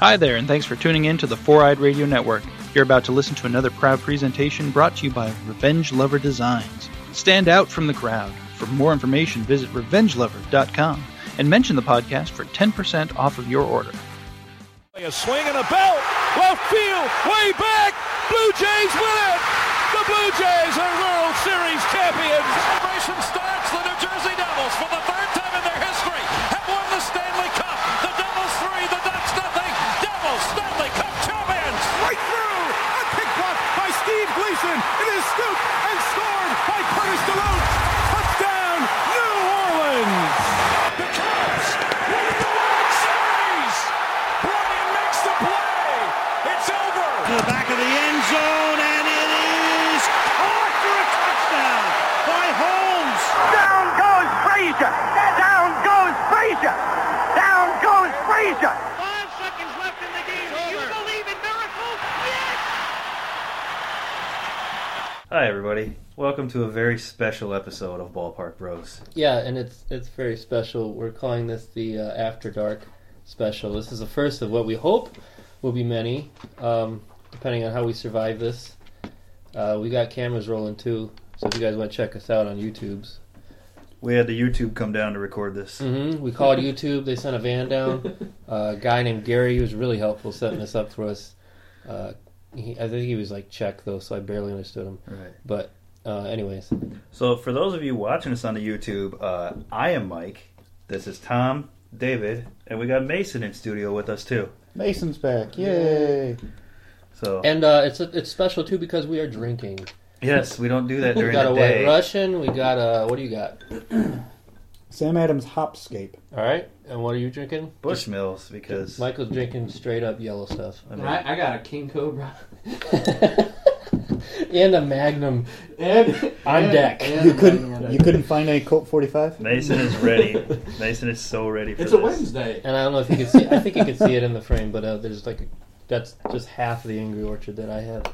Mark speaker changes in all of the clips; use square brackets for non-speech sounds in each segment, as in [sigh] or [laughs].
Speaker 1: Hi there, and thanks for tuning in to the Four Eyed Radio Network. You're about to listen to another proud presentation brought to you by Revenge Lover Designs. Stand out from the crowd. For more information, visit revengelover.com and mention the podcast for 10% off of your order.
Speaker 2: A swing and a belt. Left field. Way back. Blue Jays win it. The Blue Jays are World Series champions.
Speaker 3: Celebration starts. The New Jersey Devils, for the third time in their history, have won the Stanley Cup. The Devils three. The Ducks nothing. Devils Stanley Cup champions.
Speaker 4: Right through. A pick block by Steve Gleason. It is scooped and scored by Curtis DeLoach. Touchdown, New Orleans.
Speaker 3: The Cubs win the World Series. Bryant makes the play. It's over.
Speaker 5: to the back of the end zone, and it is caught for a touchdown by Holmes.
Speaker 6: Down goes Frazier! Down goes Frazier! Down goes Frazier!
Speaker 5: Five seconds left in the game. Do you believe in miracles? Yes!
Speaker 7: Hi, everybody. Welcome to a very special episode of Ballpark Bros.
Speaker 8: Yeah, and it's it's very special. We're calling this the uh, After Dark special. This is the first of what we hope will be many, um, depending on how we survive this. Uh, we got cameras rolling too, so if you guys want to check us out on YouTube's,
Speaker 7: We had the YouTube come down to record this.
Speaker 8: hmm we called YouTube. They sent a van down. Uh, a guy named Gary, he was really helpful setting this up for us. Uh, he, I think he was like Czech though, so I barely understood him.
Speaker 7: Right.
Speaker 8: But uh, anyways,
Speaker 7: So, for those of you watching us on the YouTube, uh, I am Mike. This is Tom, David, and we got Mason in studio with us too.
Speaker 9: Mason's back. Yay.
Speaker 7: So,
Speaker 8: and uh, it's it's special too because we are drinking.
Speaker 7: yes, we don't do that
Speaker 8: [laughs] we
Speaker 7: during the
Speaker 8: got a
Speaker 7: day.
Speaker 8: White Russian. We got a what do you got?
Speaker 9: [clears throat] Sam Adams Hopscape.
Speaker 8: All right, and what are you drinking?
Speaker 7: Bushmills, because
Speaker 8: Michael's drinking straight up yellow stuff,
Speaker 7: I mean,
Speaker 10: I, I got a King Cobra.
Speaker 8: [laughs] and a Magnum.
Speaker 10: And,
Speaker 8: On
Speaker 10: and-
Speaker 8: deck.
Speaker 10: and-
Speaker 9: You couldn't you couldn't find a Colt 45?
Speaker 7: Mason is
Speaker 8: [laughs]
Speaker 7: ready. Mason is so ready for
Speaker 10: It's a
Speaker 7: this.
Speaker 10: Wednesday.
Speaker 8: And I don't know if you can see. I think you can see it in the frame, but uh, there's like a, that's just half the Angry Orchard that I have.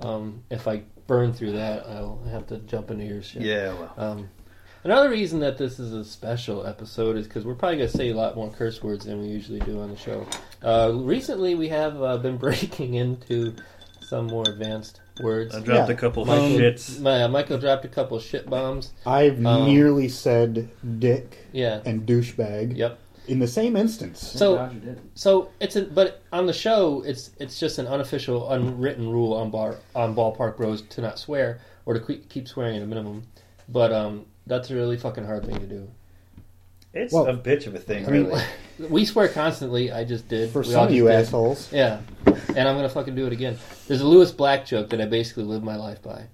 Speaker 8: Um, if I burn through that, I'll have to jump into your shit.
Speaker 7: Yeah, well,
Speaker 8: Um, another reason that this is a special episode is because we're probably going to say a lot more curse words than we usually do on the show. Uh, recently, we have uh, been [laughs] breaking into some more advanced words.
Speaker 7: I dropped
Speaker 9: yeah.
Speaker 7: a couple of
Speaker 8: Michael,
Speaker 7: shits.
Speaker 8: my- uh, Michael dropped a couple shit bombs.
Speaker 9: I've
Speaker 8: Um,
Speaker 6: Oh.
Speaker 9: nearly said dick
Speaker 8: Yeah.
Speaker 9: and douchebag
Speaker 8: Yep.
Speaker 9: in the same instance.
Speaker 8: So,
Speaker 10: Roger did.
Speaker 8: so it's an, but on the show, it's it's just an unofficial, unwritten rule on bar on ballpark bros to not swear or to que- keep swearing at a minimum. But um, that's a really fucking hard thing to do.
Speaker 7: It's
Speaker 9: Well,
Speaker 7: a bitch of a thing,
Speaker 9: I mean,
Speaker 7: really.
Speaker 8: We swear constantly. I just did.
Speaker 9: For
Speaker 8: We all
Speaker 9: some of
Speaker 8: just
Speaker 9: you
Speaker 8: did.
Speaker 9: assholes.
Speaker 8: Yeah, and I'm gonna fucking do it again. There's a Lewis Black joke that I basically live my life by.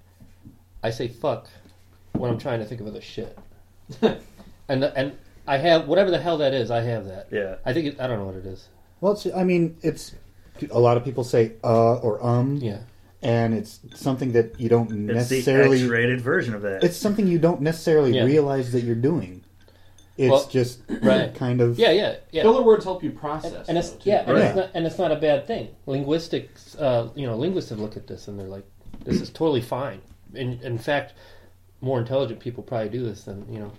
Speaker 8: I say fuck when I'm trying to think of other shit, [laughs] and and I have whatever the hell that is. I have that.
Speaker 7: Yeah.
Speaker 8: I think it, I don't know what it is.
Speaker 9: Well, it's, I mean, it's a lot of people say uh or um
Speaker 8: Yeah,
Speaker 9: and it's something that you don't
Speaker 7: It's the
Speaker 9: necessarily
Speaker 7: X-rated version of that.
Speaker 9: it's something you don't necessarily
Speaker 8: Yeah.
Speaker 9: realize that you're doing. It's
Speaker 8: Well,
Speaker 9: just
Speaker 8: right.
Speaker 9: kind of
Speaker 8: yeah, yeah, yeah.
Speaker 10: Filler words help you process.
Speaker 8: and it's
Speaker 10: though, too.
Speaker 8: yeah, and
Speaker 9: Right.
Speaker 8: it's not and it's not a bad thing. Linguistics, uh, you know, linguists have looked at this and they're like, this is totally fine. In in fact, more intelligent people probably do this than you know.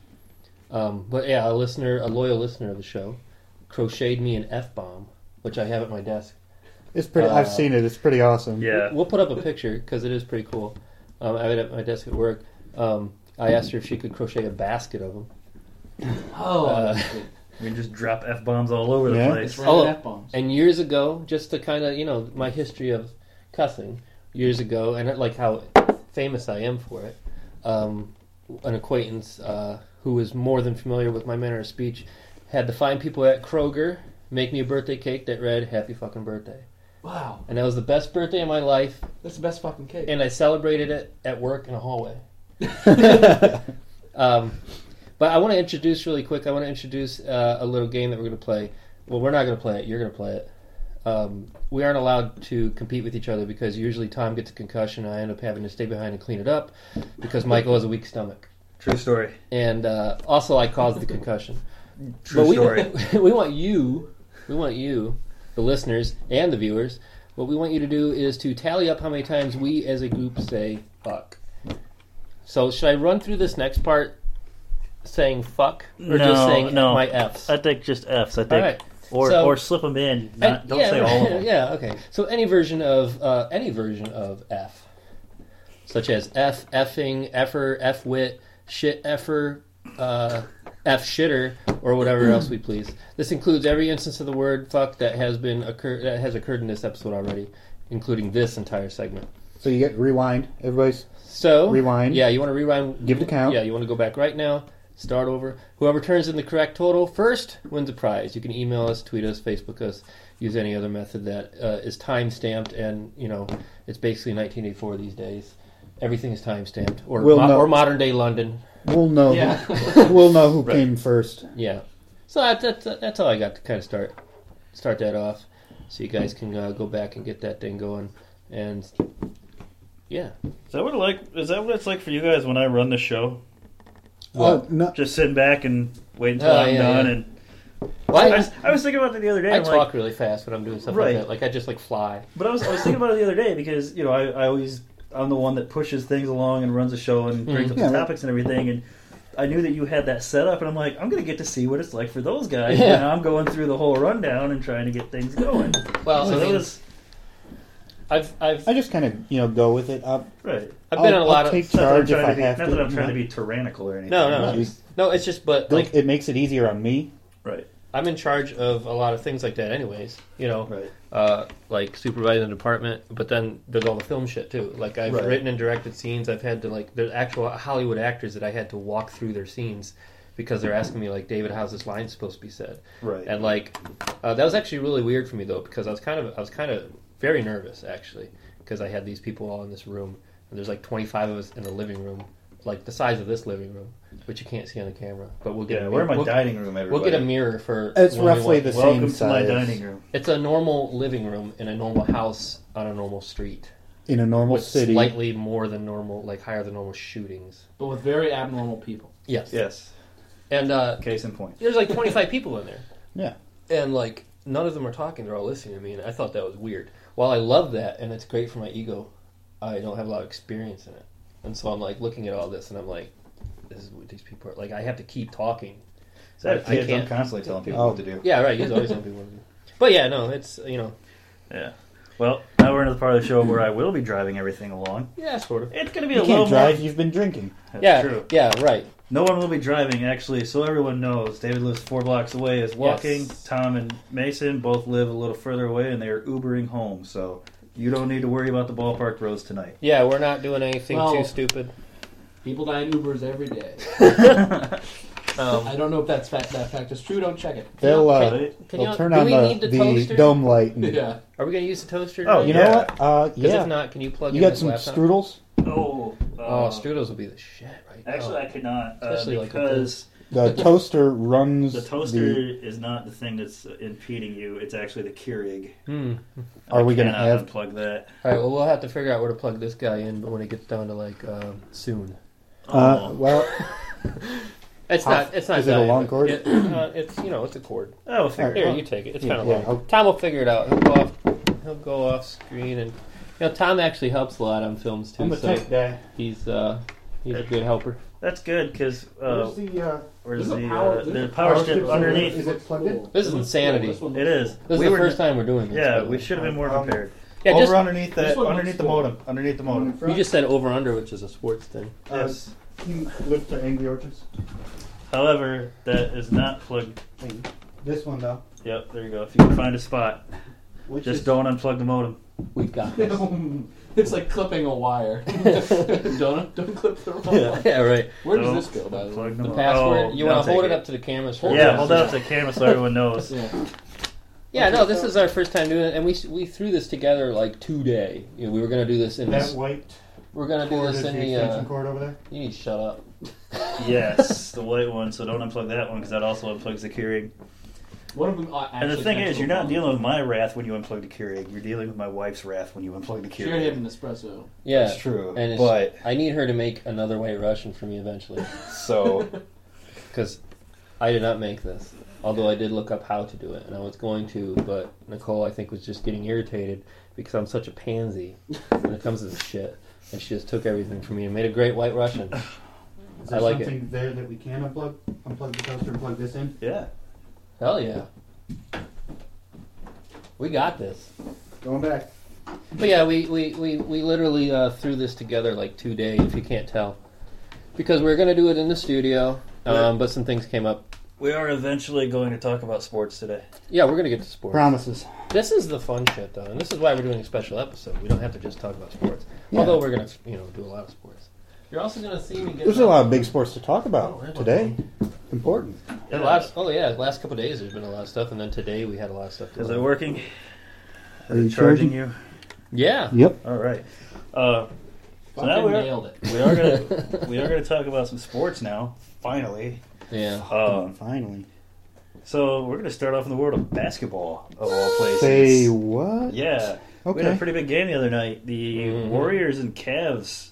Speaker 8: Um, but yeah, a listener, a loyal listener of the show, crocheted me an f bomb, which I have at my desk.
Speaker 9: it's pretty
Speaker 8: Uh,
Speaker 9: I've seen it. It's pretty awesome.
Speaker 7: yeah.
Speaker 8: We'll put up a picture because it is pretty cool. Um, I have it at my desk at work. Um, I asked her if she could crochet a basket of them.
Speaker 10: Oh,
Speaker 8: Uh,
Speaker 7: We just drop f bombs all over the
Speaker 9: Yeah.
Speaker 7: place.
Speaker 10: it's
Speaker 8: oh,
Speaker 10: oh, F bombs.
Speaker 8: And years ago, just to kind of, you know, my history of cussing years ago, and uh, like how famous I am for it, um, an acquaintance uh, who was more than familiar with my manner of speech had the fine people at Kroger make me a birthday cake that read "Happy fucking birthday,"
Speaker 10: Wow,
Speaker 8: and that was the best birthday of my life.
Speaker 10: that's the best fucking cake.
Speaker 8: And I celebrated it at work in a hallway. um, but I want to introduce really quick. I want to introduce uh, a little game that we're going to play. Well, we're not going to play it. You're going to play it. Um, we aren't allowed to compete with each other because usually Tom gets a concussion. I end up having to stay behind and clean it up because Michael has a weak stomach.
Speaker 7: True story.
Speaker 8: And uh, also, I caused the concussion.
Speaker 7: [laughs] True
Speaker 8: but we,
Speaker 7: story.
Speaker 8: [laughs] we want you, we want you, the listeners and the viewers. What we want you to do is to tally up how many times we, as a group, say "fuck." So, should I run through this next part saying "fuck" or just saying my f's?
Speaker 7: I think just F's. I think
Speaker 8: All right.
Speaker 7: Or
Speaker 8: So-
Speaker 7: or slip them in. Not,
Speaker 8: And-
Speaker 7: don't
Speaker 8: yeah,
Speaker 7: say
Speaker 8: [laughs]
Speaker 7: all of them.
Speaker 8: Yeah, okay. So any version of uh, any version of f, such as f effing, effer, f wit, shit effer, uh, f shitter, or whatever else we please. This includes every instance of the word fuck that has been occur- that has occurred in this episode already, including this entire segment.
Speaker 9: So you get rewind. Everybody's
Speaker 8: So
Speaker 9: rewind.
Speaker 8: Yeah, you want to rewind.
Speaker 9: Give it a count.
Speaker 8: Yeah, you want to go back right now. Start over. Whoever turns in the correct total first wins a prize. You can email us, tweet us, Facebook us, use any other method that uh, is time stamped, and you know it's basically 1984 these days. Everything is time stamped, or
Speaker 9: We'll
Speaker 8: mo-
Speaker 9: know-
Speaker 8: or modern day London.
Speaker 9: We'll know.
Speaker 8: Yeah.
Speaker 9: Who, we'll
Speaker 7: [laughs]
Speaker 9: know who came first.
Speaker 8: Yeah. So that, that, that's all I got to kind of start start that off, so you guys can uh, go back and get that thing going. And yeah,
Speaker 7: Is that what it like? Is that what it's like for you guys when I run the show?
Speaker 9: Well, Uh, no,
Speaker 7: Just sitting back and wait until
Speaker 8: Oh,
Speaker 7: I'm
Speaker 8: yeah,
Speaker 7: done.
Speaker 8: yeah.
Speaker 7: And
Speaker 8: Why-
Speaker 7: I, was, I was thinking about that the other day.
Speaker 8: I
Speaker 7: I'm like,
Speaker 8: talk really fast when I'm doing stuff
Speaker 7: Right.
Speaker 8: like that. Like I just like fly.
Speaker 7: But I was, I was thinking about it the other day because you know I, I always I'm the one that pushes things along and runs the show and
Speaker 8: Mm-hmm.
Speaker 7: brings up
Speaker 9: Yeah,
Speaker 7: the
Speaker 9: right.
Speaker 7: topics and everything and I knew that you had that set up and I'm like I'm gonna get to see what it's like for those guys
Speaker 8: Yeah.
Speaker 7: and I'm going through the whole rundown and trying to get things going.
Speaker 8: Well,
Speaker 7: so
Speaker 8: I
Speaker 7: that
Speaker 8: mean,
Speaker 7: was
Speaker 8: I've I've
Speaker 9: I just kind of you know go with it. I'll,
Speaker 7: right.
Speaker 8: I've been on
Speaker 9: I'll-
Speaker 8: a lot
Speaker 9: I'll
Speaker 8: of
Speaker 9: take
Speaker 7: Not that I'm
Speaker 9: charge if
Speaker 7: trying
Speaker 9: I
Speaker 7: to be,
Speaker 9: have
Speaker 7: not
Speaker 9: to.
Speaker 7: that I'm trying to be tyrannical or anything.
Speaker 8: no no no
Speaker 9: Jeez.
Speaker 8: no. It's just but like
Speaker 9: it makes it easier on me.
Speaker 7: Right.
Speaker 8: I'm in charge of a lot of things like that, anyways. You know,
Speaker 7: Right.
Speaker 8: uh, like supervising the department, but then there's all the film shit too. Like I've
Speaker 7: Right.
Speaker 8: written and directed scenes. I've had to like there's actual Hollywood actors that I had to walk through their scenes because they're asking me like, David, how's this line supposed to be said?
Speaker 7: Right.
Speaker 8: And like uh, that was actually really weird for me though because I was kind of I was kind of very nervous actually because I had these people all in this room and there's like 25 of us in the living room, like the size of this living room, which you can't see on the camera. But we'll get
Speaker 7: Yeah,
Speaker 8: a
Speaker 7: we're in
Speaker 8: mirror-
Speaker 7: my
Speaker 8: we'll-
Speaker 7: dining room. Everybody.
Speaker 8: We'll get a mirror for.
Speaker 9: It's
Speaker 8: when we
Speaker 9: roughly
Speaker 8: want-
Speaker 9: the
Speaker 7: Welcome
Speaker 9: same
Speaker 7: to my
Speaker 9: size
Speaker 7: dining room.
Speaker 8: It's a normal living room in a normal house on a normal street
Speaker 9: in a normal
Speaker 8: with
Speaker 9: city.
Speaker 8: slightly more than normal, like higher than normal shootings.
Speaker 4: but with very abnormal people.
Speaker 8: Yes.
Speaker 7: Yes.
Speaker 8: And uh,
Speaker 7: Case in point.
Speaker 8: there's like 25 [laughs] people in there,
Speaker 9: Yeah.
Speaker 8: and like none of them are talking; they're all listening to me, and I thought that was weird. While I love that, and it's great for my ego, I don't have a lot of experience in it, and so I'm like looking at all this, and I'm like, this is what these people are like. I have to keep talking.
Speaker 7: So I have
Speaker 8: I
Speaker 7: kids, I'm
Speaker 8: can't-
Speaker 7: constantly telling people
Speaker 9: Oh.
Speaker 7: what to do.
Speaker 8: Yeah, right. You always have to be one of you. But yeah, no, it's you know,
Speaker 7: Yeah. Well, now we're into the part of the show where I will be driving everything along.
Speaker 8: yeah, sort of.
Speaker 7: It's gonna be
Speaker 9: You
Speaker 7: a little
Speaker 9: can't drive.
Speaker 7: more.
Speaker 9: You've been drinking.
Speaker 7: That's
Speaker 8: yeah,
Speaker 7: true.
Speaker 8: yeah, right.
Speaker 7: No one will be driving, actually, so everyone knows. David lives four blocks away, is walking.
Speaker 8: Yes.
Speaker 7: Tom and Mason both live a little further away, and they are Ubering home, so you don't need to worry about the ballpark roads tonight.
Speaker 8: Yeah, we're not doing anything
Speaker 4: Well-
Speaker 8: too stupid.
Speaker 4: People die in Ubers every
Speaker 8: [laughs]
Speaker 4: day. I
Speaker 8: Um,
Speaker 4: don't know if that's fact, that fact is true. Don't check it.
Speaker 9: They'll uh,
Speaker 7: Can-
Speaker 8: can
Speaker 9: they'll
Speaker 8: y'all-
Speaker 9: turn
Speaker 8: do
Speaker 9: on
Speaker 8: we
Speaker 9: the,
Speaker 8: need the
Speaker 9: the
Speaker 8: toaster?
Speaker 9: dome light. And,
Speaker 4: Yeah.
Speaker 8: are we gonna use the toaster?
Speaker 7: Oh,
Speaker 9: You know
Speaker 7: Yeah.
Speaker 9: what? Uh,
Speaker 8: Because
Speaker 9: yeah.
Speaker 8: if not, can you plug
Speaker 9: you
Speaker 8: in
Speaker 9: got
Speaker 8: this
Speaker 9: some
Speaker 8: laptop?
Speaker 9: strudels.
Speaker 7: Oh,
Speaker 8: oh, strudels will be the shit right now.
Speaker 7: could not,
Speaker 8: uh, Especially like with because
Speaker 9: The toaster runs the-
Speaker 7: is not the thing that's impeding you. It's actually the Keurig.
Speaker 8: Hmm.
Speaker 9: Are we gonna
Speaker 7: uh,
Speaker 9: have?
Speaker 7: unplug that? Oh,
Speaker 8: All right. Well, we'll have to figure out where to plug this guy in, but when it gets down to like um, soon,
Speaker 9: Uh, well,
Speaker 8: it's
Speaker 9: How-
Speaker 8: not. It's not.
Speaker 9: is it a
Speaker 8: dying,
Speaker 9: long
Speaker 8: but
Speaker 9: cord?
Speaker 8: it- uh, it's you know, it's a cord.
Speaker 7: Oh, figure
Speaker 8: Here, you take it. It's
Speaker 9: Yeah,
Speaker 8: kind of
Speaker 9: yeah,
Speaker 8: long.
Speaker 9: I'll-
Speaker 8: Tom will figure it out. He'll go off. He'll go off screen, and you know, Tom actually helps a lot on films too.
Speaker 9: I'm a
Speaker 8: so
Speaker 9: tech guy.
Speaker 8: he's uh, he's a good helper.
Speaker 7: That's good, because uh,
Speaker 9: Where's the uh,
Speaker 7: where's
Speaker 4: There's a
Speaker 7: the,
Speaker 4: power-
Speaker 7: uh, the
Speaker 4: there's a
Speaker 7: power
Speaker 4: power
Speaker 7: strip
Speaker 4: strip
Speaker 7: underneath?
Speaker 9: Is it plugged in?
Speaker 8: This is
Speaker 4: one's
Speaker 8: insanity.
Speaker 4: cool. This one
Speaker 7: It
Speaker 4: looks
Speaker 7: is.
Speaker 8: This
Speaker 7: We
Speaker 8: is the
Speaker 7: were-
Speaker 8: first time we're doing this. by
Speaker 7: Yeah,
Speaker 8: the
Speaker 7: we
Speaker 8: way.
Speaker 7: should have been more
Speaker 9: Um,
Speaker 7: prepared.
Speaker 8: Yeah, just,
Speaker 7: Over underneath
Speaker 4: this
Speaker 7: that,
Speaker 4: one looks
Speaker 7: underneath the
Speaker 4: cool.
Speaker 7: modem, underneath the modem.
Speaker 8: You just said over under, which is a sports thing.
Speaker 7: Yes.
Speaker 9: Can you lift the Angry Orchards?
Speaker 7: However, that is not plugged.
Speaker 9: This one though.
Speaker 7: Yep, there you go. If you can find a spot,
Speaker 9: Which
Speaker 7: just
Speaker 9: is-
Speaker 7: don't unplug the modem.
Speaker 8: We've got this.
Speaker 4: cool. it's like clipping a
Speaker 8: [laughs]
Speaker 4: wire. don't don't clip the wrong
Speaker 8: yeah.
Speaker 4: one.
Speaker 8: right.
Speaker 4: Where does
Speaker 7: Don't
Speaker 4: this go by the way?
Speaker 7: unplug the, modem.
Speaker 8: Password.
Speaker 7: Oh,
Speaker 8: you
Speaker 7: I'll
Speaker 8: want to hold
Speaker 7: take
Speaker 8: it up to the cameras first.
Speaker 7: Yeah, hold it up to the camera so everyone knows.
Speaker 4: [laughs] Yeah.
Speaker 8: Yeah, no, this is our first time doing it, and we s- we threw this together like today. You know, we were gonna do this in this.
Speaker 9: white
Speaker 8: We're gonna do this in the. Uh,
Speaker 9: cord over there.
Speaker 8: you need to shut up.
Speaker 7: yes, the white one. So don't unplug that one because that also unplugs the Keurig.
Speaker 4: One of them uh,
Speaker 7: And
Speaker 4: actually
Speaker 7: the thing
Speaker 4: connects
Speaker 7: is,
Speaker 4: to a
Speaker 7: you're not
Speaker 4: phone.
Speaker 7: dealing with my wrath when you unplug the Keurig. You're dealing with my wife's wrath when you unplug the
Speaker 4: She already
Speaker 7: Keurig.
Speaker 4: had an espresso.
Speaker 8: Yeah,
Speaker 7: It's true,
Speaker 8: And it's,
Speaker 7: but-
Speaker 8: I need her to make another white Russian for me
Speaker 7: [laughs]
Speaker 8: eventually,
Speaker 7: So
Speaker 8: because I did not make this. Although I did look up how to do it, and I was going to, but Nicole I think was just getting irritated because I'm such a pansy when it comes to this shit, and she just took everything from me and made a great white Russian.
Speaker 9: Is
Speaker 8: there I like it. something
Speaker 9: there that we can unplug? Unplug the toaster and plug this in.
Speaker 7: yeah,
Speaker 8: Hell yeah.
Speaker 11: We got this.
Speaker 12: Going back.
Speaker 11: But yeah, we we we, we literally uh, threw this together like two days, if you can't tell, because we were gonna do it in the studio, um, but some things came up.
Speaker 7: We are eventually going to talk about sports today.
Speaker 11: Yeah, we're gonna get to sports.
Speaker 12: Promises.
Speaker 11: This is the fun shit, though, and this is why we're doing a special episode. We don't have to just talk about sports,
Speaker 9: Yeah.
Speaker 11: although we're gonna you know do a lot of sports. You're also gonna see me get
Speaker 9: There's a lot of big sports to talk about today. Important.
Speaker 11: The last, oh yeah, the last couple of days there's been a lot of stuff, and then today we had a lot of stuff. to
Speaker 7: Is
Speaker 11: learn.
Speaker 7: it working?
Speaker 9: Are you
Speaker 7: charging you?
Speaker 11: Yeah.
Speaker 9: Yep.
Speaker 7: All right. Uh, so now
Speaker 11: Fucking
Speaker 7: we are,
Speaker 11: nailed it.
Speaker 7: we are
Speaker 11: [laughs]
Speaker 7: gonna we are gonna talk about some sports now. Finally.
Speaker 11: Yeah.
Speaker 7: Um,
Speaker 9: finally.
Speaker 7: So we're gonna start off in the world of basketball of all places.
Speaker 9: Say what?
Speaker 7: Yeah. We had
Speaker 9: Okay.
Speaker 7: a pretty big game the other night. The
Speaker 11: Mm-hmm.
Speaker 7: Warriors and Cavs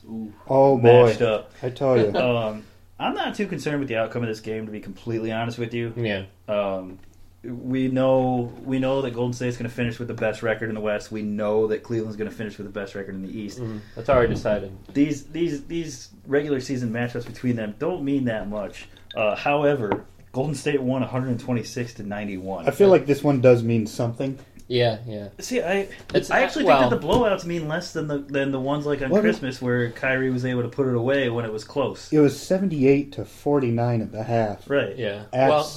Speaker 9: Oh boy.
Speaker 7: matched up.
Speaker 9: I tell you.
Speaker 7: [laughs] Um, I'm not too concerned with the outcome of this game, to be completely honest with you.
Speaker 11: Yeah.
Speaker 7: Um, we know we know that Golden State's going to finish with the best record in the West. We know that Cleveland's going to finish with the best record in the East.
Speaker 9: Mm-hmm.
Speaker 11: That's already decided.
Speaker 7: These these these regular season matchups between them don't mean that much. Uh, however, Golden State won 126 to 91.
Speaker 9: I feel like this one does mean something.
Speaker 11: Yeah, yeah.
Speaker 7: See, I
Speaker 11: It's-
Speaker 7: I actually
Speaker 11: well-
Speaker 7: think that the blowouts mean less than the than the ones like on
Speaker 9: Well, I mean-
Speaker 7: Christmas where Kyrie was able to put it away when it was close.
Speaker 9: It was 78 to 49 at the half.
Speaker 7: Right.
Speaker 11: Yeah.
Speaker 9: Abs-
Speaker 8: Well,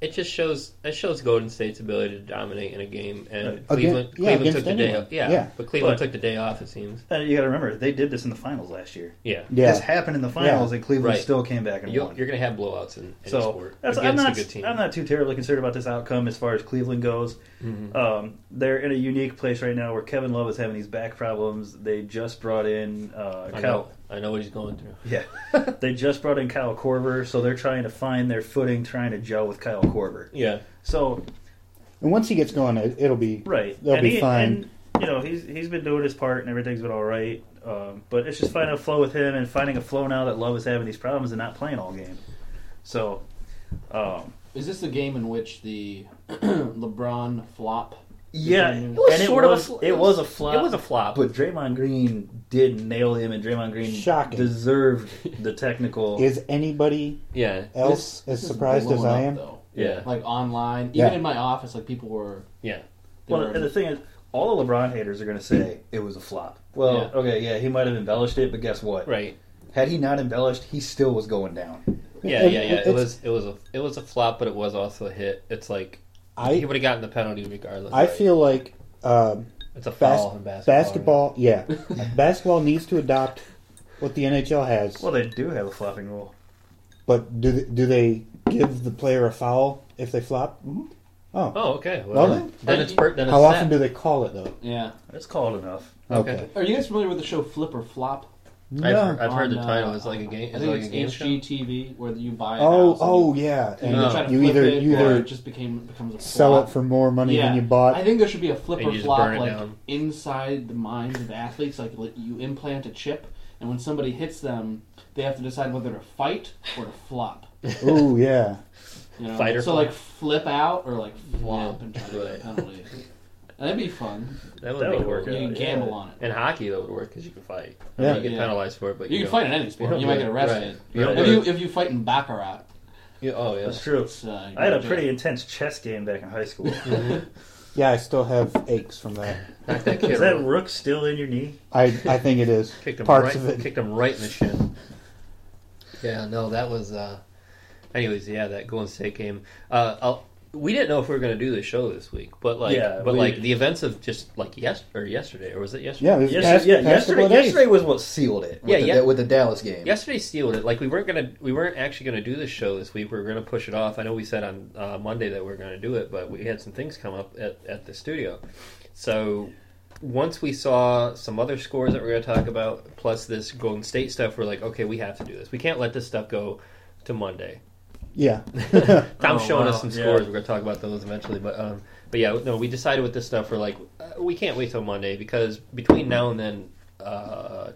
Speaker 8: it just shows it shows Golden State's ability to dominate in a game, and
Speaker 7: Right.
Speaker 8: Cleveland
Speaker 7: Again- yeah,
Speaker 8: Cleveland
Speaker 7: against
Speaker 8: took the day
Speaker 7: anyone.
Speaker 8: off. Yeah,
Speaker 7: Yeah.
Speaker 8: but Cleveland
Speaker 7: But-
Speaker 8: took the day off. It seems.
Speaker 7: Uh, you got to remember they did this in the finals last year.
Speaker 8: Yeah.
Speaker 9: Yeah.
Speaker 7: This happened in the finals, and Cleveland
Speaker 8: Right.
Speaker 7: still came back and
Speaker 8: You'll-
Speaker 7: won.
Speaker 8: You're going to have blowouts in, in
Speaker 7: so
Speaker 8: sport
Speaker 7: that's,
Speaker 8: against
Speaker 7: I'm not
Speaker 8: a good team.
Speaker 7: I'm not too terribly concerned about this outcome as far as Cleveland goes.
Speaker 8: Mhm.
Speaker 7: Um, they're in a unique place right now where Kevin Love is having these back problems. They just brought in uh,
Speaker 8: I
Speaker 7: Kyle.
Speaker 8: know. I know what he's going through. [laughs]
Speaker 7: Yeah, [laughs] they just brought in Kyle Korver, so they're trying to find their footing, trying to gel with Kyle Korver.
Speaker 8: Yeah.
Speaker 7: So
Speaker 9: And once he gets going, it, it'll be
Speaker 7: right,
Speaker 9: They'll
Speaker 7: and
Speaker 9: be
Speaker 7: he-
Speaker 9: fine.
Speaker 7: and, you know, he's he's been doing his part, and everything's been all right. Um, but it's just finding a flow with him, and finding a flow now that Love is having these problems and not playing all game. So, um,
Speaker 6: Is this the game in which the [clears throat] LeBron flop?
Speaker 7: Yeah,
Speaker 6: became-
Speaker 7: and it was, It was a flop. But Draymond Green did nail him, and Draymond Green
Speaker 9: Shocking.
Speaker 7: deserved [laughs] the technical.
Speaker 9: Is anybody
Speaker 8: Yeah.
Speaker 6: This-
Speaker 9: else
Speaker 6: this
Speaker 9: as
Speaker 6: is
Speaker 9: surprised as
Speaker 6: blowing
Speaker 9: I
Speaker 6: up,
Speaker 9: am?
Speaker 6: though.
Speaker 7: Yeah.
Speaker 6: Like online, even
Speaker 9: Yeah.
Speaker 6: in my office, like people were.
Speaker 11: Yeah.
Speaker 6: They
Speaker 7: well,
Speaker 6: were-
Speaker 7: and the thing is, all the LeBron haters are going to say it was a flop. Well,
Speaker 6: Yeah.
Speaker 7: okay, yeah, he might have embellished it, but guess what?
Speaker 8: Right.
Speaker 7: Had he not embellished, he still was going down.
Speaker 8: Yeah,
Speaker 9: And-
Speaker 8: yeah, yeah.
Speaker 9: and
Speaker 8: It
Speaker 9: it's-
Speaker 8: was it was a it was a flop, but it was also a hit. It's like
Speaker 9: I-
Speaker 8: he would have gotten the penalty regardless.
Speaker 9: I feel like um,
Speaker 8: It's a foul in basketball,
Speaker 9: Basketball, yeah, basketball needs to adopt what the NHL has.
Speaker 7: Well, they do have a flopping rule.
Speaker 9: But do they, do they give the player a foul if they flop?
Speaker 6: Mm-hmm.
Speaker 9: Oh,
Speaker 8: Oh, okay.
Speaker 9: Well,
Speaker 8: Well,
Speaker 9: then,
Speaker 8: then it's per- then it's
Speaker 9: how
Speaker 8: snap.
Speaker 9: often do they call it though?
Speaker 6: Yeah.
Speaker 7: It's called enough.
Speaker 9: Okay.
Speaker 6: Are you guys familiar with the show Flip or Flop?
Speaker 9: No. I've heard-
Speaker 8: I've heard the
Speaker 6: On,
Speaker 8: title. It's like a game-
Speaker 6: I
Speaker 8: it's
Speaker 6: think
Speaker 8: like a
Speaker 6: it's
Speaker 8: game show?
Speaker 6: HGTV where you buy. a
Speaker 9: Oh,
Speaker 6: house and
Speaker 9: oh,
Speaker 6: you-
Speaker 9: yeah,
Speaker 6: And,
Speaker 9: and
Speaker 6: you try to
Speaker 9: you
Speaker 6: flip
Speaker 9: either-
Speaker 6: it,
Speaker 9: you
Speaker 6: or
Speaker 9: either
Speaker 6: it just became becomes a
Speaker 9: Sell
Speaker 6: flop.
Speaker 9: it for more money
Speaker 6: yeah.
Speaker 9: than you bought.
Speaker 6: I think there should be a flip
Speaker 8: And
Speaker 6: or
Speaker 8: you just burn
Speaker 6: flop
Speaker 8: it
Speaker 6: like
Speaker 8: down.
Speaker 6: inside the minds of athletes. Like like, you implant a chip, and when somebody hits them, they have to decide whether to fight or to flop.
Speaker 9: Ooh, yeah.
Speaker 6: You know?
Speaker 8: Fight or
Speaker 6: so
Speaker 8: flop.
Speaker 6: like flip out or like flop and try to get a penalty. That'd be fun.
Speaker 8: That would, be cool.
Speaker 6: You can gamble on it.
Speaker 8: In hockey, that would work because you can fight. I
Speaker 9: Yeah.
Speaker 8: mean, you get
Speaker 6: Yeah.
Speaker 8: penalized for it, but
Speaker 6: you,
Speaker 8: you,
Speaker 6: can
Speaker 8: don't-
Speaker 6: fight in any sport.
Speaker 8: don't
Speaker 6: You might
Speaker 8: do
Speaker 6: get
Speaker 8: it.
Speaker 6: arrested.
Speaker 8: Right. You don't
Speaker 6: If
Speaker 8: do
Speaker 6: you
Speaker 8: it.
Speaker 6: if you fight in baccarat,
Speaker 8: Yeah, oh yeah.
Speaker 7: That's true.
Speaker 6: it's, uh,
Speaker 7: I had a
Speaker 6: yeah.
Speaker 7: pretty intense chess game back in high [laughs] school.
Speaker 9: Yeah, I still have aches from that.
Speaker 7: Is that rook still in your knee?
Speaker 9: I I think it is
Speaker 8: Kicked him right,
Speaker 9: parts of it.
Speaker 8: Kicked him right in the shin. Yeah, no, that was. uh Anyways, yeah, that Golden State game. Uh, I'll, we didn't know if we were going to do the show this week, but like,
Speaker 7: Yeah,
Speaker 8: but
Speaker 7: we-
Speaker 8: like the events of just like yes or yesterday or was it yesterday?
Speaker 9: Yeah, it was Yes- past- yeah, past yesterday- couple of days. yesterday
Speaker 7: was what sealed it. with the- with the Dallas game.
Speaker 8: Yesterday sealed it. Like we weren't gonna, we weren't actually gonna do the show this week. We were gonna push it off. I know we said on uh, Monday that we were gonna do it, but we had some things come up at, at the studio. So once we saw some other scores that we're going to talk about, plus this Golden State stuff, we're like, okay, we have to do this. We can't let this stuff go to Monday.
Speaker 9: Yeah.
Speaker 8: Tom's
Speaker 9: Oh,
Speaker 8: showing
Speaker 9: wow,
Speaker 8: us some
Speaker 9: yeah.
Speaker 8: scores. We're going to talk about those eventually, but um, but yeah, no, we decided with this stuff. We're like, uh, we can't wait till Monday because between now and then, uh,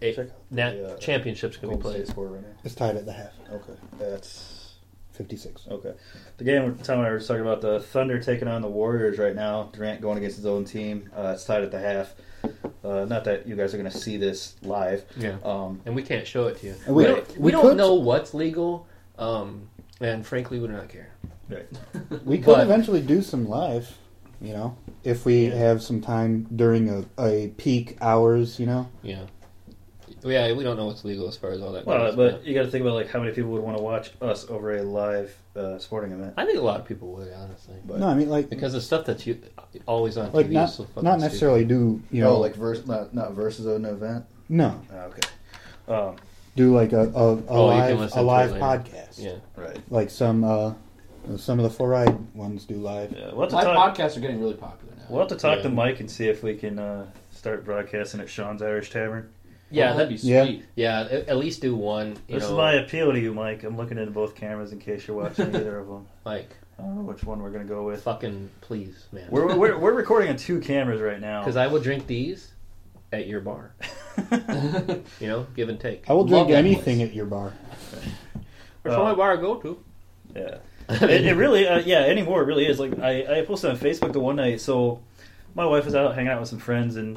Speaker 8: it, na- championships going to
Speaker 7: Golden
Speaker 8: be played.
Speaker 7: State score right now.
Speaker 9: It's tied at the half.
Speaker 7: Okay, that's
Speaker 9: fifty-six.
Speaker 7: Okay, the game Tom and I were talking about the Thunder taking on the Warriors right now. Durant going against his own team. Uh, it's tied at the half. Uh, not that you guys are going to see this live.
Speaker 8: Yeah.
Speaker 7: Um,
Speaker 8: and we can't show it to you.
Speaker 7: We-
Speaker 8: We, don't, we
Speaker 7: we
Speaker 8: don't
Speaker 7: could-
Speaker 8: know what's legal, um, and frankly, we do not care.
Speaker 7: Right.
Speaker 9: We could
Speaker 8: But-
Speaker 9: eventually do some live. You know, if we have some time during a, a peak hours, you know.
Speaker 8: Yeah. Yeah, we don't know what's legal as far as all that
Speaker 7: Well,
Speaker 8: goes.
Speaker 7: but you got to think about like how many people would want to watch us over a live uh, sporting event.
Speaker 8: I think a lot of people would, honestly.
Speaker 7: But
Speaker 9: No, I mean, like-
Speaker 8: because the stuff that's you, always on
Speaker 9: Like
Speaker 8: TV
Speaker 9: not
Speaker 8: is so fucking
Speaker 9: not necessarily do you know
Speaker 7: oh, like verse, not, not versus an event.
Speaker 9: no
Speaker 7: Ah, okay. Um,
Speaker 9: do like a a, a
Speaker 8: Oh, you can
Speaker 9: live
Speaker 8: listen to
Speaker 9: a
Speaker 8: it
Speaker 9: live
Speaker 8: later.
Speaker 9: podcast.
Speaker 8: Yeah.
Speaker 7: Right.
Speaker 9: Like some uh some of the four eyed ones do live.
Speaker 7: Yeah,
Speaker 6: Live
Speaker 7: we'll have to talk.
Speaker 6: podcasts are getting really popular now.
Speaker 7: We'll have to talk
Speaker 9: Yeah.
Speaker 7: to Mike and see if we can uh, start broadcasting at Sean's Irish Tavern.
Speaker 6: Yeah, that'd be sweet.
Speaker 8: Yeah, at, at least do one. You
Speaker 7: This
Speaker 8: know,
Speaker 7: is my appeal to you, Mike. I'm looking into both cameras in case you're watching [laughs] either of them.
Speaker 8: Mike,
Speaker 7: I don't know which one we're gonna go with.
Speaker 8: Fucking please, man. [laughs]
Speaker 7: We're we're, we're recording on two cameras right now.
Speaker 8: Because I will drink these at your bar. you know, give and take.
Speaker 9: I will drink anything at your bar.
Speaker 8: That's
Speaker 7: Uh,
Speaker 8: my bar I go to.
Speaker 7: [laughs]
Speaker 8: [laughs]
Speaker 7: Yeah. it, it really, uh, yeah, anymore, it really is. Like, I, I posted on Facebook the one night, so my wife was out hanging out with some friends, and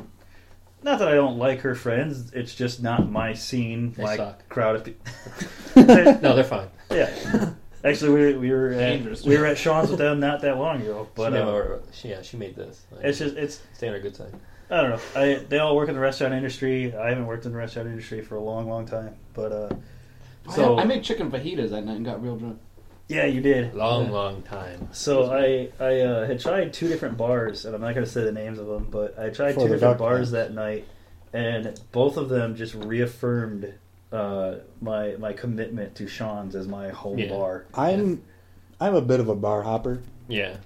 Speaker 7: not that I don't like her friends, it's just not my scene,
Speaker 8: They
Speaker 7: my
Speaker 8: suck.
Speaker 7: crowd
Speaker 8: [laughs]
Speaker 7: of [laughs] people.
Speaker 8: No, they're fine.
Speaker 7: Yeah. Actually, we, we were at,
Speaker 8: Dangerous.
Speaker 7: we were at Sean's with them not that long ago,
Speaker 8: But
Speaker 7: but uh,
Speaker 8: yeah, she made this.
Speaker 7: it's just it's
Speaker 8: stay on her good side.
Speaker 7: I don't know. I they all work in the restaurant industry. I haven't worked in the restaurant industry for a long, long time, but uh, so
Speaker 6: I, I made chicken fajitas that night and got real drunk.
Speaker 7: yeah, you did
Speaker 8: Long,
Speaker 7: Yeah.
Speaker 8: long time.
Speaker 7: So I I uh, had tried two different bars, and I'm not going to say the names of them, but I tried
Speaker 9: For
Speaker 7: two
Speaker 9: the
Speaker 7: different
Speaker 9: dark
Speaker 7: bars that night, and both of them just reaffirmed uh, my my commitment to Sean's as my home
Speaker 8: Yeah.
Speaker 7: bar.
Speaker 9: I'm I'm a bit of a bar hopper.
Speaker 8: Yeah.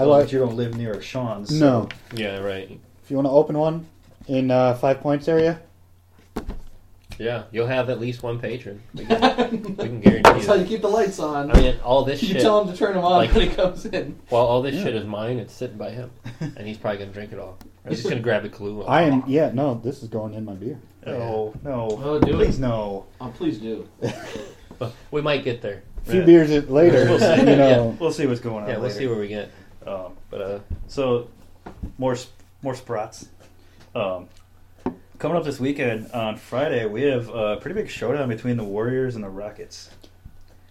Speaker 8: Oh,
Speaker 7: Well,
Speaker 9: like
Speaker 7: but you don't live near a Sean's. so-
Speaker 9: no.
Speaker 8: Yeah, right.
Speaker 9: If you want to open one in uh, Five Points area,
Speaker 8: Yeah, you'll have at least one patron. We can, we can guarantee
Speaker 6: That's how you
Speaker 8: it.
Speaker 6: keep the lights on.
Speaker 8: I mean, all
Speaker 6: [laughs]
Speaker 8: this
Speaker 6: you
Speaker 8: shit-
Speaker 6: tell him to turn them on
Speaker 8: like-
Speaker 6: when he comes in.
Speaker 8: While all this shit is mine, it's sitting by him, and he's probably gonna drink it all. He's just gonna grab a Kahlua.
Speaker 9: I am. Yeah, no, this is going in my beer.
Speaker 7: no, no,
Speaker 6: Oh, do it.
Speaker 7: please no.
Speaker 6: Oh, please do.
Speaker 8: We might get there.
Speaker 9: A few beers in- later,
Speaker 8: We'll see.
Speaker 9: you know.
Speaker 7: We'll see what's going on.
Speaker 8: Yeah, we'll
Speaker 7: later.
Speaker 8: see where we get.
Speaker 7: Um,
Speaker 8: But uh,
Speaker 7: So, more sp- more sprats. Um, coming up this weekend on Friday, we have a pretty big showdown between the Warriors and the Rockets.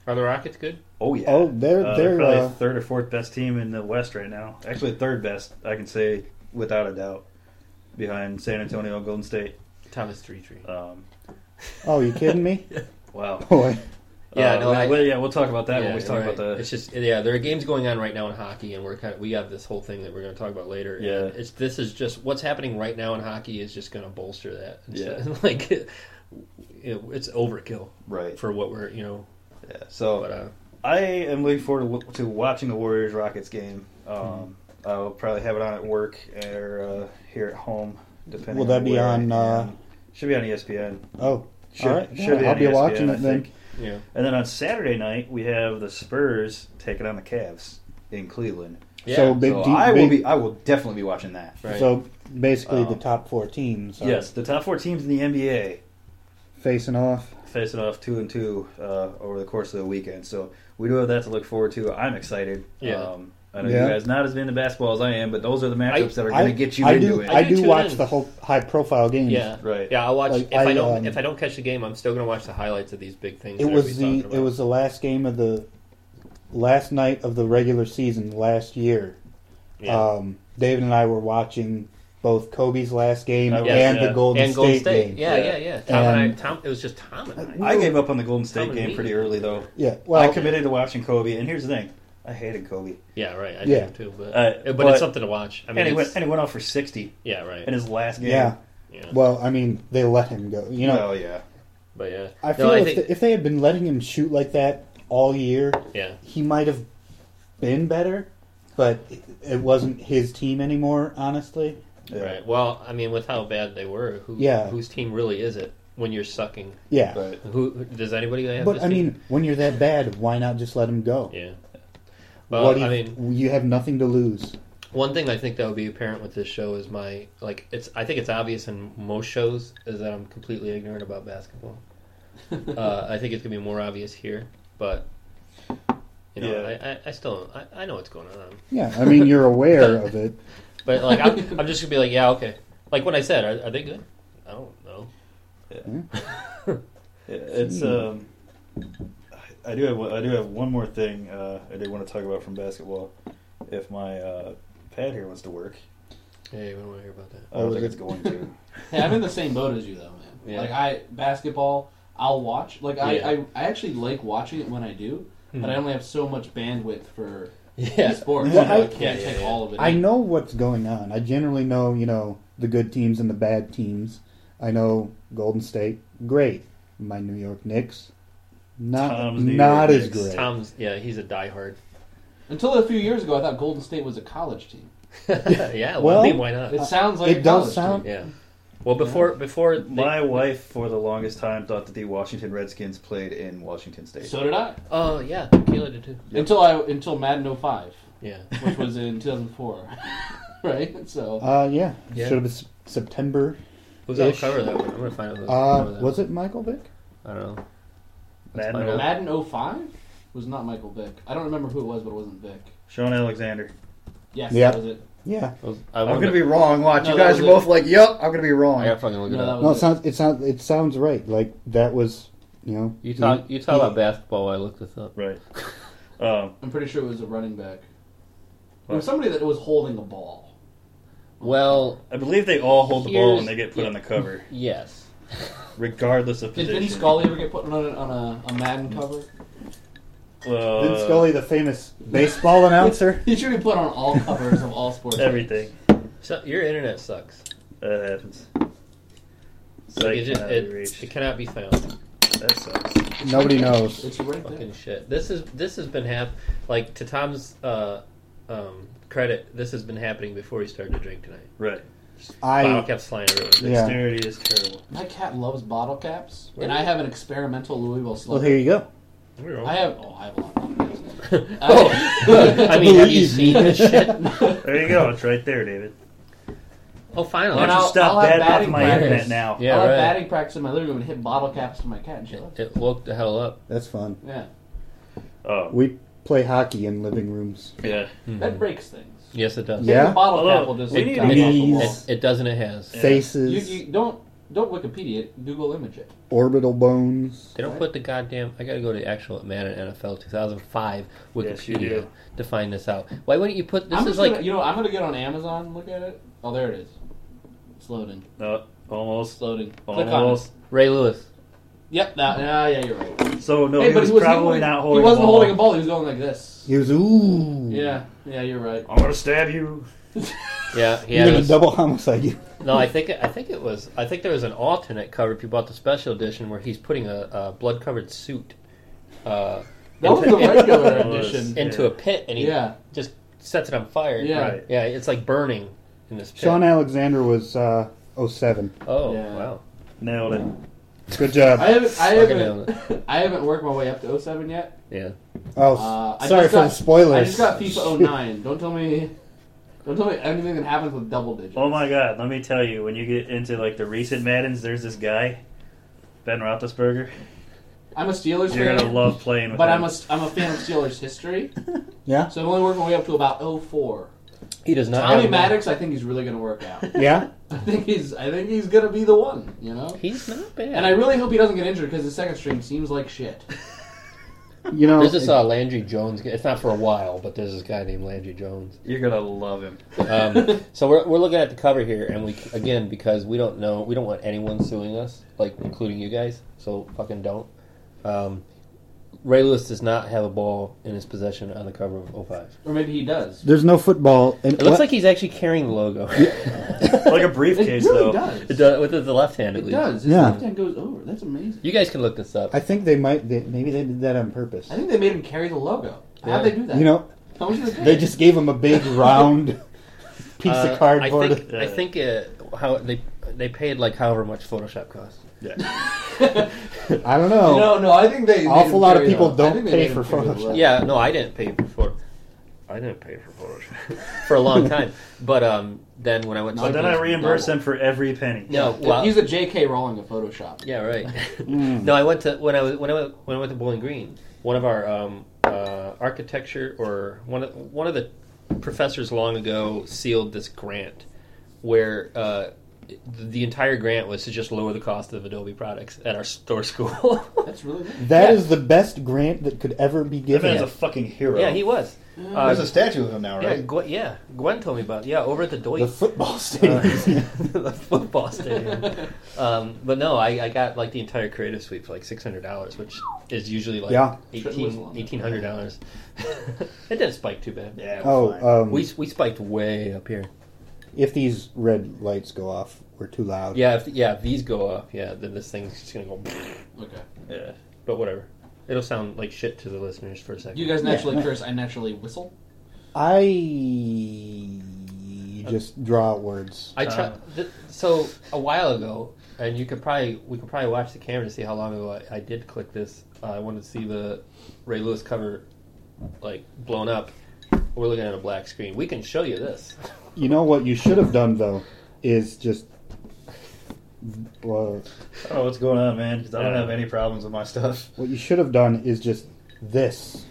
Speaker 8: are the Rockets good?
Speaker 7: Oh yeah.
Speaker 9: Oh, they're
Speaker 7: Uh,
Speaker 9: they're
Speaker 7: probably
Speaker 9: uh,
Speaker 7: third or fourth best team in the West right now. Actually, third best, I can say without a doubt, behind San Antonio, Golden State.
Speaker 8: Thomas Three Tree.
Speaker 7: Um,
Speaker 9: oh, you
Speaker 7: [laughs]
Speaker 9: kidding me?
Speaker 7: wow.
Speaker 9: Boy,
Speaker 8: [laughs] Yeah,
Speaker 7: Uh,
Speaker 8: no,
Speaker 7: we-
Speaker 8: I-
Speaker 7: well, yeah, we'll talk about that
Speaker 8: Yeah,
Speaker 7: when we talk
Speaker 8: right.
Speaker 7: about the.
Speaker 8: It's just yeah, there are games going on right now in hockey, and we're kind of we have this whole thing that we're going to talk about later.
Speaker 7: Yeah.
Speaker 8: and it's this is just what's happening right now in hockey is just going to bolster that. It's,
Speaker 7: Yeah.
Speaker 8: [laughs] like it, it's overkill
Speaker 7: Right.
Speaker 8: for what we're you know.
Speaker 7: Yeah, so
Speaker 8: But uh,
Speaker 7: I am looking forward to, to watching the Warriors Rockets game.
Speaker 8: Hmm.
Speaker 7: Um, I'll probably have it on at work or uh, here at home, depending.
Speaker 9: Will that
Speaker 7: on
Speaker 9: be
Speaker 7: where
Speaker 9: on,
Speaker 7: I am.
Speaker 9: uh,
Speaker 7: Should be on E ESPN.
Speaker 9: oh,
Speaker 7: Should,
Speaker 9: all right. E
Speaker 7: should be
Speaker 9: yeah,
Speaker 7: on
Speaker 9: I'll
Speaker 7: E
Speaker 9: be
Speaker 7: ESPN,
Speaker 9: watching
Speaker 7: I
Speaker 9: it then.
Speaker 7: think.
Speaker 8: yeah,
Speaker 7: And then on Saturday night we have the Spurs taking on the Cavs in Cleveland.
Speaker 8: yeah.
Speaker 9: So big,
Speaker 7: so
Speaker 9: deep,
Speaker 7: I will
Speaker 9: big
Speaker 7: be. I will definitely be watching that.
Speaker 8: right.
Speaker 9: So basically, the
Speaker 7: Um,
Speaker 9: top four teams are
Speaker 7: Yes, the top four teams in the NBA
Speaker 9: facing off.
Speaker 7: facing off two and two uh, over the course of the weekend. So we do have that to look forward to. I'm excited.
Speaker 8: Yeah.
Speaker 7: Um, I know
Speaker 9: Yeah.
Speaker 7: you guys not as into basketball as I am, but those are the matchups that are
Speaker 9: I-
Speaker 7: going to get you
Speaker 9: I
Speaker 7: into
Speaker 9: do,
Speaker 7: it.
Speaker 9: I
Speaker 8: I do
Speaker 9: do
Speaker 8: tune
Speaker 9: watch
Speaker 8: in.
Speaker 9: the whole high-profile games.
Speaker 8: yeah,
Speaker 7: Right.
Speaker 8: Yeah, I'll watch
Speaker 9: Like,
Speaker 8: if I,
Speaker 9: I,
Speaker 8: don't
Speaker 9: um,
Speaker 8: if I don't catch the game, I'm still going to watch the highlights of these big things.
Speaker 9: it
Speaker 8: that
Speaker 9: was the
Speaker 8: everybody's talking
Speaker 9: it was the last game of the last night of the regular season last year.
Speaker 8: about. yeah.
Speaker 9: Um, David and I were watching both Kobe's last game
Speaker 7: I was,
Speaker 9: and
Speaker 7: yeah.
Speaker 9: the Golden
Speaker 8: and
Speaker 9: State
Speaker 8: Golden State.
Speaker 9: game.
Speaker 8: Yeah, yeah,
Speaker 7: Yeah.
Speaker 8: yeah. Tom and, I,
Speaker 9: And-
Speaker 8: Tom, it was just Tom and I.
Speaker 7: I gave up on the Golden State
Speaker 8: Coming
Speaker 7: game
Speaker 8: to
Speaker 7: pretty
Speaker 8: me.
Speaker 7: early, though.
Speaker 9: Yeah, well,
Speaker 7: I committed to watching Kobe, and here's the thing: I hated Kobe,
Speaker 8: Yeah, right. I
Speaker 9: Yeah.
Speaker 8: did too, but,
Speaker 7: Uh,
Speaker 8: but
Speaker 7: but-
Speaker 8: it's something to watch. I mean,
Speaker 7: and he went
Speaker 8: it's-
Speaker 7: and he went off for sixty
Speaker 8: yeah, right.
Speaker 7: in his last game.
Speaker 9: yeah.
Speaker 8: Yeah.
Speaker 9: Well, I mean, they let him go. You know,
Speaker 7: oh yeah,
Speaker 8: But yeah,
Speaker 9: I feel
Speaker 8: No,
Speaker 9: if,
Speaker 8: think-
Speaker 9: they, if they had been letting him shoot like that all year,
Speaker 8: yeah,
Speaker 9: he might have been better. But it- it wasn't his team anymore, honestly.
Speaker 7: Yeah.
Speaker 8: right. Well, I mean, with how bad they were, who,
Speaker 9: Yeah.
Speaker 8: whose team really is it when you're sucking?
Speaker 9: Yeah.
Speaker 7: But
Speaker 8: Who who- does anybody have?
Speaker 9: But
Speaker 8: this
Speaker 9: I
Speaker 8: team?
Speaker 9: mean, when you're that bad, why not just let him go?
Speaker 8: yeah. But
Speaker 9: what do
Speaker 8: I
Speaker 9: you-
Speaker 8: mean,
Speaker 9: you have nothing to lose.
Speaker 8: one thing I think that would be apparent with this show is my like it's I think it's obvious in most shows is that I'm completely ignorant about basketball. uh, I think it's gonna be more obvious here, but you know
Speaker 7: Yeah.
Speaker 8: I, I, I still I, I know what's going on,
Speaker 9: Yeah, I mean, you're aware of it.
Speaker 8: but like I'm, I'm just gonna be like yeah okay like what I said are, are they good? I don't know.
Speaker 7: Yeah, it's um, I I do have one- I do have one more thing uh, I do want to talk about from basketball, if my uh, pad here wants to work.
Speaker 8: Hey, we don't want to hear about that.
Speaker 7: I don't think it's going [laughs] to.
Speaker 6: Hey, I'm in the same boat as you though, man.
Speaker 8: Yeah.
Speaker 6: Like I basketball, I'll watch. Like I,
Speaker 8: Yeah.
Speaker 6: I, I actually like watching it when I do, but
Speaker 9: Mhm.
Speaker 6: I only have so much bandwidth for
Speaker 8: Yeah.
Speaker 6: sports.
Speaker 9: Well,
Speaker 6: you know, I,
Speaker 9: I-
Speaker 6: can't
Speaker 9: yeah, yeah,
Speaker 6: take
Speaker 9: yeah.
Speaker 6: all of it.
Speaker 9: I
Speaker 6: in.
Speaker 9: know what's going on. I generally know, you know, the good teams and the bad teams. I know Golden State, great. My New York Knicks, not not as great.
Speaker 8: Tom's yeah, he's a diehard.
Speaker 6: Until a few years ago, I thought Golden State was a college team.
Speaker 8: [laughs] yeah, well, I mean, why not?
Speaker 6: It sounds like a college Team.
Speaker 8: yeah. Well, before before
Speaker 7: my wife for the longest time thought that the Washington Redskins played in Washington State.
Speaker 6: So did I.
Speaker 8: Oh yeah, Kayla did too.
Speaker 6: Until I until Madden 05.
Speaker 8: Yeah.
Speaker 6: Which was in 2004. [laughs] right? So
Speaker 9: Uh, yeah,
Speaker 8: Yeah.
Speaker 9: should have been S- September.
Speaker 8: Who's on the cover of that one? I'm gonna find out who's on the cover of
Speaker 9: Uh,
Speaker 8: that
Speaker 9: was it Michael Vick?
Speaker 8: I don't know.
Speaker 7: Madden
Speaker 8: find
Speaker 7: oh-
Speaker 8: out.
Speaker 6: Madden 05 was not Michael Vick. I don't remember who it was, but it wasn't Vick.
Speaker 7: Sean Alexander.
Speaker 6: Yes,
Speaker 9: Yeah.
Speaker 6: that was it.
Speaker 9: Yeah.
Speaker 8: I
Speaker 7: I'm
Speaker 8: wonder-
Speaker 7: gonna be wrong. Watch,
Speaker 6: No,
Speaker 7: you
Speaker 6: that
Speaker 7: guys
Speaker 6: was
Speaker 7: are
Speaker 6: it.
Speaker 7: both like, "Yep, I'm gonna be wrong."
Speaker 8: I gotta fucking look it
Speaker 6: No,
Speaker 8: up.
Speaker 6: that
Speaker 9: No,
Speaker 6: was
Speaker 9: it sounds it sounds it sounds right. Like that was, you know,
Speaker 11: You
Speaker 9: he-
Speaker 11: talk you talk
Speaker 9: he-
Speaker 8: Mm-hmm.
Speaker 11: about basketball. while I looked this up.
Speaker 7: [laughs] Right. Um,
Speaker 6: I'm pretty sure it was a running back. It
Speaker 7: What?
Speaker 6: was somebody that was holding a ball.
Speaker 11: Well,
Speaker 7: I believe they all hold the ball
Speaker 11: Here's-
Speaker 7: when they get put
Speaker 11: yeah.
Speaker 7: on the cover,
Speaker 11: yes.
Speaker 7: regardless of
Speaker 6: Did
Speaker 7: position.
Speaker 6: Vinny Scully ever get put on a, on a, a Madden cover?
Speaker 7: Uh,
Speaker 9: Vin Scully, the famous
Speaker 6: [laughs]
Speaker 9: baseball announcer.
Speaker 6: He should be put on all covers of all sports.
Speaker 7: Everything
Speaker 8: So, your internet sucks.
Speaker 7: that happens.
Speaker 8: So
Speaker 7: Like,
Speaker 8: it, just,
Speaker 7: cannot be
Speaker 8: it,
Speaker 7: reached.
Speaker 8: it cannot be found.
Speaker 7: That sucks.
Speaker 9: Nobody knows.
Speaker 6: It's right there.
Speaker 8: Fucking shit. This is this has been hap- like to Tom's uh, um, credit. This has been happening before he started to drink tonight.
Speaker 7: Right.
Speaker 8: Bottle
Speaker 9: I
Speaker 8: kept flying everywhere.
Speaker 9: Yeah.
Speaker 7: Dexterity is terrible.
Speaker 6: My cat loves bottle caps, and I have an experimental Louisville
Speaker 9: well,
Speaker 6: slugger.
Speaker 9: here you go.
Speaker 8: We were all-
Speaker 6: I have. Oh, I have a lot. Of bottle caps.
Speaker 8: oh, I mean, have you seen this shit?
Speaker 7: There you go. It's right there, David.
Speaker 8: Oh, finally.
Speaker 7: Why don't
Speaker 6: I'll-
Speaker 7: you stop
Speaker 6: I'll have
Speaker 7: that off
Speaker 6: batting
Speaker 7: my
Speaker 6: practice.
Speaker 7: internet now?
Speaker 6: I
Speaker 11: Yeah,
Speaker 6: have
Speaker 11: right.
Speaker 6: batting practice in my living room and hit bottle caps to my cat and shit.
Speaker 11: It woke the hell up.
Speaker 9: That's fun.
Speaker 6: Yeah,
Speaker 7: Oh,
Speaker 9: We play hockey in living rooms.
Speaker 7: yeah.
Speaker 6: that breaks things.
Speaker 11: Yes, it does.
Speaker 9: Yeah.
Speaker 6: The bottle
Speaker 7: Although,
Speaker 6: cap will just
Speaker 7: we
Speaker 6: like,
Speaker 7: need
Speaker 6: come
Speaker 7: to-
Speaker 6: off the wall.
Speaker 9: Knees.
Speaker 11: It, it does and it has.
Speaker 9: Faces,
Speaker 6: You, you don't don't Wikipedia it. Google image it.
Speaker 9: orbital bones.
Speaker 11: They don't put the goddamn. I gotta go to the actual Madden NFL 2005 Wikipedia
Speaker 7: Yes, you do.
Speaker 11: to find this out. Why wouldn't you put this?
Speaker 6: I'm
Speaker 11: is
Speaker 6: just
Speaker 11: like
Speaker 6: gonna, you know I'm gonna get on Amazon and look at it. Oh, there it is. It's loading.
Speaker 7: No,
Speaker 6: It's
Speaker 7: almost.
Speaker 6: loading. Click on it.
Speaker 7: Almost.
Speaker 11: Ray Lewis.
Speaker 6: Yep. That. Yeah. Yeah. You're right.
Speaker 7: So no,
Speaker 6: hey,
Speaker 7: he,
Speaker 6: but
Speaker 7: was
Speaker 6: he was
Speaker 7: probably
Speaker 6: holding,
Speaker 7: not holding.
Speaker 6: He wasn't
Speaker 7: the ball. Hmm.
Speaker 6: holding a ball. He was going like this.
Speaker 9: He was ooh.
Speaker 6: Yeah. Yeah. You're right.
Speaker 7: [laughs] I'm gonna stab you.
Speaker 8: Yeah, yeah.
Speaker 9: You're
Speaker 8: it
Speaker 9: gonna
Speaker 8: was-
Speaker 9: double
Speaker 6: [laughs]
Speaker 9: homicide you.
Speaker 8: No, I think I think it was. I think there was an alternate cover if you bought the special edition where he's putting a, a blood covered suit uh,
Speaker 6: That was the regular edition.
Speaker 8: into a pit and he
Speaker 6: Yeah.
Speaker 8: just sets it on fire.
Speaker 6: Yeah.
Speaker 7: Right.
Speaker 8: Yeah, it's like burning in this pit.
Speaker 9: Sean Alexander was uh, 07.
Speaker 8: oh,
Speaker 6: Yeah.
Speaker 8: wow.
Speaker 7: Nailed it.
Speaker 9: Good job.
Speaker 6: I haven't. I
Speaker 8: Fucking
Speaker 6: haven't. [laughs] I haven't worked my way up to 07 yet.
Speaker 8: Yeah.
Speaker 9: oh,
Speaker 6: Uh, I
Speaker 9: sorry
Speaker 6: just
Speaker 9: for
Speaker 6: got,
Speaker 9: the spoilers.
Speaker 6: I just got FIFA 09. Don't tell me. Don't tell me anything that happens with double digits.
Speaker 7: Oh my god, let me tell you, when you get into like the recent Maddens, there's this guy, Ben Roethlisberger.
Speaker 6: I'm a Steelers
Speaker 7: You're gonna
Speaker 6: fan,
Speaker 7: love playing with
Speaker 6: but
Speaker 7: him.
Speaker 6: I'm a I'm a fan of Steelers history.
Speaker 9: Yeah?
Speaker 6: So I've only worked my way up to about 04.
Speaker 8: He does not.
Speaker 6: Tommy
Speaker 8: have
Speaker 6: Maddox, I think he's really gonna work out.
Speaker 9: Yeah?
Speaker 6: I think he's I think he's gonna be the one. You know.
Speaker 8: He's not bad.
Speaker 6: And I really hope he doesn't get injured because his second string seems like shit.
Speaker 9: You know,
Speaker 11: There's this uh, Landry Jones. guy- It's not for a while, but there's this guy named Landry Jones.
Speaker 7: You're gonna love him.
Speaker 11: Um, so we're, we're looking at the cover here, and we again because we don't know, we don't want anyone suing us, like including you guys. So fucking don't. Um, Ray Lewis does not have a ball in his possession on the cover of 05.
Speaker 6: Or maybe he does.
Speaker 9: there's no football. And
Speaker 11: It looks
Speaker 9: what-
Speaker 11: like he's actually carrying the logo.
Speaker 7: [laughs] Like a
Speaker 6: It
Speaker 7: briefcase,
Speaker 6: really
Speaker 7: though.
Speaker 6: does.
Speaker 11: [laughs] It does- with the left hand, at
Speaker 6: It
Speaker 11: least.
Speaker 6: does. His
Speaker 9: Yeah.
Speaker 6: left hand goes over. That's amazing.
Speaker 11: You guys can look this up.
Speaker 9: I think they might, they, maybe they did that on purpose.
Speaker 6: I think they made him carry the logo.
Speaker 11: Yeah.
Speaker 6: How'd they do that?
Speaker 9: You know,
Speaker 6: How much did pay?
Speaker 9: they just gave him a big
Speaker 6: [laughs]
Speaker 9: round [laughs] piece
Speaker 8: Uh,
Speaker 9: of cardboard.
Speaker 8: I think, I
Speaker 7: Yeah.
Speaker 8: think uh, how they they paid like however much Photoshop costs.
Speaker 9: [laughs] I don't know.
Speaker 6: No, no, I think they. made
Speaker 9: Awful
Speaker 6: him
Speaker 9: lot of
Speaker 6: carry
Speaker 9: people
Speaker 6: the-
Speaker 9: don't
Speaker 6: I think they
Speaker 9: pay
Speaker 6: made him
Speaker 9: for
Speaker 6: carry the
Speaker 9: Photoshop.
Speaker 6: logo.
Speaker 8: Yeah, no, I didn't pay for
Speaker 7: I didn't pay for Photoshop.
Speaker 8: [laughs] for a long time. But um, then when I went,
Speaker 7: But
Speaker 8: to
Speaker 7: then I reimburse him for every penny.
Speaker 8: No, well,
Speaker 6: He's a J.K. Rowling of Photoshop.
Speaker 8: yeah, right. [laughs] no, I went to when I was when I went, when I went to Bowling Green. One of our um, uh, architecture or one of one of the professors long ago sealed this grant where uh, the entire grant was to just lower the cost of Adobe products at our store school. [laughs]
Speaker 6: That's really good.
Speaker 9: That
Speaker 8: Yeah.
Speaker 9: is the best grant that could ever be
Speaker 7: That
Speaker 9: given.
Speaker 7: man's a fucking hero.
Speaker 8: yeah, he was.
Speaker 7: Mm.
Speaker 8: Uh,
Speaker 12: There's a statue of him now,
Speaker 8: Yeah,
Speaker 12: right?
Speaker 8: Gwen, yeah, Gwen told me about. it. Yeah, over at the Deutsch.
Speaker 12: The
Speaker 8: [laughs]
Speaker 12: football stadium.
Speaker 8: Uh, [laughs] the football stadium. um, but no, I, I got like the entire creative suite for like six hundred dollars, which is usually like
Speaker 9: Yeah.
Speaker 8: eighteen hundred dollars. [laughs] it didn't spike too bad. Yeah.
Speaker 9: [laughs] Oh, um,
Speaker 8: we we spiked way up here.
Speaker 9: If these red lights go off, we're too loud.
Speaker 8: Yeah, if, yeah. If these go up, yeah, then this thing's just gonna go. Okay. Yeah, but whatever. It'll sound like shit to the listeners for a second.
Speaker 6: You guys naturally
Speaker 9: [laughs] Yeah.
Speaker 6: curse. I naturally whistle.
Speaker 9: I just draw out words.
Speaker 8: Uh, I try, th- so a while ago, and you could probably we could probably watch the camera to see how long ago I, I did click this. Uh, I wanted to see the Ray Lewis cover like blown up. We're looking at a black screen. We can show you this.
Speaker 9: You know what you should have done though is just.
Speaker 7: I
Speaker 9: Well,
Speaker 7: don't know Oh, what's going on, man. Because I don't
Speaker 9: Yeah.
Speaker 7: have any problems with my stuff.
Speaker 9: what you should have done is just this.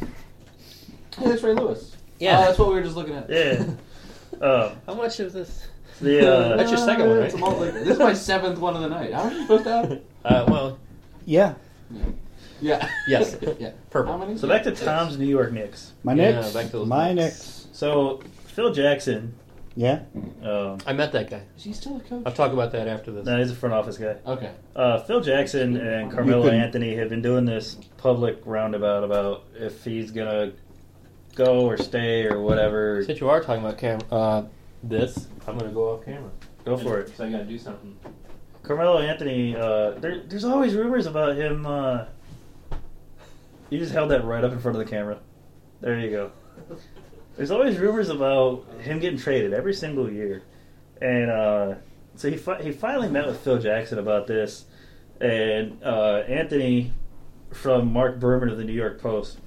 Speaker 6: Hey, that's Ray Lewis.
Speaker 8: Yeah.
Speaker 6: Oh, that's what we were just looking at.
Speaker 7: [laughs] Yeah. Um,
Speaker 8: How much is this?
Speaker 7: The, uh,
Speaker 8: that's your second one, right?
Speaker 6: It's a multi- this is my seventh one of the night. How many are you supposed to have?
Speaker 8: Uh, well,
Speaker 9: Yeah.
Speaker 6: Yeah.
Speaker 8: [laughs] Yes.
Speaker 6: yeah. [laughs]
Speaker 8: Purple.
Speaker 6: How many?
Speaker 7: So back to Tom's New York Knicks.
Speaker 9: My Knicks. my Knicks.
Speaker 7: So Phil Jackson.
Speaker 9: Yeah.
Speaker 7: Um,
Speaker 8: I met that guy.
Speaker 6: Is he still a coach?
Speaker 8: I'll talk about that after this.
Speaker 7: No, he's a front office guy.
Speaker 6: Okay.
Speaker 7: Uh, Phil Jackson and Carmelo
Speaker 8: You can-
Speaker 7: Anthony have been doing this public roundabout about if he's gonna go or stay or whatever.
Speaker 8: Since you are talking about cam- uh, this, I'm gonna go off camera.
Speaker 7: Go for it.
Speaker 8: So I gotta do something.
Speaker 7: Carmelo Anthony. Uh, there, there's always rumors about him. Uh, you just held that right up in front of the camera. There you go. There's always rumors about him getting traded every single year, and uh, so he fi- he finally met with Phil Jackson about this, and uh, Anthony from Mark Berman of the New York Post.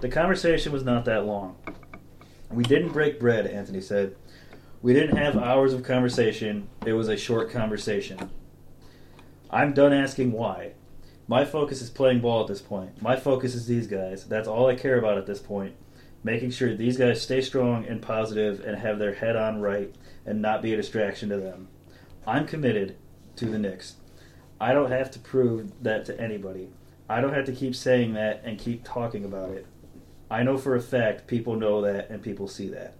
Speaker 7: The conversation was not that long. We didn't break bread, Anthony said. We didn't have hours of conversation. It was a short conversation. I'm done asking why. My focus is playing ball at this point. My focus is these guys. That's all I care about at this point. Making sure these guys stay strong and positive and have their head on right and not be a distraction to them. I'm committed to the Knicks. I don't have to prove that to anybody. I don't have to keep saying that and keep talking about it. I know for a fact people know that and people see that.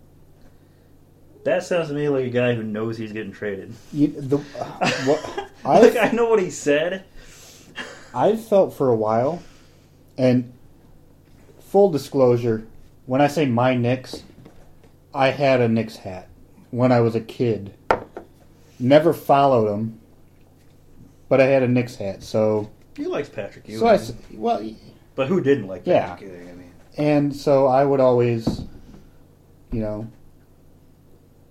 Speaker 7: That sounds to me like a guy who knows he's getting traded.
Speaker 9: You,
Speaker 8: [laughs]
Speaker 9: the, uh, what, I,
Speaker 7: [laughs] Like I know what he said.
Speaker 9: I've felt for a while, and full disclosure, when I say my Knicks, I had a Knicks hat when I was a kid. Never followed them, but I had a Knicks hat. So,
Speaker 7: He likes Patrick Ewing.
Speaker 9: so I s- well,
Speaker 7: but who didn't like
Speaker 9: Yeah.
Speaker 7: Patrick Ewing? I mean,
Speaker 9: and so I would always, you know,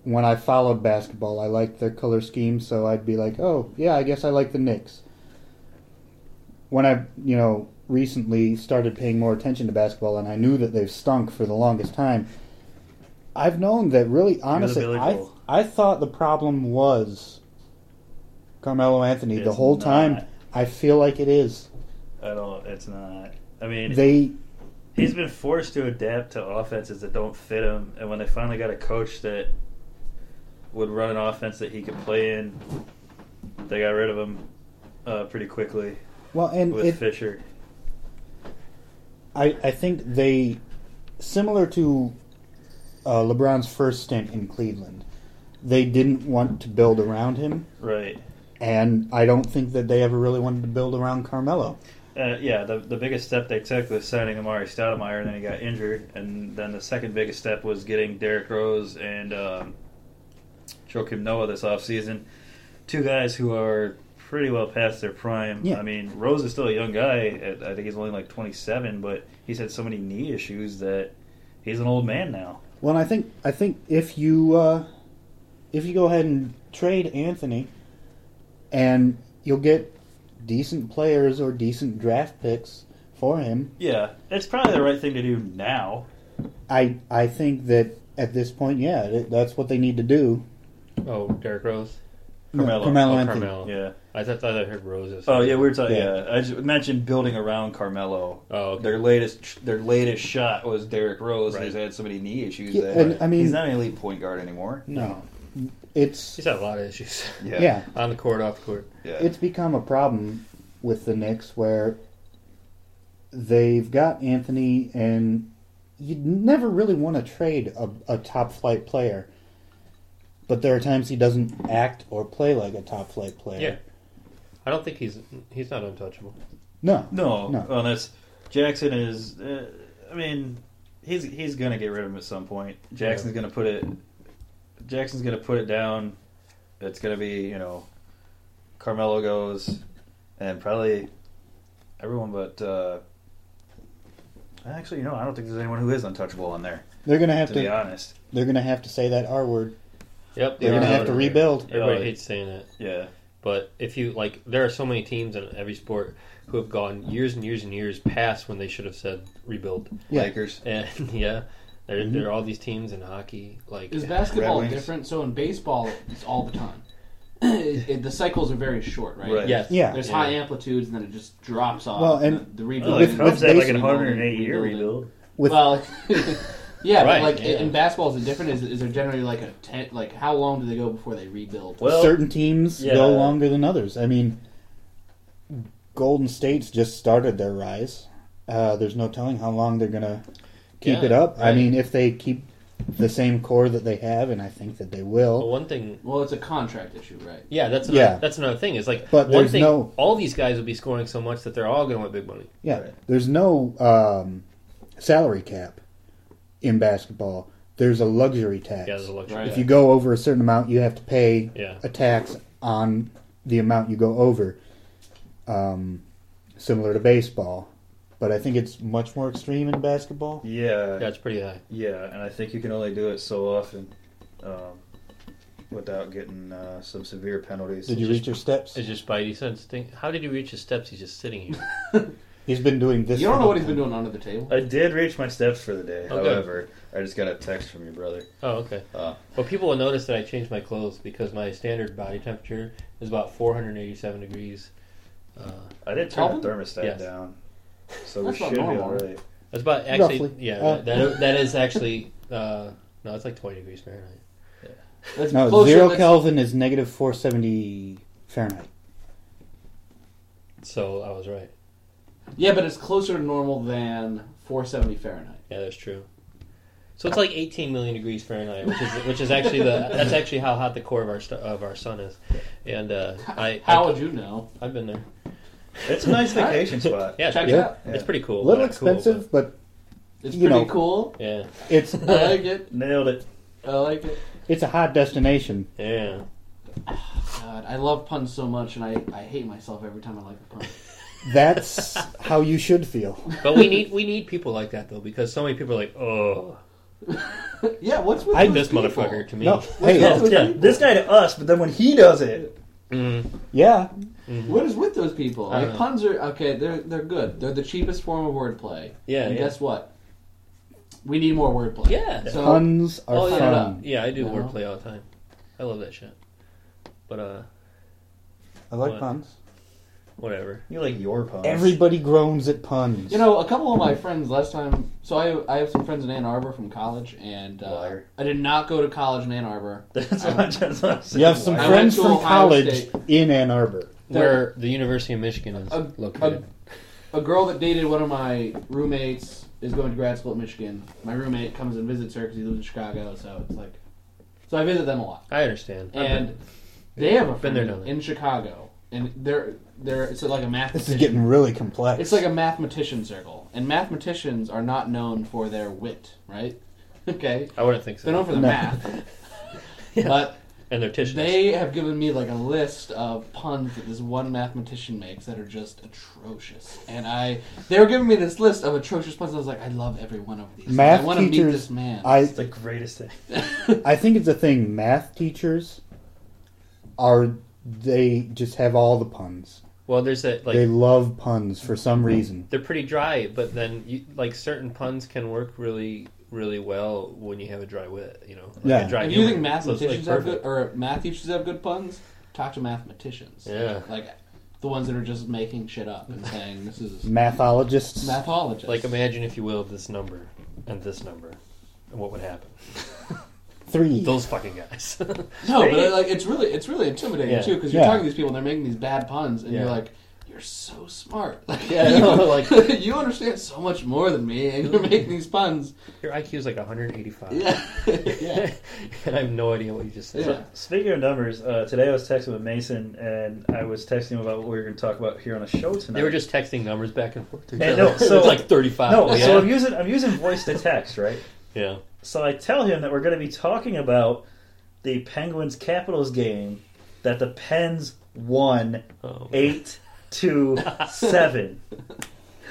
Speaker 9: when I followed basketball, I liked their color scheme, so I'd be like, oh, yeah, I guess I like the Knicks. When I, you know, recently started paying more attention to basketball and I knew that they've stunk for the longest time, I've known that really, honestly,
Speaker 7: Billy
Speaker 9: I,
Speaker 7: Bull.
Speaker 9: I thought the problem was Carmelo Anthony the
Speaker 7: It's
Speaker 9: whole time.
Speaker 7: not.
Speaker 9: I feel like it is.
Speaker 7: I don't. It's not. I mean,
Speaker 9: They,
Speaker 7: he's been forced to adapt to offenses that don't fit him, and when they finally got a coach that would run an offense that he could play in, they got rid of him uh, pretty quickly
Speaker 9: well, and
Speaker 7: with
Speaker 9: it,
Speaker 7: Fisher.
Speaker 9: I, I think they, similar to uh, LeBron's first stint in Cleveland, they didn't want to build around him,
Speaker 7: Right.
Speaker 9: and I don't think that they ever really wanted to build around Carmelo.
Speaker 7: Uh, yeah, the, the biggest step they took was signing Amari Stoudemire, and then he got injured. And then the second biggest step was getting Derrick Rose and um, Joakim Noah this offseason. Two guys who are pretty well past their prime.
Speaker 9: Yeah.
Speaker 7: I mean, Rose is still a young guy. At, I think he's only like 27, but he's had so many knee issues that he's an old man now.
Speaker 9: Well, and I think I think if you uh, if you go ahead and trade Anthony, and you'll get decent players or decent draft picks for him.
Speaker 7: Yeah, it's probably the right thing to do now.
Speaker 9: I I think that at this point, yeah, th- that's what they need to do.
Speaker 8: Oh, Derek Rose.
Speaker 9: No, Carmelo.
Speaker 8: oh,
Speaker 9: Carmelo Anthony.
Speaker 8: Carmelo.
Speaker 7: Yeah.
Speaker 8: I thought, thought I heard roses.
Speaker 7: Oh yeah, we were talking.
Speaker 9: Yeah.
Speaker 7: Yeah. I just mentioned building around Carmelo.
Speaker 8: Oh, okay.
Speaker 7: their latest their latest shot was Derrick Rose,
Speaker 8: Right.
Speaker 7: who's had so many knee issues.
Speaker 9: Yeah,
Speaker 7: that
Speaker 9: and, I mean-
Speaker 7: he's not an elite point guard anymore.
Speaker 9: No, it's
Speaker 8: He's had a lot of issues. [laughs]
Speaker 7: Yeah,
Speaker 9: yeah.
Speaker 8: On the court, off the court.
Speaker 7: yeah.
Speaker 9: it's become a problem with the Knicks where they've got Anthony and you'd never really want to trade a, a top flight player, but there are times he doesn't act or play like a top flight player.
Speaker 8: Yeah, I don't think he's he's not untouchable.
Speaker 9: No,
Speaker 7: No,
Speaker 9: no.
Speaker 7: unless Jackson is. Uh, I mean, he's he's gonna get rid of him at some point. Jackson's gonna put it. Jackson's gonna put it down. It's gonna be you know, Carmelo goes, and probably everyone but. Uh, actually, you know, I don't think there's anyone who is untouchable on there.
Speaker 9: They're gonna have to,
Speaker 7: be honest.
Speaker 9: They're gonna have to say that R word.
Speaker 8: Yep,
Speaker 9: They're gonna
Speaker 8: Yeah.
Speaker 9: have to rebuild.
Speaker 8: Everybody hates saying that.
Speaker 7: Yeah,
Speaker 8: but if you like, there are so many teams in every sport who have gone years and years and years past when they should have said rebuild. [laughs]
Speaker 9: Yeah.
Speaker 7: Lakers.
Speaker 8: And yeah, there,
Speaker 9: Mm-hmm.
Speaker 6: Mhm.
Speaker 8: there are all these teams in hockey. Like
Speaker 6: Is basketball
Speaker 8: Red Wings.
Speaker 6: different? So in baseball, it's all the time. [clears throat] It- it- the cycles are very short, right?
Speaker 8: Right. Yes.
Speaker 9: Yeah.
Speaker 6: There's
Speaker 9: Yeah.
Speaker 6: high amplitudes, and then it just drops off.
Speaker 9: Well,
Speaker 6: and
Speaker 9: and
Speaker 6: the rebuild.
Speaker 9: with- Well, with Cubs had, like, an
Speaker 6: baseball,
Speaker 7: 108 year
Speaker 6: rebuild it.
Speaker 7: rebuild.
Speaker 9: With-
Speaker 6: well, [laughs] yeah, but
Speaker 9: Right,
Speaker 6: like
Speaker 9: yeah.
Speaker 6: in basketball, is it different? Is, is there generally like a ten, like how long do they go before they rebuild?
Speaker 9: certain teams
Speaker 6: yeah.
Speaker 9: go longer than others. I mean, Golden State's just started their rise. Uh, there's no telling how long they're gonna keep
Speaker 8: Yeah,
Speaker 9: it up. I
Speaker 8: right.
Speaker 9: mean, if they keep the same core that they have, and I think that they will.
Speaker 8: Well, one thing.
Speaker 6: Well, it's a contract issue, right?
Speaker 8: Yeah, that's another,
Speaker 9: Yeah.
Speaker 8: that's another thing. Is like
Speaker 9: But
Speaker 8: one
Speaker 9: there's
Speaker 8: thing.
Speaker 9: no-
Speaker 8: All these guys will be scoring so much that they're all going to want big money.
Speaker 9: Yeah, there's no um, salary cap in basketball. There's a luxury tax.
Speaker 8: Yeah, there's a luxury
Speaker 9: If
Speaker 8: tax.
Speaker 9: you go over a certain amount, you have to pay
Speaker 8: Yeah.
Speaker 9: a tax on the amount you go over. Um, similar to baseball, but I think it's much more extreme in basketball.
Speaker 7: Yeah,
Speaker 8: that's pretty high.
Speaker 7: Yeah, and I think you can only do it so often um, without getting uh, some severe penalties.
Speaker 9: Did you reach your steps?
Speaker 8: It's just Spidey sense thing. How did he reach his steps? He's just sitting here.
Speaker 9: He's been doing this.
Speaker 6: You don't know what he's
Speaker 9: been
Speaker 6: been doing under the table.
Speaker 7: I did reach my steps for the day.
Speaker 8: Oh, good.
Speaker 7: However, I just got a text from your brother.
Speaker 8: Oh, okay.
Speaker 7: Uh,
Speaker 8: well, people will notice that I changed my clothes because my standard body temperature is about 487 degels. Uh,
Speaker 7: I did turn the thermostat
Speaker 8: Yes.
Speaker 7: down, so we
Speaker 8: That's
Speaker 7: should
Speaker 8: not
Speaker 7: be
Speaker 8: normal.
Speaker 7: alright.
Speaker 8: That's about actually,
Speaker 9: Roughly.
Speaker 8: yeah.
Speaker 9: Uh,
Speaker 8: that- that, that is actually uh, no, it's like 20 degrees Fahrenheit.
Speaker 6: That's
Speaker 9: No,
Speaker 6: closer-
Speaker 9: zero
Speaker 6: that's-
Speaker 9: Kelvin is negative four seventy Fahrenheit.
Speaker 8: So I was right.
Speaker 6: Yeah, but it's closer to normal than 470 Fahrenheit.
Speaker 8: Yeah, that's true. So it's like 18 million degrees Fahrenheit, which is which is actually the that's actually how hot the core of our st- of our sun is. And uh, I
Speaker 6: How
Speaker 8: I-
Speaker 6: would you know?
Speaker 8: I've been there.
Speaker 7: It's a nice
Speaker 8: [laughs]
Speaker 7: vacation spot.
Speaker 8: Yeah, it's
Speaker 6: Check
Speaker 8: pretty,
Speaker 6: it out.
Speaker 8: It's pretty
Speaker 6: Oh,
Speaker 8: cool.
Speaker 9: A little
Speaker 8: Yeah, cool,
Speaker 9: expensive, but,
Speaker 6: It's
Speaker 9: you
Speaker 6: pretty
Speaker 9: know, [laughs]
Speaker 6: cool.
Speaker 8: Yeah.
Speaker 6: [laughs]
Speaker 9: It's
Speaker 6: I like it.
Speaker 7: Nailed it.
Speaker 6: I like it.
Speaker 9: it's a hot destination.
Speaker 8: Yeah.
Speaker 6: God, I love puns so much, and I, I hate myself every time I like a pun.
Speaker 9: That's how you should
Speaker 6: [laughs]
Speaker 9: feel.
Speaker 8: But we need we need people like that though because so many people are like oh
Speaker 6: yeah, what's with
Speaker 8: I
Speaker 6: those
Speaker 8: this
Speaker 6: people?
Speaker 8: motherfucker to me.
Speaker 9: No, hey,
Speaker 6: What's with
Speaker 7: Yeah,
Speaker 6: people?
Speaker 7: this guy to us, but then when he does it,
Speaker 9: yeah,
Speaker 6: What is with those people?
Speaker 8: I don't
Speaker 6: Like
Speaker 8: know.
Speaker 6: puns are okay. They're they're good. They're the cheapest form of wordplay.
Speaker 8: Yeah,
Speaker 6: And
Speaker 8: yeah.
Speaker 6: guess what? We need more wordplay.
Speaker 8: Yeah.
Speaker 6: So,
Speaker 9: puns are
Speaker 8: Oh
Speaker 6: Shut
Speaker 8: yeah,
Speaker 6: up.
Speaker 8: yeah I do
Speaker 6: No.
Speaker 8: wordplay all the time. I love that shit. But uh,
Speaker 9: I like
Speaker 8: What?
Speaker 9: puns.
Speaker 8: whatever.
Speaker 7: you like your puns.
Speaker 9: Everybody groans at puns.
Speaker 6: You know, a couple of my friends last time. So I, I have some friends in Ann Arbor from college, and uh,
Speaker 7: Liar.
Speaker 6: I did not go to college in Ann Arbor.
Speaker 7: [laughs] That's
Speaker 6: I-
Speaker 9: [laughs]
Speaker 7: what, that's what I'm saying.
Speaker 9: you have some
Speaker 6: I went
Speaker 9: friends
Speaker 6: to
Speaker 9: from
Speaker 6: Ohio
Speaker 9: college
Speaker 6: State.
Speaker 9: in Ann Arbor.
Speaker 8: Where the University of Michigan is
Speaker 6: A-
Speaker 8: located.
Speaker 6: a girl that dated one of my roommates is going to grad school at Michigan. My roommate comes and visits her because he lives in Chicago, so it's like, so I visit them a lot.
Speaker 8: I understand.
Speaker 6: And they have a
Speaker 8: Been
Speaker 6: friend
Speaker 8: there, done that.
Speaker 6: in Chicago, and they're they're it's like a
Speaker 9: This is
Speaker 6: mathematician.
Speaker 9: getting really complex.
Speaker 6: It's like a mathematician circle, and mathematicians are not known for their wit, right? [laughs] Okay,
Speaker 8: I wouldn't think so.
Speaker 6: they're known for the
Speaker 9: No.
Speaker 6: math,
Speaker 9: [laughs]
Speaker 6: but
Speaker 8: and their tissues.
Speaker 6: they have given me like a list of puns that this one mathematician makes that are just atrocious. And I, they were giving me this list of atrocious puns. And I was like, I love every one of these. I
Speaker 9: math
Speaker 6: want to meet
Speaker 9: teachers.
Speaker 6: this man.
Speaker 9: I
Speaker 7: It's the greatest thing.
Speaker 9: I think it's a thing. Math teachers are they just have all the puns.
Speaker 8: well, there's that like
Speaker 9: they love puns for some reason.
Speaker 8: they're pretty dry, but then you, like certain puns can work really, really well when you have a dry wit. You know, like
Speaker 9: Yeah.
Speaker 8: A dry
Speaker 6: if you think
Speaker 8: humor. So it's, like,
Speaker 6: mathematicians have good
Speaker 8: perfect.
Speaker 6: or math teachers have good puns, talk to mathematicians.
Speaker 8: Yeah.
Speaker 6: like the ones that are just making shit up and saying this is
Speaker 8: [laughs]
Speaker 9: Mathologists.
Speaker 6: mathologists.
Speaker 8: Like imagine if you will this number and this number, and what
Speaker 6: [laughs]
Speaker 8: would happen?
Speaker 9: Three.
Speaker 8: Those fucking guys. [laughs]
Speaker 6: No, but like it's really it's really intimidating
Speaker 8: Yeah.
Speaker 6: too too because you're
Speaker 9: Yeah.
Speaker 6: talking to these people and they're making these bad puns and
Speaker 8: Yeah.
Speaker 6: you're like, you're so smart. [laughs] Like,
Speaker 8: Yeah, I
Speaker 6: you,
Speaker 8: know, like-
Speaker 6: [laughs] you understand so much more than me, and you're making these puns.
Speaker 8: Your IQ is like 185.
Speaker 6: Yeah. [laughs] Yeah.
Speaker 8: [laughs] and I have no idea what you just said.
Speaker 7: So, speaking of numbers, uh, today I was texting with Mason, and I was texting him about what we were going to talk about here on the show tonight.
Speaker 8: They were just texting numbers back and forth. To each
Speaker 7: And
Speaker 8: other.
Speaker 7: no, so
Speaker 8: it's like 35.
Speaker 7: No,
Speaker 8: yeah.
Speaker 7: so I'm using I'm using voice to text, right?
Speaker 8: Yeah.
Speaker 7: So I tell him that we're going to be talking about the Penguins Capitals game that the Pens won eight two seven.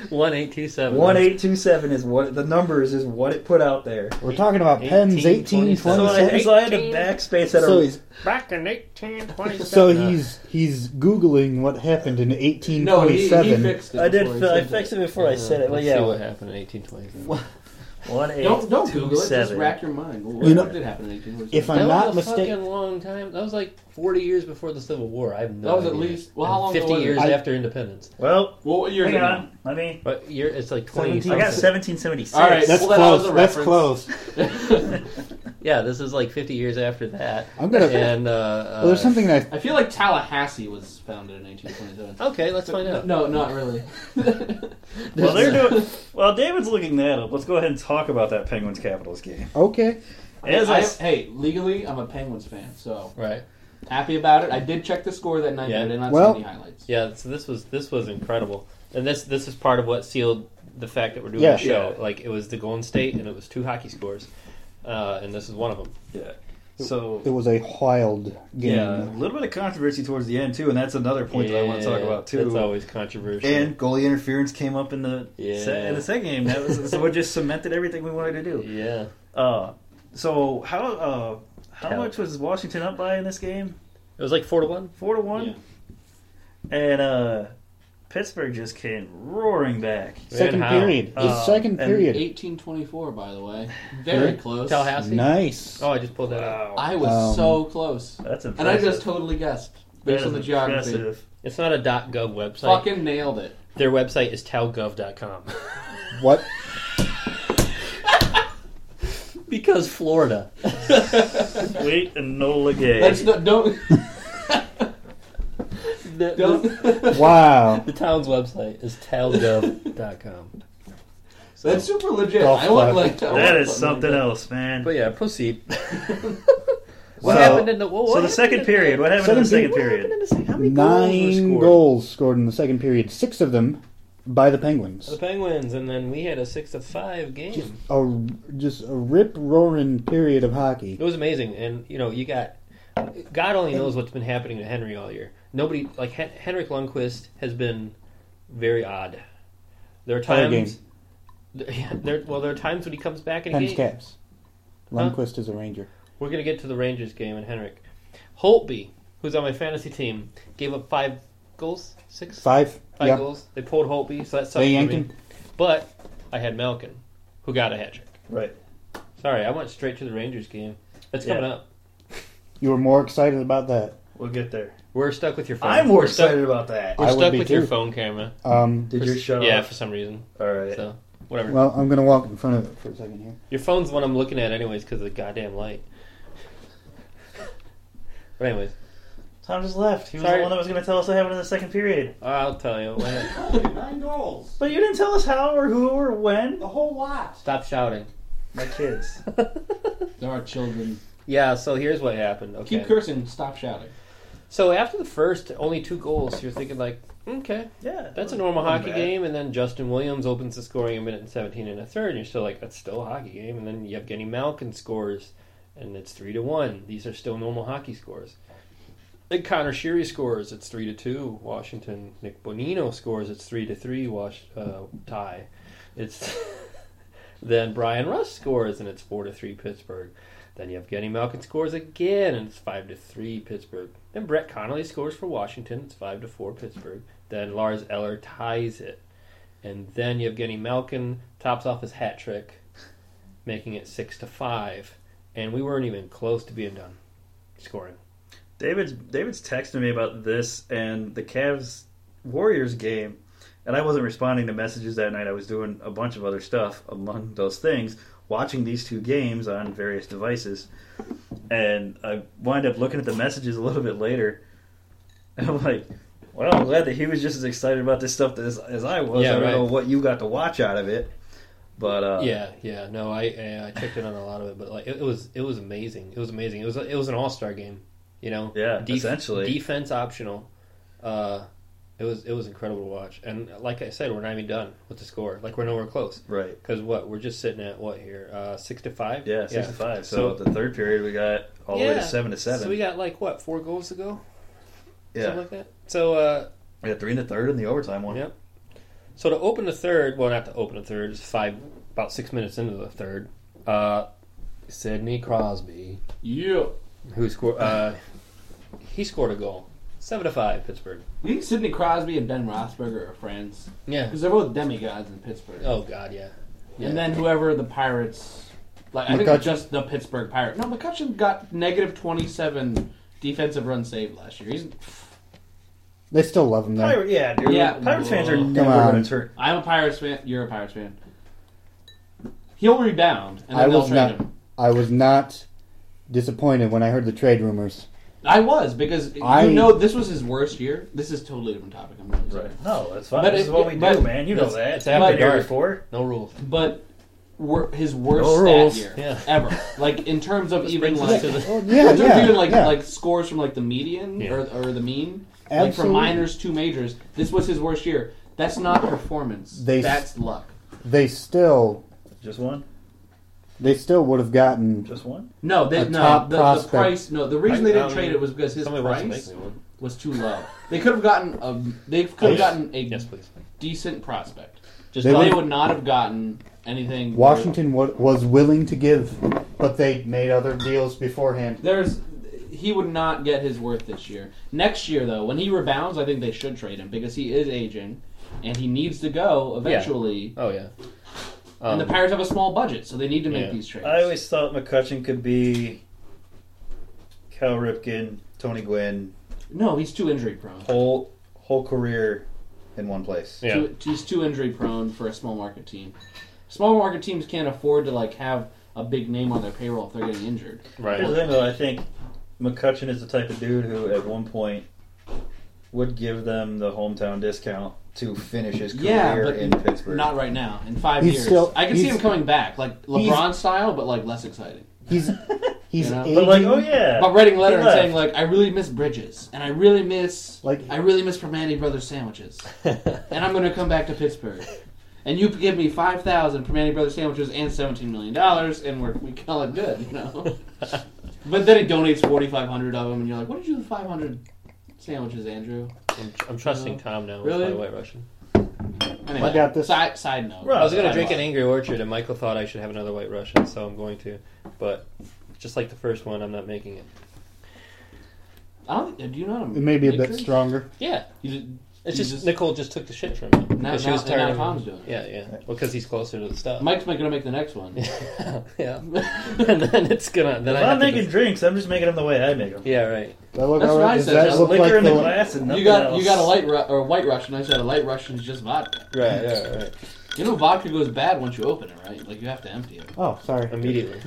Speaker 8: One eight two seven.
Speaker 7: One eight two seven is what the numbers is what it put out there.
Speaker 9: We're talking about Penn's 18,
Speaker 7: So I, so I had to backspace at
Speaker 9: So
Speaker 7: a
Speaker 9: he's-
Speaker 11: Back in 1827.
Speaker 9: So he's he's googling what happened in 1827.
Speaker 7: I did. I fixed it before I said it. Well,
Speaker 8: Let's
Speaker 7: yeah.
Speaker 8: see what happened in 1827.
Speaker 7: One eight
Speaker 6: Don't- don't
Speaker 7: two,
Speaker 6: Google it, just
Speaker 7: seven.
Speaker 6: rack your mind. What
Speaker 9: You know,
Speaker 6: did happen in oh 1847?
Speaker 9: if
Speaker 8: that
Speaker 9: I'm not
Speaker 8: was a
Speaker 9: mistaken-
Speaker 8: fucking long time. That was like 40 years before the Civil War. I have no
Speaker 6: That was at
Speaker 8: idea.
Speaker 6: least- well,
Speaker 8: And
Speaker 6: how long ago
Speaker 8: 50
Speaker 6: was it?
Speaker 8: years
Speaker 6: I-
Speaker 8: after independence.
Speaker 7: Well,
Speaker 6: What year
Speaker 7: hang
Speaker 6: is it
Speaker 7: on. Let me.
Speaker 8: But you're, it's like 20.
Speaker 7: I got
Speaker 8: something.
Speaker 7: seventeen seventy six.
Speaker 6: All right,
Speaker 9: That's
Speaker 6: well, that was
Speaker 9: close.
Speaker 6: a
Speaker 9: That's
Speaker 6: reference.
Speaker 9: close.
Speaker 8: Yeah, this is like 50 years after that.
Speaker 9: I'm gonna-
Speaker 8: And, uh,
Speaker 9: Well, there's
Speaker 8: uh,
Speaker 9: something that
Speaker 6: I feel like Tallahassee was founded in 1827.
Speaker 8: Okay, let's find out.
Speaker 6: No, not really. [laughs]
Speaker 7: Well, they're doing. Well, David's looking that up. Let's go ahead and talk about that Penguins Capitals game.
Speaker 9: okay.
Speaker 7: As I,
Speaker 6: I-
Speaker 7: s-
Speaker 6: hey, legally, I'm a Penguins fan, so
Speaker 8: Right.
Speaker 6: happy about it. I did check the score that night,
Speaker 8: Yeah.
Speaker 6: but I did not
Speaker 9: Well-
Speaker 6: see any highlights.
Speaker 8: Yeah, so this was this was incredible, and this this is part of what sealed the fact that we're doing
Speaker 9: Yeah.
Speaker 8: the show. Like it was the Golden State, and it was two hockey scores, uh, and this is one of them.
Speaker 7: yeah. So
Speaker 9: It was a wild game.
Speaker 7: yeah, a little bit of controversy towards the end too, and that's another point that I want to talk
Speaker 8: Yeah,
Speaker 7: about
Speaker 8: That's
Speaker 7: too.
Speaker 8: always controversial.
Speaker 7: And goalie interference came up in the se-
Speaker 8: Yeah.
Speaker 7: in the second game. That was so it just cemented everything we wanted to do.
Speaker 8: yeah,
Speaker 7: Uh, so how uh, how
Speaker 8: Hell.
Speaker 7: much was Washington up by in this game?
Speaker 8: it was like four to one.
Speaker 7: Four to one.
Speaker 6: Yeah.
Speaker 7: And uh, Pittsburgh just came roaring back.
Speaker 9: Second
Speaker 8: Man, how?
Speaker 9: period. The
Speaker 7: Uh,
Speaker 9: second
Speaker 7: and
Speaker 9: period.
Speaker 6: 1824, by the way. Very
Speaker 9: Really?
Speaker 6: close.
Speaker 8: Tallahassee.
Speaker 9: Nice.
Speaker 8: Oh, I just pulled that out.
Speaker 6: I was
Speaker 9: Um,
Speaker 6: so close.
Speaker 7: That's impressive.
Speaker 6: And I just totally guessed
Speaker 7: That
Speaker 6: based
Speaker 7: is
Speaker 6: on the geography.
Speaker 7: impressive.
Speaker 8: It's not a .gov website.
Speaker 6: Fucking nailed it.
Speaker 8: Their website is talgov.com.
Speaker 9: What?
Speaker 8: [laughs] because [laughs] Florida.
Speaker 7: Wait and Nola Gay.
Speaker 6: That's
Speaker 7: [laughs]
Speaker 6: not, don't.
Speaker 8: The,
Speaker 6: don't
Speaker 9: Wow.
Speaker 8: the town's website is talgov.com.
Speaker 6: [laughs] that's super legit.
Speaker 9: Golf
Speaker 6: I want
Speaker 9: club.
Speaker 6: like I
Speaker 7: That
Speaker 6: want
Speaker 7: is something
Speaker 6: like
Speaker 7: else, man.
Speaker 8: But yeah, proceed.
Speaker 7: So-
Speaker 8: [laughs] What happened in the what
Speaker 7: So the
Speaker 8: happened
Speaker 7: second
Speaker 8: in
Speaker 7: period. What happened in the second
Speaker 8: What
Speaker 7: period?
Speaker 8: happened in the second- how many goals were
Speaker 9: Nine
Speaker 8: scored?
Speaker 9: goals scored in the second period. Six of them by the Penguins.
Speaker 8: The Penguins, and then we had a six to five game.
Speaker 9: A just a rip roaring period of hockey.
Speaker 8: It was amazing, and you know, you got God only knows what's been happening to Henry all year. Nobody like Hen- Henrik Lundqvist has been very odd. There are
Speaker 9: Other
Speaker 8: times, there, [laughs] yeah, there- well, there are times when he comes back in a
Speaker 9: Penn's
Speaker 8: game.
Speaker 9: caps. Lundqvist is a Ranger.
Speaker 8: We're gonna get to the Rangers game and Henrik Holtby, who's on my fantasy team, gave up five goals, six,
Speaker 9: Five.
Speaker 8: five
Speaker 9: yeah.
Speaker 8: goals. They pulled Holtby, so that sucked.
Speaker 9: They
Speaker 8: for
Speaker 9: yanked
Speaker 8: me.
Speaker 9: him.
Speaker 8: But I had Malkin, who got a hat trick.
Speaker 7: Right.
Speaker 8: Sorry, I went straight to the Rangers game. That's
Speaker 7: Yeah.
Speaker 8: coming up.
Speaker 9: You were more excited about that.
Speaker 7: We'll get there.
Speaker 8: We're stuck with your phone.
Speaker 7: I'm more
Speaker 8: We're stuck-
Speaker 7: excited about that.
Speaker 9: I
Speaker 8: We're
Speaker 9: would
Speaker 8: stuck
Speaker 9: be
Speaker 8: with your
Speaker 9: too.
Speaker 8: phone camera.
Speaker 9: Um,
Speaker 7: Did you shut
Speaker 8: yeah,
Speaker 7: off?
Speaker 8: for some reason.
Speaker 7: All right.
Speaker 8: So whatever.
Speaker 9: well, I'm going to walk in front of it for a second here.
Speaker 8: your phone's the one I'm looking at anyways because of the goddamn light. [laughs] but anyways,
Speaker 7: Tom just left. He was
Speaker 8: Sorry.
Speaker 7: the one that was going to tell us what happened in the second period.
Speaker 8: I'll tell you. Why not?
Speaker 6: Nine goals.
Speaker 7: But you didn't tell us how or who or when.
Speaker 6: The whole lot.
Speaker 8: Stop shouting.
Speaker 7: My kids.
Speaker 6: There are children.
Speaker 8: yeah. So here's what happened. Okay.
Speaker 6: Keep cursing. Stop shouting.
Speaker 8: so after the first only two goals, you're thinking like, okay,
Speaker 7: Yeah.
Speaker 8: that's a normal hockey
Speaker 7: bad.
Speaker 8: game. And then Justin Williams opens the scoring a minute and 17 and a third. And you're still like, that's still a hockey game. And then Evgeny Malkin scores, and it's three to one. These are still normal hockey scores. Then Connor Sheary scores. It's three to two. Washington. Nick Bonino scores. It's three to three. Wash uh, tie. It's [laughs] then Brian Russ scores, and it's four to three Pittsburgh. Then Evgeny Malkin scores again, and it's five to three Pittsburgh. Then Brett Connolly scores for Washington. It's five to four Pittsburgh. Then Lars Eller ties it, and then Evgeny Malkin tops off his hat trick, making it six to five. And we weren't even close to being done scoring.
Speaker 7: David's David's texting me about this and the Cavs Warriors game, and I wasn't responding to messages that night. I was doing a bunch of other stuff among those things, watching these two games on various devices, and I wind up looking at the messages a little bit later, and I'm like, Well, I'm glad that he was just as excited about this stuff as, as I was.
Speaker 8: Yeah,
Speaker 7: I don't
Speaker 8: right.
Speaker 7: know what you got to watch out of it, but uh,
Speaker 8: yeah, yeah. No, I eh, I I checked in on a lot of it, but like it, it was it was amazing. It was amazing. It was it was an all star game. You know,
Speaker 7: Yeah, essentially.
Speaker 8: defense optional. Uh, it was it was incredible to watch. And like I said, we're not even done with the score. Like we're nowhere close.
Speaker 7: Right.
Speaker 8: Because what we're just sitting at what here uh, six to five.
Speaker 7: yeah, six to five. So, the third period we got all the way to
Speaker 8: Yeah.
Speaker 7: seven to seven.
Speaker 8: So we got like what four goals to go.
Speaker 7: Yeah.
Speaker 8: Something like that. So uh,
Speaker 7: we got three in the third in the overtime one.
Speaker 8: Yep. So to open the third, well, not to open the third, it's five, about six minutes into the third. Uh, Sidney Crosby.
Speaker 6: Yeah.
Speaker 8: Who scored? Uh, he scored a goal. Seven to five, Pittsburgh.
Speaker 6: You think Sidney Crosby and Ben Roethlisberger are friends?
Speaker 8: Yeah.
Speaker 6: because they're both demigods in Pittsburgh.
Speaker 8: Oh God, yeah. Yeah.
Speaker 6: And then whoever the Pirates, like I
Speaker 9: McCutcheon.
Speaker 6: think just the Pittsburgh Pirates. No, McCutcheon got negative twenty-seven defensive run saved last year. He's
Speaker 9: They still love him though.
Speaker 7: Pirate- yeah, dude.
Speaker 6: Yeah.
Speaker 7: Pirates fans are
Speaker 6: Whoa.
Speaker 7: never
Speaker 9: Come on.
Speaker 7: going to turn.
Speaker 6: I'm a Pirates fan. You're a Pirates fan. He'll rebound, and then
Speaker 9: I
Speaker 6: they'll
Speaker 9: was
Speaker 6: trade
Speaker 9: not.
Speaker 6: him.
Speaker 9: I was not disappointed when I heard the trade rumors.
Speaker 6: I was because
Speaker 9: I-
Speaker 6: you know this was his worst year. This is totally different topic. I'm really sorry.
Speaker 7: No, that's fine.
Speaker 6: But
Speaker 7: this
Speaker 6: it-
Speaker 7: is what we
Speaker 6: but-
Speaker 7: do, man. You know
Speaker 8: It's-
Speaker 7: that.
Speaker 8: it's after
Speaker 7: Been here
Speaker 8: dark.
Speaker 7: before.
Speaker 8: No [laughs] rules.
Speaker 6: But wor- his worst
Speaker 7: No
Speaker 6: stat
Speaker 7: rules.
Speaker 6: year
Speaker 8: Yeah.
Speaker 6: ever. Like in terms of
Speaker 8: This
Speaker 6: even
Speaker 8: brings us
Speaker 6: like
Speaker 8: to the-
Speaker 9: Oh, yeah,
Speaker 6: in terms
Speaker 9: yeah,
Speaker 6: of even like
Speaker 9: yeah.
Speaker 6: like scores from like the median
Speaker 8: Yeah.
Speaker 6: or, or the mean. Like from
Speaker 9: Absolutely.
Speaker 6: minors to majors, this was his worst year. That's not performance.
Speaker 9: They-
Speaker 6: That's luck.
Speaker 9: They still.
Speaker 7: Just one.
Speaker 9: They still would have gotten.
Speaker 7: Just one.
Speaker 6: No, they,
Speaker 9: A
Speaker 6: no
Speaker 9: top
Speaker 6: the, the
Speaker 9: prospect.
Speaker 6: price. No, the reason they
Speaker 13: I
Speaker 6: didn't
Speaker 13: mean,
Speaker 6: trade it was because his
Speaker 13: Somebody wants to
Speaker 6: price
Speaker 13: make me one.
Speaker 6: was too low. They could have gotten a. They could have gotten a
Speaker 8: Yes, please.
Speaker 6: decent prospect.
Speaker 9: Just
Speaker 6: They would not have gotten anything.
Speaker 9: Washington wa- was willing to give, but they made other deals beforehand.
Speaker 6: There's he would not get his worth this year. Next year though, when he rebounds, I think they should trade him because he is aging and he needs to go eventually.
Speaker 8: Oh yeah.
Speaker 6: and the Pirates have a small budget, so they need to make
Speaker 8: Oh. yeah.
Speaker 6: these trades.
Speaker 7: I always thought McCutcheon could be Cal Ripken, Tony Gwynn,
Speaker 6: no, he's too injury prone.
Speaker 7: whole whole career in one place.
Speaker 8: Yeah.
Speaker 6: Too, he's too injury prone for a small market team. Small market teams can't afford to like have a big name on their payroll if they're getting injured.
Speaker 7: Here's the thing, though. I think McCutcheon is the type of dude who, at one point, would give them the hometown discount to finish his career
Speaker 6: Yeah, but
Speaker 7: in Pittsburgh.
Speaker 6: Not right now. In five
Speaker 9: He's
Speaker 6: years,
Speaker 9: still-
Speaker 6: I can see
Speaker 9: he's-
Speaker 6: him coming back, like LeBron style, but like less exciting.
Speaker 8: [laughs]
Speaker 9: He's he's
Speaker 6: You know?
Speaker 9: aging.
Speaker 7: but like, oh yeah,
Speaker 6: But writing a letter
Speaker 7: He
Speaker 6: and
Speaker 7: left.
Speaker 6: saying like, I really miss Bridges, and I really miss
Speaker 9: Like-
Speaker 6: like, I really miss Permane Brothers sandwiches, and I'm gonna come back to Pittsburgh, and you give me five thousand Permane Brothers sandwiches and seventeen million dollars, and we're we call it good, you
Speaker 8: [laughs]
Speaker 6: know. but then he donates forty five hundred of them, and you're like, what did you do with five hundred sandwiches, Andrew?
Speaker 8: I'm, I'm trusting Tom now.
Speaker 6: Really?
Speaker 8: With my white Russian.
Speaker 6: Anyway,
Speaker 9: I got this.
Speaker 6: Side, side note.
Speaker 7: Right.
Speaker 8: I was gonna
Speaker 6: Side
Speaker 8: drink an
Speaker 6: note.
Speaker 8: Angry Orchard, and Michael thought I should have another white Russian, so I'm going to. But just like the first one, I'm not making it.
Speaker 6: I don't. think- Do you know? How to
Speaker 9: It may be a
Speaker 6: make
Speaker 9: bit
Speaker 6: drinks?
Speaker 9: stronger.
Speaker 8: Yeah.
Speaker 6: You just,
Speaker 8: It's
Speaker 6: you
Speaker 8: just, Nicole just took the shit from me.
Speaker 6: Now-
Speaker 8: 'Cause she
Speaker 6: now-
Speaker 8: was
Speaker 6: and
Speaker 8: tired
Speaker 6: now
Speaker 8: of him.
Speaker 6: Tom's doing it.
Speaker 8: Yeah, yeah. Well, because he's closer to the stuff.
Speaker 6: Mike's gonna make the next one.
Speaker 8: [laughs] yeah. and then it's gonna. Then
Speaker 7: Well,
Speaker 8: I
Speaker 7: I'm
Speaker 8: have to
Speaker 7: making
Speaker 8: just-
Speaker 7: drinks. I'm just making them the way I make them.
Speaker 8: yeah, right.
Speaker 9: That look
Speaker 6: That's
Speaker 9: all
Speaker 6: what I
Speaker 9: right? Does
Speaker 6: said.
Speaker 9: that
Speaker 6: Just
Speaker 9: look
Speaker 7: Liquor
Speaker 9: like
Speaker 7: in the,
Speaker 9: the,
Speaker 7: glass and nothing
Speaker 6: You got
Speaker 7: else.
Speaker 6: you got a light ru- or a white Russian. I said a light Russian is just vodka.
Speaker 8: Right, right, right.
Speaker 6: You know vodka goes bad once you open it, right? Like you have to empty it.
Speaker 9: Oh, sorry.
Speaker 8: Immediately.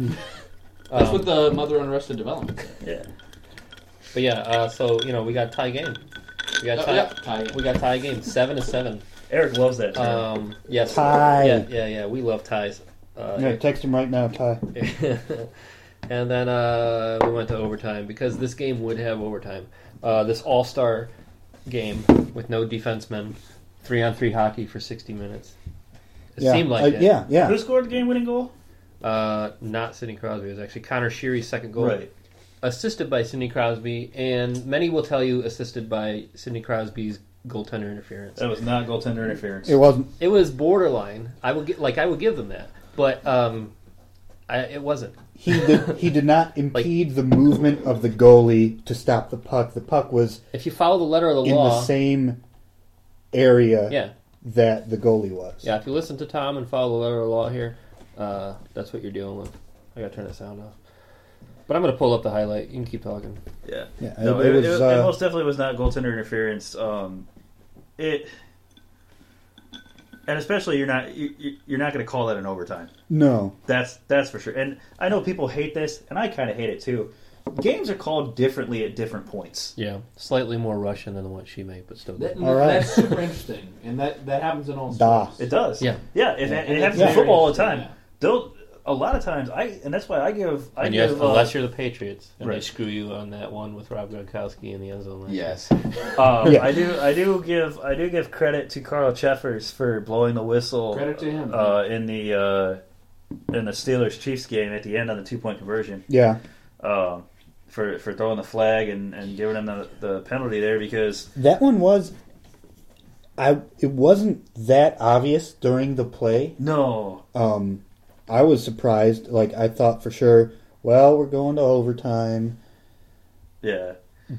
Speaker 6: That's
Speaker 8: Um,
Speaker 6: what the mother on Arrested Development said.
Speaker 7: Yeah.
Speaker 8: But yeah, uh, so you know we got tie game. We got
Speaker 6: Uh,
Speaker 8: tie.
Speaker 6: yeah, tie it.
Speaker 8: We got tie game seven to seven.
Speaker 7: Eric loves that. term.
Speaker 9: Uh,
Speaker 8: Um, yes.
Speaker 9: Tie.
Speaker 8: Yeah, yeah, yeah. We love ties. Uh,
Speaker 9: I'm gonna text him right now, Ty.
Speaker 8: [laughs] and then uh, we went to overtime because this game would have overtime. Uh, this all star game with no defensemen, three on three hockey for 60 minutes. It
Speaker 9: yeah.
Speaker 8: seemed like
Speaker 9: Uh,
Speaker 8: it.
Speaker 9: Yeah, yeah.
Speaker 7: Who scored the game-winning goal?
Speaker 8: Uh, not Sidney Crosby. It was actually Connor Sheary's second goal.
Speaker 7: Right.
Speaker 8: Assisted by Sidney Crosby, and many will tell you assisted by Sidney Crosby's goaltender interference.
Speaker 7: That was not goaltender interference.
Speaker 9: It wasn't.
Speaker 8: It was borderline. I would get like I would give them that, but um, I, it wasn't.
Speaker 9: He did. He
Speaker 8: [laughs]
Speaker 9: did not impede the movement of the goalie to stop the puck. The puck was
Speaker 8: If you follow the letter of the
Speaker 9: in
Speaker 8: law,
Speaker 9: the same area
Speaker 8: yeah,
Speaker 9: that the goalie was.
Speaker 8: yeah. If you listen to Tom and follow the letter of the law here, uh, that's what you're dealing with. I gotta turn that sound off. But I'm gonna pull up the highlight. You can keep talking.
Speaker 7: Yeah.
Speaker 9: Yeah,
Speaker 7: No,
Speaker 9: it
Speaker 7: it,
Speaker 9: was,
Speaker 7: it- it
Speaker 9: uh,
Speaker 7: most definitely was not goaltender interference. Um, it, and especially you're not you, you- you're not going to call that an overtime.
Speaker 9: No.
Speaker 7: That's that's for sure. And I know people hate this, and I kind of hate it too. games are called differently at different points.
Speaker 8: Yeah, slightly more Russian than what she made, but still.
Speaker 6: That,
Speaker 8: good.
Speaker 6: That's super interesting, and that, that happens in all
Speaker 8: Da.
Speaker 6: sports.
Speaker 7: It does.
Speaker 8: Yeah.
Speaker 7: Yeah. It,
Speaker 6: Yeah,
Speaker 7: it
Speaker 6: and
Speaker 7: happens
Speaker 6: it's
Speaker 7: in football all the
Speaker 6: very-
Speaker 7: time. They'll a lot of times I and that's why I give I
Speaker 8: And yes,
Speaker 7: give uh,
Speaker 8: unless you're the Patriots, and they
Speaker 7: Right.
Speaker 8: screw you on that one with Rob Gronkowski in the end zone. last
Speaker 14: Yes.
Speaker 8: year.
Speaker 6: [laughs]
Speaker 7: Uh, I do. I do give. I do give credit to Carl Cheffers for blowing the whistle.
Speaker 6: Credit to him.
Speaker 7: uh, in the uh, in the Steelers Chiefs game at the end on the two point conversion.
Speaker 9: Yeah.
Speaker 7: Uh, for for throwing the flag and, and giving him the, the penalty there because
Speaker 9: That one was. I it wasn't that obvious during the play.
Speaker 7: No.
Speaker 9: Um, I was surprised. Like I thought for sure. Well, we're going to overtime,
Speaker 7: yeah.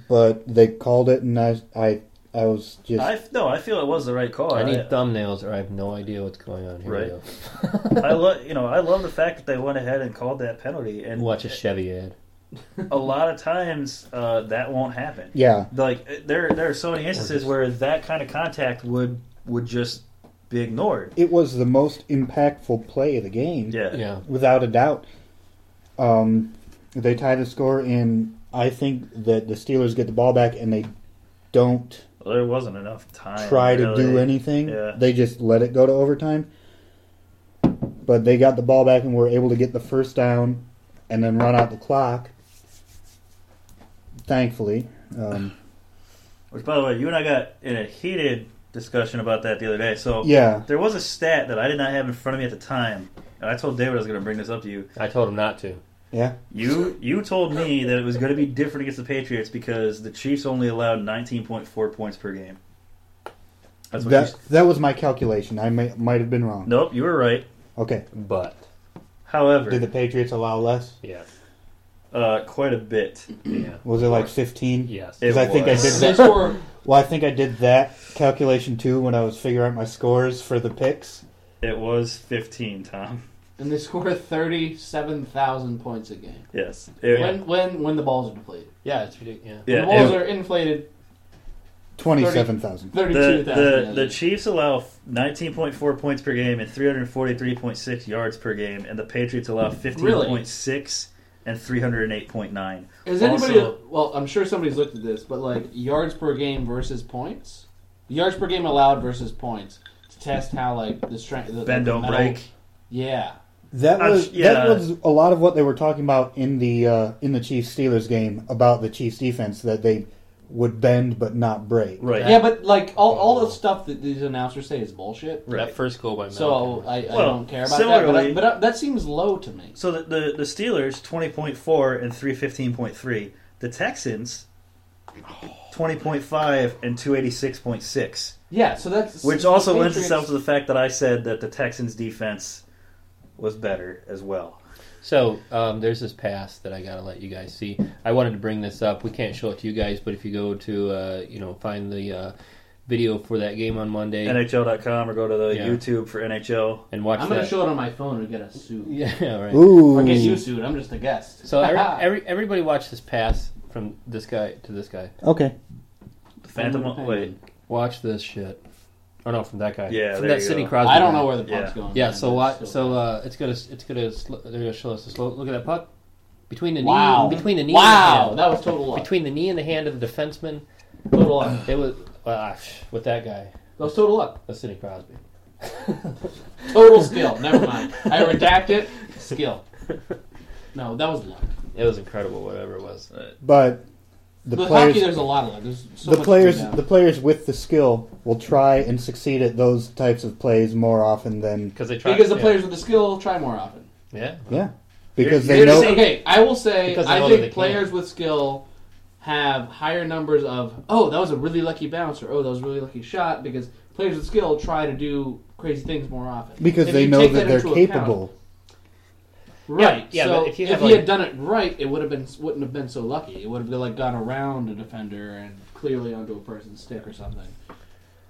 Speaker 9: but they called it, and I I I was just
Speaker 7: I no, I feel it was the right call.
Speaker 8: I need
Speaker 7: I-
Speaker 8: thumbnails, or I have no idea what's going on. Here we
Speaker 7: Right.
Speaker 8: go.
Speaker 7: [laughs] I love you know I love the fact that they went ahead and called that penalty and
Speaker 8: Watch a Chevy ad.
Speaker 7: a lot of times uh, that won't happen.
Speaker 9: Yeah.
Speaker 7: like there there are so many instances where that kind of contact would would just be ignored.
Speaker 9: it was the most impactful play of the game.
Speaker 7: Yeah. Yeah.
Speaker 9: Without a doubt. Um, they tie the score, and I think that the Steelers get the ball back, and they don't
Speaker 7: Well, there wasn't enough time.
Speaker 9: try to do
Speaker 7: really.
Speaker 9: anything.
Speaker 7: Yeah.
Speaker 9: They just let it go to overtime. But they got the ball back and were able to get the first down and then run out the clock. Thankfully. Um,
Speaker 7: Which, by the way, you and I got in a heated discussion about that the other day. So
Speaker 9: Yeah.
Speaker 7: there was a stat that I did not have in front of me at the time, and I told David I was going to bring this up to you.
Speaker 8: I told him not to.
Speaker 9: yeah.
Speaker 7: You you told me that it was going to be different against the Patriots because the Chiefs only allowed 19.4 points per game. That's what you
Speaker 9: That,
Speaker 7: s-
Speaker 9: that was my calculation. I may, might have been wrong.
Speaker 7: Nope, you were right.
Speaker 9: Okay.
Speaker 8: But
Speaker 7: However,
Speaker 9: Did the Patriots allow less?
Speaker 8: yeah,
Speaker 7: uh, quite a bit.
Speaker 8: yeah.
Speaker 9: Was it like 15?
Speaker 8: Yes.
Speaker 9: Because I think I
Speaker 7: It was.
Speaker 9: did
Speaker 6: They [laughs]
Speaker 9: that.
Speaker 6: score-
Speaker 9: Well, I think I did that calculation too when I was figuring out my scores for the picks.
Speaker 7: It was 15, Tom. [laughs]
Speaker 6: and they score thirty-seven thousand points a game
Speaker 7: Yes. It-
Speaker 6: when when when the balls are depleted.
Speaker 8: Yeah, it's ridiculous. Yeah.
Speaker 6: When
Speaker 7: Yeah,
Speaker 6: the balls
Speaker 7: it-
Speaker 6: are inflated.
Speaker 9: 27,000.
Speaker 6: Thirty-two
Speaker 7: the, the,
Speaker 6: thousand.
Speaker 7: the Chiefs allow 19.4 points per game and 343.6 yards per game, and the Patriots allow 15.6 and 308.9.
Speaker 6: Is
Speaker 7: Also-
Speaker 6: anybody? well, I'm sure somebody's looked at this, but like yards per game versus points, yards per game allowed versus points to test how like the strength. The,
Speaker 7: Bend
Speaker 6: the
Speaker 7: don't
Speaker 6: metal-
Speaker 7: break.
Speaker 6: Yeah,
Speaker 9: That
Speaker 7: I'm
Speaker 9: was
Speaker 7: sh- yeah.
Speaker 9: that was a lot of what they were talking about in the uh, in the Chiefs Steelers game about the Chiefs defense that they would bend but not break.
Speaker 7: Right.
Speaker 6: yeah, but like all, all the stuff that these announcers say is bullshit.
Speaker 7: Right.
Speaker 8: That first goal by Malcolm.
Speaker 6: So I, I
Speaker 7: Well,
Speaker 6: don't care about that. But, I,
Speaker 7: similarly-
Speaker 6: but I, that seems low to me.
Speaker 7: So the, the, the Steelers, 20.4 and 315.3. The Texans,
Speaker 6: Oh.
Speaker 7: 20.5 and 286.6.
Speaker 6: Yeah, so that's
Speaker 7: Which also
Speaker 6: the
Speaker 7: lends
Speaker 6: Patriots-
Speaker 7: itself to the fact that I said that the Texans' defense was better as well.
Speaker 8: So um, there's this pass that I gotta let you guys see. I wanted to bring this up. We can't show it to you guys, but if you go to uh, you know find the uh, video for that game on Monday and,
Speaker 7: NHL.com or go to the
Speaker 8: Yeah.
Speaker 7: YouTube for NHL.
Speaker 8: watch
Speaker 6: I'm
Speaker 8: that.
Speaker 6: gonna show it on my phone and get a suit.
Speaker 8: [laughs] yeah, right.
Speaker 6: Or get you
Speaker 9: Ooh.
Speaker 6: sued. I'm just a guest. [laughs]
Speaker 8: So every, every, everybody watch this pass from this guy to this guy.
Speaker 9: Okay.
Speaker 7: The Phantom. Wait.
Speaker 8: Watch this shit. Oh no, from that guy.
Speaker 7: Yeah,
Speaker 8: from
Speaker 7: there
Speaker 8: that
Speaker 7: you
Speaker 8: Sidney
Speaker 7: go.
Speaker 8: Crosby.
Speaker 6: I don't
Speaker 8: guy.
Speaker 6: know where the puck's
Speaker 7: Yeah.
Speaker 6: going.
Speaker 8: Yeah, so
Speaker 6: what?
Speaker 8: what? So uh, it's gonna it's gonna sl- they're gonna show us a slow look at that puck between the
Speaker 6: wow,
Speaker 8: knee between the knee
Speaker 6: Wow,
Speaker 8: and the
Speaker 6: that
Speaker 8: hand.
Speaker 6: was total luck.
Speaker 8: between the knee and the hand of the defenseman.
Speaker 6: total
Speaker 8: [sighs]
Speaker 6: luck.
Speaker 8: It was uh, with that guy,
Speaker 6: That was total luck.
Speaker 8: that's Sidney Crosby.
Speaker 6: Total skill. Never mind. I redact it. Skill. No, that was luck.
Speaker 8: It was incredible, whatever it was.
Speaker 9: But the
Speaker 6: With hockey,
Speaker 9: players
Speaker 6: there's a lot of luck. There's so
Speaker 9: the
Speaker 6: much
Speaker 9: players
Speaker 6: to do now.
Speaker 9: the players with the skill will try and succeed at those types of plays more often than
Speaker 8: Because they tried.
Speaker 6: because the
Speaker 8: yeah.
Speaker 6: players with the skill try more often.
Speaker 8: Yeah.
Speaker 9: yeah because they
Speaker 6: They're just-
Speaker 9: know
Speaker 6: okay, I will say
Speaker 8: Because they
Speaker 6: I
Speaker 8: know that they
Speaker 6: think
Speaker 8: can.
Speaker 6: players with skill have higher numbers of oh that was a really lucky bounce or oh that was a really lucky shot because players with skill try to do crazy things more often
Speaker 9: because
Speaker 6: If
Speaker 9: they
Speaker 6: you
Speaker 9: know
Speaker 6: take
Speaker 9: that they're
Speaker 6: into account-
Speaker 9: capable.
Speaker 6: right?
Speaker 8: Yeah, yeah,
Speaker 6: so
Speaker 8: but
Speaker 6: if,
Speaker 8: if you have,
Speaker 6: he had
Speaker 8: like-
Speaker 6: done it right, it would have been wouldn't have been so lucky. It would have been like gone around a defender and clearly onto a person's stick or something.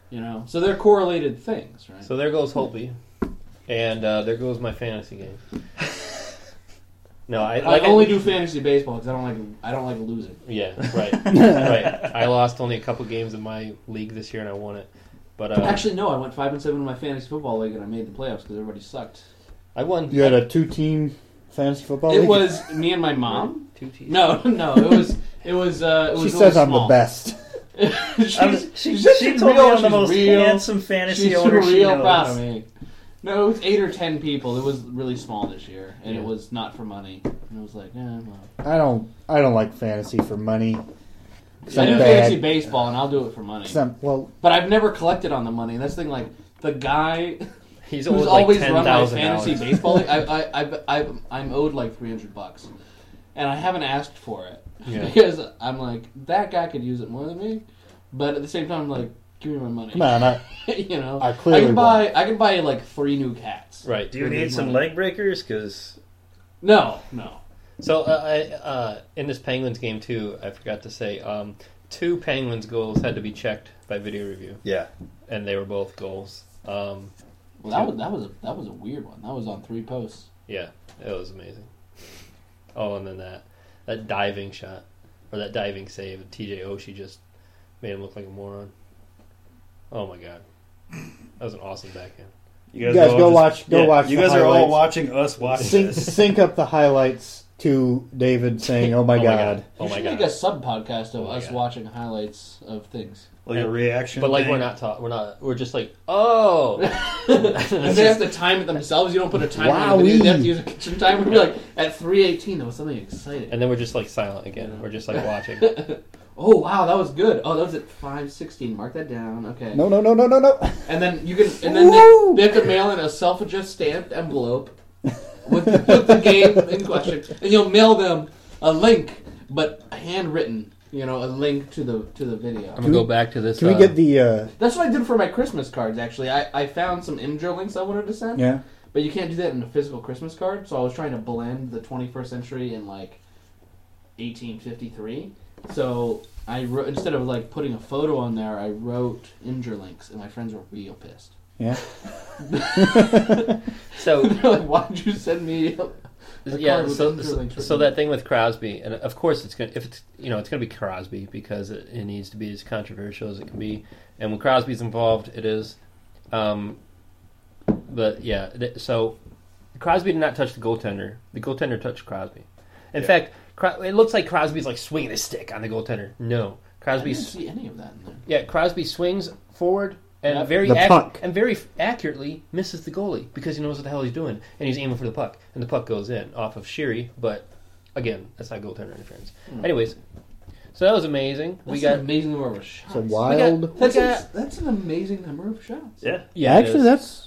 Speaker 6: You know, so they're correlated things, right?
Speaker 8: So there goes Holtby, and uh, there goes my fantasy [laughs] game. No, I like
Speaker 6: I only do fantasy baseball because I don't like I don't like losing.
Speaker 8: Yeah, [laughs] right, right. I lost only a couple games in my league this year, and I won it. But uh,
Speaker 6: Actually, no, I went five and seven in my fantasy football league and I made the playoffs because everybody sucked.
Speaker 8: I won.
Speaker 9: You had a two team fantasy football.
Speaker 6: It
Speaker 9: league?
Speaker 6: was me and my mom. No, [laughs] no, it was it was. Uh, it was
Speaker 9: She
Speaker 6: Lily
Speaker 9: says I'm the
Speaker 6: Small. [laughs]
Speaker 9: best. [laughs]
Speaker 6: she's,
Speaker 7: I'm- she- she told me
Speaker 6: real,
Speaker 7: I'm the
Speaker 6: she's
Speaker 7: most
Speaker 6: real,
Speaker 7: handsome fantasy
Speaker 6: she's
Speaker 7: owner she
Speaker 6: real
Speaker 7: knows.
Speaker 6: proud of me. No, it was eight or ten people. It was really small this year, and it was not for money. And it was like, eh, well.
Speaker 9: I don't. I don't like fantasy for money. 'Cause
Speaker 6: I
Speaker 9: I'm
Speaker 6: do
Speaker 9: bad.
Speaker 6: fantasy baseball, and I'll do it for money.
Speaker 9: 'Cause I'm- well,
Speaker 6: But I've never collected on the money. That's the thing. Like the guy,
Speaker 8: He's
Speaker 6: who's
Speaker 8: owed, like,
Speaker 6: always run my
Speaker 8: $10,000.
Speaker 6: fantasy baseball. league, I, I, I, I, I'm owed like three hundred bucks, and I haven't asked for it [laughs]
Speaker 8: Yeah.
Speaker 6: because I'm like that guy could use it more than me. But at the same time, I'm like, give me my money.
Speaker 9: Come on, I-
Speaker 6: [laughs] you know,
Speaker 9: I clearly
Speaker 6: can buy. I can buy like three new cats.
Speaker 8: Right. Do you
Speaker 6: with
Speaker 8: need
Speaker 6: this
Speaker 8: some
Speaker 6: money.
Speaker 8: leg breakers? Because
Speaker 6: no, no.
Speaker 8: So uh, I, uh, in this Penguins game too, I forgot to say um, two Penguins goals had to be checked by video review.
Speaker 7: Yeah,
Speaker 8: and they were both goals. Um,
Speaker 6: Well, that
Speaker 8: two-
Speaker 6: was that was a that was a weird one. That was on three posts.
Speaker 8: Yeah, it was amazing. Oh, and then that that diving shot or that diving save, TJ Oshie just made him look like a moron. Oh my god, that was an awesome backhand.
Speaker 9: You guys go watch. Go watch.
Speaker 7: You
Speaker 9: the
Speaker 7: guys are all
Speaker 9: highlights.
Speaker 7: watching us watch
Speaker 9: Sync,
Speaker 7: this.
Speaker 9: sync up the highlights to David saying,
Speaker 8: [laughs]
Speaker 9: "Oh my,
Speaker 7: Oh my
Speaker 9: god.
Speaker 7: God. Oh
Speaker 6: you
Speaker 7: my
Speaker 6: should
Speaker 7: God.
Speaker 6: make a sub podcast of us watching highlights of things.
Speaker 8: And- But like we're not taught. We're not. We're just
Speaker 6: [laughs]
Speaker 8: like oh.
Speaker 6: and they have to time it themselves. You don't put a timer on the video. They have to use a [laughs] kitchen timer. Be like at three eighteen. There was something exciting.
Speaker 8: And then we're just like silent again. We're just like watching.
Speaker 6: oh wow, that was good. Oh, that was at five sixteen. Mark that down. Okay.
Speaker 9: No, no, no, no, no, no.
Speaker 6: And then you can. And then
Speaker 9: Woo!
Speaker 6: they, they have to mail in a self-adjust stamped envelope with, with the game in question, and you'll mail them a link, but handwritten. You know, a link to the to the video.
Speaker 8: I'm gonna go back to this.
Speaker 9: Can we
Speaker 8: uh,
Speaker 9: get the? Uh,
Speaker 6: That's what I did for my Christmas cards. Actually, I, I found some imdro links I wanted to send.
Speaker 9: Yeah.
Speaker 6: But you can't do that in a physical Christmas card, so I was trying to blend the 21st century and like 1853. So I wrote instead of like putting a photo on there, I wrote imdro links, and my friends were real pissed. [laughs] [gasps]
Speaker 9: yeah.
Speaker 8: So
Speaker 6: They're like, why'd you send me? A a
Speaker 8: yeah,
Speaker 6: card with
Speaker 8: so,
Speaker 6: Imgur links
Speaker 8: so, so
Speaker 6: written on it?"
Speaker 8: that thing with Crosby, and of course it's gonna if it's you know it's gonna be Crosby because it, it needs to be as controversial as it can be, and when Crosby's involved, it is. Um, but yeah, th- so Crosby did not touch the goaltender. The goaltender touched Crosby. In
Speaker 7: Yeah.
Speaker 8: fact, Cro- it looks like Crosby's like swinging his stick on the goaltender. No,
Speaker 6: I
Speaker 8: Crosby.
Speaker 6: didn't see any of that in there.
Speaker 8: Yeah, Crosby swings forward and
Speaker 6: Yep.
Speaker 8: very
Speaker 6: The
Speaker 8: ac-
Speaker 6: puck.
Speaker 8: and very accurately misses the goalie because he knows what the hell he's doing and he's aiming for the puck and the puck goes in off of Shiri. But again, that's not goaltender interference.
Speaker 6: Hmm.
Speaker 8: Anyways, so that was amazing. we
Speaker 6: That's
Speaker 8: got
Speaker 6: an amazing number of shots.
Speaker 9: So wild.
Speaker 6: That's,
Speaker 8: We
Speaker 6: a-
Speaker 8: got-
Speaker 6: that's an amazing number of shots.
Speaker 7: Yeah.
Speaker 8: Yeah, it Actually, is.
Speaker 9: that's-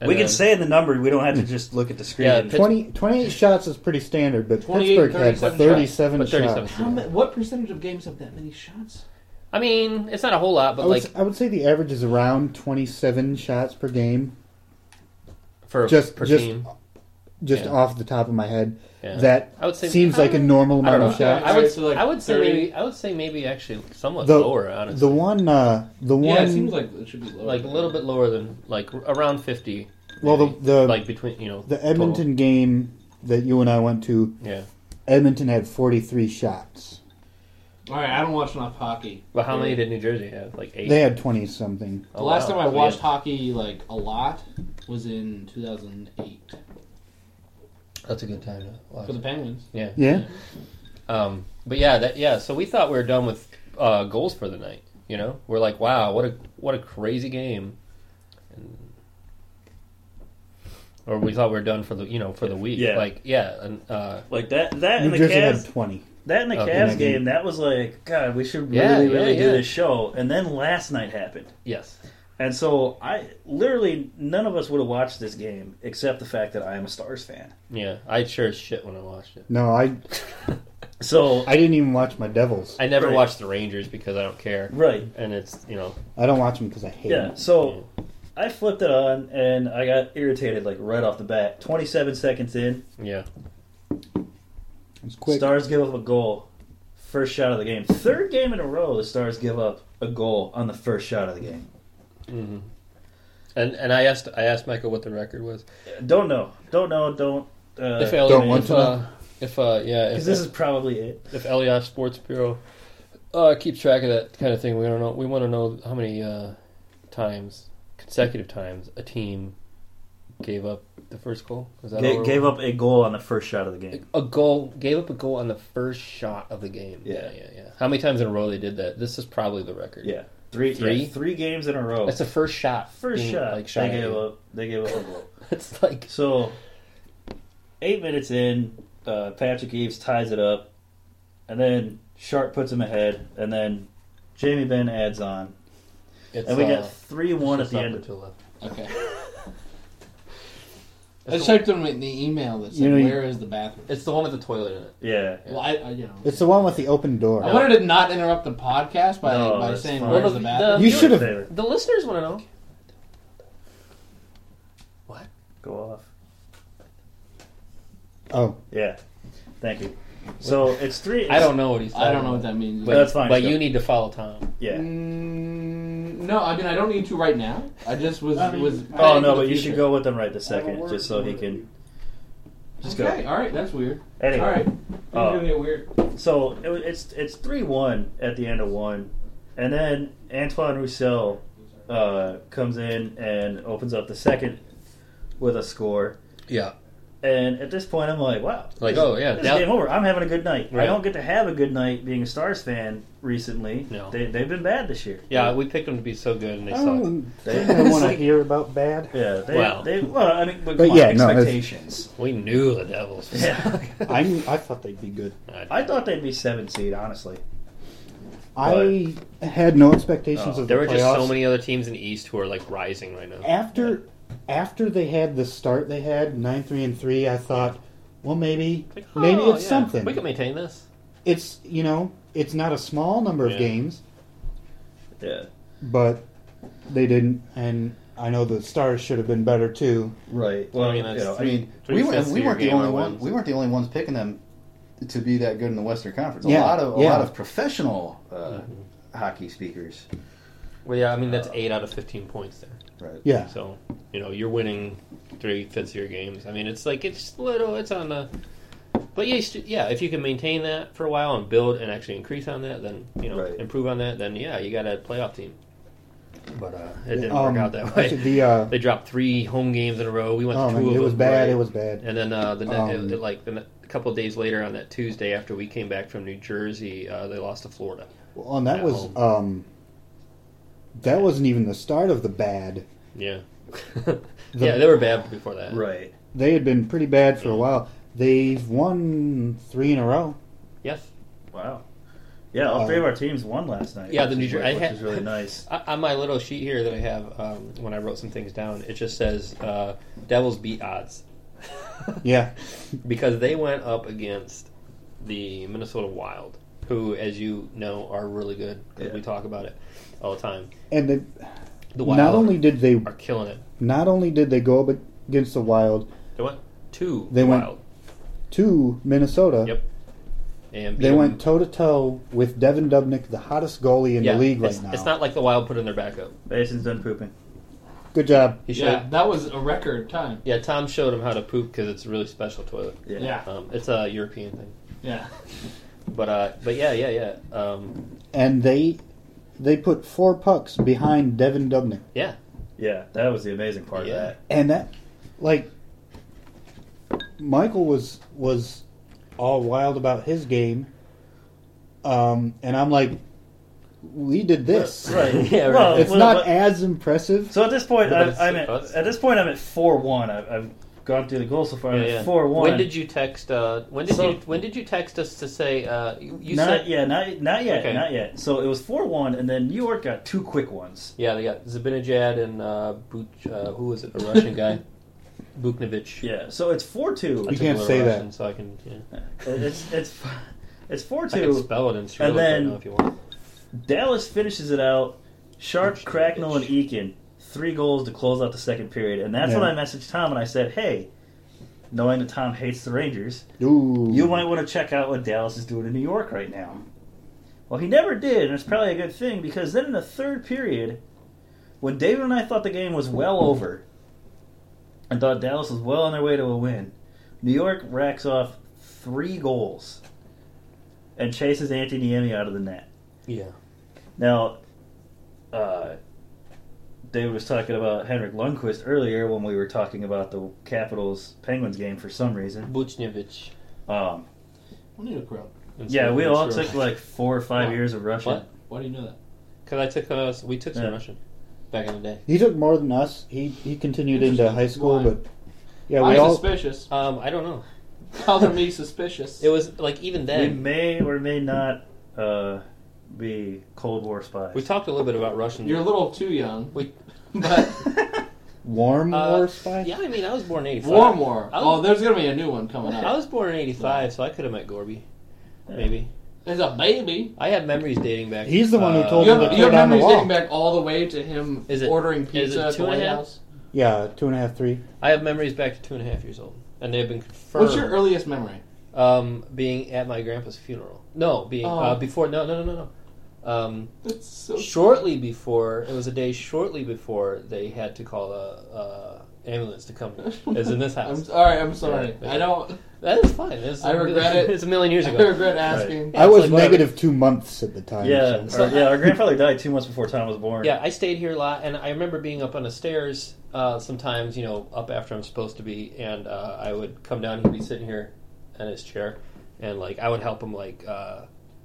Speaker 8: And
Speaker 7: we can
Speaker 8: then-
Speaker 7: say in the number. We don't have to just look at the screen.
Speaker 8: Yeah,
Speaker 9: 20, 28 shots is pretty standard, but
Speaker 6: 28,
Speaker 9: Pittsburgh had
Speaker 6: 37
Speaker 9: 37 shots.
Speaker 6: How ma- what percentage of games have that many shots?
Speaker 8: I mean, it's not a whole lot,
Speaker 9: I
Speaker 8: but
Speaker 9: would,
Speaker 8: like
Speaker 9: s- I would say the average is around 27 shots per game.
Speaker 8: for
Speaker 9: just
Speaker 8: per
Speaker 9: just,
Speaker 8: team.
Speaker 9: just
Speaker 8: Yeah.
Speaker 9: off the top of my head,
Speaker 8: Yeah.
Speaker 9: that
Speaker 8: I would say
Speaker 9: seems like a normal
Speaker 8: I don't
Speaker 9: amount of
Speaker 8: know.
Speaker 9: shots.
Speaker 8: Uh, I would,
Speaker 6: Alright, so like
Speaker 8: I would say
Speaker 6: 30.
Speaker 8: maybe I would say maybe actually somewhat
Speaker 9: the,
Speaker 8: lower. Honestly.
Speaker 9: the one, uh, the one,
Speaker 6: Yeah, it seems like it should be lower.
Speaker 8: like a little bit lower than like r- around 50
Speaker 9: Well, the-
Speaker 8: maybe.
Speaker 9: the-
Speaker 8: like between you know
Speaker 9: the
Speaker 8: total.
Speaker 9: Edmonton game that you and I went to.
Speaker 8: Yeah.
Speaker 9: Edmonton had 43 shots.
Speaker 6: All right, I don't watch enough hockey.
Speaker 8: but how many did new jersey have like eight
Speaker 9: They had 20 something.
Speaker 6: The last time I watched
Speaker 8: hockey
Speaker 6: hockey like a lot was in 2008
Speaker 8: that's a good time to watch
Speaker 6: for the Penguins.
Speaker 8: yeah
Speaker 9: Yeah.
Speaker 8: um but yeah that yeah so we thought we were done with uh goals for the night you know we're like wow what a what a crazy game and, or we thought we were done for the you know for the week
Speaker 7: Yeah.
Speaker 8: like yeah and uh
Speaker 7: like that. That
Speaker 9: New
Speaker 7: and the
Speaker 9: Jersey
Speaker 7: Cavs.
Speaker 9: had 20.
Speaker 7: That Oh, and the
Speaker 8: Okay.
Speaker 7: Cavs game. That was like God. We should really,
Speaker 8: Yeah, yeah,
Speaker 7: really do
Speaker 8: yeah.
Speaker 7: this show. And then last night happened.
Speaker 8: yes
Speaker 7: And so I literally none of us would have watched this game except the fact that I am a Stars fan.
Speaker 8: yeah i sure as shit when i watched it
Speaker 9: No, I
Speaker 7: So
Speaker 9: I didn't even watch my Devils.
Speaker 8: i never
Speaker 7: Right.
Speaker 8: watched the rangers because i don't care
Speaker 7: right,
Speaker 8: and it's you know
Speaker 9: I don't watch them because I hate
Speaker 7: yeah.
Speaker 9: them.
Speaker 7: So I flipped it on and I got irritated like right off the bat. Twenty seven seconds in,
Speaker 8: yeah
Speaker 9: It's quick.
Speaker 7: Stars give up a goal. First shot of the game. Third game in a row, the Stars give up a goal on the first shot of the game.
Speaker 8: hmm And and I asked I asked Michael what the record was.
Speaker 7: Don't know. Don't know. Don't. Uh,
Speaker 8: if Elliot,
Speaker 9: don't want
Speaker 8: if,
Speaker 9: to
Speaker 8: uh, if uh, yeah, if,
Speaker 7: Because this is probably it.
Speaker 8: if
Speaker 11: E
Speaker 8: Elias Sports Bureau uh, keeps track of that kind of thing, we don't know. We want to know how many uh, times consecutive times a team
Speaker 11: gave up the first goal. Is
Speaker 7: Ga-
Speaker 11: what
Speaker 7: gave
Speaker 11: we're-
Speaker 7: up a goal on the first shot of the game.
Speaker 11: a goal, gave up a goal on the first shot of the game.
Speaker 7: Yeah.
Speaker 11: yeah, yeah. yeah. How many times in a row they did that? This is probably the record.
Speaker 7: Yeah. Three-
Speaker 11: three,
Speaker 7: yeah, three games in a row.
Speaker 11: That's the first shot.
Speaker 7: First
Speaker 11: being,
Speaker 7: shot,
Speaker 11: like shot.
Speaker 7: they
Speaker 11: at
Speaker 7: gave
Speaker 11: you.
Speaker 7: up. They gave up a goal.
Speaker 11: it's like
Speaker 7: so. Eight minutes in, uh, Patrick Eves ties it up, and then Sharp puts him ahead, and then Jamie Ben adds on,
Speaker 11: It's,
Speaker 7: and we
Speaker 11: uh,
Speaker 7: got three one at
Speaker 11: it's
Speaker 7: the
Speaker 11: not
Speaker 7: end.
Speaker 11: much left. [laughs]
Speaker 6: Okay. I just typed in the email that said,
Speaker 9: You know, you-
Speaker 6: "Where is the bathroom?"
Speaker 11: It's the one with the toilet in it.
Speaker 7: Yeah.
Speaker 6: Well, I, I you know.
Speaker 9: It's the one with the open door.
Speaker 6: I wanted to not interrupt the podcast by,
Speaker 9: No,
Speaker 6: by
Speaker 9: that's
Speaker 6: saying
Speaker 9: fine.
Speaker 6: where's
Speaker 9: Well,
Speaker 6: the
Speaker 9: the-
Speaker 6: bathroom.
Speaker 9: the- You should have-
Speaker 11: The listeners want to know.
Speaker 7: Go off.
Speaker 9: Oh.
Speaker 7: Yeah. Thank you. So it's three.
Speaker 11: I don't know what he's. Talking
Speaker 6: I don't know
Speaker 11: about.
Speaker 6: what that means.
Speaker 11: But,
Speaker 6: That's fine,
Speaker 11: But
Speaker 6: sure.
Speaker 11: you need to follow Tom.
Speaker 7: Yeah.
Speaker 6: Mm, No, I mean I don't need to right now. I just was
Speaker 7: I mean,
Speaker 6: was.
Speaker 7: oh
Speaker 6: planning
Speaker 7: no,
Speaker 6: for the
Speaker 7: but you
Speaker 6: future.
Speaker 7: should go with them right this
Speaker 6: I have a
Speaker 7: second,
Speaker 6: word
Speaker 7: just so he can. Just
Speaker 6: Okay,
Speaker 7: go.
Speaker 6: all right, that's weird.
Speaker 7: Anyway,
Speaker 6: all right,
Speaker 7: uh,
Speaker 9: Oh.
Speaker 6: Things are gonna get weird.
Speaker 7: So it, wa- it's it's three one at the end of one, and then Antoine Roussel uh, comes in and opens up the second with a score.
Speaker 11: Yeah.
Speaker 7: And at this point, I'm like, wow,
Speaker 11: Like,
Speaker 7: this-
Speaker 11: oh, yeah,
Speaker 7: this
Speaker 11: now-
Speaker 7: is game over. I'm having a good night. I
Speaker 11: Right.
Speaker 7: don't get to have a good night being a Stars fan recently.
Speaker 11: No.
Speaker 7: They, they've been bad this year.
Speaker 11: Yeah, we picked them to be so good, and they
Speaker 9: I
Speaker 11: sucked.
Speaker 9: don't
Speaker 7: They-
Speaker 9: want to hear about bad.
Speaker 7: Yeah, they,
Speaker 11: Well.
Speaker 7: they, well, I mean, but,
Speaker 9: But
Speaker 7: come on,
Speaker 9: yeah, no, it's-
Speaker 7: expectations.
Speaker 11: We knew the Devils.
Speaker 8: [laughs]
Speaker 7: Yeah.
Speaker 9: [laughs] [laughs] I knew- I thought they'd be good.
Speaker 7: I thought they'd be seven seed, honestly.
Speaker 9: I had no expectations of
Speaker 8: Oh, there
Speaker 9: the
Speaker 8: were just
Speaker 9: playoffs.
Speaker 8: so many other teams in the East who are like rising right now.
Speaker 9: after after they had the start they had nine three and three. I thought, well, maybe maybe
Speaker 11: Oh,
Speaker 9: it's
Speaker 11: yeah.
Speaker 9: something.
Speaker 11: We can maintain this.
Speaker 9: It's you know, it's not a small number of
Speaker 11: Yeah.
Speaker 9: games,
Speaker 7: Yeah.
Speaker 9: but they didn't. And I know the Stars should have been better too.
Speaker 7: Right. Well, you know, I mean,
Speaker 12: we, were, we weren't the only one. We weren't the only ones picking them to be that good in the Western Conference. A
Speaker 9: Yeah,
Speaker 12: lot of a
Speaker 9: yeah.
Speaker 12: lot of professional uh, hockey speakers.
Speaker 8: Well, yeah, I mean that's eight out of fifteen points there.
Speaker 12: Right.
Speaker 9: Yeah.
Speaker 8: So you know you're winning three fifths of your games. I mean it's like it's little. It's on the. But yeah, you st- yeah. If you can maintain that for a while and build and actually increase on that, then you know
Speaker 12: Right.
Speaker 8: improve on that, then yeah, you got a playoff team. But uh, it didn't
Speaker 9: Um,
Speaker 8: work out that way.
Speaker 9: actually, the,
Speaker 8: [laughs]
Speaker 9: uh,
Speaker 8: they dropped three home games in a row. We went
Speaker 9: Oh,
Speaker 8: to two
Speaker 9: man,
Speaker 8: of
Speaker 9: it
Speaker 8: them.
Speaker 9: was bad,
Speaker 8: right?
Speaker 9: it was bad.
Speaker 8: And then uh, the ne-
Speaker 9: Um,
Speaker 8: it- it, like the, ne- a couple of days later on that Tuesday after we came back from New Jersey, uh, they lost to Florida.
Speaker 9: Well, and that
Speaker 8: At
Speaker 9: was
Speaker 8: home.
Speaker 9: um, that wasn't even the start of the bad.
Speaker 8: Yeah. [laughs] yeah, they were bad before that.
Speaker 7: Right.
Speaker 9: They had been pretty bad for a while. They've won three in a row.
Speaker 8: Yes.
Speaker 7: Wow. Yeah, all three
Speaker 9: Um,
Speaker 7: of our teams won last night.
Speaker 8: Yeah, the New
Speaker 7: which is-
Speaker 8: Jersey.
Speaker 7: which
Speaker 8: [laughs]
Speaker 7: is really nice.
Speaker 8: on my little sheet here that I have, um, when I wrote some things down, it just says uh, Devils beat odds.
Speaker 9: Yeah.
Speaker 8: because they went up against the Minnesota Wild, who, as you know, are really good because we talk about it all the time.
Speaker 9: And they,
Speaker 8: The Wild
Speaker 9: not only did they
Speaker 8: are killing it.
Speaker 9: not only did they go up against the Wild,
Speaker 8: They went two
Speaker 9: they
Speaker 8: Wild
Speaker 9: went to Minnesota.
Speaker 8: Yep. and beat
Speaker 9: They
Speaker 8: them.
Speaker 9: went toe to toe with Devin Dubnik, the hottest goalie in
Speaker 8: Yeah,
Speaker 9: the league right
Speaker 8: it's,
Speaker 9: now.
Speaker 8: it's not like the Wild put in their backup.
Speaker 7: Mason's done pooping.
Speaker 9: Good job.
Speaker 8: He should.
Speaker 6: Yeah, that was a record time.
Speaker 8: Yeah, Tom showed him how to poop because it's a really special toilet.
Speaker 6: Yeah. Yeah.
Speaker 8: Um, it's a European thing.
Speaker 6: Yeah.
Speaker 8: [laughs] But uh, but yeah, yeah, yeah. Um,
Speaker 9: And they they put four pucks behind Devin Dubnik,
Speaker 8: yeah.
Speaker 7: Yeah, that was the amazing part
Speaker 8: Yeah.
Speaker 7: of
Speaker 8: [laughs]
Speaker 7: that.
Speaker 9: and that like Michael was was all wild about his game, um, and I'm like, we did this.
Speaker 7: Right.
Speaker 9: [laughs]
Speaker 7: [laughs] Yeah, right. Well,
Speaker 9: it's
Speaker 7: well,
Speaker 9: not
Speaker 7: but-
Speaker 9: as impressive.
Speaker 7: So at this point, I,
Speaker 9: But
Speaker 7: I'm at, at this point I'm at four one. I've, I've gone through the goal so far. I'm
Speaker 8: Yeah, yeah.
Speaker 7: at four one.
Speaker 8: When did you text? Uh, when did
Speaker 7: So-
Speaker 8: you when did you text us to say uh, you, you
Speaker 7: not
Speaker 8: said
Speaker 7: yeah, not not yet,
Speaker 8: Okay.
Speaker 7: not yet. So it was four one, and then New York got two quick ones.
Speaker 8: yeah they got Zabinajad and uh, Buch, uh, who was it a
Speaker 7: [laughs]
Speaker 8: Russian guy Buknovich
Speaker 7: Yeah, so it's four
Speaker 8: [laughs]
Speaker 7: two.
Speaker 8: I took a
Speaker 9: can't
Speaker 8: little
Speaker 9: say that.
Speaker 8: Russian, so I can yeah.
Speaker 7: It's it's it's four
Speaker 8: I can
Speaker 7: two.
Speaker 8: spell it in Sri
Speaker 7: And
Speaker 8: Lankan
Speaker 7: then-
Speaker 8: now if you want
Speaker 7: Dallas finishes it out. Sharp, Cracknell, and Eakin three goals to close out the second period, and that's
Speaker 9: Yeah.
Speaker 7: when I messaged Tom and I said, "Hey, knowing that Tom hates the Rangers,
Speaker 9: Ooh.
Speaker 7: you might want to check out what Dallas is doing in New York right now." Well, he never did, and it's probably a good thing because then in the third period, when David and I thought the game was well over, and thought Dallas was well on their way to a win, New York racks off three goals and chases Anthony Niemi out of the net.
Speaker 8: yeah
Speaker 7: Now, uh, David was talking about Henrik Lundqvist earlier when we were talking about the Capitals Penguins game for some reason.
Speaker 8: Buchnevich.
Speaker 7: Um,
Speaker 6: We need a crowd.
Speaker 7: yeah, we all took like four or five years of Russian.
Speaker 8: What?
Speaker 6: Why do you know that?
Speaker 8: Because I took uh, we took some
Speaker 7: Yeah.
Speaker 8: Russian back in the day.
Speaker 9: He took more than us. He he continued into high school, but yeah, we
Speaker 6: I'm
Speaker 9: all
Speaker 6: suspicious. [laughs]
Speaker 8: Um, I don't know.
Speaker 6: Color me suspicious.
Speaker 8: It was like even
Speaker 7: We
Speaker 8: then
Speaker 7: may or may not uh, be Cold War spies.
Speaker 8: we talked a little bit about Russian.
Speaker 6: You're a little too young.
Speaker 8: We-
Speaker 6: but
Speaker 9: warm
Speaker 8: Uh,
Speaker 9: war spy.
Speaker 8: yeah, I mean, I was born in '85.
Speaker 6: Warm War.
Speaker 8: I
Speaker 6: Oh,
Speaker 8: was,
Speaker 6: there's gonna be a new one coming
Speaker 8: I
Speaker 6: up.
Speaker 8: was born in '85, so I could have met Gorby.
Speaker 7: Yeah.
Speaker 8: Maybe
Speaker 6: There's a baby.
Speaker 8: I have mememories dating back. uh,
Speaker 9: He's the one who told
Speaker 6: You
Speaker 9: me to
Speaker 6: have, you have
Speaker 9: tear down the
Speaker 6: memories dating
Speaker 9: wall.
Speaker 6: back all the way to him
Speaker 8: Is it-
Speaker 6: ordering
Speaker 8: is it
Speaker 6: pizza at
Speaker 8: two
Speaker 6: the
Speaker 8: and a
Speaker 6: White
Speaker 8: half?
Speaker 6: House.
Speaker 9: Yeah, two and a half, three.
Speaker 8: I have memories back to two and a half years old, and they have been confirmed.
Speaker 6: What's your earliest memory?
Speaker 8: um, being at my grandpa's funeral? No, being uh,
Speaker 6: Oh.
Speaker 8: before. No, no, no, no, no. Um,
Speaker 6: That's so
Speaker 8: shortly before it was a day shortly before they had to call a, a ambulance to come as in this
Speaker 6: I'm
Speaker 8: house
Speaker 6: sorry. I'm sorry.
Speaker 8: Yeah.
Speaker 6: I don't.
Speaker 8: that is fine it's,
Speaker 6: I
Speaker 8: [laughs]
Speaker 6: regret it.
Speaker 8: it's a million years
Speaker 6: I
Speaker 8: ago
Speaker 6: regret asking.
Speaker 8: Yeah,
Speaker 9: I
Speaker 8: it's
Speaker 9: was
Speaker 8: like whatever.
Speaker 9: negative two months at the time.
Speaker 7: yeah,
Speaker 9: so-
Speaker 7: our, yeah, our grandfather died two months before Tom was born.
Speaker 8: yeah i stayed here a lot and i remember being up on the stairs uh, sometimes you know up after i'm supposed to be and uh, i would come down he'd be sitting here in his chair and like i would help him like uh,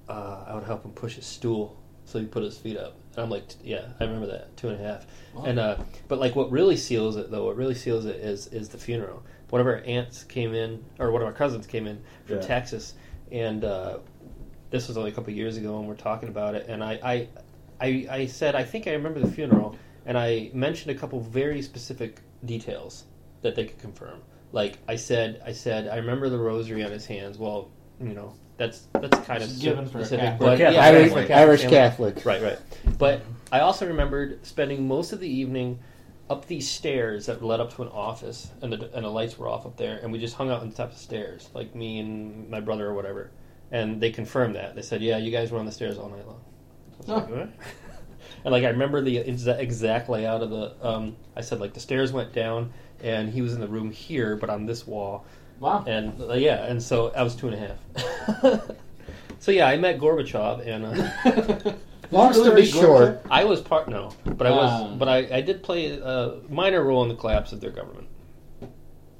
Speaker 8: uh, i would help him push his stool so he put his feet up and i'm like t- yeah i remember that two and a half and uh, but like what really seals it though what really seals it is is the funeral one of our aunts came in or one of our cousins came in from
Speaker 7: Yeah.
Speaker 8: texas and uh, this was only a couple of years ago and we're talking about it and I, I i i said i think i remember the funeral and i mentioned a couple very specific details that they could confirm like i said i said i remember the rosary on his hands well you know that's that's kind of
Speaker 6: It's given for a Catholic.
Speaker 8: but
Speaker 7: Catholic
Speaker 8: yeah,
Speaker 9: Irish,
Speaker 8: for a
Speaker 9: Irish
Speaker 8: family.
Speaker 9: Catholic.
Speaker 8: Right, right. But I also remembered spending most of the evening up these stairs that led up to an office, and the and the lights were off up there, and we just hung out on the top of the stairs, like me and my brother or whatever. And they confirmed that. They said, "Yeah, you guys were on the stairs all night long." I was like, "What?" [laughs] and like I remember the exa- exact layout of the. Um, I said like the stairs went down, and he was in the room here, but on this wall,
Speaker 6: Wow.
Speaker 8: and uh, yeah, and so I was two and a half. [laughs] so yeah, I met Gorbachev, and. Uh, [laughs]
Speaker 9: Long
Speaker 6: Really
Speaker 9: story
Speaker 6: big
Speaker 9: short,
Speaker 8: I was part no, but I was,
Speaker 6: Ah.
Speaker 8: but I, I did play a minor role in the collapse of their government.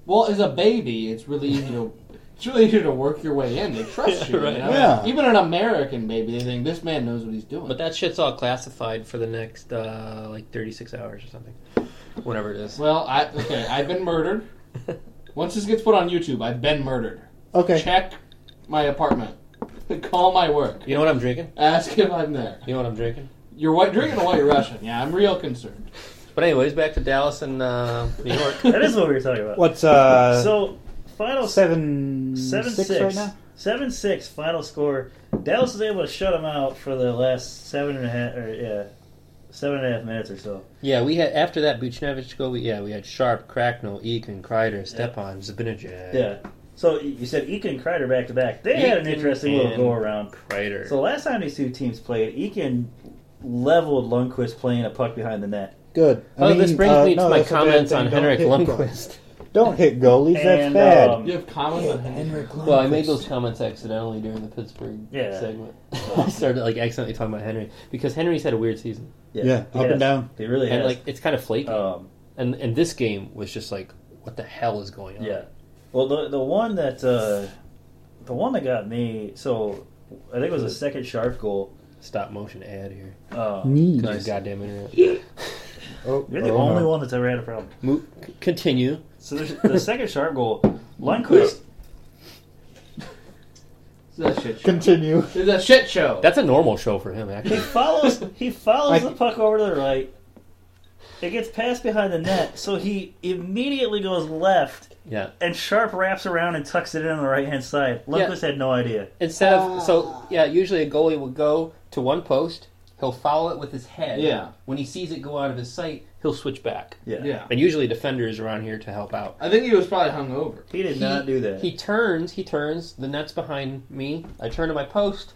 Speaker 6: Well, as a baby, it's really easy to it's really easy to work your way in. They trust you.
Speaker 8: Yeah, right.
Speaker 6: you know?
Speaker 9: Yeah.
Speaker 6: Even an American baby, they think this man knows what he's doing.
Speaker 8: But that shit's all classified for the next uh, like thirty six hours or something, whatever it is.
Speaker 6: well, I okay, I've been
Speaker 8: [laughs]
Speaker 6: murdered. Once this gets put on YouTube, I've been murdered.
Speaker 9: okay.
Speaker 6: Check my apartment. [laughs] Call my work.
Speaker 8: You know what I'm drinking?
Speaker 6: Ask if I'm there.
Speaker 8: You know what I'm drinking?
Speaker 6: You're white drinking a white Russian. Yeah, I'm real concerned.
Speaker 8: But anyways, back to Dallas and uh, New York.
Speaker 7: that
Speaker 8: [laughs]
Speaker 7: is what we were talking about.
Speaker 9: What's uh
Speaker 7: so final
Speaker 9: seven
Speaker 7: seven
Speaker 9: six,
Speaker 7: six,
Speaker 9: right now?
Speaker 7: seven six final score. Dallas was able to shut him out for the last seven and a half, or yeah, seven and a half minutes or so.
Speaker 8: yeah, we had after that Buchnevich go. We, yeah, we had Sharp, Cracknell, Eakin, Kreider, Stepan, Zabinajad.
Speaker 7: Yeah. So you said Eakin and Kreider back to back. They had an
Speaker 8: Eakin
Speaker 7: interesting little
Speaker 8: and
Speaker 7: go around.
Speaker 8: Kreider.
Speaker 7: So last time these two teams played, Eakin leveled Lundqvist playing a puck behind the net.
Speaker 9: Good. I
Speaker 8: oh, this
Speaker 9: mean,
Speaker 8: brings
Speaker 9: uh,
Speaker 8: me to
Speaker 9: no,
Speaker 8: my
Speaker 9: that's a bad
Speaker 8: comments
Speaker 9: thing.
Speaker 8: on
Speaker 9: Don't
Speaker 8: Henrik
Speaker 9: hit
Speaker 8: Lundqvist.
Speaker 9: goal- [laughs] Don't hit goalies. That's
Speaker 7: And,
Speaker 9: bad.
Speaker 7: um,
Speaker 6: You have comments on Henry.
Speaker 8: Well, I made those comments accidentally during the Pittsburgh
Speaker 7: Yeah.
Speaker 8: segment. [laughs] I started like accidentally talking about Henry because Henry's had a weird season,
Speaker 7: Yeah,
Speaker 9: Yeah, up
Speaker 7: he
Speaker 9: and
Speaker 7: has.
Speaker 9: down.
Speaker 7: He really
Speaker 8: and
Speaker 7: has.
Speaker 8: like it's kind of flaky.
Speaker 7: um,
Speaker 8: and and this game was just like, what the hell is going on?
Speaker 7: yeah. Well, the the one that uh, the one that got me. So I think it was a second sharp goal.
Speaker 8: Stop motion ad here.
Speaker 7: Um,
Speaker 9: Knees.
Speaker 8: Nice. Goddamn internet.
Speaker 9: Oh,
Speaker 7: you're the
Speaker 9: oh,
Speaker 7: only
Speaker 9: no.
Speaker 7: one that's ever had a problem.
Speaker 8: Mo- c- continue.
Speaker 7: So there's, the second sharp goal, Lundqvist.
Speaker 6: It's a shit show.
Speaker 9: Continue.
Speaker 6: It's a shit show.
Speaker 8: That's a normal show for him,
Speaker 7: He [laughs]
Speaker 8: actually.
Speaker 7: follows. He follows
Speaker 9: I-
Speaker 7: the puck over to the right. It gets passed behind the net, so he immediately goes left,
Speaker 8: Yeah.
Speaker 7: and Sharp wraps around and tucks it in on the right hand side. Lundqvist had no idea.
Speaker 8: Instead of so yeah, usually a goalie will go to one post. He'll follow it with his head.
Speaker 6: Yeah.
Speaker 8: When he sees it go out of his sight, he'll switch back.
Speaker 6: yeah.
Speaker 8: And usually a defender is around here to help out.
Speaker 6: I think he was probably hungover.
Speaker 7: he did not do that.
Speaker 8: He turns. He turns. The net's behind me. I turn to my post.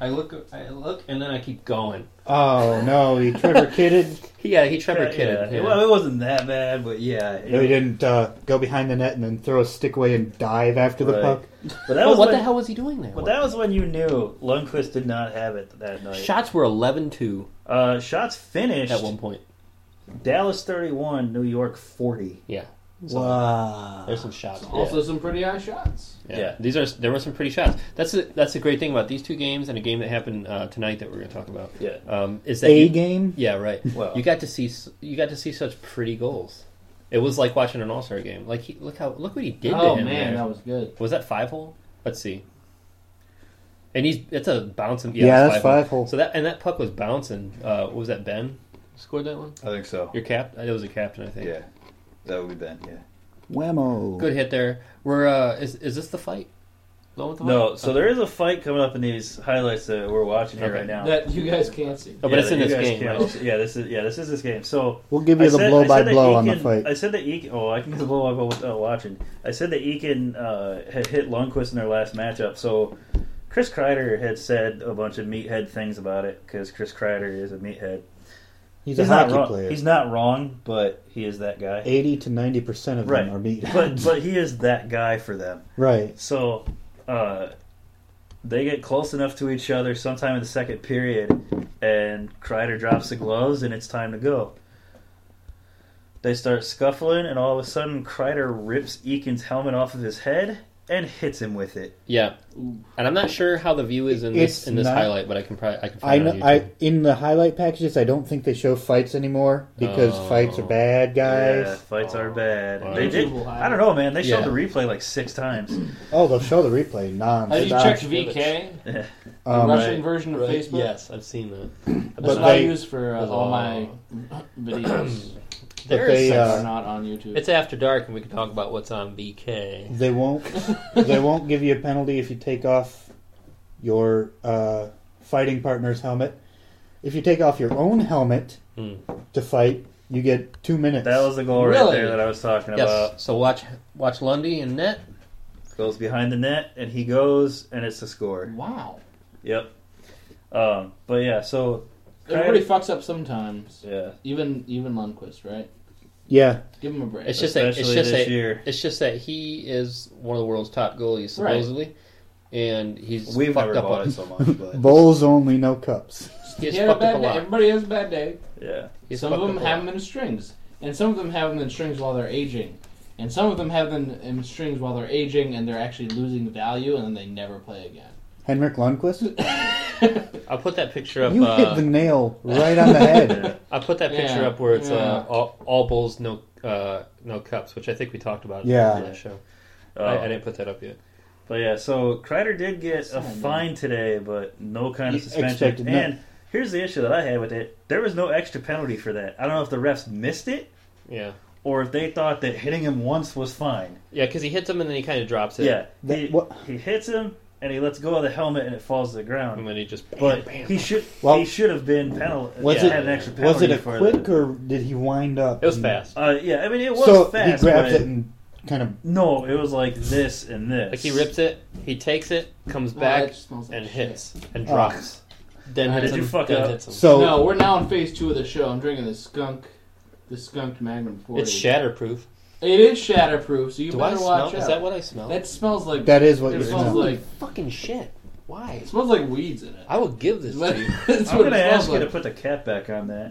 Speaker 8: I look. I look, and then I keep going.
Speaker 9: Oh no, he Trevor
Speaker 8: [laughs]
Speaker 9: kidded.
Speaker 8: Yeah, he Trevor
Speaker 7: Yeah,
Speaker 8: kidded.
Speaker 7: yeah.
Speaker 8: Yeah.
Speaker 7: Well, it wasn't that bad, but yeah. it-
Speaker 9: No, he didn't uh, go behind the net and then throw a stick away and dive after the
Speaker 7: Right.
Speaker 9: puck.
Speaker 7: But that
Speaker 8: But
Speaker 7: was
Speaker 8: what
Speaker 7: when,
Speaker 8: the hell was he doing there?
Speaker 7: But that was when you knew Lundqvist did not have it that night.
Speaker 8: Shots were 11-2
Speaker 7: uh, shots finished
Speaker 8: at one point.
Speaker 7: Dallas 31, New York 40.
Speaker 8: Yeah.
Speaker 7: Wow.
Speaker 8: There's some shots.
Speaker 6: Also, some pretty high shots.
Speaker 8: Yeah. these are there were some pretty shots. That's the, that's the great thing about these two games and a game that happened uh, tonight that we're going to talk about.
Speaker 7: Yeah,
Speaker 8: um, is that
Speaker 9: A
Speaker 8: you-
Speaker 9: game?
Speaker 8: Yeah, right.
Speaker 9: Well-
Speaker 8: you got to see s- you got to see such pretty goals. It was like watching an All Star game. Like he, look how look what he did.
Speaker 6: Oh,
Speaker 8: to him
Speaker 6: man,
Speaker 8: there.
Speaker 6: that was good.
Speaker 8: Was that five hole? Let's see. And he's it's a bouncing.
Speaker 9: Yeah,
Speaker 8: it's
Speaker 9: that's five hole.
Speaker 8: So that and that puck was bouncing. Uh, what was that Ben scored that one?
Speaker 12: I think so.
Speaker 8: Your cap? It was a captain, I think.
Speaker 12: Yeah, that would be Ben. Yeah.
Speaker 9: Whammo.
Speaker 8: Good hit there. We're uh, is is this the fight? The one with the
Speaker 7: No,
Speaker 8: fight?
Speaker 7: so there is a fight coming up in these highlights that we're watching here
Speaker 8: Okay.
Speaker 7: right now.
Speaker 6: That you guys can't see.
Speaker 8: Oh, but it's
Speaker 7: that
Speaker 8: in
Speaker 7: you
Speaker 8: this
Speaker 7: guys
Speaker 8: game,
Speaker 7: can't
Speaker 8: right?
Speaker 7: see. Yeah, this is yeah, this is this game. So
Speaker 9: We'll give you
Speaker 7: I
Speaker 9: the
Speaker 7: said-
Speaker 9: blow
Speaker 7: I said
Speaker 9: by
Speaker 7: that
Speaker 9: blow on the
Speaker 7: Eakin-
Speaker 9: fight.
Speaker 7: I said that Eakin. Oh, I can get the blow by blow without watching. I said that Eakin uh, had hit Lundqvist in their last matchup. So Chris Kreider had said a bunch of meathead things about it because Chris Kreider is a meathead.
Speaker 9: He's a
Speaker 7: not
Speaker 9: hockey
Speaker 7: wrong-
Speaker 9: player.
Speaker 7: He's not wrong, but he is that guy.
Speaker 9: Eighty to ninety percent of
Speaker 7: right,
Speaker 9: them are beat.
Speaker 7: but but he is that guy for them.
Speaker 9: [laughs] right.
Speaker 7: So uh, they get close enough to each other sometime in the second period, and Kreider drops the gloves, and it's time to go. They start scuffling, and all of a sudden, Kreider rips Eakin's helmet off of his head and hits him with it.
Speaker 8: Yeah, and I'm not sure how the view is in
Speaker 9: It's
Speaker 8: this in this
Speaker 9: not-
Speaker 8: highlight, but I can probably I can
Speaker 9: I
Speaker 8: find
Speaker 9: know.
Speaker 8: it on YouTube.
Speaker 9: I in the highlight packages, I don't think they show fights anymore because
Speaker 8: Oh.
Speaker 9: fights are bad, guys.
Speaker 7: Yeah, fights are bad.
Speaker 8: Wow.
Speaker 7: They did. I don't know, man. They showed
Speaker 9: Yeah.
Speaker 7: the replay like six times.
Speaker 9: Oh, they'll show the replay non.
Speaker 6: Have you checked VK?
Speaker 7: Yeah.
Speaker 6: The
Speaker 9: Um,
Speaker 6: Russian
Speaker 9: Right.
Speaker 6: version of
Speaker 9: Right.
Speaker 6: Facebook?
Speaker 8: Yes, I've seen that.
Speaker 6: That's
Speaker 9: But
Speaker 6: what I
Speaker 9: they-
Speaker 6: use for uh, all my [coughs]
Speaker 9: [clears throat]
Speaker 6: videos.
Speaker 8: There
Speaker 9: But
Speaker 8: is
Speaker 9: they,
Speaker 8: some-
Speaker 9: uh,
Speaker 6: are not on YouTube.
Speaker 8: It's after dark, and we can talk about what's on BK.
Speaker 9: They won't. they won't give you a penalty if you take off your uh, fighting partner's helmet. If you take off your own helmet
Speaker 8: Hmm.
Speaker 9: to fight, you get two minutes.
Speaker 7: That was the goal right
Speaker 8: Really?
Speaker 7: there that I was talking
Speaker 8: Yes.
Speaker 7: about.
Speaker 8: So watch watch Lundy and net.
Speaker 7: goes behind the net and he goes and it's a score.
Speaker 6: Wow.
Speaker 7: Yep. Um, but yeah, so
Speaker 6: Everybody fucks up sometimes.
Speaker 7: Yeah.
Speaker 6: Even even Lundqvist, right?
Speaker 9: Yeah.
Speaker 6: Give him a break.
Speaker 8: It's just that it's
Speaker 7: Especially
Speaker 8: just
Speaker 7: this
Speaker 8: that
Speaker 7: year.
Speaker 8: it's just that he is one of the world's top goalies
Speaker 6: Right.
Speaker 8: supposedly, and he's
Speaker 7: We've
Speaker 8: fucked
Speaker 7: never
Speaker 8: up
Speaker 7: bought
Speaker 8: on
Speaker 7: it
Speaker 8: [laughs]
Speaker 7: so much, but
Speaker 9: Bowls only, no cups.
Speaker 8: He has
Speaker 6: He had a
Speaker 8: fucked up a
Speaker 6: bad day.
Speaker 8: lot.
Speaker 6: Everybody has a bad day.
Speaker 7: yeah,
Speaker 8: He's
Speaker 6: some of
Speaker 8: fucked
Speaker 6: them
Speaker 8: up a
Speaker 6: have
Speaker 8: lot.
Speaker 6: them in strings, and some of them have them in strings while they're aging, and some of them have them in strings while they're aging and they're actually losing value, and then they never play again.
Speaker 9: Henrik Lundqvist,
Speaker 8: I'll put that picture up.
Speaker 9: you
Speaker 8: uh,
Speaker 9: hit the nail right on
Speaker 7: [laughs]
Speaker 9: the head.
Speaker 8: I put that
Speaker 6: Yeah,
Speaker 8: picture up where it's
Speaker 6: yeah.
Speaker 8: uh, all, all bowls, no uh, no cups, which I think we talked about
Speaker 9: Yeah.
Speaker 8: on that show.
Speaker 7: Oh.
Speaker 8: I, I didn't put that up yet.
Speaker 7: but yeah, so Kreider did get a fine today, but no kind of
Speaker 9: You
Speaker 7: suspension.
Speaker 9: expected none.
Speaker 7: And here's the issue that I had with it: there was no extra penalty for that. I don't know if the refs missed it
Speaker 8: Yeah,
Speaker 7: or if they thought that hitting him once was fine.
Speaker 8: yeah, because he hits him and then he kind of drops it.
Speaker 7: Yeah,
Speaker 9: That-
Speaker 7: he,
Speaker 9: what-
Speaker 7: he hits him and he lets go of the helmet and it falls to the ground.
Speaker 8: and then he just
Speaker 7: But he should
Speaker 9: Well-
Speaker 7: he should have been penal-
Speaker 9: Was
Speaker 7: yeah,
Speaker 9: it-
Speaker 7: had an extra penalty
Speaker 9: Was it a
Speaker 7: for
Speaker 9: quick
Speaker 7: that.
Speaker 9: or did he wind up?
Speaker 8: It was
Speaker 9: and-
Speaker 8: fast.
Speaker 7: Uh, yeah, I mean it was
Speaker 9: so
Speaker 7: fast.
Speaker 9: he grabs
Speaker 7: but-
Speaker 9: it and kind of
Speaker 7: No, it was like this and this.
Speaker 8: Like he rips it, he takes it, comes
Speaker 6: Oh,
Speaker 8: back,
Speaker 6: that smells like
Speaker 8: and
Speaker 6: shit.
Speaker 8: hits and drops. Then
Speaker 7: Did
Speaker 8: hits
Speaker 7: you
Speaker 8: him,
Speaker 7: fuck
Speaker 8: then
Speaker 7: up?
Speaker 8: hits him.
Speaker 9: so
Speaker 6: no, we're now on phase two of the show. I'm drinking the skunk, the skunked Magnum 40.
Speaker 8: It's shatterproof.
Speaker 6: It is shatterproof, so you
Speaker 8: Do I
Speaker 6: better
Speaker 8: smell?
Speaker 6: watch
Speaker 8: Is
Speaker 6: out.
Speaker 8: that what I smell?
Speaker 6: That smells like
Speaker 9: That is what
Speaker 6: it
Speaker 9: you
Speaker 6: smells
Speaker 9: smell.
Speaker 6: like.
Speaker 8: fucking shit. Why?
Speaker 6: It smells like weeds in it.
Speaker 8: [laughs] I will give this
Speaker 6: But [laughs]
Speaker 8: to you.
Speaker 6: that's
Speaker 7: I'm
Speaker 6: what
Speaker 7: gonna
Speaker 6: it smells
Speaker 7: ask you to
Speaker 6: like.
Speaker 7: put the cap back on that,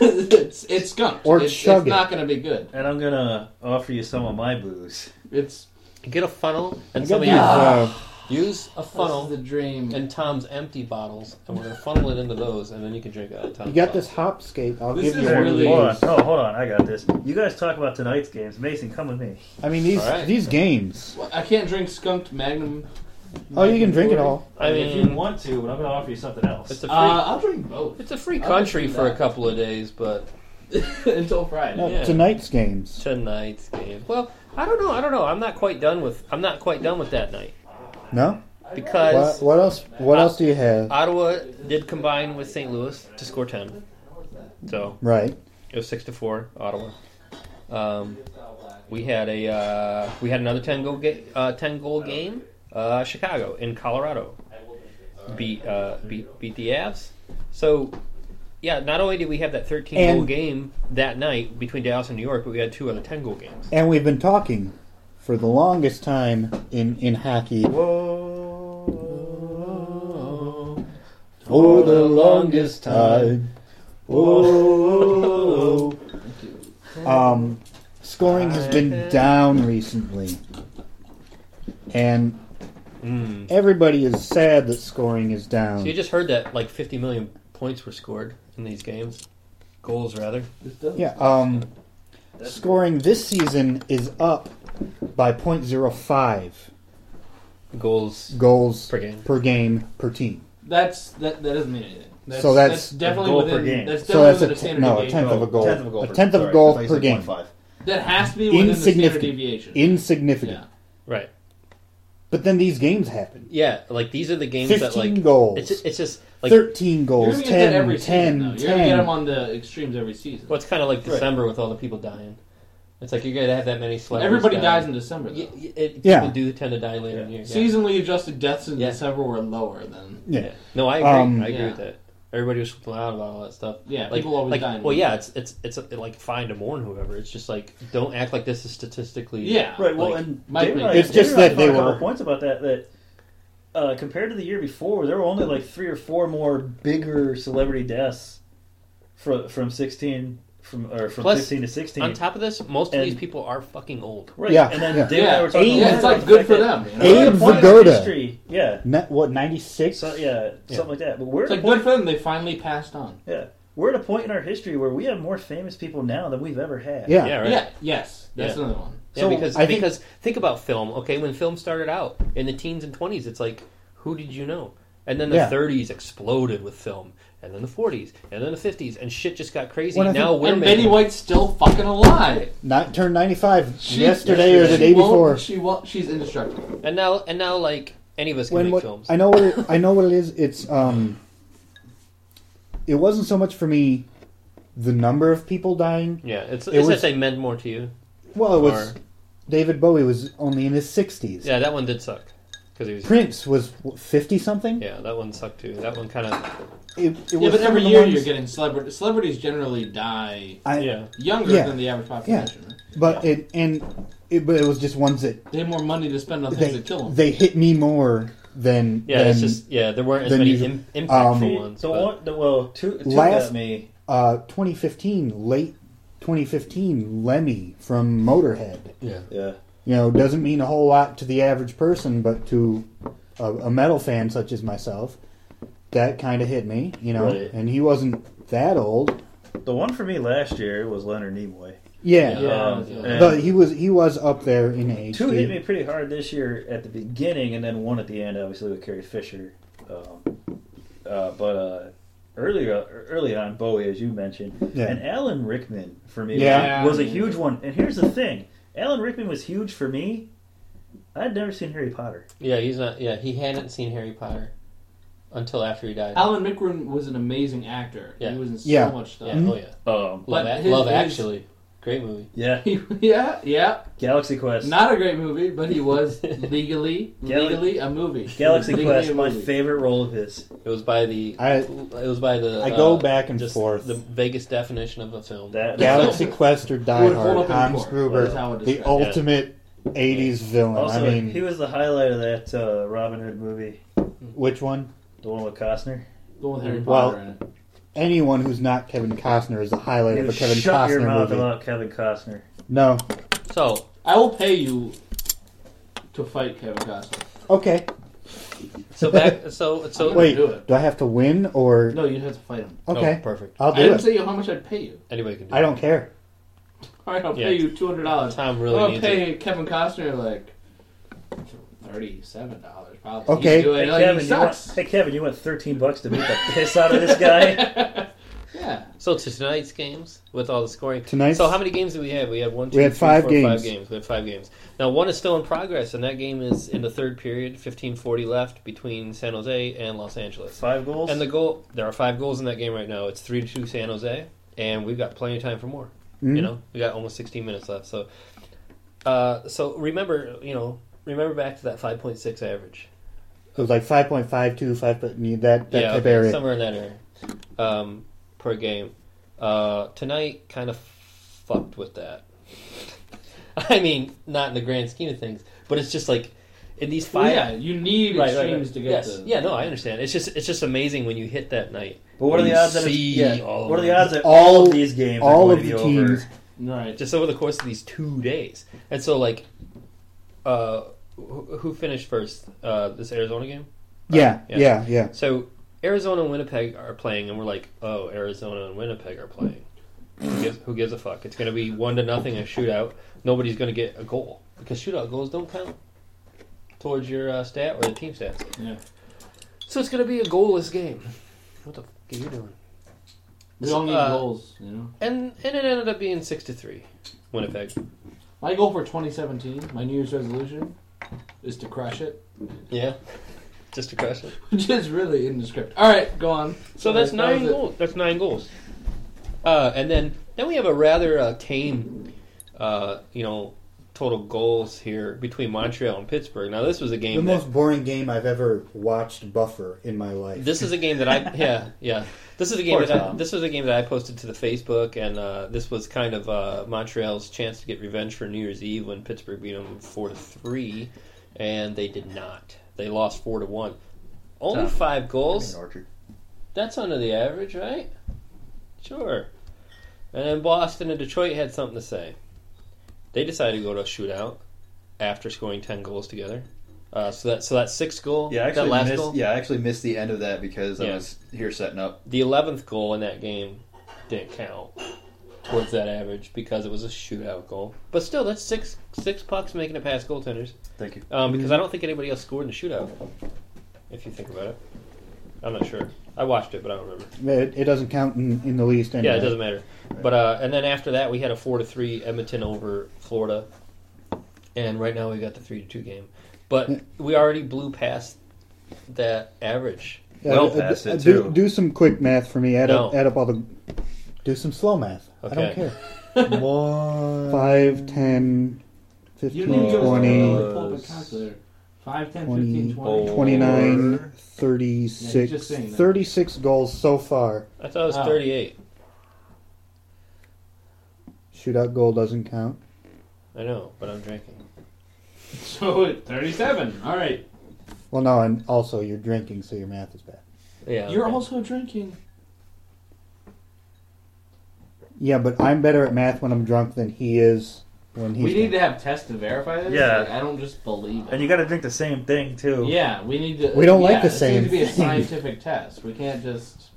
Speaker 6: [laughs] it's, it's skunked.
Speaker 9: Or
Speaker 6: it's,
Speaker 9: chug
Speaker 6: it's
Speaker 9: it.
Speaker 6: not going to be good.
Speaker 7: and I'm gonna offer you some of my booze.
Speaker 6: It's
Speaker 8: Get a funnel and
Speaker 9: Get
Speaker 8: some of
Speaker 9: these,
Speaker 8: your
Speaker 9: uh,
Speaker 8: use a
Speaker 6: funnel.
Speaker 8: funnel
Speaker 6: This is the dream.
Speaker 8: and Tom's empty bottles, and we're gonna funnel it into those, and then you can drink out of Tom's.
Speaker 9: you got
Speaker 8: bottle.
Speaker 9: this hopscape. I'll
Speaker 6: This
Speaker 9: give
Speaker 6: is
Speaker 9: you one
Speaker 6: really-
Speaker 9: of
Speaker 7: Hold on,
Speaker 9: these.
Speaker 7: oh hold on, I got this. You guys talk about tonight's games. Mason, come with me.
Speaker 9: I mean these
Speaker 8: All right.
Speaker 9: these games.
Speaker 6: I can't drink skunked Magnum.
Speaker 9: Oh, you can drink it
Speaker 6: Magnum 40.
Speaker 9: all.
Speaker 8: I
Speaker 7: if you
Speaker 8: mean,
Speaker 7: want to, but I'm gonna offer you something else.
Speaker 8: it's a free,
Speaker 6: Uh, I'll drink
Speaker 8: [laughs]
Speaker 6: both
Speaker 8: it's a free
Speaker 6: I'll
Speaker 8: country
Speaker 6: do
Speaker 8: for a
Speaker 6: that.
Speaker 8: couple of days, but
Speaker 6: until Friday.
Speaker 9: No,
Speaker 8: Yeah.
Speaker 9: Uh, Tonight's games.
Speaker 8: tonight's game. Well, I don't know. I don't know. I'm not quite done with. I'm not quite done with that night
Speaker 9: No.
Speaker 8: because
Speaker 9: What, what else? What else do you have?
Speaker 8: Ottawa did combine with St. Louis to score ten. So
Speaker 9: Right.
Speaker 8: it was six to four, Ottawa. Um, we had a uh, we had another ten goal ga- uh, ten goal game. Uh, Chicago in Colorado beat uh, beat beat the Avs. So yeah, not only did we have that thirteen goal
Speaker 9: And-
Speaker 8: game that night between Dallas and New York, but we had two other ten goal games.
Speaker 9: And we've been talking for the longest time in in hockey. Uh, For the longest time. Oh, Um, scoring has been down recently, and
Speaker 6: Hmm.
Speaker 9: everybody is sad that scoring is down.
Speaker 8: So you just heard that like 50 million points were scored in these games, goals rather.
Speaker 9: Yeah. Um, scoring this season is up by .05
Speaker 8: goals
Speaker 9: goals
Speaker 8: per game
Speaker 9: per game per team.
Speaker 6: That's that. That doesn't mean anything. That's,
Speaker 9: so that's,
Speaker 6: definitely within. That's definitely
Speaker 9: so that's a
Speaker 6: within the
Speaker 9: t-
Speaker 6: standard
Speaker 9: no a
Speaker 6: deviation.
Speaker 9: tenth of a goal.
Speaker 6: Tenth of a goal.
Speaker 9: A tenth of a goal per game.
Speaker 6: That has to be within the standard
Speaker 9: Insignificant.
Speaker 6: deviation.
Speaker 9: Insignificant.
Speaker 8: Right.
Speaker 9: But then these games happen.
Speaker 8: Yeah, like these are the games that
Speaker 9: 15
Speaker 8: like
Speaker 9: goals.
Speaker 8: It's it's just like
Speaker 9: 13
Speaker 6: You're
Speaker 9: goals,
Speaker 6: gonna get that
Speaker 9: 10,
Speaker 6: every
Speaker 9: 10,
Speaker 6: season, though. You're
Speaker 9: 10.
Speaker 6: gonna get them on the extremes every season.
Speaker 8: Well, it's kind of like
Speaker 6: Right.
Speaker 8: December with all the people dying. It's like you're gonna have that many celebrities.
Speaker 6: Everybody
Speaker 8: die.
Speaker 6: dies in December. Though.
Speaker 8: Y- it- people
Speaker 9: Yeah.
Speaker 8: do tend to die later in the year. yeah.
Speaker 6: Seasonally adjusted deaths in December were lower than.
Speaker 9: Yeah.
Speaker 8: No, I agree.
Speaker 9: Um,
Speaker 8: I agree
Speaker 6: Yeah.
Speaker 8: with that. Everybody was loud about all that stuff.
Speaker 6: Yeah,
Speaker 8: like,
Speaker 6: people always
Speaker 8: like,
Speaker 6: die in
Speaker 8: Well,
Speaker 6: war.
Speaker 8: yeah, it's it's it's uh, like fine to mourn whoever. It's just like don't act like this is statistically
Speaker 6: Yeah.
Speaker 7: Right. Well,
Speaker 8: like-
Speaker 7: and
Speaker 6: Mike
Speaker 7: David and I-
Speaker 9: It's
Speaker 7: David
Speaker 9: just
Speaker 7: and I
Speaker 9: that they
Speaker 7: talked a couple
Speaker 9: were-
Speaker 7: points about that. That uh, compared to the year before, there were only like three or four more bigger celebrity deaths from from sixteen from or from
Speaker 8: Plus,
Speaker 7: fifteen to sixteen.
Speaker 8: On top of this, most of
Speaker 7: And-
Speaker 8: these people are fucking old.
Speaker 7: right?
Speaker 9: Yeah,
Speaker 7: And then
Speaker 9: yeah.
Speaker 7: David and I were
Speaker 6: Yeah.
Speaker 7: talking.
Speaker 6: Yeah,
Speaker 7: about
Speaker 6: it's
Speaker 7: the
Speaker 6: like
Speaker 7: fact
Speaker 6: good for
Speaker 7: that
Speaker 6: them, you know?
Speaker 7: there was a
Speaker 9: Abe
Speaker 7: point in
Speaker 9: Vigoda.
Speaker 7: history- Yeah.
Speaker 9: Ne- what, 96?
Speaker 7: So, yeah, something like that. But we're
Speaker 6: It's
Speaker 7: at a
Speaker 6: like
Speaker 7: point,
Speaker 6: good for them. They finally passed on.
Speaker 7: yeah, we're at a point in our history where we have more famous people now than we've ever had.
Speaker 9: Yeah.
Speaker 8: Yeah, right.
Speaker 6: Yeah. Yes. That's
Speaker 8: Yeah.
Speaker 6: another one.
Speaker 8: Yeah,
Speaker 9: So,
Speaker 8: because
Speaker 9: I think-
Speaker 8: because think about film. Okay, when film started out in the teens and twenties, it's like who did you know? And then the
Speaker 9: Yeah.
Speaker 8: thirties exploded with film, and then the forties, and then the fifties, and shit just got crazy.
Speaker 9: When I
Speaker 8: now
Speaker 9: think-
Speaker 8: we're
Speaker 6: and
Speaker 8: making
Speaker 6: Betty White's still fucking alive.
Speaker 9: Not turned 95
Speaker 6: She-
Speaker 9: yesterday or the
Speaker 6: she
Speaker 9: day
Speaker 6: won't-
Speaker 9: before.
Speaker 6: She won't, She's indestructible.
Speaker 8: and now and now like any of us can
Speaker 9: When
Speaker 8: make
Speaker 9: what,
Speaker 8: films.
Speaker 9: I know what it, I know what it is. It's um it wasn't so much for me the number of people dying.
Speaker 8: yeah, it's
Speaker 9: It
Speaker 8: it's
Speaker 9: was-
Speaker 8: that they meant more to you.
Speaker 9: Well, it was
Speaker 8: Or-
Speaker 9: David Bowie was only in his 60s.
Speaker 8: Yeah, that one did suck because he was.
Speaker 9: Prince was 50 something.
Speaker 8: Yeah, that one sucked too. That one kind of
Speaker 9: It, it
Speaker 6: Yeah,
Speaker 9: was
Speaker 6: but
Speaker 9: some
Speaker 6: every
Speaker 9: of the
Speaker 6: year
Speaker 9: ones-
Speaker 6: you're getting celebrities. Celebrities generally die
Speaker 9: I,
Speaker 8: yeah.
Speaker 6: younger
Speaker 9: Yeah.
Speaker 6: than the average population. right?
Speaker 9: But it and it, but it was just ones that
Speaker 6: They have more money to spend on things
Speaker 9: they
Speaker 6: that kill them.
Speaker 9: they hit me more than
Speaker 8: Yeah,
Speaker 9: than
Speaker 8: it's just yeah. There weren't as
Speaker 9: than
Speaker 8: many
Speaker 9: usual.
Speaker 8: im-
Speaker 9: Um,
Speaker 8: impactful
Speaker 7: The,
Speaker 8: ones.
Speaker 7: the
Speaker 8: but-
Speaker 7: one, the, well, two, two
Speaker 9: Last-
Speaker 7: got me.
Speaker 9: uh, 2015 late 2015 Lemmy from Motorhead.
Speaker 8: yeah,
Speaker 7: Yeah.
Speaker 9: You know, doesn't mean a whole lot to the average person, but to a, a metal fan such as myself, that kind of hit me. You know,
Speaker 7: Right.
Speaker 9: and he wasn't that old.
Speaker 7: The one for me last year was Leonard Nimoy.
Speaker 9: Yeah,
Speaker 6: Yeah,
Speaker 7: Um,
Speaker 6: yeah.
Speaker 7: and
Speaker 9: but he was he was up there in age.
Speaker 7: two
Speaker 9: He-
Speaker 7: hit me pretty hard this year at the beginning, and then one at the end, obviously with Carrie Fisher. Um, uh, but uh, earlier, early on, Bowie, as you mentioned,
Speaker 9: Yeah.
Speaker 7: and Alan Rickman for me
Speaker 9: Yeah.
Speaker 7: was, was a huge one. And here's the thing: Alan Rickman was huge for me. I'd never seen Harry Potter.
Speaker 8: yeah. He's not. Yeah, he hadn't seen Harry Potter until after he died.
Speaker 6: Alan Rickman was an amazing actor.
Speaker 8: Yeah.
Speaker 6: He was in so
Speaker 9: Yeah.
Speaker 6: much stuff.
Speaker 8: yeah,
Speaker 9: Mhm.
Speaker 8: oh yeah.
Speaker 7: Um,
Speaker 6: But
Speaker 8: Love, Ac-
Speaker 6: his-
Speaker 8: Love
Speaker 6: his-
Speaker 8: Actually, great movie.
Speaker 7: yeah,
Speaker 6: He- [laughs] yeah, yeah.
Speaker 7: Galaxy Quest.
Speaker 6: Not a great movie, but he
Speaker 8: [laughs]
Speaker 6: was legally, legally a movie.
Speaker 7: Galaxy
Speaker 6: Legally
Speaker 7: Quest,
Speaker 6: a
Speaker 7: my
Speaker 6: movie.
Speaker 7: favorite role of his.
Speaker 8: It was by the.
Speaker 9: I-
Speaker 8: it was by the.
Speaker 9: I go
Speaker 8: uh,
Speaker 9: back and
Speaker 8: just
Speaker 9: forth.
Speaker 8: The vaguest definition of a film.
Speaker 7: That
Speaker 9: Galaxy Quest or Die
Speaker 6: Would hold
Speaker 9: Hard,
Speaker 6: up in
Speaker 9: Hans
Speaker 6: court.
Speaker 9: Gruber,
Speaker 6: That's how I would
Speaker 9: the
Speaker 6: describe
Speaker 8: it.
Speaker 9: ultimate '80s villain.
Speaker 7: Also,
Speaker 9: I mean,
Speaker 7: he was the highlight of that uh, Robin Hood movie,
Speaker 9: which one?
Speaker 7: the one with Costner.
Speaker 6: Go with Harry
Speaker 9: Well,
Speaker 6: Potter in it.
Speaker 9: Anyone who's not Kevin Costner is the highlight of
Speaker 7: You
Speaker 9: a Kevin
Speaker 7: shut your
Speaker 9: Costner
Speaker 7: mouth
Speaker 9: movie.
Speaker 7: about Kevin Costner.
Speaker 9: No,
Speaker 8: So
Speaker 6: I will pay you to fight Kevin Costner.
Speaker 9: okay.
Speaker 8: so
Speaker 9: [laughs]
Speaker 8: back so so.
Speaker 9: Wait,
Speaker 6: do it.
Speaker 9: do I have to win or
Speaker 6: No, you'd have to fight him.
Speaker 8: Oh,
Speaker 9: okay?
Speaker 8: perfect.
Speaker 9: I'll
Speaker 6: I
Speaker 9: do
Speaker 6: didn't
Speaker 9: it.
Speaker 6: say how much I'd pay you.
Speaker 8: Anybody can do.
Speaker 9: I
Speaker 8: it.
Speaker 9: don't care.
Speaker 6: All right, I'll
Speaker 8: Yeah.
Speaker 6: pay you two hundred dollars.
Speaker 8: Tom really
Speaker 6: I'll
Speaker 8: needs
Speaker 6: pay Kevin Costner like thirty-seven dollars probably.
Speaker 9: Okay.
Speaker 6: He's doing
Speaker 7: Hey
Speaker 6: it,
Speaker 8: uh,
Speaker 7: Kevin,
Speaker 6: like, he
Speaker 7: you want,
Speaker 6: sucks.
Speaker 7: hey Kevin, you want thirteen bucks to beat the piss out of this
Speaker 8: [laughs]
Speaker 7: guy?
Speaker 6: Yeah,
Speaker 8: So to tonight's games with all the scoring.
Speaker 9: Tonight's-
Speaker 8: So how many games did we have? We had one. two,
Speaker 9: had
Speaker 8: three,
Speaker 9: five
Speaker 8: four, Five
Speaker 9: games.
Speaker 8: games. We had five games. Now one is still in progress, and that game is in the third period. Fifteen forty left between San Jose and Los Angeles.
Speaker 7: Five goals.
Speaker 8: And the goal. There are five goals in that game right now. It's three to two San Jose, and we've got plenty of time for more. You
Speaker 9: Mhm.
Speaker 8: know, we got almost 16 minutes left. So, uh, so remember, you know, remember back to that 5.6 average.
Speaker 9: It was like 5.52, 5, but need that, that
Speaker 8: yeah,
Speaker 9: type
Speaker 8: okay,
Speaker 9: area.
Speaker 8: somewhere in that area um, per game. Uh, tonight kind of fucked with that. [laughs] I mean, not in the grand scheme of things, but it's just like in these
Speaker 6: Well,
Speaker 8: five.
Speaker 6: yeah. You need
Speaker 8: Right, right,
Speaker 6: extremes
Speaker 8: right.
Speaker 6: to get
Speaker 8: yes.
Speaker 6: the
Speaker 8: Yeah, no, I understand. It's just it's just amazing when you hit that night.
Speaker 7: but what are
Speaker 8: You
Speaker 7: the odds that it's,
Speaker 8: see
Speaker 7: yeah,
Speaker 8: all
Speaker 7: What are
Speaker 8: of
Speaker 7: the
Speaker 8: them.
Speaker 7: odds that all,
Speaker 9: All-
Speaker 7: of these games
Speaker 9: all
Speaker 7: are
Speaker 9: of
Speaker 7: going
Speaker 9: the
Speaker 7: to be
Speaker 9: teams
Speaker 7: over?
Speaker 6: Right.
Speaker 8: Just over the course of these two days. And so, like, uh, who, who finished first? Uh, this Arizona game?
Speaker 9: Yeah, yeah, yeah.
Speaker 8: So Arizona and Winnipeg are playing, and we're like, oh, Arizona and Winnipeg are playing. Who gives, who gives a fuck? It's going to be one to nothing a shootout. Nobody's going to get a goal because shootout goals don't count towards your uh, stat or the team stats.
Speaker 6: Yeah.
Speaker 8: So it's going to be a goalless game. What the fuck are you doing?
Speaker 6: We all need
Speaker 8: Uh,
Speaker 6: goals, you know.
Speaker 8: And and it ended up being six to three, Winnipeg.
Speaker 6: My goal for 2017, my New Year's resolution, is to crush it. [laughs]
Speaker 8: Yeah, just to crush it.
Speaker 6: Which is really indescript. All right, go on.
Speaker 8: So
Speaker 6: Sorry,
Speaker 8: that's
Speaker 6: that was
Speaker 8: nine
Speaker 6: it.
Speaker 8: goals. That's nine goals. Uh, and then then we have a rather uh, tame, uh, you know, total goals here between Montreal and Pittsburgh. Now this was a game.
Speaker 9: The
Speaker 8: that,
Speaker 9: most boring game I've ever watched buffer in my life.
Speaker 8: This is a game that
Speaker 9: [laughs]
Speaker 8: I yeah yeah. This is a game
Speaker 9: Poor
Speaker 8: that I,
Speaker 9: Tom.
Speaker 8: this was a game that I posted to the Facebook, and uh, this was kind of uh, Montreal's chance to get revenge for New Year's Eve when Pittsburgh beat them four to three, and they did not. They lost four to one. Only
Speaker 7: Tom.
Speaker 8: five goals.
Speaker 12: I mean, Archer.
Speaker 8: That's under the average, right? Sure. And then Boston and Detroit had something to say. They decided to go to a shootout after scoring ten goals together. Uh, so that so that sixth goal,
Speaker 12: Yeah, I actually
Speaker 8: that last
Speaker 12: missed,
Speaker 8: goal,
Speaker 12: yeah, I actually missed the end of that because
Speaker 8: Yeah.
Speaker 12: I was here setting up.
Speaker 8: the eleventh goal in that game didn't count towards that average because it was a shootout goal. But still, that's six six pucks making it past goaltenders.
Speaker 12: Thank you.
Speaker 8: Um, because I don't think anybody else scored in the shootout. If you think about it, I'm not sure. I watched it, but I don't remember.
Speaker 9: It, it doesn't count in, in the least. Anyway.
Speaker 8: Yeah, it doesn't matter. But uh, and then after that, we had a four to three Edmonton over Florida, and right now we got the three to two game. But we already blew past that average.
Speaker 9: Yeah, uh, uh, Do, do some quick math for me. Add up,
Speaker 8: No.
Speaker 9: add up all the. Do some slow math. I don't
Speaker 8: Okay.
Speaker 9: care. 5, 10,
Speaker 6: You
Speaker 9: 15,
Speaker 6: don't even give us the ability
Speaker 9: 20,
Speaker 6: to pull up a calculator. 5, 10, 15, 20.
Speaker 9: 29,
Speaker 6: Yeah,
Speaker 9: 36,
Speaker 6: he's just saying that.
Speaker 9: 36 goals so far.
Speaker 8: I thought it was
Speaker 6: Oh.
Speaker 8: 38.
Speaker 9: Shootout goal doesn't count.
Speaker 8: I know, but I'm drinking.
Speaker 6: So it 37. All right.
Speaker 9: Well, no, and also you're drinking, so your math is bad.
Speaker 8: Yeah.
Speaker 6: You're also drinking.
Speaker 9: Yeah, but I'm better at math when I'm drunk than he is when he's.
Speaker 6: we need to have tests to verify this.
Speaker 7: Yeah.
Speaker 6: Like, I don't just believe it.
Speaker 7: And you got to drink the same thing too.
Speaker 6: Yeah, we need to.
Speaker 9: We don't
Speaker 6: yeah,
Speaker 9: like the
Speaker 6: this needs
Speaker 9: same
Speaker 6: to be a
Speaker 9: thing.
Speaker 6: scientific test. We can't just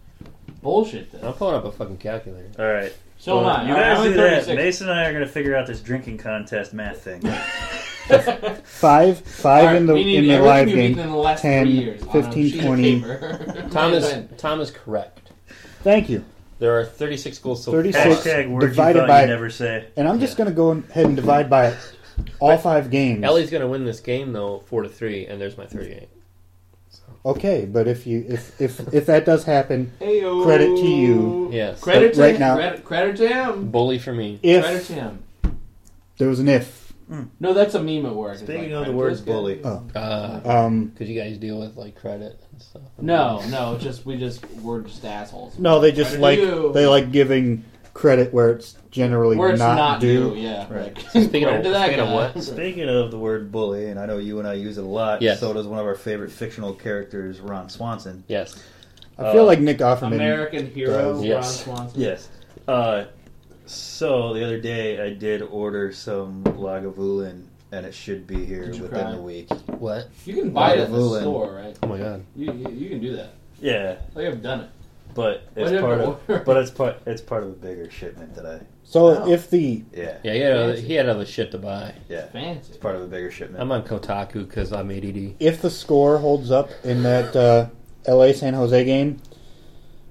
Speaker 6: bullshit this.
Speaker 8: I'm pulling up a fucking calculator.
Speaker 7: All right.
Speaker 6: So am I.
Speaker 7: You
Speaker 6: All right,
Speaker 7: guys
Speaker 6: I'm
Speaker 7: do
Speaker 6: at
Speaker 7: that.
Speaker 6: 36.
Speaker 7: Mason and I are going to figure out this drinking contest math thing.
Speaker 9: Five, five
Speaker 6: All right,
Speaker 9: in the
Speaker 6: we need
Speaker 9: in the
Speaker 6: everything
Speaker 9: live
Speaker 6: we've
Speaker 9: game.
Speaker 6: eaten in the last
Speaker 9: Ten,
Speaker 6: three years on a sheet
Speaker 9: fifteen,
Speaker 6: of
Speaker 9: twenty.
Speaker 6: paper. [laughs]
Speaker 8: Tom is
Speaker 6: Man,
Speaker 8: Tom is correct.
Speaker 9: Thank you.
Speaker 8: There are 36 goals so
Speaker 9: 36
Speaker 8: far.
Speaker 7: Hashtag words you
Speaker 9: divided
Speaker 7: thought
Speaker 9: by
Speaker 7: you'd never say.
Speaker 9: And I'm just going to go ahead and divide by all five games.
Speaker 8: Ellie's gonna win this game though, four to three, and there's my 38.
Speaker 9: Okay, but if you if if if that does happen,
Speaker 6: Ayo.
Speaker 9: credit to you.
Speaker 8: Yes.
Speaker 6: Credit
Speaker 9: But
Speaker 6: to
Speaker 9: right
Speaker 6: him.
Speaker 9: now-
Speaker 6: Credit, credit to him.
Speaker 8: Bully for me.
Speaker 6: Credit to
Speaker 9: If
Speaker 6: him.
Speaker 9: there was an if,
Speaker 6: No, that's a meme at work. It's like,
Speaker 7: Speaking of
Speaker 6: credit
Speaker 7: the
Speaker 6: to
Speaker 7: word
Speaker 6: this guy.
Speaker 7: bully,
Speaker 9: oh,
Speaker 8: Uh,
Speaker 9: um,
Speaker 8: could you guys deal with like credit and stuff?
Speaker 6: No, no, it's just we just we're just assholes.
Speaker 9: no, they just
Speaker 6: Credit
Speaker 9: like
Speaker 6: to you.
Speaker 9: they like giving credit where it's generally
Speaker 6: Where it's
Speaker 9: not,
Speaker 6: not,
Speaker 9: due.
Speaker 6: due, yeah.
Speaker 7: [laughs]
Speaker 12: Right.
Speaker 6: Like,
Speaker 8: Speaking
Speaker 6: [laughs]
Speaker 8: of-
Speaker 6: credit to that
Speaker 8: speaking of
Speaker 6: guy.
Speaker 8: what?
Speaker 7: speaking of the word bully, and I know you and I use it a lot.
Speaker 8: Yes.
Speaker 12: So does one of our favorite fictional characters, Ron Swanson.
Speaker 8: Yes.
Speaker 9: I feel
Speaker 7: Uh,
Speaker 9: like Nick
Speaker 6: Oh.
Speaker 9: Offerman.
Speaker 6: American hero
Speaker 9: does.
Speaker 8: Yes.
Speaker 6: Ron Swanson.
Speaker 7: Yes. Uh, so the other day, I did order some Lagavulin, and it should be here
Speaker 6: Did you
Speaker 7: within
Speaker 6: cry?
Speaker 12: The week.
Speaker 8: What?
Speaker 6: You can buy it at the
Speaker 12: Lagavulin.
Speaker 6: store, right?
Speaker 8: Oh my god.
Speaker 6: You, you you can do that.
Speaker 7: Yeah,
Speaker 6: Like I've done it.
Speaker 7: but
Speaker 6: Why
Speaker 7: it's
Speaker 6: did I
Speaker 7: part of
Speaker 6: order?
Speaker 7: [laughs] but it's part it's part of a bigger shipment that I
Speaker 9: So
Speaker 6: Wow.
Speaker 9: if the
Speaker 12: Yeah,
Speaker 8: Yeah, he had, other, he had other shit to buy.
Speaker 12: yeah.
Speaker 6: Fancy.
Speaker 12: Part of a bigger shipment.
Speaker 8: I'm on Kotaku because I'm ADD.
Speaker 9: if the score holds up in that uh, L.A. San Jose game,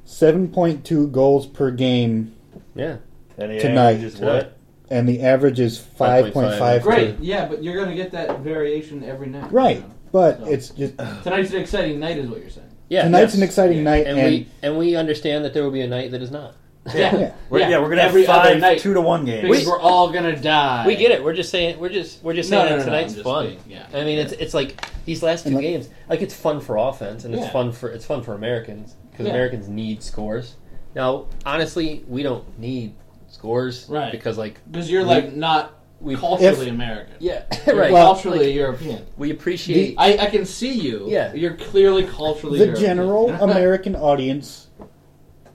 Speaker 9: seven point two goals per game,
Speaker 8: Yeah.
Speaker 7: and the
Speaker 9: Tonight.
Speaker 7: average is what
Speaker 9: and the average is five point
Speaker 8: 5.5.
Speaker 9: five.
Speaker 6: Great, yeah, but you're gonna get that variation every night.
Speaker 9: right?
Speaker 6: you know?
Speaker 9: But
Speaker 6: So-
Speaker 9: it's just
Speaker 6: Tonight's an exciting night, is what you're saying.
Speaker 8: Yeah. yes.
Speaker 9: tonight's an exciting
Speaker 6: Yeah.
Speaker 9: night,
Speaker 8: and,
Speaker 9: and,
Speaker 8: we and we understand that there will be a night that is not.
Speaker 7: [laughs] Yeah.
Speaker 9: Yeah.
Speaker 7: We're, yeah. we're gonna
Speaker 6: every
Speaker 7: have
Speaker 6: other night
Speaker 7: five two to one games.
Speaker 6: because we, are all gonna die.
Speaker 8: We get it. We're just saying. We're just we're just saying that tonight's
Speaker 6: I'm just
Speaker 8: fun.
Speaker 6: being- yeah.
Speaker 8: I mean, it's it's like these last two
Speaker 9: And like-
Speaker 8: games. Like it's fun for offense, and it's
Speaker 6: Yeah.
Speaker 8: fun for it's fun for Americans because
Speaker 6: Yeah.
Speaker 8: Americans need scores. Now, honestly, we don't need scores,
Speaker 6: Right.
Speaker 8: Because like
Speaker 6: because you're like not
Speaker 8: we
Speaker 6: culturally
Speaker 9: If-
Speaker 6: American.
Speaker 8: yeah
Speaker 6: You're
Speaker 8: right.
Speaker 9: Well-
Speaker 6: culturally European.
Speaker 8: [laughs] we appreciate
Speaker 6: I, I can see you.
Speaker 8: Yeah.
Speaker 6: You're clearly culturally [laughs]
Speaker 9: the
Speaker 6: European.
Speaker 9: general American audience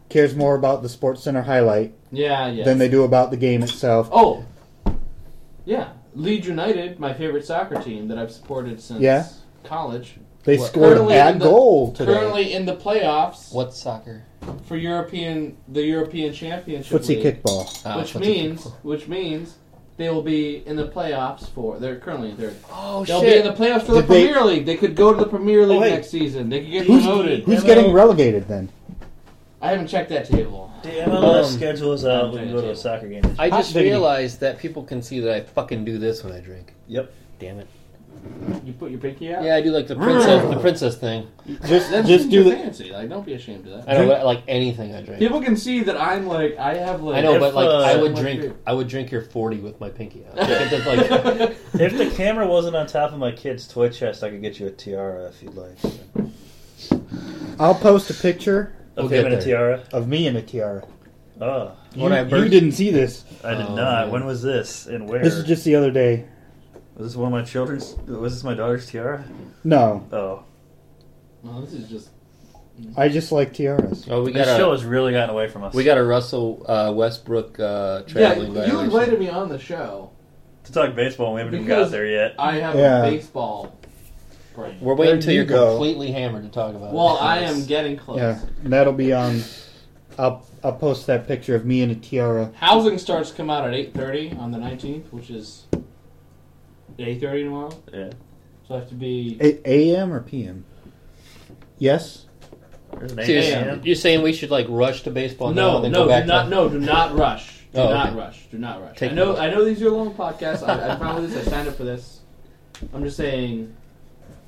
Speaker 9: cares more about the Sports Center highlight
Speaker 6: Yeah, yes.
Speaker 9: than they do about the game itself.
Speaker 6: Oh, yeah. Leeds United, my favorite soccer team that I've supported since
Speaker 9: Yeah.
Speaker 6: college.
Speaker 9: They
Speaker 6: What?
Speaker 9: scored
Speaker 6: Currently
Speaker 9: that
Speaker 6: in the-
Speaker 9: goal today.
Speaker 6: Currently in the playoffs.
Speaker 11: What soccer?
Speaker 6: For European, the European Championship.
Speaker 9: Footsie
Speaker 6: League,
Speaker 9: kickball.
Speaker 8: uh,
Speaker 9: Ah,
Speaker 6: which
Speaker 9: footsie
Speaker 6: means, which means they will be in the playoffs for. They're currently in third.
Speaker 11: Oh
Speaker 6: They'll
Speaker 11: shit.
Speaker 6: be in the playoffs for the
Speaker 9: Did they-
Speaker 6: Premier League. They could go to the Premier League
Speaker 9: wait.
Speaker 6: next season. They could get
Speaker 9: Who's,
Speaker 6: promoted.
Speaker 9: who's getting relegated then?
Speaker 6: I haven't checked that table.
Speaker 7: The MLS
Speaker 11: Um,
Speaker 7: schedule is out. We can go to a soccer game.
Speaker 11: I just
Speaker 7: Hot diggity.
Speaker 11: realized that people can see that I fucking do this when I drink.
Speaker 7: Yep.
Speaker 11: Damn it.
Speaker 6: You put your pinky out.
Speaker 11: Yeah, I do like the princess, the princess thing.
Speaker 6: Just- That's just do your the- fancy. Like, don't be ashamed of that.
Speaker 11: I don't
Speaker 6: Drink-
Speaker 11: like anything I drink.
Speaker 6: People can see that I'm like I have like
Speaker 11: I
Speaker 6: [laughs]
Speaker 11: know, but
Speaker 6: If,
Speaker 11: like
Speaker 6: uh,
Speaker 11: I would
Speaker 6: much
Speaker 11: drink,
Speaker 6: beer.
Speaker 11: I would drink your forty with my pinky
Speaker 6: [laughs]
Speaker 11: out. Like, that's like-
Speaker 7: if the camera wasn't on top of my kid's toy chest, I could get you a tiara if you'd like.
Speaker 9: I'll post a picture
Speaker 7: Of him in a tiara.
Speaker 9: of me in a tiara.
Speaker 7: Oh,
Speaker 9: You- When I you burst- didn't see this.
Speaker 7: I did
Speaker 9: Oh,
Speaker 7: not.
Speaker 9: man.
Speaker 7: When was this and where?
Speaker 9: This is just the other day.
Speaker 7: Was this one of my children's? Was this my daughter's tiara?
Speaker 9: No,
Speaker 7: Oh,
Speaker 6: No, this is just.
Speaker 9: I just like tiaras.
Speaker 11: oh, we
Speaker 7: this
Speaker 11: got a
Speaker 7: show has really gotten away from us.
Speaker 11: we got a Russell uh, Westbrook uh,
Speaker 6: Yeah,
Speaker 11: traveling.
Speaker 6: you
Speaker 11: violation.
Speaker 6: invited me on the show.
Speaker 7: to talk baseball. and We haven't even
Speaker 6: Because
Speaker 7: got there yet.
Speaker 6: I have
Speaker 11: Yeah.
Speaker 6: a baseball brain.
Speaker 11: We're waiting
Speaker 9: There
Speaker 11: until
Speaker 9: you
Speaker 11: you're
Speaker 9: go.
Speaker 11: completely hammered to talk about.
Speaker 6: Well,
Speaker 11: it.
Speaker 6: I am getting close.
Speaker 9: Yeah, and that'll be on. I'll I'll post that picture of me in a tiara.
Speaker 6: Housing starts come out at eight thirty on the nineteenth, which is eight thirty tomorrow.
Speaker 7: Yeah.
Speaker 6: So I have to be.
Speaker 9: A- A.M. or P.M. Yes.
Speaker 11: So you're, you're saying we should like rush to baseball now
Speaker 6: no,
Speaker 11: and then
Speaker 6: no,
Speaker 11: go back
Speaker 6: do not,
Speaker 11: to
Speaker 6: no,
Speaker 11: [laughs]
Speaker 6: do not rush. Do
Speaker 11: Oh,
Speaker 6: not
Speaker 11: okay.
Speaker 6: rush. Do not rush.
Speaker 11: Take
Speaker 6: I know.
Speaker 11: notes.
Speaker 6: I know these are long podcasts. I, I found this. I signed up for this. I'm just saying.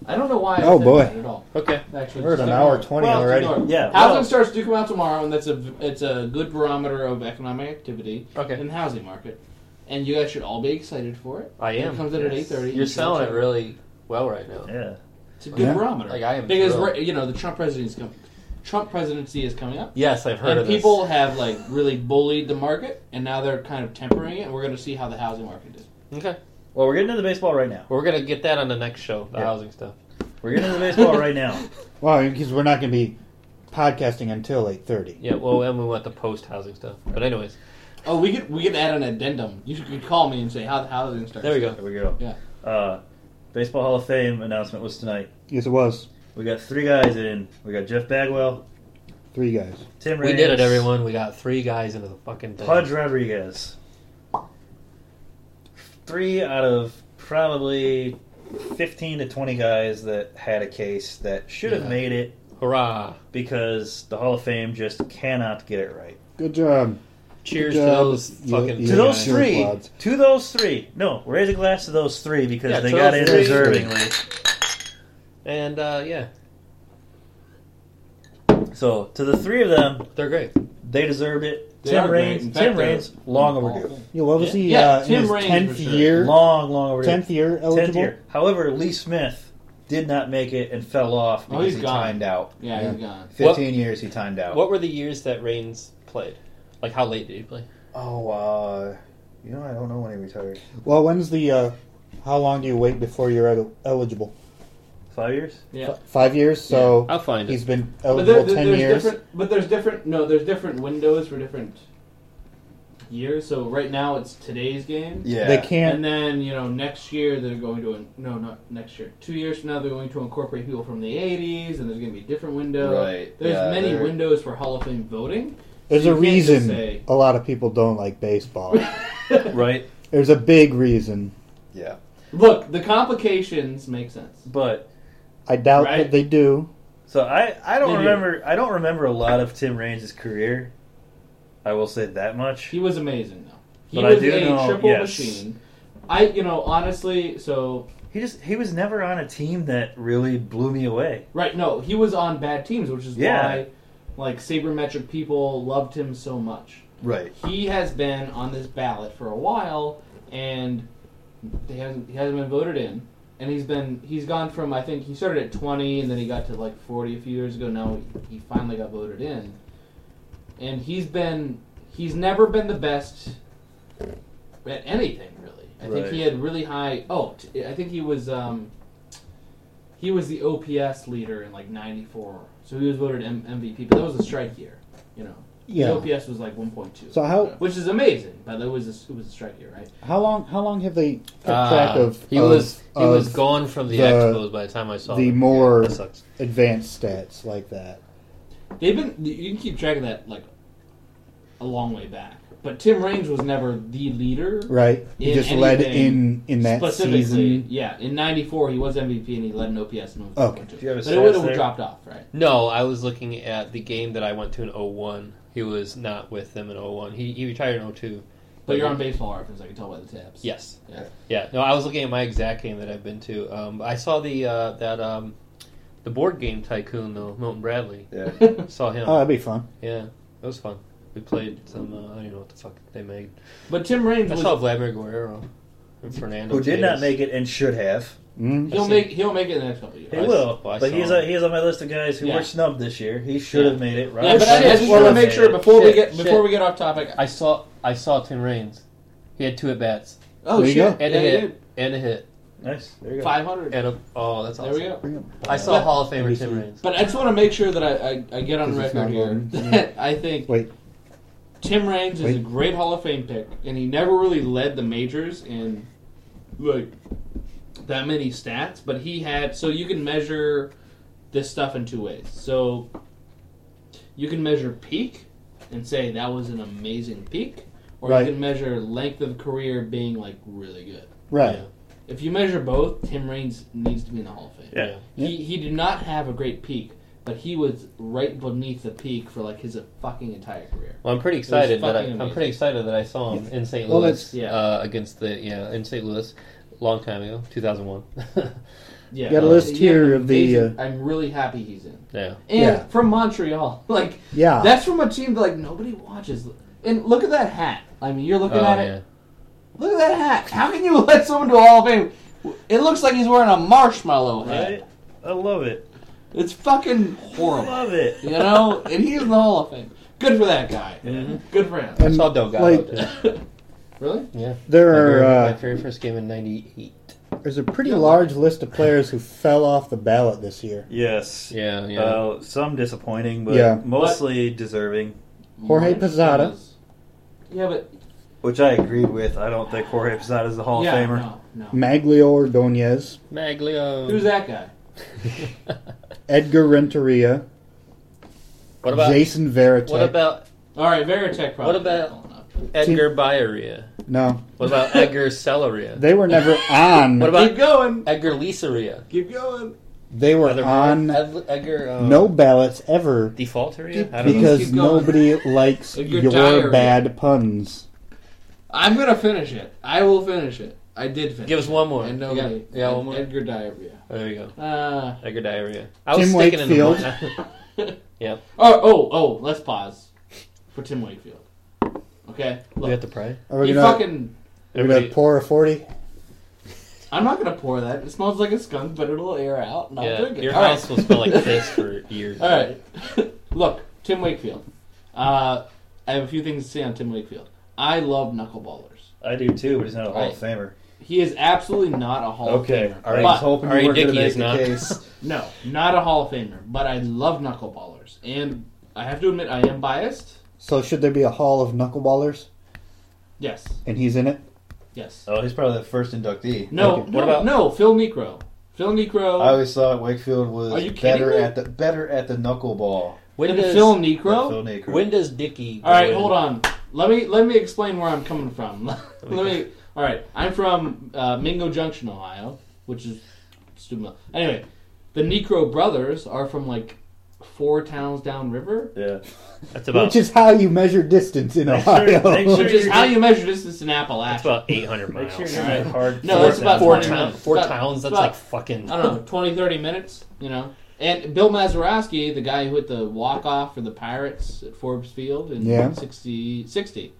Speaker 6: I don't know why. I
Speaker 9: Oh,
Speaker 6: said
Speaker 9: boy.
Speaker 6: that at all.
Speaker 11: Okay.
Speaker 6: Actually,
Speaker 9: We're at
Speaker 6: just
Speaker 9: an
Speaker 6: ignore
Speaker 9: hour
Speaker 6: it.
Speaker 9: 20
Speaker 6: Well,
Speaker 9: already.
Speaker 6: ignore it.
Speaker 9: Yeah,
Speaker 6: Housing
Speaker 9: well-
Speaker 6: starts do come out tomorrow, and that's a it's a good barometer of economic activity in the housing market. And you guys should all be excited for it.
Speaker 11: I am.
Speaker 6: It comes in at eight thirty.
Speaker 11: You're selling it really well right now.
Speaker 7: Yeah.
Speaker 6: It's a good
Speaker 11: Yeah.
Speaker 6: barometer.
Speaker 11: Like, I am
Speaker 6: because
Speaker 11: thrilled.
Speaker 6: right- you know the Trump presidency is coming. Trump presidency is coming up.
Speaker 11: Yes, I've heard
Speaker 6: And
Speaker 11: of this.
Speaker 6: people have like really bullied the market, and now they're kind of tempering it. And we're going to see how the housing market does.
Speaker 11: Okay.
Speaker 7: Well, we're getting into baseball right now.
Speaker 11: We're gonna get that on the next show, the
Speaker 7: Yeah.
Speaker 11: housing stuff.
Speaker 7: We're getting into baseball right now.
Speaker 9: Well, because we're not going to be podcasting until eight thirty.
Speaker 11: Yeah. Well, and we want the post housing stuff. But anyways,
Speaker 6: Oh, we could we could add an addendum. You could call me and say how the housing starts.
Speaker 7: There we go. There we go.
Speaker 6: Yeah.
Speaker 7: Uh, baseball Hall of Fame announcement was tonight.
Speaker 9: Yes, it was
Speaker 7: We got three guys in. We got Jeff Bagwell,
Speaker 9: three guys.
Speaker 7: Tim.
Speaker 11: we did it,
Speaker 7: Raines,
Speaker 11: everyone. We got three guys into the fucking thing.
Speaker 7: Pudge Rodriguez. Three out of probably 15 to 20 guys that had a case that should have
Speaker 11: Yeah.
Speaker 7: made it.
Speaker 11: Hurrah.
Speaker 7: Because the Hall of Fame just cannot get it right.
Speaker 9: Good job.
Speaker 11: Cheers
Speaker 9: Good
Speaker 11: to
Speaker 9: job.
Speaker 11: those fucking
Speaker 7: to those
Speaker 9: sure,
Speaker 7: three.
Speaker 9: lads.
Speaker 7: To those three. No, raise a glass to those three because
Speaker 11: Yeah,
Speaker 7: they
Speaker 11: to
Speaker 7: got in
Speaker 11: those three.
Speaker 7: deservingly.
Speaker 11: And uh, yeah,
Speaker 7: So to the three of them,
Speaker 11: they're great.
Speaker 7: They deserved it.
Speaker 6: They are
Speaker 7: Tim
Speaker 6: great.
Speaker 7: Raines,
Speaker 6: In fact,
Speaker 7: Tim
Speaker 6: they're-
Speaker 7: Raines, long overdue.
Speaker 9: Yeah, what was he?
Speaker 6: Yeah,
Speaker 9: uh, in
Speaker 6: Tim
Speaker 9: his
Speaker 6: Raines for
Speaker 9: tenth
Speaker 6: sure.
Speaker 9: year.
Speaker 7: Long, long overdue.
Speaker 9: Tenth year
Speaker 7: Tenth
Speaker 9: eligible?
Speaker 7: year. However, Lee Smith did not make it and fell off
Speaker 6: Oh,
Speaker 7: because
Speaker 6: he's
Speaker 7: he
Speaker 6: gone.
Speaker 7: timed out.
Speaker 6: Yeah, he's gone.
Speaker 7: Fifteen years he timed out.
Speaker 11: What were the years that Reigns played? Like how late did he play?
Speaker 7: Oh, uh, you know I don't know when he retired.
Speaker 9: Well, when's the? Uh, how long do you wait before you're el- eligible?
Speaker 7: Five years.
Speaker 6: Yeah.
Speaker 9: F- five years. So
Speaker 11: Yeah, I'll find it.
Speaker 9: He's been
Speaker 6: But there-
Speaker 9: eligible
Speaker 6: there-
Speaker 9: ten
Speaker 6: there's
Speaker 9: years.
Speaker 6: Different, but there's different. No, there's different windows for different years. So right now it's today's game.
Speaker 9: Yeah. They can't-
Speaker 6: And then you know next year they're going to in- no not next year. Two years from now they're going to incorporate people from the '80s, and there's going to be a different window.
Speaker 12: Right,
Speaker 6: There's
Speaker 12: yeah,
Speaker 6: many
Speaker 12: they're-
Speaker 6: windows for Hall of Fame voting.
Speaker 9: There's
Speaker 6: So
Speaker 9: a
Speaker 6: you can't just
Speaker 9: reason
Speaker 6: say-
Speaker 9: a lot of people don't like baseball.
Speaker 7: right.
Speaker 9: There's a big reason.
Speaker 7: Yeah.
Speaker 6: Look, the complications make sense.
Speaker 7: But
Speaker 9: I doubt
Speaker 7: Right.
Speaker 9: that they do.
Speaker 7: so I, I don't
Speaker 6: They do.
Speaker 7: remember I don't remember a lot of Tim Raines' career. I will say that much.
Speaker 6: He was amazing though. He
Speaker 7: But I
Speaker 6: was
Speaker 7: do
Speaker 6: a
Speaker 7: know-
Speaker 6: triple
Speaker 7: yes.
Speaker 6: machine. I you know honestly so
Speaker 7: He just he was never on a team that really blew me away.
Speaker 6: Right. No, he was on bad teams, which is
Speaker 7: Yeah.
Speaker 6: why like sabermetric people loved him so much.
Speaker 7: Right.
Speaker 6: He has been on this ballot for a while, and they hasn't, he hasn't been voted in. And he's been he's gone from I think he started at twenty, and then he got to like forty a few years ago. Now he finally got voted in, and he's been he's never been the best at anything really. I think
Speaker 7: Right.
Speaker 6: he had really high. Oh, t- I think he was. Um, he was the OPS leader in like '94, so he was voted M- MVP. But that was a strike year. You know,
Speaker 9: Yeah.
Speaker 6: The OPS was like 1.2.
Speaker 9: So how-
Speaker 6: which is amazing, but it was a, it was a strike year, right?
Speaker 9: How long? How long have they kept
Speaker 6: Ah,
Speaker 9: track
Speaker 8: Uh,
Speaker 9: of?
Speaker 6: he
Speaker 9: of-
Speaker 6: was- he
Speaker 9: of
Speaker 6: was gone from the Expos by the time I saw
Speaker 9: the
Speaker 6: them. Yeah,
Speaker 9: more
Speaker 6: that sucks.
Speaker 9: advanced stats like that.
Speaker 6: They've been you can keep track of that like a long way back. But Tim Raines was never the leader,
Speaker 9: Right. He just led
Speaker 6: anything
Speaker 9: in- in that
Speaker 6: specifically.
Speaker 9: season.
Speaker 6: Yeah, in '94 he was MVP and he led an OPS and was
Speaker 9: Okay.
Speaker 6: 1.2.
Speaker 9: Do you have his
Speaker 6: but it would
Speaker 8: stats
Speaker 6: have
Speaker 8: there?
Speaker 6: dropped off, right?
Speaker 8: No, I was looking at the game that I went to in 01. He was not with them in 01. He, he retired in 02.
Speaker 6: But you're on baseball reference, I can tell by the tabs.
Speaker 8: Yes.
Speaker 6: Yeah.
Speaker 8: Yeah. No, I was looking at my exact game that I've been to. Um, I saw the uh, that um, the board game tycoon though, Milton Bradley.
Speaker 9: Yeah.
Speaker 8: [laughs] saw him.
Speaker 9: Oh, that'd be fun.
Speaker 8: Yeah, it was fun. We played some. Uh, I don't even know what the fuck they made.
Speaker 6: But Tim Raines
Speaker 8: I
Speaker 6: was-
Speaker 8: saw Vladimir Guerrero and Fernando.
Speaker 7: Who did not
Speaker 8: Tatis.
Speaker 7: make it and should have.
Speaker 9: Mm.
Speaker 6: He'll make he'll make it in the next couple of years.
Speaker 7: He will,
Speaker 8: I
Speaker 7: but
Speaker 8: saw
Speaker 7: he's
Speaker 8: him.
Speaker 7: a, he's on my list of guys who
Speaker 6: Yeah.
Speaker 7: were snubbed this year. He should have made it. Right?
Speaker 6: Yeah, but I, I just want to make sure before we get before we get off topic.
Speaker 8: I saw I saw Tim Raines. He had two at bats.
Speaker 6: Oh, There you shit. go.
Speaker 8: And
Speaker 6: Yeah,
Speaker 8: a
Speaker 6: he
Speaker 8: hit.
Speaker 6: did.
Speaker 8: And a hit.
Speaker 7: Nice. There
Speaker 6: you go. 500.
Speaker 8: And a, oh, that's
Speaker 6: There
Speaker 8: awesome.
Speaker 6: we go.
Speaker 8: I saw
Speaker 6: But-
Speaker 8: Hall of Famer Tim Raines.
Speaker 6: But I just want to make sure that I, I, I get on
Speaker 8: Because
Speaker 6: record
Speaker 8: it's not
Speaker 6: here [laughs]
Speaker 8: loading.
Speaker 6: that I think
Speaker 9: Wait.
Speaker 6: Tim Raines is
Speaker 8: Wait.
Speaker 6: a great Hall of Fame pick, and he never really led the majors in like that many stats, but he had so you can measure this stuff in two ways. So you can measure peak and say that was an amazing peak, or
Speaker 9: Right.
Speaker 6: you can measure length of career being like really good.
Speaker 9: Right.
Speaker 6: If you measure both, Tim Raines needs to be in the Hall of Fame.
Speaker 9: Yeah.
Speaker 6: He he did not have a great peak, but he was right beneath the peak for like his fucking entire career.
Speaker 8: Well, I'm pretty
Speaker 6: It was
Speaker 8: excited that I,
Speaker 6: fucking
Speaker 8: I'm
Speaker 6: amazing.
Speaker 8: pretty excited that I saw him in St.
Speaker 6: Well,
Speaker 8: Louis
Speaker 6: that's- Yeah.
Speaker 8: uh, against the yeah in St. Louis, long time ago, 2001.
Speaker 6: Uh, Yeah.
Speaker 9: Got a list
Speaker 6: He had
Speaker 9: here
Speaker 6: an
Speaker 9: of the,
Speaker 6: amazing-
Speaker 9: uh,
Speaker 6: I'm really happy he's in.
Speaker 8: [laughs] Yeah.
Speaker 6: And
Speaker 9: Yeah.
Speaker 6: from Montreal. [laughs] Like
Speaker 9: Yeah.
Speaker 6: That's from a team that like nobody watches. And look at that hat. I mean, you're looking
Speaker 8: Oh,
Speaker 6: at it.
Speaker 8: yeah.
Speaker 6: Look at that hat. How can you [laughs] let someone do a Hall of Fame? It looks like he's wearing a marshmallow hat.
Speaker 7: Right? I love it.
Speaker 6: It's fucking horrible.
Speaker 7: Love it.
Speaker 6: You know, and he's in the Hall of Fame. Good for that guy. Good for him.
Speaker 9: And, I saw Delgado like-
Speaker 6: really?
Speaker 8: Yeah.
Speaker 9: There
Speaker 8: My
Speaker 9: are,
Speaker 8: very-
Speaker 9: uh,
Speaker 8: my very first game in '98.
Speaker 9: There's a pretty large list of players who fell off the ballot this year.
Speaker 7: Yes.
Speaker 8: Yeah. yeah.
Speaker 7: Uh, some disappointing, but
Speaker 9: Yeah.
Speaker 7: mostly deserving.
Speaker 9: Jorge Posada.
Speaker 6: Yeah, but
Speaker 7: Which I agreed with. I don't think Jorge Posada is the Hall
Speaker 6: Yeah,
Speaker 7: of Famer.
Speaker 6: no, no.
Speaker 9: Maglio Ordonez,
Speaker 8: Maglio.
Speaker 6: Who's that guy?
Speaker 8: [laughs]
Speaker 9: Edgar Renteria,
Speaker 8: What about-
Speaker 9: Jason Veritek?
Speaker 8: What about?
Speaker 6: All right, Veritek. Probably
Speaker 8: What about Edgar Bieria?
Speaker 9: No.
Speaker 8: What [laughs] about Edgar Celeria?
Speaker 9: They were never
Speaker 8: [laughs]
Speaker 9: on.
Speaker 8: What about
Speaker 6: Keep going.
Speaker 8: Edgar Lisaria?
Speaker 6: Keep going.
Speaker 9: They were
Speaker 8: Other-
Speaker 9: on
Speaker 8: Ed- Edgar, uh,
Speaker 9: no ballots ever.
Speaker 8: Defaulteria? I don't know.
Speaker 9: Because
Speaker 8: Keep going.
Speaker 9: nobody likes
Speaker 6: Your
Speaker 9: your,
Speaker 6: diarrhea.
Speaker 9: bad puns.
Speaker 6: I'm gonna finish it. I will finish it. I did finish.
Speaker 8: Give us one more.
Speaker 6: And nobody.
Speaker 8: Yeah, yeah, one more.
Speaker 6: Edgar diarrhea.
Speaker 8: There you go.
Speaker 6: Uh,
Speaker 8: Edgar Diarrhea.
Speaker 9: Tim Wakefield.
Speaker 8: [laughs] in Yep.
Speaker 6: Oh, oh, oh! Let's pause for Tim Wakefield. Okay. Look.
Speaker 8: We have to pray.
Speaker 9: Are we
Speaker 6: He
Speaker 9: gonna,
Speaker 6: fucking.
Speaker 9: are we gonna pour a forty?
Speaker 6: I'm not gonna pour that. It smells like a skunk, but it'll air out. And I'll
Speaker 8: Yeah,
Speaker 6: drink it.
Speaker 8: your
Speaker 6: All
Speaker 8: house will smell like piss for years.
Speaker 6: All right. [laughs] Look, Tim Wakefield. Uh, I have a few things to say on Tim Wakefield. I love knuckleballers.
Speaker 7: I do too, but he's not a Hall of
Speaker 6: I-
Speaker 7: Famer.
Speaker 6: He is absolutely not a Hall
Speaker 7: Okay.
Speaker 6: of Famer.
Speaker 7: All right,
Speaker 6: but-
Speaker 7: I was hoping you All right, were gonna Dickey make is the not. case.
Speaker 6: no, not a Hall of Famer. But I love knuckleballers, and I have to admit I am biased.
Speaker 9: So should there be a hall of knuckleballers?
Speaker 6: Yes.
Speaker 9: And he's in it.
Speaker 6: Yes.
Speaker 7: [laughs] Oh, he's probably the first inductee.
Speaker 6: No, no, no. Phil Necro. Phil Necro.
Speaker 12: I always thought Wakefield was
Speaker 6: Are you kidding
Speaker 12: better
Speaker 6: me?
Speaker 12: at the better at the knuckleball.
Speaker 6: When And does- Phil Necro?
Speaker 12: Phil Necro.
Speaker 8: When does Dickey?
Speaker 6: All right, hold on. Let me let me explain where I'm coming from. [laughs] let me. All right, I'm from uh, Mingo Junction, Ohio, which is stupid. Anyway, the Necro brothers are from like four towns downriver.
Speaker 7: Yeah,
Speaker 8: that's
Speaker 9: Which is how you measure distance in Ohio.
Speaker 8: Oh,
Speaker 9: [laughs]
Speaker 6: which is how you measure distance in Appalachia. It's
Speaker 8: about 800
Speaker 6: miles.
Speaker 8: sure you're not hard
Speaker 6: No,
Speaker 8: four
Speaker 6: it's about
Speaker 8: towns. Four
Speaker 6: 20
Speaker 8: town-
Speaker 6: minutes.
Speaker 8: four
Speaker 6: About-
Speaker 8: towns, that's
Speaker 6: about,
Speaker 8: like fucking-
Speaker 6: I don't know, 20, 30 minutes, you know? And Bill Mazeroski, the guy who hit the walk-off for the Pirates at Forbes Field in
Speaker 9: Yeah.
Speaker 6: 60, 60.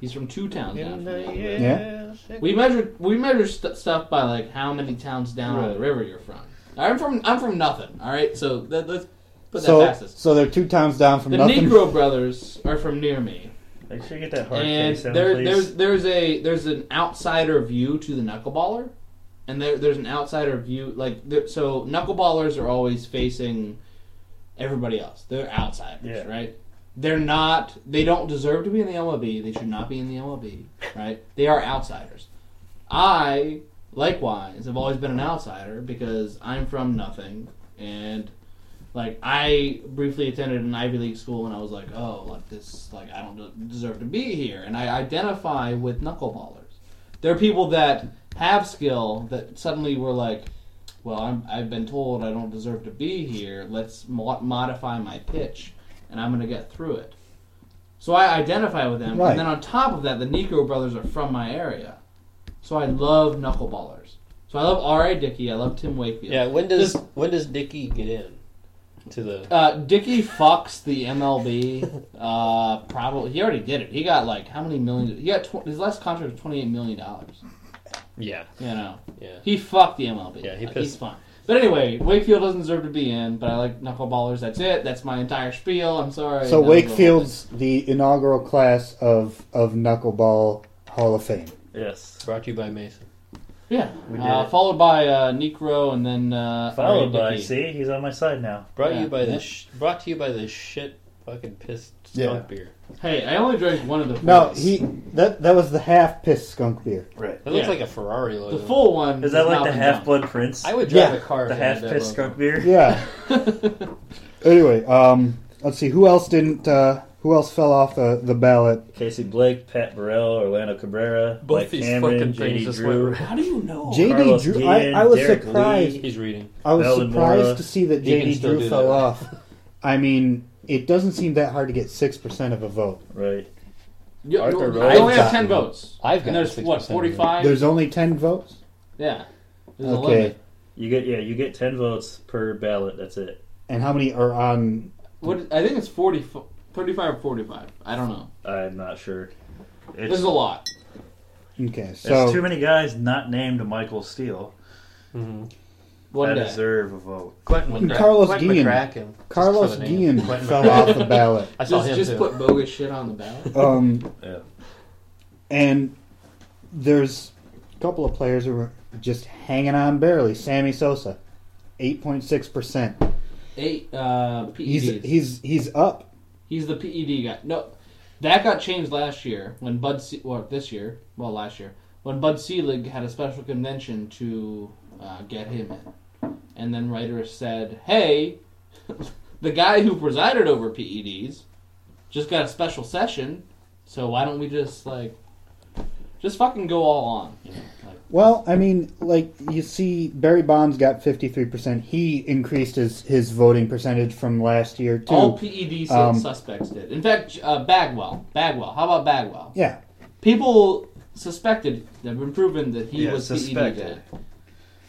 Speaker 6: He's from two towns down. from down there.
Speaker 9: Yeah.
Speaker 6: We measure we measure st- stuff by like how many towns down
Speaker 9: Right.
Speaker 6: the river you're from. I'm from I'm from nothing. All right, so that, let's put that
Speaker 9: so,
Speaker 6: past us.
Speaker 9: so they're two towns down from
Speaker 6: The
Speaker 9: nothing.
Speaker 6: Negro Brothers are from near me.
Speaker 7: Make sure you get that hard
Speaker 6: And
Speaker 7: face in,
Speaker 6: there,
Speaker 7: please.
Speaker 6: there's there's a there's an outsider view to the knuckleballer, and there there's an outsider view like there, so knuckleballers are always facing everybody else. They're outsiders, right? They're not. They don't deserve to be in the MLB. They should not be in the MLB. Right? They are outsiders. I likewise have always been an outsider because I'm from nothing and like I briefly attended an Ivy League school and I was like, oh, like this, like I don't de- deserve to be here, and I identify with knuckleballers. There are people that have skill that suddenly were like, well, I'm, I've been told I don't deserve to be here. Let's mo- modify my pitch, and I'm gonna get through it. So I identify with them,
Speaker 9: Right.
Speaker 6: and then on top of that, the Negro brothers are from my area, so I love knuckleballers. So I love R.A. Dickey. I love Tim Wakefield.
Speaker 8: Yeah, when does when does Dickey get in to the?
Speaker 6: Uh, Dickie Fox,
Speaker 7: [laughs]
Speaker 6: the MLB, uh, probably he already did it. He got like how many million? He got tw- his last contract was twenty eight million dollars.
Speaker 8: Yeah,
Speaker 6: You know,
Speaker 8: yeah.
Speaker 6: he fucked the MLB.
Speaker 8: Yeah, he
Speaker 6: Like,
Speaker 8: pissed-
Speaker 6: he's fine. But anyway, Wakefield doesn't deserve to be in. But I like knuckleballers. That's it. That's my entire spiel. I'm sorry. That
Speaker 9: So
Speaker 6: was a-
Speaker 9: Wakefield's the inaugural class of of knuckleball Hall of Fame.
Speaker 7: Yes.
Speaker 8: Brought to you by Mason.
Speaker 6: yeah,
Speaker 7: We did
Speaker 6: uh,
Speaker 7: it.
Speaker 6: followed by uh, Necro, and then uh,
Speaker 7: Followed by
Speaker 6: Ari Dickey.
Speaker 7: see, he's on my side now.
Speaker 8: Brought
Speaker 6: Yeah.
Speaker 8: you by
Speaker 6: Yeah.
Speaker 8: this. Sh- brought to you by this shit fucking pissed skunk beer.
Speaker 6: Hey, I only drank one of the.
Speaker 9: No,
Speaker 6: fours.
Speaker 9: he that that was the half piss skunk beer.
Speaker 7: Right.
Speaker 8: That looks
Speaker 6: Yeah.
Speaker 8: like a Ferrari logo.
Speaker 6: The full one
Speaker 7: Is that
Speaker 6: has
Speaker 7: like
Speaker 6: not
Speaker 7: the
Speaker 6: been
Speaker 7: half
Speaker 6: done.
Speaker 7: blood prince?
Speaker 8: I would drive
Speaker 9: Yeah.
Speaker 8: a car.
Speaker 7: the
Speaker 8: if I had
Speaker 7: half
Speaker 8: that
Speaker 7: pissed
Speaker 8: logo.
Speaker 7: skunk beer?
Speaker 9: Yeah. [laughs] anyway, um, let's see who else didn't. Uh, who else fell off the, the ballot?
Speaker 7: Casey Blake, Pat Burrell, Orlando Cabrera,
Speaker 8: Both
Speaker 7: Blake
Speaker 8: these
Speaker 7: Cameron,
Speaker 8: fucking things
Speaker 7: JD
Speaker 8: just
Speaker 7: Drew.
Speaker 8: went
Speaker 6: [laughs] How do you know?
Speaker 9: JD
Speaker 7: Carlos
Speaker 9: Drew.
Speaker 7: Guillen,
Speaker 9: I, I was
Speaker 7: Derek
Speaker 9: surprised.
Speaker 7: Lee.
Speaker 8: He's reading.
Speaker 9: I was
Speaker 7: Melvin
Speaker 9: surprised
Speaker 7: Mora.
Speaker 9: to see that
Speaker 8: He can
Speaker 9: JD
Speaker 8: still
Speaker 9: Drew
Speaker 8: do
Speaker 9: fell
Speaker 8: that.
Speaker 9: off. I mean, it doesn't seem that hard to get six percent of a vote.
Speaker 7: Right.
Speaker 6: You,
Speaker 8: Arthur
Speaker 6: you- I
Speaker 8: Rhodes.
Speaker 6: only have
Speaker 9: I've
Speaker 6: ten
Speaker 9: gotten-
Speaker 6: votes.
Speaker 8: I've
Speaker 6: And
Speaker 8: got
Speaker 6: there's what
Speaker 8: 6% of it.
Speaker 6: forty five.
Speaker 9: There's only ten votes.
Speaker 6: Yeah. There's a
Speaker 9: Okay,
Speaker 6: limit.
Speaker 7: You get yeah, you get ten votes per ballot. That's it.
Speaker 9: and how many are on?
Speaker 6: What I think it's 40, 35 or forty five. I don't know.
Speaker 7: I'm not sure. It's,
Speaker 6: There's a lot.
Speaker 9: Okay,
Speaker 7: it's
Speaker 9: so
Speaker 7: too many guys not named Michael Steele
Speaker 6: One
Speaker 7: that
Speaker 6: day.
Speaker 7: deserve a vote.
Speaker 8: Quentin
Speaker 9: And
Speaker 8: McCra-
Speaker 9: Carlos
Speaker 8: Quentin
Speaker 9: Guillen.
Speaker 8: McCracken.
Speaker 9: Carlos
Speaker 8: Just for the name.
Speaker 9: Guillen
Speaker 8: Quentin
Speaker 9: fell
Speaker 8: McCracken.
Speaker 9: off the ballot.
Speaker 8: I saw
Speaker 6: Just,
Speaker 8: him
Speaker 6: just
Speaker 8: too.
Speaker 6: put bogus shit on the ballot.
Speaker 9: Um,
Speaker 7: Yeah.
Speaker 9: and there's a couple of players who were just hanging on barely. Sammy Sosa, eight point six percent.
Speaker 6: Eight uh, PEDs.
Speaker 9: He's
Speaker 6: He's,
Speaker 9: he's he's up.
Speaker 6: the PED guy. No, that got changed last year when Bud Se- or this year, well last year when Bud Selig had a special convention to uh, get him in, and then Reiter said, "Hey, [laughs] the guy who presided over PEDs just got a special session, so why don't we just like just fucking go all on?" You know, like,
Speaker 9: Well, I mean, like you see, Barry Bonds got fifty three percent. He increased his his voting percentage from last year too.
Speaker 6: All PED sus-
Speaker 9: Um,
Speaker 6: suspects did. In fact, uh, Bagwell. Bagwell. How about Bagwell?
Speaker 9: yeah,
Speaker 6: People suspected. They've been proven that he
Speaker 7: Yeah,
Speaker 6: was
Speaker 7: suspected.
Speaker 6: PED guy.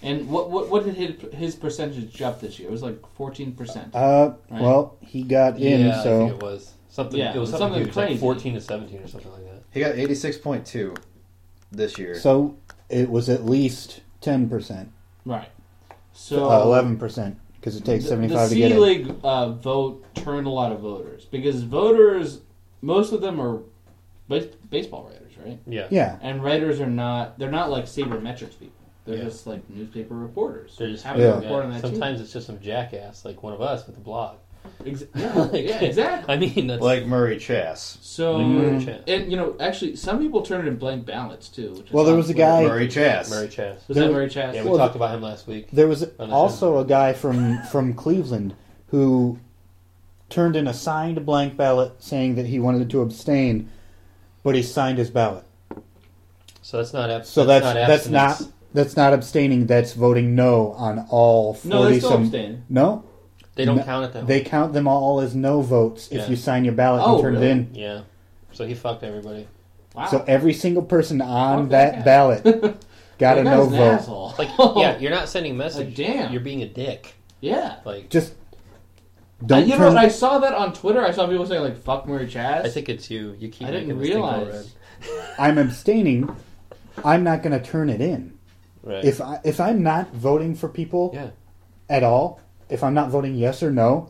Speaker 6: And what what what did his, his percentage jump this year? It was like fourteen percent.
Speaker 9: uh,
Speaker 6: Right.
Speaker 9: well, he got in.
Speaker 8: Yeah, I think
Speaker 9: so
Speaker 8: it was something.
Speaker 6: Yeah,
Speaker 8: it was
Speaker 6: it was
Speaker 8: something,
Speaker 6: something
Speaker 8: huge, like
Speaker 6: crazy.
Speaker 8: fourteen to seventeen or something like that.
Speaker 12: He got 86.2 this year.
Speaker 9: so it was at least ten percent,
Speaker 6: Right. So
Speaker 9: Uh, eleven percent, because it takes
Speaker 6: the-
Speaker 9: seventy five
Speaker 6: The
Speaker 9: to get
Speaker 6: C
Speaker 9: in.
Speaker 6: League uh, vote turned a lot of voters because voters, most of them are base- baseball writers, right?
Speaker 8: Yeah,
Speaker 9: Yeah,
Speaker 6: And writers are not. They're not like sabermetrics people. They're
Speaker 8: Yeah.
Speaker 6: just like newspaper reporters.
Speaker 8: They're just
Speaker 6: Have a
Speaker 9: Yeah.
Speaker 6: report on that team.
Speaker 8: Sometimes it's just some jackass like one of us with a blog.
Speaker 6: Ex-
Speaker 8: [laughs]
Speaker 6: yeah, yeah, exactly.
Speaker 8: I mean, that's
Speaker 12: like Murray Chass.
Speaker 6: So,
Speaker 8: Like Murray Chass.
Speaker 6: and you know, actually, some people turn it in blank ballots too. Which is
Speaker 9: Well, there was a
Speaker 6: awkward.
Speaker 9: guy-
Speaker 12: Murray Chass.
Speaker 8: Murray Chess.
Speaker 6: Was that
Speaker 9: there-
Speaker 6: Murray Chass?
Speaker 8: Yeah, we
Speaker 9: Well,
Speaker 8: talked about him last week.
Speaker 9: There was
Speaker 8: On the
Speaker 9: also a guy from from Cleveland who turned in a signed blank ballot saying that he wanted to abstain, but he signed his ballot.
Speaker 8: So that's not abs-
Speaker 9: So that's
Speaker 8: that's
Speaker 9: that's
Speaker 8: not
Speaker 9: not
Speaker 8: abstinence.
Speaker 9: that's not abstaining. That's voting no on all forty.
Speaker 6: no, they still
Speaker 9: some,
Speaker 6: abstain.
Speaker 9: No,
Speaker 8: They don't
Speaker 9: no,
Speaker 8: count it that
Speaker 9: They
Speaker 8: way.
Speaker 9: count them all as no votes
Speaker 8: Yeah.
Speaker 9: if you sign your ballot
Speaker 6: Oh,
Speaker 9: and turn
Speaker 6: really?
Speaker 9: it in.
Speaker 8: Yeah. So he fucked everybody.
Speaker 6: Wow.
Speaker 9: So every single person on
Speaker 6: Fuck
Speaker 9: that
Speaker 6: that [laughs]
Speaker 9: ballot got
Speaker 6: That
Speaker 9: a no
Speaker 6: guy's an
Speaker 9: vote.
Speaker 6: asshole.
Speaker 8: Like, yeah, you're not sending a message.
Speaker 6: Like, Oh. damn.
Speaker 8: you're being a dick.
Speaker 6: [laughs] yeah.
Speaker 8: Like,
Speaker 9: Just
Speaker 6: Uh,
Speaker 9: don't
Speaker 6: you know
Speaker 9: turn.
Speaker 6: what? I saw that on Twitter. I saw people saying like "fuck Murray Chass."
Speaker 8: I think it's you. You keep.
Speaker 6: I didn't
Speaker 8: making this thing go
Speaker 6: realize.
Speaker 9: I'm abstaining. I'm not going to turn it in.
Speaker 8: red. Right.
Speaker 9: If I if I'm not voting for people
Speaker 8: yeah.
Speaker 9: at all, if I'm not voting yes or no,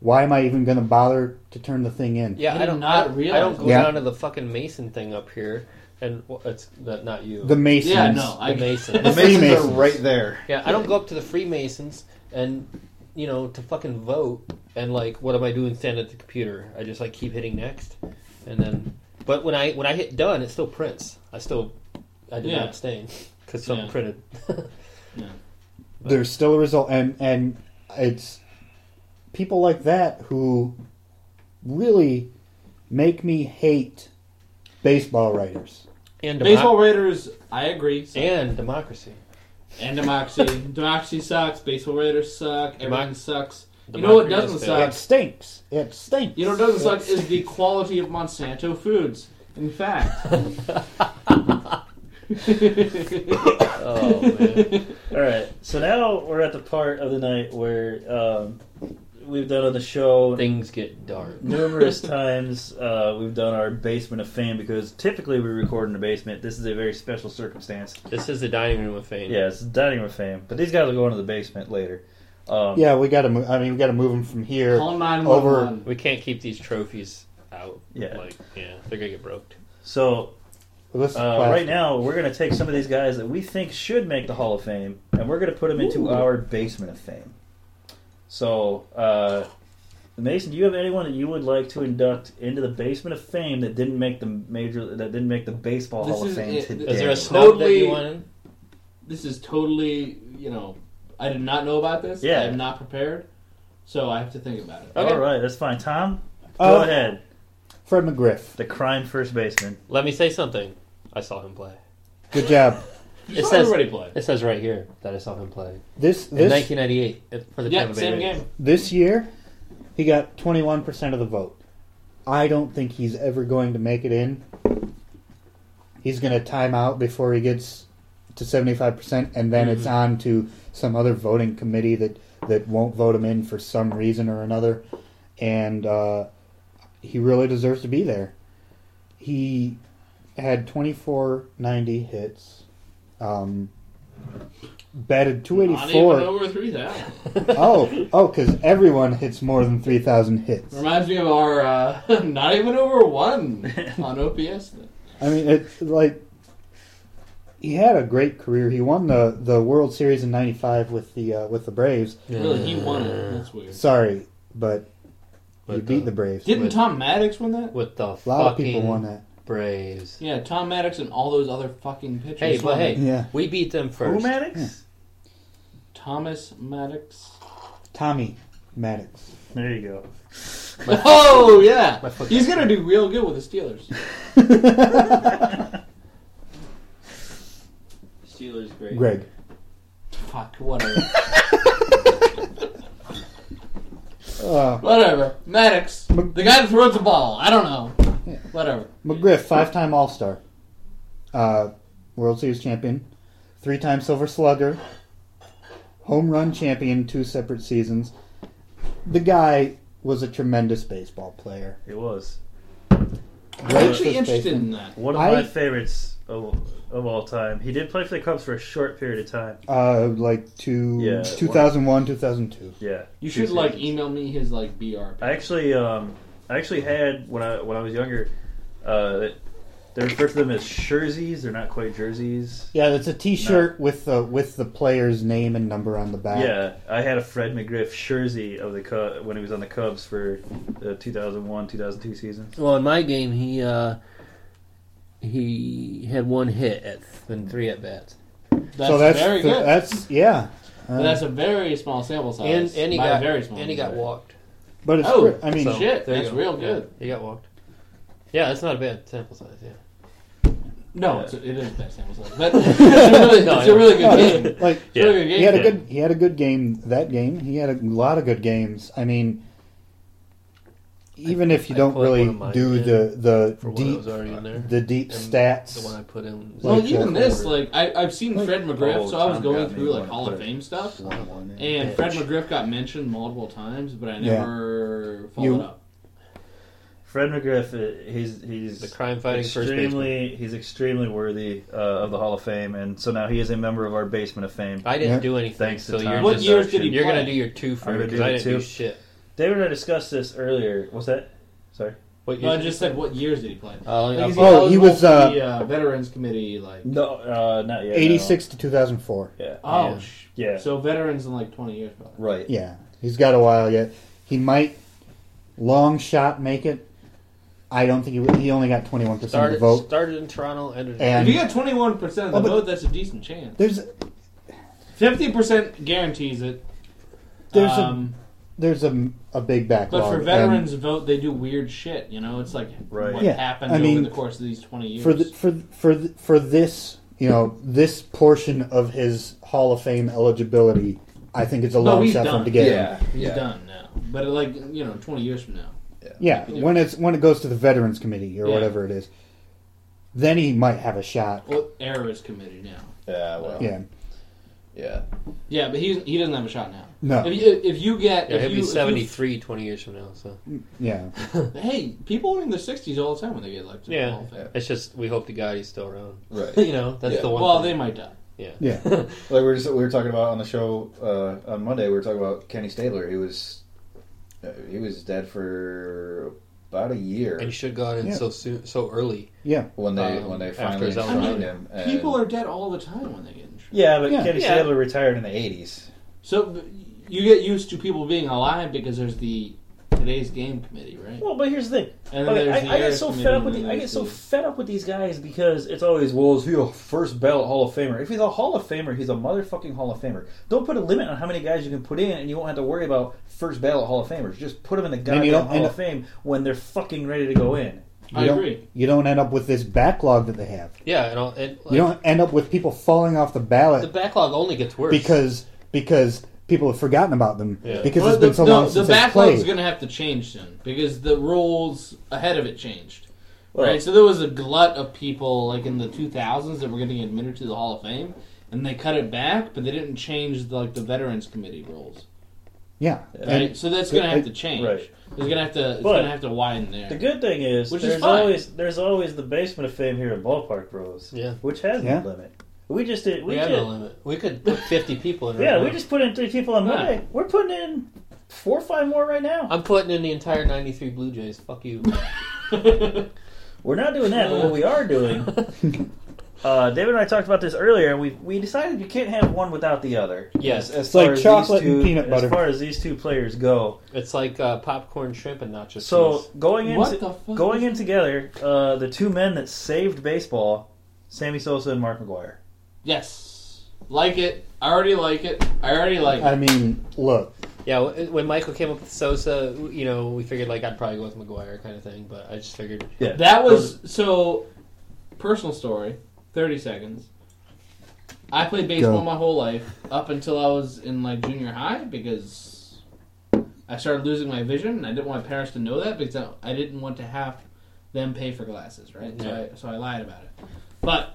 Speaker 9: why am I even going to bother to turn the thing in?
Speaker 8: Yeah,
Speaker 6: I
Speaker 8: I,
Speaker 6: did
Speaker 8: don't
Speaker 6: not
Speaker 8: I don't- I
Speaker 6: realize
Speaker 8: don't go
Speaker 9: that.
Speaker 8: down to the fucking Mason thing up here, and well, it's not, not you.
Speaker 9: The Masons.
Speaker 6: yeah, no,
Speaker 8: the
Speaker 6: I
Speaker 8: Masons.
Speaker 12: The Masons are
Speaker 9: Freemasons.
Speaker 12: right there.
Speaker 8: yeah, I don't go up to the Freemasons and you know, to fucking vote and like, what am I doing standing at the computer? I just like keep hitting next, and then. But when I when I hit done, it still prints. I still, I did
Speaker 7: Yeah.
Speaker 8: not abstain because something
Speaker 7: Yeah.
Speaker 8: printed.
Speaker 9: There's still a result, and and it's people like that who really make me hate baseball writers.
Speaker 8: And
Speaker 6: Baseball Raiders, I agree. suck.
Speaker 7: [laughs]
Speaker 8: And democracy.
Speaker 6: And democracy. [laughs] democracy sucks. Baseball Raiders suck. Everything sucks. You know what
Speaker 9: Democracy
Speaker 6: doesn't
Speaker 9: does
Speaker 6: suck?
Speaker 9: fail. It stinks. It stinks.
Speaker 6: Uh, You know what doesn't
Speaker 9: It
Speaker 6: suck is the quality of Monsanto foods. In
Speaker 9: [laughs]
Speaker 6: fact.
Speaker 7: oh man! All right, so now we're at the part of the night where um, we've done on the show
Speaker 8: things get dark
Speaker 7: numerous times. Uh, we've done our basement of fame because typically we record in the basement. This is a very special circumstance.
Speaker 8: This is the dining room of fame.
Speaker 7: Yeah, it's the dining room of fame. But these guys will go into the basement later. Um,
Speaker 9: yeah, we got to. I mean, we got to move them from here over.
Speaker 8: We can't keep these trophies out.
Speaker 7: Yeah.
Speaker 8: Like, yeah, they're gonna get broke.
Speaker 7: So,
Speaker 9: Well, this is
Speaker 7: uh,
Speaker 9: plastic.
Speaker 7: right now, we're going to take some of these guys that we think should make the Hall of Fame, and we're going to put them into
Speaker 8: Ooh.
Speaker 7: our basement of fame. So, uh, Mason, do you have anyone that you would like to induct into the basement of fame that didn't make the major that didn't make the baseball Hall of Fame?
Speaker 6: it-
Speaker 7: today?
Speaker 6: This is totally, you know, I did not know about this.
Speaker 7: Yeah.
Speaker 6: I am not prepared, so I have to think about it.
Speaker 7: All right, that's fine. Tom,
Speaker 9: Uh,
Speaker 7: go ahead.
Speaker 9: Fred McGriff.
Speaker 7: The crime first baseman.
Speaker 8: Let me say something. I saw him play.
Speaker 9: Good job.
Speaker 6: You saw everybody play.
Speaker 8: It says right here that I saw him play.
Speaker 9: This-
Speaker 8: in
Speaker 9: this-
Speaker 8: 1998 at- for the
Speaker 6: Yeah,
Speaker 8: Tampa Bay
Speaker 6: same
Speaker 8: Rays.
Speaker 6: game.
Speaker 9: This year, he got 21% of the vote. I don't think he's ever going to make it in. He's going to time out before he gets to 75%, and then it's
Speaker 6: Mm-hmm.
Speaker 8: Mhm.
Speaker 9: on to some other voting committee that, that won't vote him in for some reason or another. And uh, he really deserves to be there. He had 2490 hits. Um, batted
Speaker 6: Not even
Speaker 9: 284
Speaker 6: over three
Speaker 8: [laughs]
Speaker 6: thousand.
Speaker 9: oh, oh, because everyone hits more than three thousand hits.
Speaker 6: Reminds me of our uh, [laughs] not even over one
Speaker 8: [laughs]
Speaker 6: on OPS.
Speaker 9: I mean, it's like he had a great career. He won the, the World Series in '95 with the uh, with the Braves.
Speaker 6: Really, he won it. That's weird.
Speaker 9: Sorry, but he beat the, Braves.
Speaker 6: Didn't
Speaker 9: With-
Speaker 6: Tom Maddox win that?
Speaker 8: With the
Speaker 9: a lot of people won that.
Speaker 8: Braves.
Speaker 6: Yeah, Tom Maddox and all those other fucking pitchers.
Speaker 8: Hey, but
Speaker 6: won
Speaker 8: hey,
Speaker 6: it.
Speaker 8: we beat them first.
Speaker 6: Thomas Maddox.
Speaker 9: Tommy Maddox. [laughs]
Speaker 7: There you go.
Speaker 6: [laughs] oh yeah, he's gonna do real good with the Steelers.
Speaker 7: Steelers,
Speaker 6: great.
Speaker 9: Greg.
Speaker 6: Fuck whatever.
Speaker 9: Uh,
Speaker 6: whatever. Maddox, the guy that throws the ball. I don't know. Whatever.
Speaker 9: McGriff, five-time All-Star, uh, World Series champion, three-time Silver Slugger, home run champion two separate seasons. The guy was a tremendous baseball player.
Speaker 7: It was.
Speaker 9: I'm actually interested in that.
Speaker 7: One of
Speaker 9: I-
Speaker 7: my favorites of, of all time. He did play for the Cubs for a short period of time.
Speaker 9: Uh, like two,
Speaker 7: Yeah,
Speaker 9: 2001, 2002.
Speaker 7: Yeah.
Speaker 6: You should like email me his like BR.
Speaker 7: I actually, um, I actually had when I when I was younger, uh, they refer to them as jerseys. They're not quite jerseys.
Speaker 9: Yeah, that's a T-shirt with the with the player's name and number on the back.
Speaker 7: Yeah, I had a Fred McGriff jersey of the Cub when he was on the Cubs for the 2001 2002 season.
Speaker 8: Well, in my game, he uh, he had one hit at and three at bats.
Speaker 6: That's So that's very the- good.
Speaker 9: that's- yeah.
Speaker 6: But that's a very small sample
Speaker 8: and
Speaker 6: size.
Speaker 8: and he
Speaker 6: By
Speaker 8: got
Speaker 6: very small
Speaker 8: and he got
Speaker 6: sample size.
Speaker 8: walked.
Speaker 9: But it's
Speaker 6: Oh,
Speaker 9: gr- I mean,
Speaker 6: so- Shit,
Speaker 8: there you
Speaker 6: that's
Speaker 8: go.
Speaker 6: real good.
Speaker 8: Yeah, he got walked. Yeah, that's not a bad sample size. Yeah.
Speaker 6: No, it's a, it is that sample size, but [laughs] it's a really, it's a really
Speaker 9: No,
Speaker 6: good game.
Speaker 9: Like
Speaker 6: It's a really good game.
Speaker 9: he had a good he had a good game that game. He had a lot of good games. I mean, even if you don't really
Speaker 8: of mine
Speaker 9: do
Speaker 8: in
Speaker 9: the the
Speaker 8: for one that
Speaker 9: deep
Speaker 8: was already in there,
Speaker 9: the deep
Speaker 8: and
Speaker 9: stats.
Speaker 8: the one I put in was
Speaker 6: Well,
Speaker 9: like,
Speaker 6: even
Speaker 9: uh,
Speaker 6: this, like I, I've seen Fred McGriff,
Speaker 9: oh,
Speaker 6: so I was
Speaker 9: Tom
Speaker 6: going
Speaker 9: got me
Speaker 6: through like
Speaker 9: one,
Speaker 6: Hall of
Speaker 9: but-
Speaker 6: Fame stuff, and
Speaker 9: bitch.
Speaker 6: Fred McGriff got mentioned multiple times, but I
Speaker 9: Yeah.
Speaker 6: never followed
Speaker 9: You-
Speaker 6: up.
Speaker 7: Fred McGriff, uh, he's he's the crime
Speaker 8: fighting first baseman.
Speaker 7: extremely he's extremely worthy uh, of the Hall of Fame, and so now he is a member of our basement of fame.
Speaker 8: I didn't do anything,
Speaker 7: Thanks to
Speaker 8: so you're
Speaker 7: Tom
Speaker 8: just- What years did he
Speaker 7: Induction.
Speaker 8: you're gonna play? do your two for
Speaker 7: I'm
Speaker 8: me,
Speaker 7: gonna
Speaker 8: 'cause I
Speaker 7: the
Speaker 8: didn't do shit.
Speaker 7: David and I discussed this earlier. What's that? Sorry.
Speaker 8: What
Speaker 6: No, I just said what years did he play?
Speaker 8: Oh,
Speaker 6: Like, is
Speaker 9: oh, he
Speaker 6: eligible
Speaker 9: was,
Speaker 6: for
Speaker 9: uh,
Speaker 6: the uh, Veterans Committee, like
Speaker 7: no, uh, not yet.
Speaker 9: eighty six to two thousand four.
Speaker 7: Yeah.
Speaker 6: Oh,
Speaker 7: Yeah.
Speaker 6: yeah. So veterans in like twenty years, probably.
Speaker 7: Right.
Speaker 9: Yeah. He's got a while yet. He might long shot make it. I don't think he, would- he only got 21% of the
Speaker 15: Started,
Speaker 9: vote.
Speaker 15: started in Toronto, ended in
Speaker 9: And-
Speaker 6: if you got 21% of the
Speaker 9: Well, but-
Speaker 6: vote, that's a decent chance.
Speaker 9: There's
Speaker 6: 50% guarantees it.
Speaker 9: there's
Speaker 6: Um,
Speaker 9: a there's a, a big backlog.
Speaker 6: But for
Speaker 9: and-
Speaker 6: veterans vote, they do weird shit. You know, it's like what
Speaker 9: Yeah,
Speaker 6: happened
Speaker 9: I mean,
Speaker 6: over the course of these 20 years.
Speaker 9: for the, for for th- for this you know this portion of his Hall of Fame eligibility, I think it's a long
Speaker 6: he's
Speaker 9: shot for him
Speaker 6: done.
Speaker 9: to get.
Speaker 6: Yeah,
Speaker 9: in.
Speaker 6: he's done now. But like you know, 20 years from now.
Speaker 9: Yeah, when it's when it goes to the Veterans Committee or
Speaker 6: Yeah.
Speaker 9: whatever it is, then he might have a shot.
Speaker 6: Well, error is committed now.
Speaker 16: Yeah, well.
Speaker 9: Yeah.
Speaker 16: Yeah.
Speaker 6: Yeah, but he he doesn't have a shot now.
Speaker 9: No.
Speaker 6: If you, if you get
Speaker 8: Yeah,
Speaker 6: if
Speaker 8: he'll
Speaker 6: you,
Speaker 8: be
Speaker 6: if you-
Speaker 8: 73 20 years from now, so.
Speaker 9: Yeah.
Speaker 6: hey, people are in their 60s all the time when they get elected.
Speaker 8: Yeah.
Speaker 6: All the time.
Speaker 8: It's just, we hope to God he's still around.
Speaker 16: Right.
Speaker 8: [laughs] you know, that's
Speaker 16: Yeah.
Speaker 8: the one.
Speaker 6: Well,
Speaker 8: thing.
Speaker 6: they might die.
Speaker 8: Yeah.
Speaker 6: [laughs]
Speaker 9: Yeah.
Speaker 16: like we were just, we were talking about on the show uh, on Monday. We were talking about Kenny Stabler. He was uh, he was dead for about a year.
Speaker 8: And should have gone in
Speaker 16: Yeah.
Speaker 8: so soon, so early.
Speaker 9: Yeah.
Speaker 16: When they
Speaker 8: Um,
Speaker 16: when they
Speaker 8: after
Speaker 16: finally
Speaker 8: his elbow.
Speaker 16: found him. and-
Speaker 6: People are dead all the time when they get injured.
Speaker 16: yeah, but Kenny
Speaker 6: Yeah.
Speaker 16: Stabler retired in the eighties.
Speaker 6: So but you get used to people being alive because there's the today's game committee, right?
Speaker 7: Well, but here's the thing.
Speaker 6: And
Speaker 7: I,
Speaker 6: then
Speaker 7: mean,
Speaker 6: there's
Speaker 7: I,
Speaker 6: the
Speaker 7: I get
Speaker 6: Ayers
Speaker 7: so fed
Speaker 6: committee,
Speaker 7: up with
Speaker 6: and
Speaker 7: the,
Speaker 6: then
Speaker 7: I get
Speaker 6: there's
Speaker 7: so
Speaker 6: the-
Speaker 7: fed up with these guys because it's always well, is he a first ballot Hall of Famer? If he's a Hall of Famer, he's a motherfucking Hall of Famer. Don't put a limit on how many guys you can put in, and you won't have to worry about first ballot Hall of Famers. Just put them in the
Speaker 9: Then you don't
Speaker 7: goddamn Hall
Speaker 9: end
Speaker 7: of
Speaker 9: up-
Speaker 7: Fame when they're fucking ready to go in.
Speaker 9: You don't, You don't end up with this backlog that they have.
Speaker 8: Yeah, and, all, and
Speaker 9: you don't end up with people falling off the ballot
Speaker 8: the backlog only gets worse.
Speaker 9: because because people have forgotten about them because
Speaker 6: Well,
Speaker 9: it's been
Speaker 6: the,
Speaker 9: so
Speaker 6: no,
Speaker 9: long
Speaker 6: the
Speaker 9: since they
Speaker 6: backlog is
Speaker 9: played.
Speaker 6: going to have to change soon because the rules ahead of it changed.
Speaker 7: Well-
Speaker 6: right, so there was a glut of people like in the 2000s that were getting admitted to the Hall of Fame, and they cut it back, but they didn't change the, like the Veterans Committee rules.
Speaker 9: Yeah,
Speaker 6: Right,
Speaker 7: And-
Speaker 6: so that's going to have to
Speaker 7: Right.
Speaker 6: change. It's going to have to it's
Speaker 7: But-
Speaker 6: going to have to widen there.
Speaker 7: The good thing is
Speaker 6: Which is
Speaker 7: there's
Speaker 6: fine.
Speaker 7: always there's always the basement of fame here at Ballpark Bros.
Speaker 8: Yeah.
Speaker 7: Which has
Speaker 8: Yeah.
Speaker 7: no limit. We just did we,
Speaker 8: We have
Speaker 7: did,
Speaker 8: no limit. We could put 50 people in.
Speaker 7: Yeah,
Speaker 8: right
Speaker 7: we
Speaker 8: now.
Speaker 7: just put in three people on Monday. We're putting in four or five more right now.
Speaker 8: I'm putting in the entire 93 Blue Jays. Fuck you.
Speaker 7: We're not doing that, but what we are doing, uh, David and I talked about this earlier, and we we decided you can't have one without the other.
Speaker 8: Yes.
Speaker 7: as, as
Speaker 8: It's like
Speaker 7: far as
Speaker 8: chocolate
Speaker 7: these two,
Speaker 8: and peanut butter.
Speaker 7: As far as these two players go,
Speaker 8: It's like uh, popcorn shrimp and nacho
Speaker 7: so
Speaker 8: cheese.
Speaker 7: going in
Speaker 8: What
Speaker 7: to-
Speaker 8: the fuck
Speaker 7: going in together, uh, the two men that saved baseball, Sammy Sosa and Mark McGuire.
Speaker 6: Yes, like it. I already like it. I already like it.
Speaker 9: mean, look.
Speaker 8: Yeah, w- when Michael came up with Sosa, w- you know, we figured like I'd probably go with McGuire kind of thing, but I just figured
Speaker 6: That was so personal story. Thirty seconds. I played baseball
Speaker 8: Go.
Speaker 6: my whole life up until I was in like junior high because I started losing my vision and I didn't want my parents to know that because I- I didn't want to have them pay for glasses, right? So, I, so I lied about it. But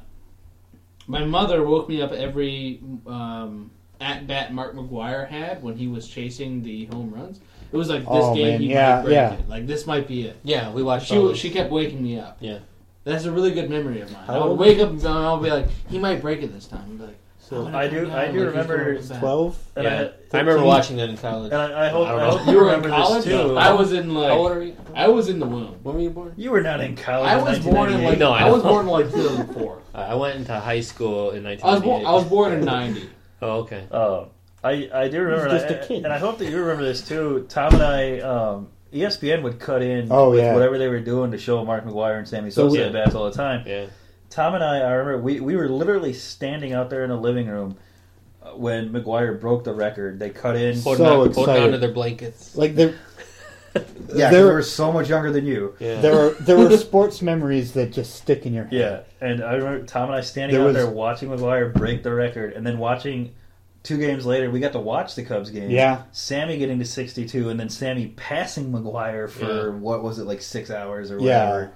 Speaker 6: my mother woke me up every um, at bat Mark McGuire had when he was chasing the home runs. It was like this
Speaker 8: Oh,
Speaker 6: game
Speaker 8: man.
Speaker 6: he
Speaker 8: Yeah,
Speaker 6: might break
Speaker 8: yeah. Oh.
Speaker 6: it. Like this might be it.
Speaker 8: Yeah, we watched all
Speaker 6: She
Speaker 8: those.
Speaker 6: she kept waking me up.
Speaker 8: Yeah.
Speaker 6: That's a really good memory of mine.
Speaker 7: How
Speaker 6: I would
Speaker 7: old-
Speaker 6: wake up and I'll be like, he might break it this time. I'd be like,
Speaker 7: So
Speaker 6: "I'm gonna
Speaker 7: I
Speaker 6: come
Speaker 7: do. I do
Speaker 6: down," like, he's gonna
Speaker 7: remember
Speaker 6: look back.
Speaker 7: And
Speaker 8: Yeah.
Speaker 7: I,
Speaker 8: I remember watching that in college.
Speaker 7: And I, I hope,
Speaker 8: I
Speaker 7: I
Speaker 8: don't
Speaker 6: Oh,
Speaker 8: know.
Speaker 7: hope you
Speaker 8: You were in
Speaker 7: remember this
Speaker 8: college?
Speaker 7: too.
Speaker 8: No.
Speaker 6: I was in like
Speaker 8: How old are you?
Speaker 6: I was in the womb.
Speaker 8: When were you born?
Speaker 7: You were not in college.
Speaker 6: I was born in like
Speaker 8: no, I,
Speaker 6: I, was
Speaker 8: know.
Speaker 6: born in like 2004.
Speaker 8: Uh, I went into high school in
Speaker 6: I was born
Speaker 8: 1998.
Speaker 6: I was born in 90.
Speaker 8: Oh, okay.
Speaker 7: Oh, I I do remember, and
Speaker 6: He's just
Speaker 7: I-
Speaker 6: a kid.
Speaker 7: and I hope that you remember this too. Tom and I, um, ESPN would cut in
Speaker 9: Oh,
Speaker 7: with
Speaker 9: yeah.
Speaker 7: whatever they were doing to show Mark McGuire and Sammy
Speaker 9: So
Speaker 7: Sosa
Speaker 9: we-
Speaker 7: at bats all the time.
Speaker 8: Yeah.
Speaker 7: Tom and I, I remember we we were literally standing out there in the living room uh, when McGuire broke the record. They cut in,
Speaker 9: Holding So on- holding excited. onto their
Speaker 8: blankets.
Speaker 9: Like there,
Speaker 7: Yeah, 'cause
Speaker 9: there
Speaker 7: we were so much younger than you. Yeah.
Speaker 9: there were
Speaker 6: [laughs]
Speaker 9: there were sports memories that just stick in your head.
Speaker 7: Yeah, and I remember Tom and I standing
Speaker 9: There
Speaker 7: out
Speaker 9: was-
Speaker 7: there watching McGuire break the record, and then watching two games later, we got to watch the Cubs game.
Speaker 9: Yeah.
Speaker 7: Sammy getting to 62, and then Sammy passing McGuire for what was it like six hours or
Speaker 9: Yeah.
Speaker 7: whatever.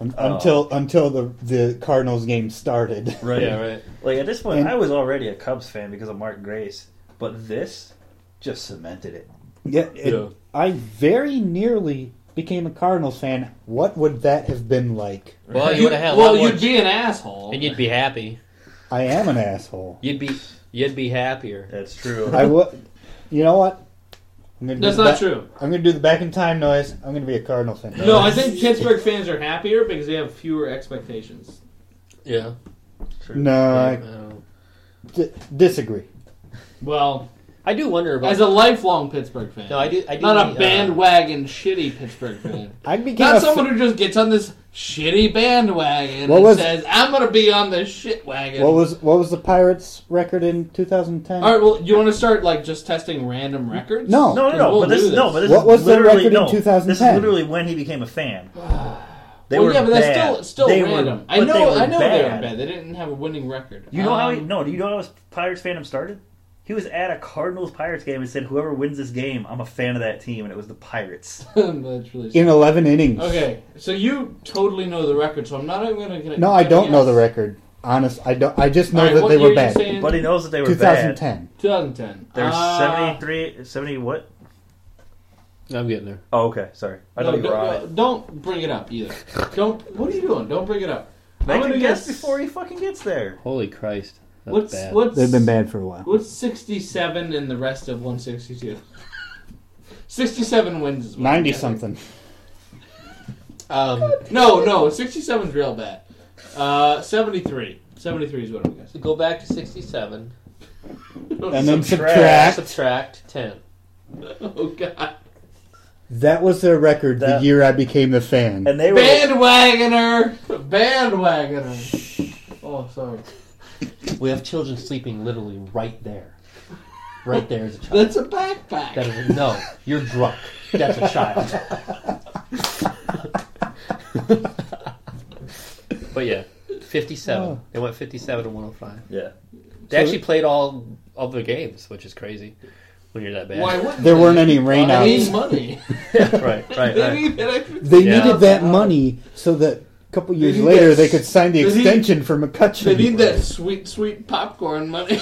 Speaker 9: Un-
Speaker 7: Oh.
Speaker 9: Until until the the Cardinals game started.
Speaker 7: Right. Like at this point,
Speaker 9: And-
Speaker 7: I was already a Cubs fan because of Mark Grace, but this just cemented it.
Speaker 9: [laughs] Yeah, it-
Speaker 7: Yeah.
Speaker 9: I very nearly became a Cardinals fan. What would that have been like?
Speaker 8: Well, you would have had. a
Speaker 6: well,
Speaker 8: lot more-
Speaker 6: you'd be an asshole.
Speaker 8: and you'd be happy.
Speaker 9: I am an asshole.
Speaker 8: You'd be you'd be happier.
Speaker 7: That's [laughs] true.
Speaker 9: [laughs] I would. You know what? I'm gonna do
Speaker 6: That's
Speaker 9: the
Speaker 6: not
Speaker 9: back-
Speaker 6: true.
Speaker 9: I'm going to do the back in time noise. I'm going to be a Cardinal fan.
Speaker 6: No, I think Pittsburgh fans are happier because they have fewer expectations.
Speaker 8: Yeah. Uh,
Speaker 9: No, I- D- disagree.
Speaker 6: Well,
Speaker 17: I do wonder about
Speaker 6: As a lifelong Pittsburgh fan.
Speaker 17: No, I do. I do
Speaker 6: Not
Speaker 17: the,
Speaker 6: a
Speaker 17: uh,
Speaker 6: bandwagon shitty Pittsburgh fan.
Speaker 9: I
Speaker 6: Not someone who just gets on this shitty bandwagon
Speaker 9: What
Speaker 6: and
Speaker 9: was-
Speaker 6: says, I'm going to be on this shit wagon.
Speaker 9: What was what was the Pirates' record in 2010?
Speaker 6: All right, well, you want to start like just testing random records?
Speaker 9: No. No, no,
Speaker 6: Because
Speaker 9: no,
Speaker 6: we'll
Speaker 9: but this-
Speaker 6: do
Speaker 9: no, but this What is was their literally- record in no, this is 2010? literally
Speaker 7: when he became a fan.
Speaker 6: well, yeah, but that's still still random. I
Speaker 7: but they
Speaker 6: know,
Speaker 7: were
Speaker 6: I know they were
Speaker 7: bad.
Speaker 6: bad. They didn't have a winning record.
Speaker 7: You know how? He,
Speaker 6: Um,
Speaker 7: no, do you know how his Pirates fandom started? He was at a Cardinals Pirates game and said, "Whoever wins this game, I'm a fan of that team," and it was the
Speaker 6: [laughs]
Speaker 7: Pirates.
Speaker 6: that's really
Speaker 9: In 11 innings.
Speaker 6: Okay, so you totally know the record, so I'm not even going to.
Speaker 9: No, I don't know the record. Honest, I don't. I just know
Speaker 6: All right,
Speaker 9: that
Speaker 6: what
Speaker 9: they
Speaker 6: year
Speaker 9: were
Speaker 6: you
Speaker 9: bad.
Speaker 6: saying? But he knows that they were
Speaker 9: 2010.
Speaker 6: 2010.
Speaker 7: There's
Speaker 6: Ah.
Speaker 7: 73, 70 what?
Speaker 8: I'm getting there.
Speaker 7: Oh, okay. Sorry, I
Speaker 6: No,
Speaker 7: thought you
Speaker 6: don't,
Speaker 7: were on it.
Speaker 6: no, don't bring it up either. Don't. What are you doing? Don't bring it up.
Speaker 7: Make
Speaker 6: gonna
Speaker 7: a guess before he fucking gets there.
Speaker 8: Holy Christ. That's
Speaker 6: What's
Speaker 8: bad.
Speaker 6: what's
Speaker 9: They've been bad for a while.
Speaker 6: What's 67 in the rest of [laughs] 162? 67 wins. Is what I'm
Speaker 9: 90
Speaker 6: guessing.
Speaker 9: something.
Speaker 6: Um, no, no, 67's real bad. Uh, 73. 73 is what I'm guessing.
Speaker 8: Go back to 67.
Speaker 9: And then subtract.
Speaker 8: Subtract 10.
Speaker 6: [laughs] Oh, God.
Speaker 9: That was their record the year I became a fan.
Speaker 7: And they
Speaker 6: Bandwagoner! Bandwagoner! Oh, sorry.
Speaker 8: We have children sleeping literally right there. Right there is a child.
Speaker 6: That's a backpack.
Speaker 8: That is a, no, you're drunk. That's a child. but yeah, 57.
Speaker 17: Oh.
Speaker 8: They went 57 to 105.
Speaker 7: Yeah.
Speaker 8: They
Speaker 17: So-
Speaker 8: actually played all of the games, which is crazy when you're that bad.
Speaker 6: Why wouldn't
Speaker 9: There weren't any
Speaker 6: Well, they
Speaker 9: rainouts.
Speaker 6: need money.
Speaker 8: [laughs] right,
Speaker 6: [laughs]
Speaker 8: right,
Speaker 6: They
Speaker 8: right.
Speaker 6: need that
Speaker 9: [laughs]
Speaker 6: extra-
Speaker 9: They
Speaker 6: Yeah.
Speaker 9: needed that money so that a couple years
Speaker 6: need
Speaker 9: later
Speaker 6: that-
Speaker 9: they could sign the
Speaker 6: they need-
Speaker 9: extension for McCutcheon.
Speaker 6: They need that sweet, sweet popcorn money.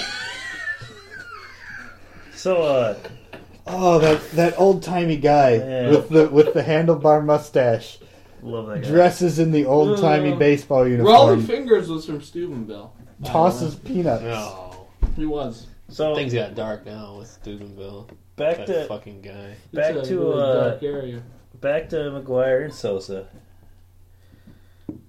Speaker 7: So, uh,
Speaker 9: Oh, that that old timey guy
Speaker 7: Yeah.
Speaker 9: with the with the handlebar mustache.
Speaker 7: Love that guy.
Speaker 9: Dresses in the old timey
Speaker 6: Uh,
Speaker 9: baseball
Speaker 6: Raleigh
Speaker 9: uniform.
Speaker 6: Fingers was from Steubenville.
Speaker 9: Tosses peanuts.
Speaker 6: He was.
Speaker 7: So
Speaker 8: things got dark now with Steubenville.
Speaker 7: Back
Speaker 8: that
Speaker 7: to-
Speaker 8: fucking guy.
Speaker 7: back
Speaker 6: It's a
Speaker 7: to
Speaker 6: really
Speaker 7: uh,
Speaker 6: dark area.
Speaker 7: back to McGuire and Sosa.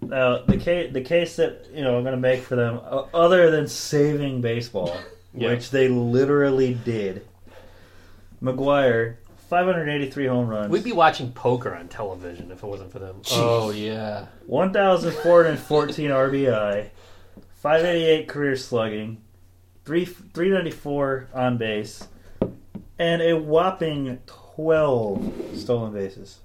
Speaker 7: Now the case the case that you know I'm going to make for them, uh, other than saving baseball,
Speaker 17: Yeah.
Speaker 7: which they literally did. McGuire, 583 home runs.
Speaker 17: We'd be watching poker on television if it wasn't for them.
Speaker 8: Oh, yeah.
Speaker 7: 1,414 RBI, 588 career slugging, 3, 394 on base, and a whopping 12 stolen bases.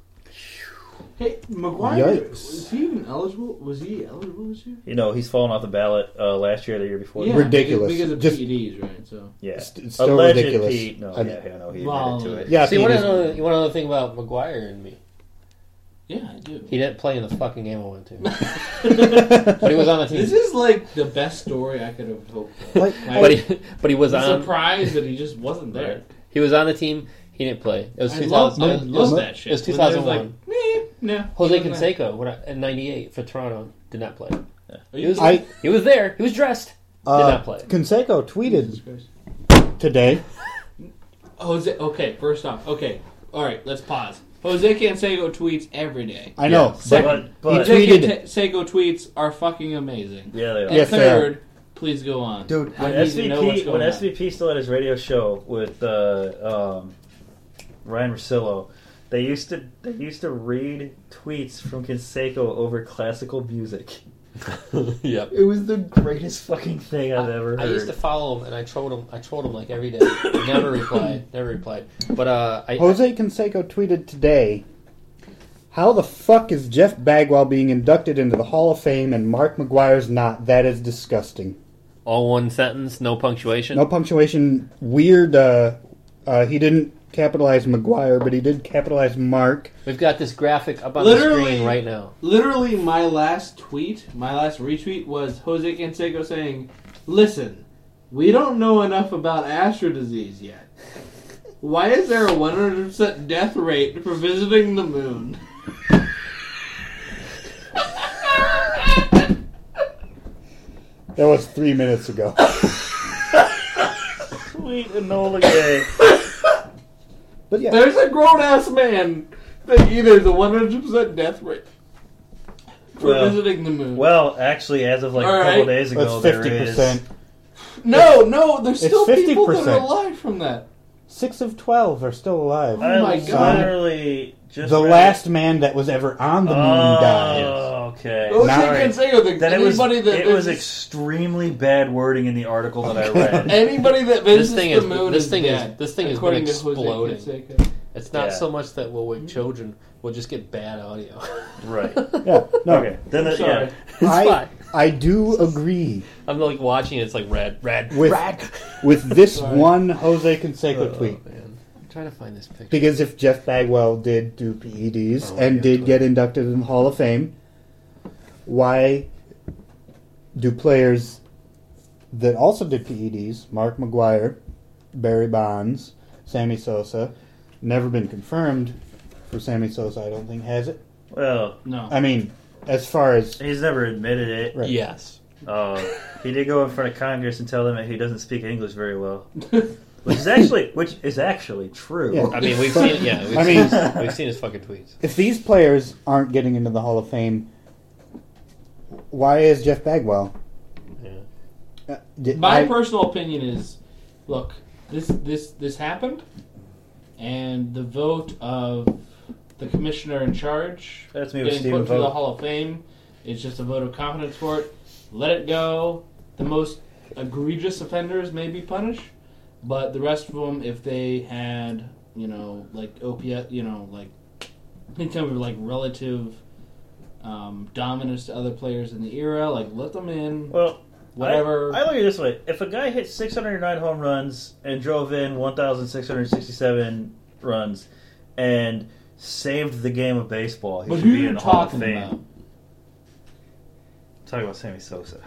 Speaker 6: Hey, McGuire,
Speaker 7: Yikes.
Speaker 6: was he even eligible? Was he eligible this year?
Speaker 7: You know, he's fallen off the ballot uh, last year, or the year before.
Speaker 6: Yeah,
Speaker 9: Ridiculous.
Speaker 6: Because of
Speaker 9: Just-
Speaker 6: PEDs, right? So
Speaker 7: Yeah.
Speaker 9: it's still
Speaker 7: Alleged
Speaker 9: ridiculous.
Speaker 7: Pete. No,
Speaker 9: I-
Speaker 7: yeah, yeah, no, he admitted
Speaker 6: Well,
Speaker 7: to it.
Speaker 9: Yeah,
Speaker 8: See, you
Speaker 9: Pete
Speaker 8: want to
Speaker 9: is-
Speaker 8: know, you want to know the thing about McGuire and me?
Speaker 6: Yeah, I do.
Speaker 8: He didn't play in the fucking game I went to. but he was on the team.
Speaker 6: This is like the best story I could have hoped for.
Speaker 8: Like- But he- but he was
Speaker 6: I'm
Speaker 8: on-
Speaker 6: surprised that he just wasn't there.
Speaker 8: He was on the team. He didn't play. It was
Speaker 6: I
Speaker 8: 2000.
Speaker 6: love- I
Speaker 8: it
Speaker 6: love
Speaker 8: was-
Speaker 6: that shit.
Speaker 8: It was
Speaker 6: When there's
Speaker 8: 2001.
Speaker 6: no.
Speaker 8: Jose
Speaker 6: He wasn't
Speaker 8: Canseco when I, in '98 for Toronto did not play. He
Speaker 6: you-
Speaker 8: was,
Speaker 9: I-
Speaker 8: he was there. He was dressed. did
Speaker 9: Uh,
Speaker 8: not play.
Speaker 9: Conseco tweeted today.
Speaker 6: Jose, okay, first off, okay, all right, let's pause. Jose Canseco tweets every day.
Speaker 9: I know, Yeah,
Speaker 6: Second,
Speaker 9: but- but-
Speaker 6: Jose
Speaker 9: he tweeted-
Speaker 6: Canseco tweets are fucking amazing.
Speaker 7: Yeah, they are.
Speaker 6: And
Speaker 7: Yes, they
Speaker 6: third, please go on,
Speaker 9: dude.
Speaker 6: I
Speaker 7: when
Speaker 6: need to know what's
Speaker 7: SVP
Speaker 6: going
Speaker 7: when
Speaker 6: on.
Speaker 7: SVP still had his radio show with uh, um, Ryan Rosillo, they used to they used to read tweets from Conseco over classical music. [laughs]
Speaker 8: yep.
Speaker 7: It was the greatest fucking thing I've ever heard.
Speaker 8: I used to follow him and I trolled him. I trolled him like every day. [coughs] Never replied. Never replied. But uh, I,
Speaker 9: Jose Canseco tweeted today, "How the fuck is Jeff Bagwell being inducted into the Hall of Fame and Mark McGuire's not? That is disgusting.
Speaker 17: All one sentence, no punctuation.
Speaker 9: No punctuation. Weird. Uh, uh, he didn't capitalize McGuire, but he did capitalize Mark.
Speaker 8: we've got this graphic up on the
Speaker 6: Literally-
Speaker 8: screen right now.
Speaker 6: Literally, my last tweet, my last retweet was Jose Canseco saying, "Listen, we don't know enough about Astro disease yet. Why is there a 100 percent death rate for visiting the moon?"
Speaker 9: That was three minutes ago. [laughs]
Speaker 7: Sweet Enola Gay.
Speaker 9: But yeah.
Speaker 6: There's a grown ass man that either the 100% death rate for
Speaker 7: Well,
Speaker 6: visiting the moon.
Speaker 7: [laughs] Well, actually, as of like
Speaker 6: All
Speaker 7: a couple
Speaker 6: right.
Speaker 7: days ago,
Speaker 6: That's
Speaker 7: there is.
Speaker 9: 50%.
Speaker 6: No, no, there's
Speaker 7: It's
Speaker 6: still people that are
Speaker 7: 50%.
Speaker 6: alive from that.
Speaker 9: Six of twelve are still alive.
Speaker 7: I literally just
Speaker 9: the
Speaker 7: read-
Speaker 9: last man that was ever on the moon died.
Speaker 7: Oh, okay.
Speaker 9: Ocean can
Speaker 6: say that
Speaker 7: Then it was,
Speaker 6: anybody that
Speaker 7: it was
Speaker 6: visits-
Speaker 7: extremely bad wording in the article that I read.
Speaker 6: [laughs] Anybody that
Speaker 11: this
Speaker 6: visits
Speaker 11: thing
Speaker 6: the
Speaker 11: is
Speaker 6: moon
Speaker 11: this
Speaker 6: is
Speaker 11: thing
Speaker 6: dead,
Speaker 11: is this thing has been
Speaker 6: according to Jose
Speaker 11: exploding.
Speaker 6: Canseco.
Speaker 11: It's not
Speaker 6: Yeah.
Speaker 11: so much that we'll wake children; we'll just get bad
Speaker 8: [laughs]
Speaker 11: audio.
Speaker 7: right.
Speaker 9: Yeah. No.
Speaker 11: Okay.
Speaker 7: Then
Speaker 11: I'm
Speaker 7: it-
Speaker 11: sorry.
Speaker 7: yeah.
Speaker 11: It's
Speaker 9: I
Speaker 11: fine.
Speaker 9: I do agree
Speaker 11: I'm like watching. It's like red, red,
Speaker 9: with
Speaker 11: red.
Speaker 9: with this
Speaker 11: Sorry.
Speaker 9: one Jose Canseco tweet.
Speaker 11: I'm trying to find this picture.
Speaker 9: Because if Jeff Bagwell did do PEDs and did get inducted in the Hall of Fame, why do players that also did PEDs, Mark McGuire, Barry Bonds, Sammy Sosa, never been confirmed for Sammy Sosa, I don't think, has it?
Speaker 7: Well, no.
Speaker 9: I mean, as far as.
Speaker 7: He's never admitted it.
Speaker 9: Right.
Speaker 11: Yes.
Speaker 7: Uh, he did go in front of Congress and tell them that he doesn't speak English very well, which is actually which is actually true.
Speaker 9: Yeah.
Speaker 8: I mean, we've seen. Yeah, we've,
Speaker 9: I
Speaker 8: seen, [laughs]
Speaker 9: mean-
Speaker 8: we've seen his fucking tweets.
Speaker 9: If these players aren't getting into the Hall of Fame, why is Jeff Bagwell? Uh, did-
Speaker 6: My
Speaker 9: I-
Speaker 6: personal opinion is, look, this this this happened, and the vote of the commissioner in charge
Speaker 7: That's me with
Speaker 6: getting
Speaker 7: Stephen
Speaker 6: put through the
Speaker 7: Vogt.
Speaker 6: Hall of Fame is just a vote of confidence for it. Let it go. The most egregious offenders may be punished, but the rest of them, if they had, you know, like opiate, you know, like any kind of like relative um, dominance to other players in the era, like let them in.
Speaker 7: Well,
Speaker 6: whatever.
Speaker 7: I, I look at it this way: if a guy hit 609 home runs and drove in 1,667 runs and saved the game of baseball, he
Speaker 6: But
Speaker 7: should
Speaker 6: who
Speaker 7: be
Speaker 6: you
Speaker 7: in the Hall of
Speaker 6: talking
Speaker 7: Fame.
Speaker 6: about?
Speaker 7: Talking about Sammy Sosa.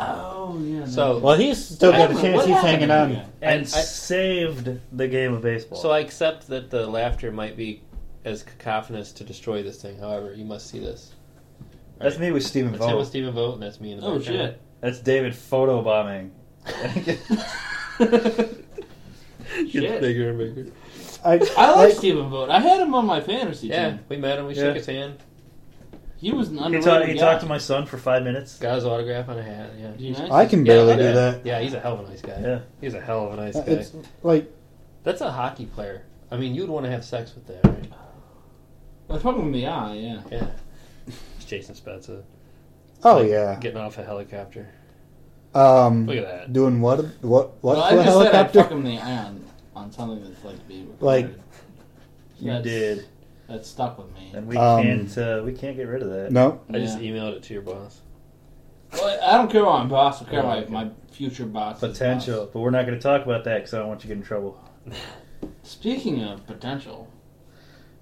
Speaker 6: Oh yeah.
Speaker 11: So
Speaker 9: Well, he's still got a chance. He's hanging on.
Speaker 7: and
Speaker 11: I-
Speaker 7: saved the game of baseball.
Speaker 11: So I accept that the laughter might be as cacophonous to destroy this thing. However, you must see this.
Speaker 7: That's me with Stephen
Speaker 11: That's
Speaker 7: Vogt.
Speaker 11: him with Stephen Vogt, and that's me in the
Speaker 6: Oh,
Speaker 11: background.
Speaker 6: shit.
Speaker 7: That's David photobombing.
Speaker 11: [laughs]
Speaker 6: Shit.
Speaker 11: bigger and bigger.
Speaker 9: I,
Speaker 6: [laughs] I like Stephen Vogt. I had him on my fantasy
Speaker 11: Yeah,
Speaker 6: team.
Speaker 11: we met him. We
Speaker 7: Yeah.
Speaker 11: shook his hand.
Speaker 6: He was an
Speaker 7: He,
Speaker 6: underrated
Speaker 7: talked, he
Speaker 6: guy.
Speaker 7: talked to my son for five minutes.
Speaker 11: Got his autograph on a hat. Yeah,
Speaker 6: He's nice.
Speaker 9: I can
Speaker 11: Yeah,
Speaker 9: barely
Speaker 11: I
Speaker 9: do
Speaker 11: know.
Speaker 9: that.
Speaker 11: Yeah, he's a hell of a nice guy.
Speaker 7: Yeah.
Speaker 11: he's a hell of a nice
Speaker 9: Uh,
Speaker 11: guy.
Speaker 9: It's like
Speaker 11: That's a hockey player. I mean, you'd want to have sex with that, right?
Speaker 9: Oh.
Speaker 6: I fucked him in the eye. Yeah.
Speaker 11: Yeah. It's Jason Spezza.
Speaker 9: Oh yeah.
Speaker 11: Getting off a helicopter.
Speaker 9: Um,
Speaker 11: Look at that.
Speaker 9: Doing what? What? What?
Speaker 6: Well,
Speaker 9: to
Speaker 6: I
Speaker 9: a
Speaker 6: just said I
Speaker 9: helicopter?
Speaker 6: fuck him in the eye on, on something that's like being
Speaker 9: Like-
Speaker 6: recorded.
Speaker 7: You
Speaker 6: That's-
Speaker 7: did,
Speaker 6: That stuck with me.
Speaker 7: and we
Speaker 9: Um,
Speaker 7: can't uh, we can't get rid of that.
Speaker 9: no.
Speaker 11: I just
Speaker 6: Yeah.
Speaker 11: emailed it to your boss.
Speaker 6: Well, I don't care about my boss. I care
Speaker 7: Oh,
Speaker 6: about
Speaker 7: okay.
Speaker 6: my future boss.
Speaker 7: Potential, but we're not going to talk about that because I don't want you to get in trouble.
Speaker 6: Speaking of potential,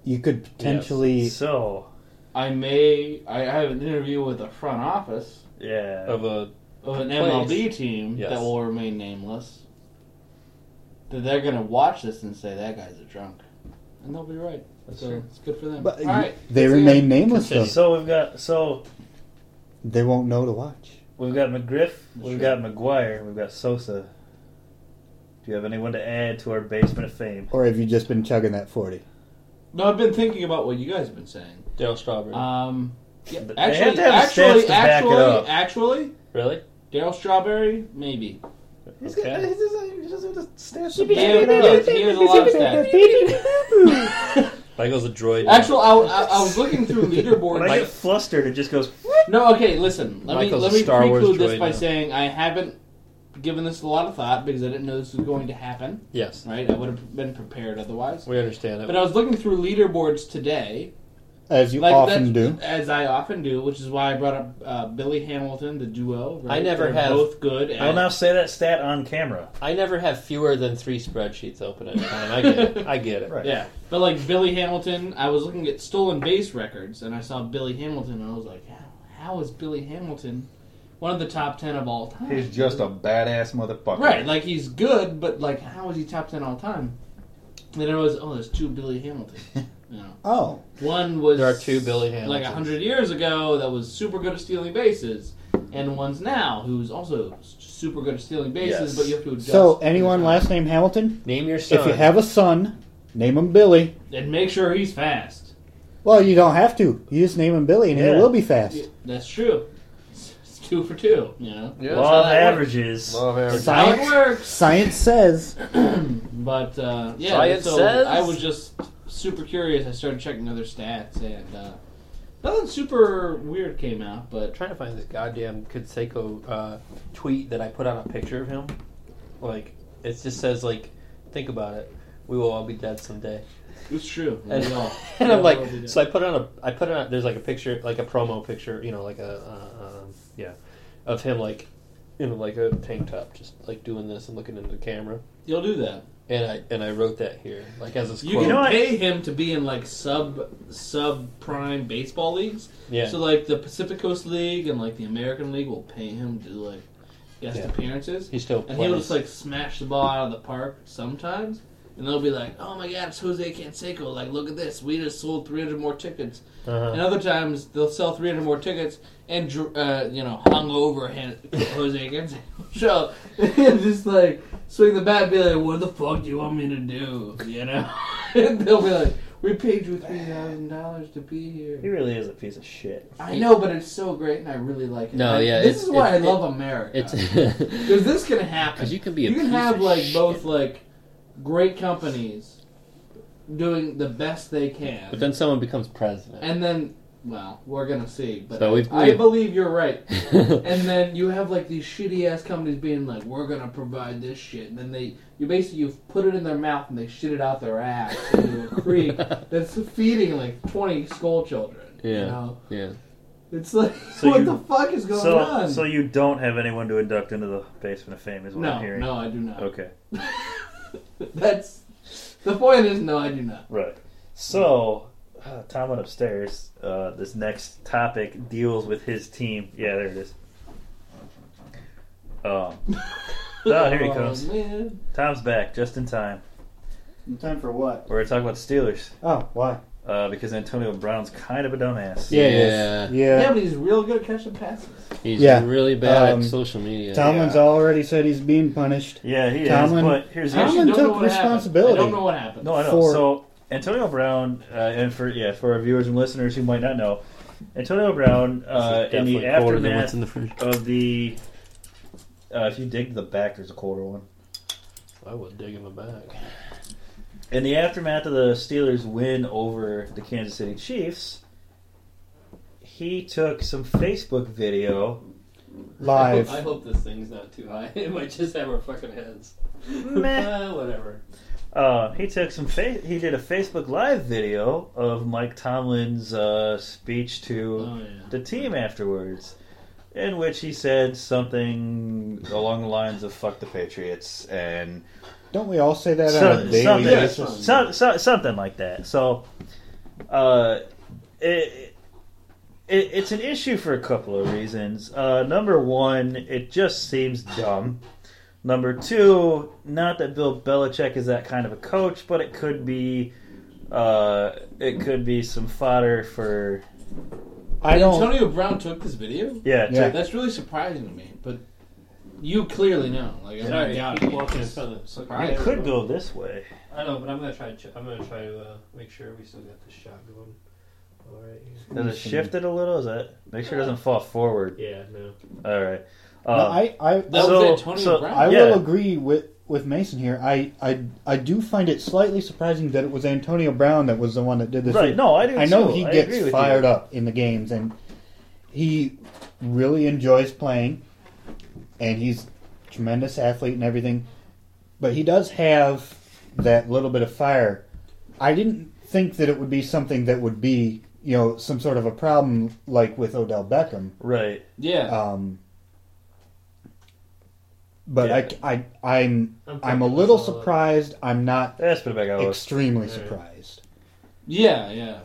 Speaker 9: You could potentially.
Speaker 7: So,
Speaker 6: I may I have an interview with the front office
Speaker 7: yeah.
Speaker 11: Of a
Speaker 6: of an
Speaker 11: Please.
Speaker 6: MLB team
Speaker 11: Yes.
Speaker 6: that will remain nameless. That they're gonna watch this and say that guy's a drunk, and they'll be right. so
Speaker 7: true.
Speaker 6: it's good for them.
Speaker 9: But
Speaker 6: All right,
Speaker 9: they
Speaker 6: that's the
Speaker 9: remain
Speaker 6: end.
Speaker 9: nameless though.
Speaker 7: So we've got so
Speaker 9: They won't know to watch.
Speaker 7: we've got McGriff, we've got
Speaker 6: Sure.
Speaker 7: McGuire, we've got Sosa. Do you have anyone to add to our basement of fame?
Speaker 9: Or have you just been chugging that forty?
Speaker 6: No, I've been thinking about what you guys have been saying.
Speaker 11: Daryl Strawberry.
Speaker 6: Um, yeah,
Speaker 7: But they have
Speaker 6: actually,
Speaker 7: to have the stats
Speaker 6: actually,
Speaker 7: to back it up.
Speaker 6: actually, actually,
Speaker 11: really?
Speaker 6: Daryl Strawberry, maybe.
Speaker 7: He's
Speaker 11: Okay.
Speaker 7: got- he doesn't- he doesn't have to stand for
Speaker 6: He
Speaker 7: back
Speaker 6: has,
Speaker 7: it up.
Speaker 6: he has a lot of stats.
Speaker 7: [laughs]
Speaker 11: Michael's a droid.
Speaker 6: Actually, I, I, I was
Speaker 7: [laughs]
Speaker 6: looking through leaderboard.
Speaker 7: When I get flustered, it just goes.
Speaker 6: No, okay, listen. Let
Speaker 11: Michael's
Speaker 6: me
Speaker 11: a
Speaker 6: let me
Speaker 11: Star Wars
Speaker 6: preclude this
Speaker 11: droid
Speaker 6: by
Speaker 11: now.
Speaker 6: saying I haven't given this a lot of thought because I didn't know this was going to happen.
Speaker 11: yes,
Speaker 6: Right, I would have been prepared otherwise.
Speaker 11: we understand it.
Speaker 6: But I was looking through leaderboards today,
Speaker 9: As you
Speaker 6: like
Speaker 9: often
Speaker 6: that's-
Speaker 9: do.
Speaker 6: as I often do, which is why I brought up uh, Billy Hamilton, the duo. Right?
Speaker 11: I never
Speaker 6: They're
Speaker 11: have.
Speaker 6: both good. At,
Speaker 7: I'll now say that stat on camera.
Speaker 11: I never have fewer than three spreadsheets open at a time. I get it. I [laughs] get it.
Speaker 7: Right.
Speaker 6: Yeah, but like Billy Hamilton, I was looking at stolen base records, and I saw Billy Hamilton, and I was like, how, how is Billy Hamilton one of the top ten of all time?
Speaker 12: He's just a badass motherfucker.
Speaker 6: Right, like he's good, but like how is he top ten all time? Then it was oh, there's two Billy Hamilton. You know,
Speaker 9: Oh,
Speaker 6: one was
Speaker 11: There are two Billy Hamiltons.
Speaker 6: like hundred years ago that was super good at stealing bases, and one's now who's also super good at stealing
Speaker 7: Yes.
Speaker 6: bases, but you have to adjust.
Speaker 9: so anyone last name Hamilton?
Speaker 11: Name your son.
Speaker 9: If you have a son, name him Billy.
Speaker 6: and make sure he's fast.
Speaker 9: Well, you don't have to. You just name him Billy, and
Speaker 7: Yeah.
Speaker 9: he will be fast.
Speaker 6: That's true. two for two. You know,
Speaker 7: Yeah.
Speaker 6: That's
Speaker 7: Law
Speaker 6: how
Speaker 7: of
Speaker 6: that works.
Speaker 7: averages. Law of
Speaker 6: That's how it works.
Speaker 9: Science says.
Speaker 6: But uh, yeah,
Speaker 9: Science
Speaker 6: so
Speaker 9: says?
Speaker 6: I was just super curious. I started checking other stats, and uh, nothing super weird came out. But
Speaker 8: trying to find this goddamn Kudseko uh, tweet that I put on a picture of him. Like it just says like, think about it. We will all be dead someday.
Speaker 6: It's true.
Speaker 8: And, [laughs]
Speaker 6: We all-
Speaker 8: and
Speaker 6: we
Speaker 8: I'm
Speaker 6: all will be
Speaker 8: like,
Speaker 6: dead.
Speaker 8: so I put on a, I put on. There's like a picture, like a promo picture, you know, like a, uh, um, yeah, of him like, you know, like a tank top, just like doing this and looking into the camera.
Speaker 6: You'll do that.
Speaker 8: And I and I wrote that here, like as a
Speaker 6: you can pay him to be in like sub sub prime baseball leagues.
Speaker 8: Yeah.
Speaker 6: So like the Pacific Coast League and like the American League will pay him to do like guest
Speaker 8: Yeah.
Speaker 6: appearances.
Speaker 8: He still
Speaker 6: and he'll
Speaker 8: plays.
Speaker 6: just like smash the ball out of the park sometimes. And they'll be like, "Oh my God, it's Jose Canseco! Like, look at this. We just sold 300 more tickets."
Speaker 8: Uh-huh.
Speaker 6: And other times they'll sell 300 more tickets and dr- uh, you know hung over Han- [laughs] Jose Canseco. So [laughs] and just like swing the bat, and be like, "What the fuck do you want me to do?" You know. [laughs] and they'll be like, "We paid you three thousand dollars to be here."
Speaker 7: He really is a piece of shit.
Speaker 6: I know, but it's so great, and I really like it.
Speaker 8: No,
Speaker 6: I-
Speaker 8: yeah,
Speaker 6: this
Speaker 8: it's-
Speaker 6: is why I
Speaker 8: it's-
Speaker 6: love
Speaker 8: it-
Speaker 6: America. [laughs]
Speaker 8: it's-
Speaker 6: Because this can happen.
Speaker 8: 'Cause [laughs] you can be a
Speaker 6: you can
Speaker 8: piece
Speaker 6: have
Speaker 8: of
Speaker 6: like both like great companies doing the best they can,
Speaker 8: But then someone becomes president.
Speaker 6: and then, well, we're gonna see. But
Speaker 8: So we've-
Speaker 6: I, I
Speaker 8: we've-
Speaker 6: believe you're right. and then you have like these shitty ass companies being like, "We're gonna provide this shit," and then they, you basically you've put it in their mouth and they shit it out their ass
Speaker 8: [laughs]
Speaker 6: into a creek that's feeding like twenty school children.
Speaker 8: Yeah.
Speaker 6: You know?
Speaker 8: [laughs] Yeah.
Speaker 6: It's like, what the fuck is going
Speaker 7: so,
Speaker 6: on?
Speaker 7: So you don't have anyone to induct into the basement of fame, is what
Speaker 6: No,
Speaker 7: I'm hearing.
Speaker 6: no, I do not.
Speaker 7: Okay,
Speaker 6: [laughs] That's the point. Is no, I do not.
Speaker 7: right. So uh, Tom went upstairs. Uh, this next topic deals with his team. Yeah, there it is. Um,
Speaker 6: [laughs]
Speaker 7: oh, here he
Speaker 18: Oh,
Speaker 7: comes.
Speaker 6: man.
Speaker 7: Tom's back just in time.
Speaker 9: In time for what?
Speaker 7: We're gonna talk about the Steelers.
Speaker 9: Oh, why?
Speaker 7: Uh, because Antonio Brown's kind of a dumbass.
Speaker 9: Yeah. Yeah.
Speaker 6: Yeah, but he's real good at catching passes.
Speaker 8: He's
Speaker 9: yeah.
Speaker 8: really bad
Speaker 9: Um,
Speaker 8: at social media.
Speaker 9: Tomlin's already said he's being punished.
Speaker 7: Yeah, he
Speaker 9: Tomlin,
Speaker 7: is. But here's the
Speaker 9: Tomlin
Speaker 7: issue.
Speaker 9: took responsibility.
Speaker 7: No, I know.
Speaker 9: For-
Speaker 7: so Antonio Brown, uh, and for yeah, for our viewers and listeners who might not know, Antonio Brown uh,
Speaker 8: This is
Speaker 7: in the
Speaker 8: definitely colder than
Speaker 7: aftermath
Speaker 8: what's in the fridge.
Speaker 7: of the, uh, if you dig the back, there's a colder one.
Speaker 8: I would dig him a back.
Speaker 7: In the aftermath of the Steelers' win over the Kansas City Chiefs, he took some Facebook video.
Speaker 9: Live.
Speaker 8: I hope this thing's not too high. [laughs] It might just have our fucking heads.
Speaker 7: Meh.
Speaker 8: whatever.
Speaker 7: Uh, he took some. Fa- he did a Facebook Live video of Mike Tomlin's uh, speech to the team afterwards, in which he said something along the lines of "fuck the Patriots" and
Speaker 9: Don't we all say that on
Speaker 7: so,
Speaker 9: a daily
Speaker 7: something,
Speaker 9: basis?
Speaker 7: so, so, something like that. So, uh, it, it, it's an issue for a couple of reasons. Uh, number one, it just seems dumb. Number two, not that Bill Belichick is that kind of a coach, but it could be, uh, it could be some fodder for.
Speaker 6: Antonio Brown took this video.
Speaker 7: Yeah, Yeah. took-
Speaker 6: that's really surprising to me. But you clearly know. Like, I'm not
Speaker 8: Sorry,
Speaker 6: doubting
Speaker 8: keep
Speaker 6: it.
Speaker 8: walking in
Speaker 6: It's
Speaker 8: front of it.
Speaker 6: surprising.
Speaker 7: It could go this way.
Speaker 8: I know, but I'm gonna try. To ch- I'm gonna try to uh, make sure we still got this shot going. All right.
Speaker 7: Does it shift it a little? Is that make sure it doesn't fall forward?
Speaker 8: Yeah, no.
Speaker 7: All right. Uh,
Speaker 9: No, I, I, I will agree with, with Mason here. I, I, I do find it slightly surprising that it was Antonio Brown that was the one that did this.
Speaker 7: Right, no, I do
Speaker 9: I know
Speaker 7: too.
Speaker 9: he
Speaker 7: I agree with
Speaker 9: gets
Speaker 7: you.
Speaker 9: fired up in the games, and he really enjoys playing, and he's a tremendous athlete and everything. But he does have that little bit of fire. I didn't think that it would be something that would be, you know, some sort of a problem like with Odell Beckham.
Speaker 7: Right.
Speaker 6: Yeah.
Speaker 9: Um, but I, I, I'm,
Speaker 6: I'm
Speaker 9: I'm, a
Speaker 6: picking
Speaker 9: little
Speaker 6: this all up.
Speaker 9: surprised. I'm not
Speaker 7: Let's put it back out.
Speaker 9: extremely
Speaker 6: Alright.
Speaker 9: surprised.
Speaker 6: Yeah, yeah.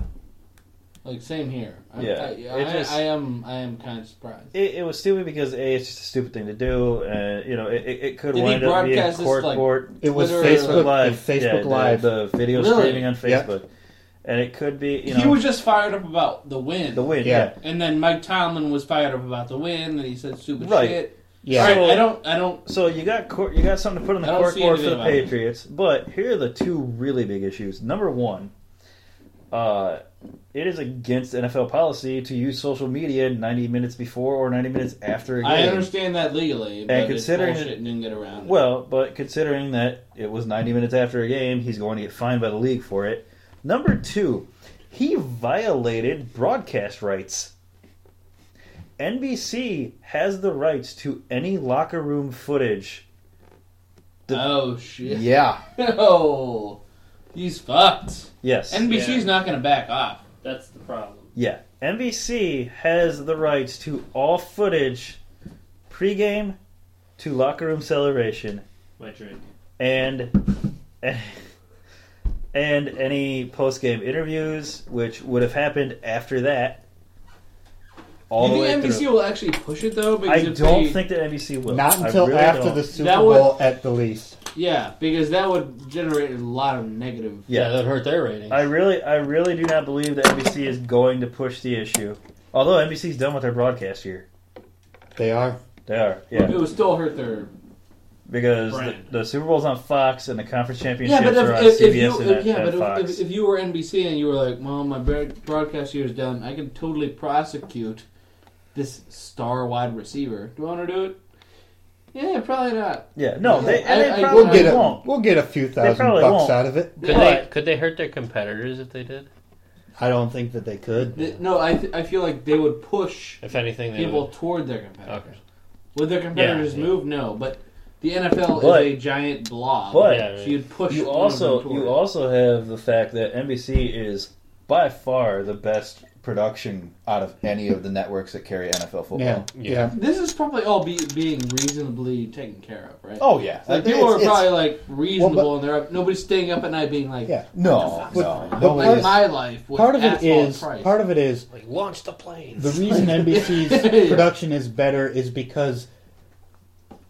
Speaker 6: Like same here. I,
Speaker 7: Yeah,
Speaker 6: I,
Speaker 7: it
Speaker 6: I,
Speaker 7: just-
Speaker 6: I am. I am kind of surprised.
Speaker 7: It, it was stupid because a it's just a stupid thing to do, and you know it, it, it could
Speaker 6: Did he
Speaker 7: wind up being
Speaker 6: broadcast this,
Speaker 7: court
Speaker 6: like,
Speaker 7: court.
Speaker 9: It was
Speaker 7: Twitter,
Speaker 9: Facebook-
Speaker 7: live,
Speaker 9: it was Facebook
Speaker 7: Yeah, the-
Speaker 9: Live.
Speaker 7: the, video
Speaker 6: Really?
Speaker 7: streaming on
Speaker 9: Yeah.
Speaker 7: Facebook, and it could be you know
Speaker 6: he was just fired up about the win.
Speaker 7: The win, Yeah.
Speaker 6: And then Mike Tomlin was fired up about the win, and he said stupid
Speaker 7: Right.
Speaker 6: shit.
Speaker 7: Yeah.
Speaker 6: All right,
Speaker 7: So-
Speaker 6: I don't. I don't.
Speaker 7: So you got court, you got something to put on the
Speaker 6: I don't
Speaker 7: court
Speaker 6: see
Speaker 7: board for
Speaker 6: anything
Speaker 7: the
Speaker 6: about it.
Speaker 7: Patriots, but here are the two really big issues. Number one, uh, it is against NFL policy to use social media 90 minutes before or 90 minutes after a game.
Speaker 6: I understand that legally, but
Speaker 7: considering-
Speaker 6: it's bullshit and didn't get around. it.
Speaker 7: Well, but considering that it was 90 minutes after a game, he's going to get fined by the league for it. Number two, he violated broadcast rights. NBC has the rights to any locker room footage.
Speaker 6: oh shit!
Speaker 7: Yeah.
Speaker 6: oh, he's fucked.
Speaker 7: Yes.
Speaker 6: NBC's not going to back off.
Speaker 8: That's the problem.
Speaker 7: Yeah. NBC has the rights to all footage pregame to locker room celebration
Speaker 8: My drink.
Speaker 7: and [laughs] and any post-game interviews which would have happened after that all
Speaker 6: you
Speaker 7: the way
Speaker 6: think NBC
Speaker 7: through.
Speaker 6: will actually push it though? Because
Speaker 7: I
Speaker 6: if
Speaker 7: don't
Speaker 6: they-
Speaker 7: think that NBC will.
Speaker 9: Not
Speaker 7: I
Speaker 9: until
Speaker 7: really
Speaker 9: after
Speaker 7: don't.
Speaker 9: the Super
Speaker 6: That would-
Speaker 9: Bowl at the least.
Speaker 6: Yeah, because that would generate a lot of negative.
Speaker 7: Yeah. Yeah,
Speaker 8: That hurt their rating.
Speaker 7: I really, I really do not believe that NBC is going to push the issue. Although NBC's done with their broadcast year,
Speaker 9: They are.
Speaker 7: they are. Yeah,
Speaker 6: It would still hurt their.
Speaker 7: because the,
Speaker 6: Brand.
Speaker 7: the Super Bowl's on Fox and the conference championships
Speaker 6: Yeah, but
Speaker 7: are on
Speaker 6: if, if, if
Speaker 7: CBS
Speaker 6: you
Speaker 7: and
Speaker 6: if,
Speaker 7: at,
Speaker 6: yeah,
Speaker 7: at
Speaker 6: but
Speaker 7: Fox.
Speaker 6: if, if, if you were NBC and you were like, "Well, my bro- broadcast year's done. I can totally prosecute this star wide receiver. Do I want to do it? Yeah, probably not.
Speaker 7: yeah, no, they, and they
Speaker 6: I- I-
Speaker 7: probably
Speaker 9: We'll get a
Speaker 7: won't.
Speaker 9: we'll get a few thousand
Speaker 7: probably
Speaker 9: bucks
Speaker 7: won't.
Speaker 9: out of it.
Speaker 8: Could
Speaker 6: But-
Speaker 8: they could they hurt their competitors if they did?
Speaker 9: I don't think that they could.
Speaker 6: Th- No, I th- I feel like they would push
Speaker 8: If anything, they
Speaker 6: people
Speaker 8: would.
Speaker 6: toward their competitors.
Speaker 8: Okay.
Speaker 6: Would their competitors
Speaker 8: Yeah, yeah.
Speaker 6: move? No, but the NFL
Speaker 7: But-
Speaker 6: is a giant blob.
Speaker 7: but-
Speaker 6: so you'd push.
Speaker 7: You
Speaker 6: one of
Speaker 7: also
Speaker 6: them toward
Speaker 7: you
Speaker 6: it.
Speaker 7: also have the fact that NBC is by far the best
Speaker 3: production out of any of the networks that carry NFL football.
Speaker 9: Yeah,
Speaker 3: Yeah.
Speaker 9: yeah.
Speaker 6: This is probably all be, being reasonably taken care of, right?
Speaker 3: Oh, yeah.
Speaker 6: Like
Speaker 3: It's-
Speaker 6: people are
Speaker 3: it's-
Speaker 6: probably like reasonable
Speaker 9: Well,
Speaker 6: and they're up. Nobody's staying up at night being like,
Speaker 9: Yeah.
Speaker 6: [laughs]
Speaker 3: No,
Speaker 9: But-
Speaker 3: no.
Speaker 9: but
Speaker 3: no
Speaker 6: like
Speaker 9: part-
Speaker 6: my life. Was
Speaker 9: Part of it is
Speaker 6: price.
Speaker 9: part of it is
Speaker 8: Like launch the planes.
Speaker 9: the reason NBC's production is better is because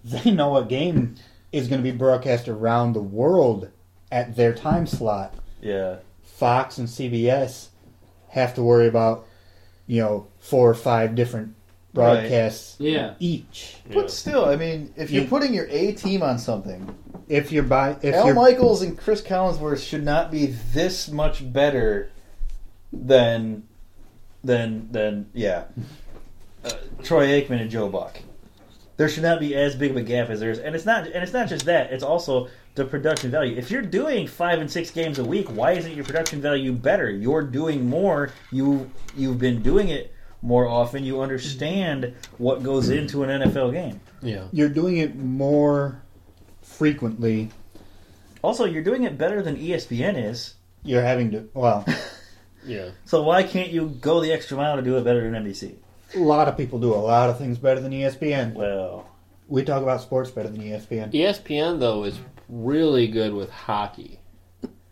Speaker 9: they know what game is going to be broadcast around the world at their time slot.
Speaker 7: yeah
Speaker 9: Fox and CBS have to worry about, you know, four or five different
Speaker 3: Right.
Speaker 9: broadcasts
Speaker 6: Yeah.
Speaker 9: each.
Speaker 3: But still, I mean, if you're putting your A team on something,
Speaker 9: If you're by if
Speaker 3: Al
Speaker 9: you're
Speaker 3: Michaels and Chris Collinsworth should not be this much better
Speaker 7: than than than yeah uh, Troy Aikman and Joe Buck. There should not be as big of a gap as there is, and it's not. And it's not just that; it's also the production value. If you're doing five and six games a week, why isn't your production value better? You're doing more. You you've been doing it more often. You understand what goes into an NFL game.
Speaker 8: Yeah.
Speaker 9: you're doing it more frequently,
Speaker 7: Also, you're doing it better than E ESPN is.
Speaker 9: you're having to well,
Speaker 8: Yeah.
Speaker 7: So why can't you go the extra mile to do it better than NBC?
Speaker 9: a lot of people do a lot of things better than E ESPN.
Speaker 7: Well,
Speaker 9: We talk about sports better than E ESPN.
Speaker 8: E ESPN though is really good with hockey.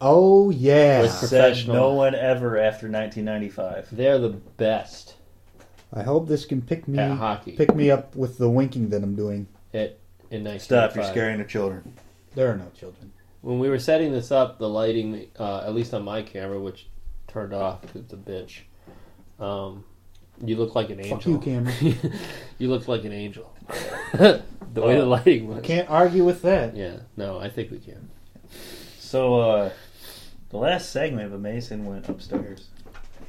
Speaker 9: Oh yeah.
Speaker 8: With-
Speaker 7: said
Speaker 8: Professional.
Speaker 7: no one ever after 1995.
Speaker 8: They're the best
Speaker 9: I hope this can pick me
Speaker 8: at hockey.
Speaker 9: pick me up with the winking that I'm doing.
Speaker 8: At in 1995.
Speaker 7: Stop! You're scaring the children.
Speaker 9: There are no children.
Speaker 8: When we were setting this up, the lighting, uh, at least on my camera, which turned off because it's a bitch. Um, you look like an angel.
Speaker 9: Fuck you, camera.
Speaker 8: [laughs] you look like an angel. [laughs] the way the lighting was.
Speaker 9: Can't argue with that.
Speaker 8: Yeah. No, I think we can.
Speaker 7: So, uh, the last segment, but Mason went upstairs.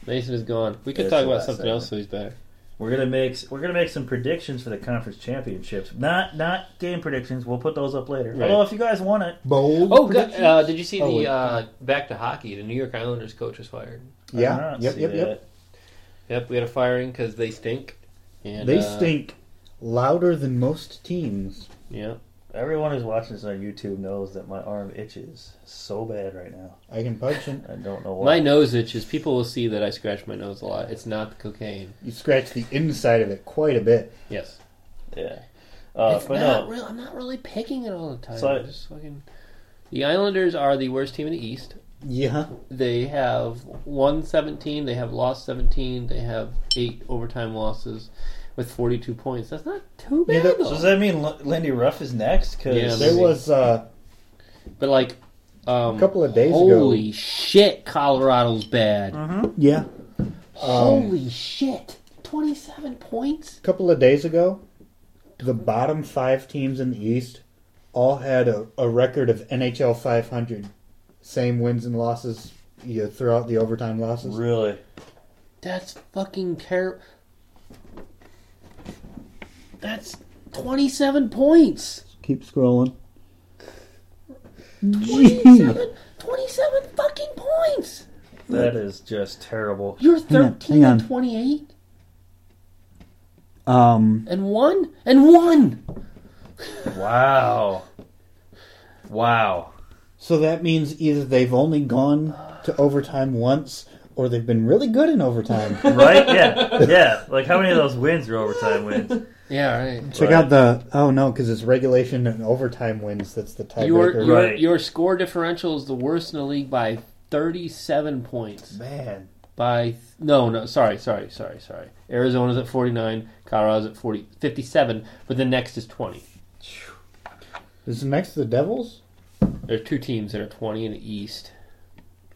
Speaker 8: Mason is gone. We could
Speaker 3: It's
Speaker 8: talk
Speaker 3: the
Speaker 8: about
Speaker 3: last
Speaker 8: something
Speaker 3: segment.
Speaker 8: else so he's back.
Speaker 7: We're gonna make we're gonna make some predictions for the conference championships. Not not game predictions. We'll put those up later.
Speaker 8: Right.
Speaker 7: Although if you guys want it,
Speaker 9: Bold.
Speaker 8: Oh, God, uh, did you see
Speaker 9: Oh, wait.
Speaker 8: the uh, back to hockey? The New York Islanders coach was fired.
Speaker 7: I did
Speaker 9: yeah.
Speaker 7: not
Speaker 9: Yep.
Speaker 7: see
Speaker 9: Yep. Yep.
Speaker 7: that.
Speaker 8: Yep, we had a firing because they stink. And,
Speaker 9: They
Speaker 8: uh,
Speaker 9: stink louder than most teams.
Speaker 8: Yeah.
Speaker 7: Everyone who's watching this on YouTube knows that my arm itches so bad right now.
Speaker 9: I can punch it.
Speaker 7: I don't know
Speaker 8: My
Speaker 7: why.
Speaker 8: nose itches. People will see that I scratch my nose a lot. It's not the cocaine.
Speaker 9: You scratch the inside of it quite a bit.
Speaker 8: Yes.
Speaker 7: yeah. Uh,
Speaker 8: it's
Speaker 7: but
Speaker 8: not
Speaker 7: no,
Speaker 8: real. I'm not really picking it all the time.
Speaker 7: So I-
Speaker 8: I'm just fucking. The Islanders are the worst team in the East.
Speaker 9: Yeah.
Speaker 8: They have won 17. They have lost 17. They have eight overtime losses with 42 points. That's not too bad.
Speaker 9: Neither-
Speaker 7: so
Speaker 8: though.
Speaker 7: does that mean L- Lindy Ruff is next?
Speaker 8: Yeah,
Speaker 7: Because
Speaker 9: There was uh,
Speaker 8: but like um,
Speaker 9: a couple of days
Speaker 8: holy
Speaker 9: ago.
Speaker 8: shit, Colorado's bad.
Speaker 9: Mm-hmm. Yeah. Um,
Speaker 8: Holy shit, 27 points.
Speaker 9: a couple of days ago, the bottom five teams in the East all had a, a record of NHL 500, same wins and losses you throw out the overtime losses.
Speaker 7: Really?
Speaker 8: That's fucking terrible. That's 27 points.
Speaker 9: Keep scrolling.
Speaker 8: 27, 27 fucking points.
Speaker 7: That is just terrible.
Speaker 8: You're
Speaker 9: Hang on,
Speaker 8: 13
Speaker 9: hang
Speaker 8: and
Speaker 9: on.
Speaker 8: 28
Speaker 9: [laughs] Um,
Speaker 8: and 1 and 1.
Speaker 7: Wow. Wow.
Speaker 9: so that means either they've only gone to overtime once, or they've been really good in [laughs] overtime.
Speaker 7: Right? Yeah. Yeah. Like how many of those wins are overtime wins?
Speaker 8: Yeah, right.
Speaker 9: Check out the oh no, because it's regulation and overtime wins. That's the
Speaker 8: Your,
Speaker 9: tiebreaker.
Speaker 8: your, your score differential is the worst in the league by 37 points.
Speaker 7: Man.
Speaker 8: By no, no, sorry, sorry, sorry, sorry. Arizona's at 49, Colorado's at 40, 57, but the next is 20.
Speaker 9: Is it next to the Devils?
Speaker 8: There are two teams that are 20 in the East,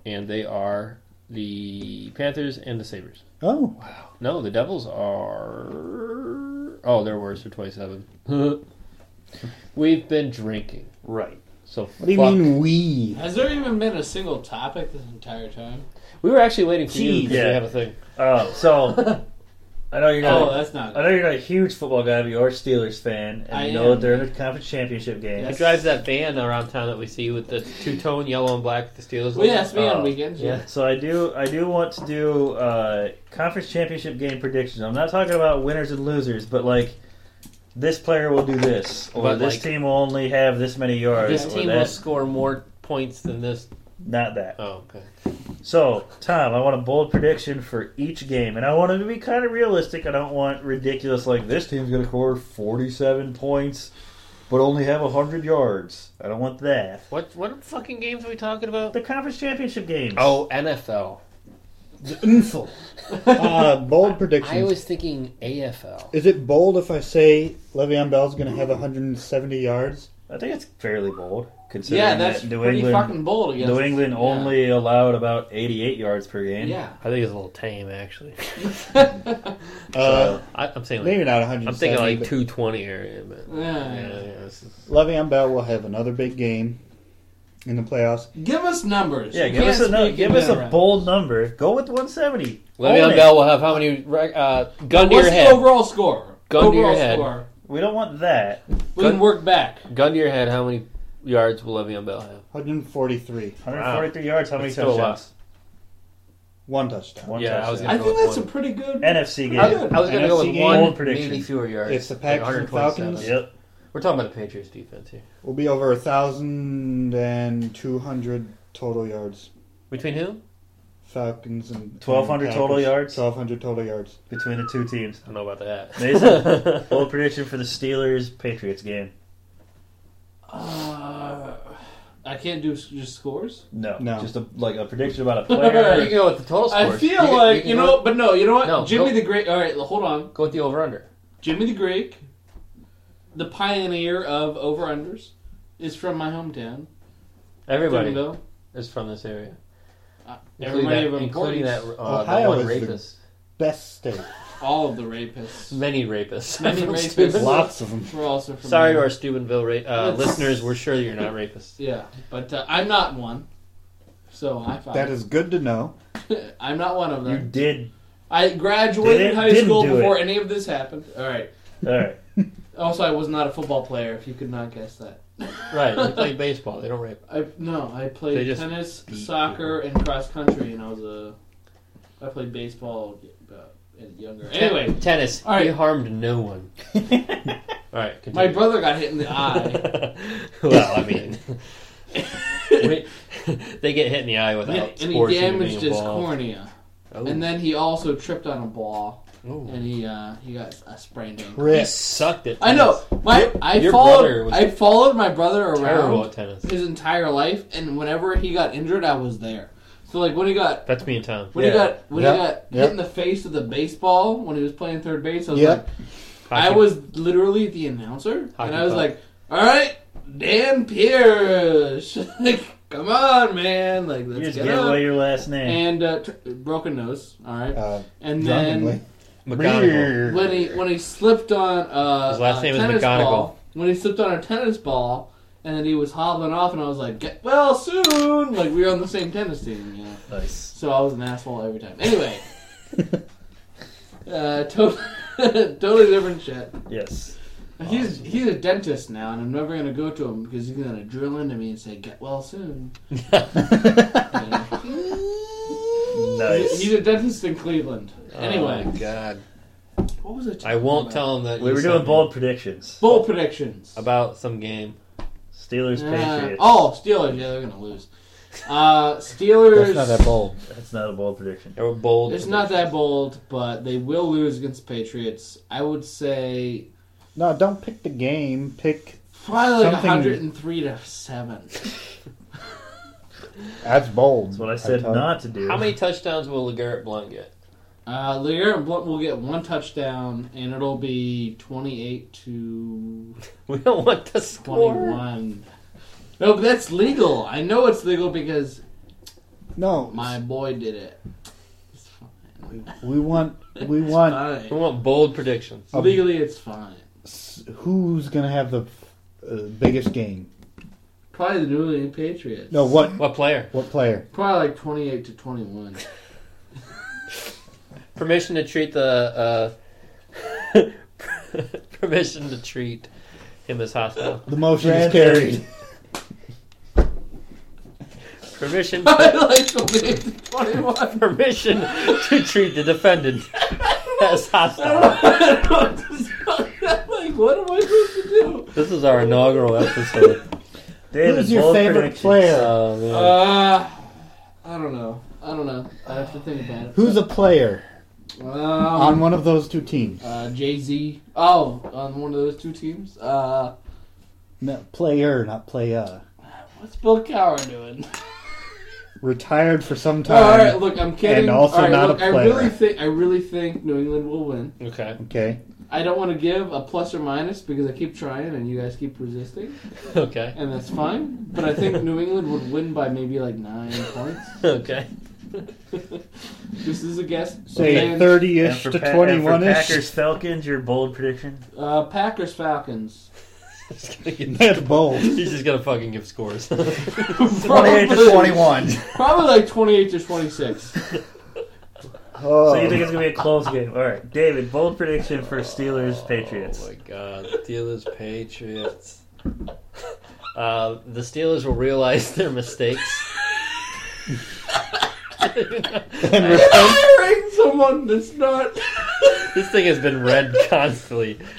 Speaker 8: and they are the Panthers and the Sabres.
Speaker 9: Oh,
Speaker 8: No, the Devils are. Oh, they're worse for 27. [laughs] We've been drinking.
Speaker 7: Right.
Speaker 8: So
Speaker 9: What do you
Speaker 8: fuck.
Speaker 9: mean we?
Speaker 6: Has there even been a single topic this entire time?
Speaker 8: We were actually waiting for you
Speaker 7: Jeez.
Speaker 8: because we
Speaker 7: Yeah.
Speaker 8: have a thing.
Speaker 7: Uh, so I know you're not.
Speaker 6: Oh, that's not-
Speaker 7: I know you're not a huge football guy, but you're a Steelers fan, and
Speaker 6: I
Speaker 7: you know that
Speaker 6: am.
Speaker 7: they're in the conference championship game.
Speaker 6: Yes.
Speaker 8: He drives that van around town that we see with the two tone yellow and black the Steelers.
Speaker 6: Well, yes, me
Speaker 7: Uh,
Speaker 6: on weekends. Yeah.
Speaker 7: So I do. I do want to do uh, conference championship game predictions. I'm not talking about winners and losers, but like this player will do this, or
Speaker 8: But,
Speaker 7: this
Speaker 8: like,
Speaker 7: team will only have this many yards.
Speaker 8: This
Speaker 7: or
Speaker 8: team
Speaker 7: that-
Speaker 8: will score more points than this.
Speaker 7: Not that.
Speaker 8: Oh, okay.
Speaker 7: So, Tom, I want a bold prediction for each game, and I want it to be kind of realistic. I don't want ridiculous like this team's going to score forty-seven points, but only have hundred yards. I don't want that.
Speaker 8: What what fucking games are we talking about?
Speaker 7: The conference championship games.
Speaker 8: Oh, NFL.
Speaker 9: Info. uh, bold predictions.
Speaker 8: I was thinking AFL.
Speaker 9: Is it bold if I say Le'Veon Bell's going to have 170 yards?
Speaker 7: I think it's fairly bold considering
Speaker 6: Yeah, that's
Speaker 7: that New
Speaker 6: pretty
Speaker 7: England
Speaker 6: fucking bold against
Speaker 7: New England
Speaker 6: yeah.
Speaker 7: only allowed about eighty-eight yards per game.
Speaker 6: Yeah. [laughs]
Speaker 8: I think it's a little tame, actually.
Speaker 9: Uh,
Speaker 8: [laughs] I, I'm saying
Speaker 9: maybe
Speaker 8: like,
Speaker 9: not
Speaker 8: I'm thinking
Speaker 9: 170.
Speaker 8: like
Speaker 9: but
Speaker 8: 220 area, but
Speaker 6: Yeah.
Speaker 8: this is-
Speaker 9: Le'Veon Bell will have another big game in the playoffs.
Speaker 6: Give us numbers.
Speaker 7: Yeah,
Speaker 6: You
Speaker 7: give us
Speaker 6: can't
Speaker 7: a nu-
Speaker 6: speak
Speaker 7: give
Speaker 6: in
Speaker 7: us a
Speaker 6: general.
Speaker 7: bold number. Go with one seventy.
Speaker 8: Le'Veon Bell will have how many rec- uh, gun
Speaker 6: What's
Speaker 8: to your
Speaker 6: the
Speaker 8: head?
Speaker 6: overall score?
Speaker 8: Gun to
Speaker 6: overall
Speaker 8: your head.
Speaker 6: score.
Speaker 7: We don't want that.
Speaker 6: We
Speaker 8: Gun-
Speaker 6: can work back.
Speaker 8: Gun to your head. How many yards will Le'Veon Bell have?
Speaker 9: 143.
Speaker 7: One hundred forty-three yards. How many
Speaker 8: That's still a lot.
Speaker 7: touchdowns?
Speaker 9: One touchdown.
Speaker 7: One
Speaker 8: Yeah, I was
Speaker 7: touchdown.
Speaker 6: I
Speaker 8: go
Speaker 6: think
Speaker 8: with
Speaker 6: that's
Speaker 8: one.
Speaker 6: a pretty good.
Speaker 7: NFC game.
Speaker 8: I, I was going to go
Speaker 9: NFC
Speaker 8: with
Speaker 9: game.
Speaker 8: one,
Speaker 7: Bold prediction.
Speaker 8: maybe fewer yards.
Speaker 9: If the Packers and
Speaker 8: 127.
Speaker 9: Falcons-
Speaker 7: Yep.
Speaker 8: We're talking about the Patriots defense here.
Speaker 9: We'll be over 1,200 total yards.
Speaker 8: Between whom?
Speaker 9: Falcons and
Speaker 7: 1,200
Speaker 9: and
Speaker 7: total
Speaker 9: Packers.
Speaker 7: yards?
Speaker 9: 1,200 total yards.
Speaker 7: between the two teams.
Speaker 8: I don't know about that.
Speaker 7: Mason, bold prediction for the Steelers Patriots game.
Speaker 6: Uh, I can't do s- just scores.
Speaker 7: No,
Speaker 9: No.
Speaker 7: just a, like a prediction about a
Speaker 8: [laughs] you
Speaker 7: player.
Speaker 6: [laughs]
Speaker 8: can go with the total scores.
Speaker 6: I feel
Speaker 8: can-
Speaker 6: like
Speaker 8: can
Speaker 6: you
Speaker 8: go
Speaker 6: know,
Speaker 8: with-
Speaker 6: but no, you know what?
Speaker 8: No,
Speaker 6: Jimmy
Speaker 8: go-
Speaker 6: the Great. All right, hold on.
Speaker 8: Go with the over under.
Speaker 6: Jimmy the Great, the pioneer of over unders, is from my hometown.
Speaker 8: Everybody
Speaker 6: Jimbo.
Speaker 8: is from this area.
Speaker 6: Uh,
Speaker 8: Including
Speaker 6: everybody
Speaker 8: that,
Speaker 6: of
Speaker 8: including that,
Speaker 6: importance.
Speaker 8: uh,
Speaker 9: Ohio
Speaker 8: the one
Speaker 9: is the-
Speaker 8: rapist.
Speaker 9: Best state.
Speaker 6: All of the rapists.
Speaker 8: [laughs] Many rapists.
Speaker 6: Many
Speaker 8: From
Speaker 6: rapists.
Speaker 8: Steuben-
Speaker 9: Lots of them.
Speaker 6: We're also from
Speaker 8: Sorry to
Speaker 6: there.
Speaker 8: our Steubenville ra- uh,
Speaker 6: That's-
Speaker 8: listeners. We're sure you're not rapists.
Speaker 6: Yeah, but uh, I'm not one. So high five.
Speaker 9: That is good to know.
Speaker 6: [laughs] I'm not one of
Speaker 7: You
Speaker 6: them.
Speaker 7: did.
Speaker 6: I graduated
Speaker 7: Didn't-
Speaker 6: high
Speaker 7: didn't
Speaker 6: school
Speaker 7: do
Speaker 6: before
Speaker 7: it.
Speaker 6: any of this happened. All right.
Speaker 7: All right.
Speaker 6: Also, I was not a football player. If you could not guess that.
Speaker 8: [laughs] Right. They [laughs] play baseball. They don't rape.
Speaker 6: [laughs] I no, I
Speaker 8: They
Speaker 6: played
Speaker 8: just
Speaker 6: tennis,
Speaker 8: beat
Speaker 6: soccer, and cross country, and I was a. I played baseball uh, at
Speaker 8: [laughs]
Speaker 6: younger. Anyway,
Speaker 8: Ten- tennis.
Speaker 6: All right.
Speaker 8: You harmed
Speaker 6: [laughs]
Speaker 8: no one. All right. Continue.
Speaker 6: my brother got hit in the eye.
Speaker 8: [laughs] well, I mean, [laughs] we- they get hit in the eye without
Speaker 6: Yeah, and he
Speaker 8: sports even being
Speaker 6: damaged his
Speaker 8: involved.
Speaker 6: cornea,
Speaker 8: Oh.
Speaker 6: and then he also tripped on a ball,
Speaker 8: Ooh.
Speaker 6: and he uh, he got a sprained ankle.
Speaker 8: he
Speaker 9: Chris.
Speaker 8: sucked at
Speaker 6: I know.
Speaker 8: tennis.
Speaker 6: My
Speaker 8: Your-
Speaker 6: I
Speaker 8: your brother
Speaker 6: followed
Speaker 8: was
Speaker 6: I followed my brother
Speaker 8: terrible
Speaker 6: around
Speaker 8: at tennis.
Speaker 6: his entire life, and whenever he got injured, I was there. So like when he got
Speaker 8: That's me and Tom.
Speaker 6: when
Speaker 7: Yeah.
Speaker 6: he got when
Speaker 9: Yep.
Speaker 6: he got
Speaker 9: Yep.
Speaker 6: hit in the face with a baseball when he was playing third base, I was
Speaker 9: Yep.
Speaker 6: like, I
Speaker 8: Hockey.
Speaker 6: was literally the announcer,
Speaker 8: Hockey
Speaker 6: and I was
Speaker 8: puck.
Speaker 6: like, "All right, Dan Pierce, [laughs] like, come on, man, like
Speaker 7: You
Speaker 6: let's
Speaker 7: just
Speaker 6: get
Speaker 7: gave
Speaker 6: up."
Speaker 7: away your last name.
Speaker 6: and uh, t- broken nose. All right,
Speaker 9: Uh,
Speaker 6: and
Speaker 9: drunkenly.
Speaker 6: then
Speaker 8: McGonagall.
Speaker 6: when he when he slipped on uh,
Speaker 8: His last
Speaker 6: a
Speaker 8: name is
Speaker 6: tennis
Speaker 8: McGonagall.
Speaker 6: ball, when he slipped on a tennis ball and then he was hobbling off, and I was like, "Get well soon!" Like we were on the same tennis team, you know.
Speaker 8: Nice.
Speaker 6: So I was an asshole every time. Anyway, uh, to- [laughs] totally different shit.
Speaker 7: Yes.
Speaker 6: He's he's a dentist now, and I'm never gonna go to him because he's gonna drill into me and say, "Get well
Speaker 8: [laughs]
Speaker 6: soon."
Speaker 8: Nice.
Speaker 6: He's a dentist in Cleveland. Anyway,
Speaker 8: oh, God.
Speaker 6: what was it?
Speaker 8: I won't tell him that
Speaker 7: We
Speaker 8: you
Speaker 7: were doing
Speaker 8: said-
Speaker 7: bold predictions.
Speaker 6: Bold predictions.
Speaker 8: about some game.
Speaker 7: Steelers
Speaker 6: Uh,
Speaker 7: Patriots.
Speaker 6: oh, Steelers. Yeah, they're gonna lose.
Speaker 9: [laughs]
Speaker 6: Uh, Steelers.
Speaker 7: That's not a bold prediction.
Speaker 8: They were bold.
Speaker 6: It's not that bold, but they will lose against the Patriots. I would say
Speaker 9: No, don't pick the game. Pick
Speaker 6: probably like
Speaker 9: something-
Speaker 6: 103 to seven.
Speaker 9: That's bold. That's
Speaker 7: what I
Speaker 8: said
Speaker 7: not to do.
Speaker 8: How many touchdowns will LeGarrette Blunt get? [laughs]
Speaker 6: Uh, Legarrette and Blunt will get one touchdown, and it'll be 28 to.
Speaker 8: We don't want to score.
Speaker 6: 21. No, but that's legal. I know it's legal because
Speaker 9: no,
Speaker 6: my boy did it.
Speaker 9: We want
Speaker 6: [laughs]
Speaker 9: we want
Speaker 6: We
Speaker 8: want bold predictions.
Speaker 9: Um,
Speaker 6: Legally, it's fine.
Speaker 9: s- who's gonna have the uh, biggest game?
Speaker 6: Probably the New England Patriots.
Speaker 9: No, what
Speaker 8: what player?
Speaker 9: What player?
Speaker 6: Probably like 28 to 21.
Speaker 8: Permission to treat the. Uh, [laughs] permission to treat him as hostile.
Speaker 9: The motion is carried.
Speaker 8: Permission. [laughs]
Speaker 6: I like the way it's 21. [laughs]
Speaker 8: Permission to treat the defendant [laughs] as hostile.
Speaker 6: like, what am I supposed to do?
Speaker 8: This is our inaugural episode.
Speaker 9: Who's your favorite player?
Speaker 8: Oh, man.
Speaker 6: Uh, I don't know. I don't know. I have to think about it.
Speaker 9: Who's a player
Speaker 6: Um,
Speaker 9: on one of those two teams?
Speaker 6: Uh, Jay Z. Oh, on one of those two teams. Uh,
Speaker 9: No, player, not uh, player.
Speaker 6: what's Bill Cowher doing?
Speaker 9: Retired for some time.
Speaker 6: All right, look, I'm kidding.
Speaker 9: And also
Speaker 6: All right,
Speaker 9: not
Speaker 6: look,
Speaker 9: a player.
Speaker 6: I really think I really think New England will win.
Speaker 8: Okay.
Speaker 9: Okay.
Speaker 6: I don't want to give a plus or minus because I keep trying and you guys keep resisting.
Speaker 8: [laughs] Okay.
Speaker 6: And that's fine. But I think New England would win by maybe like nine points.
Speaker 8: Okay. [laughs]
Speaker 6: this is a guess.
Speaker 9: Say
Speaker 6: And-
Speaker 9: 30-ish
Speaker 7: And
Speaker 9: to
Speaker 7: for Pa-
Speaker 9: 21
Speaker 7: and for
Speaker 9: ish.
Speaker 7: Packers Falcons, your bold prediction.
Speaker 6: Uh, Packers Falcons.
Speaker 9: [laughs] [laughs] That's bold.
Speaker 8: He's just gonna fucking give scores. [laughs]
Speaker 6: Probably-
Speaker 7: [laughs]
Speaker 6: Probably like 28 to
Speaker 9: [laughs]
Speaker 6: 26.
Speaker 9: Oh.
Speaker 7: So you think it's gonna be a close game? All right, David, bold prediction for Steelers Patriots.
Speaker 8: Oh my God, Steelers Patriots. Uh, the Steelers will realize their mistakes. [laughs]
Speaker 6: And we're hiring someone that's not.
Speaker 8: This thing has been read constantly.
Speaker 6: [laughs]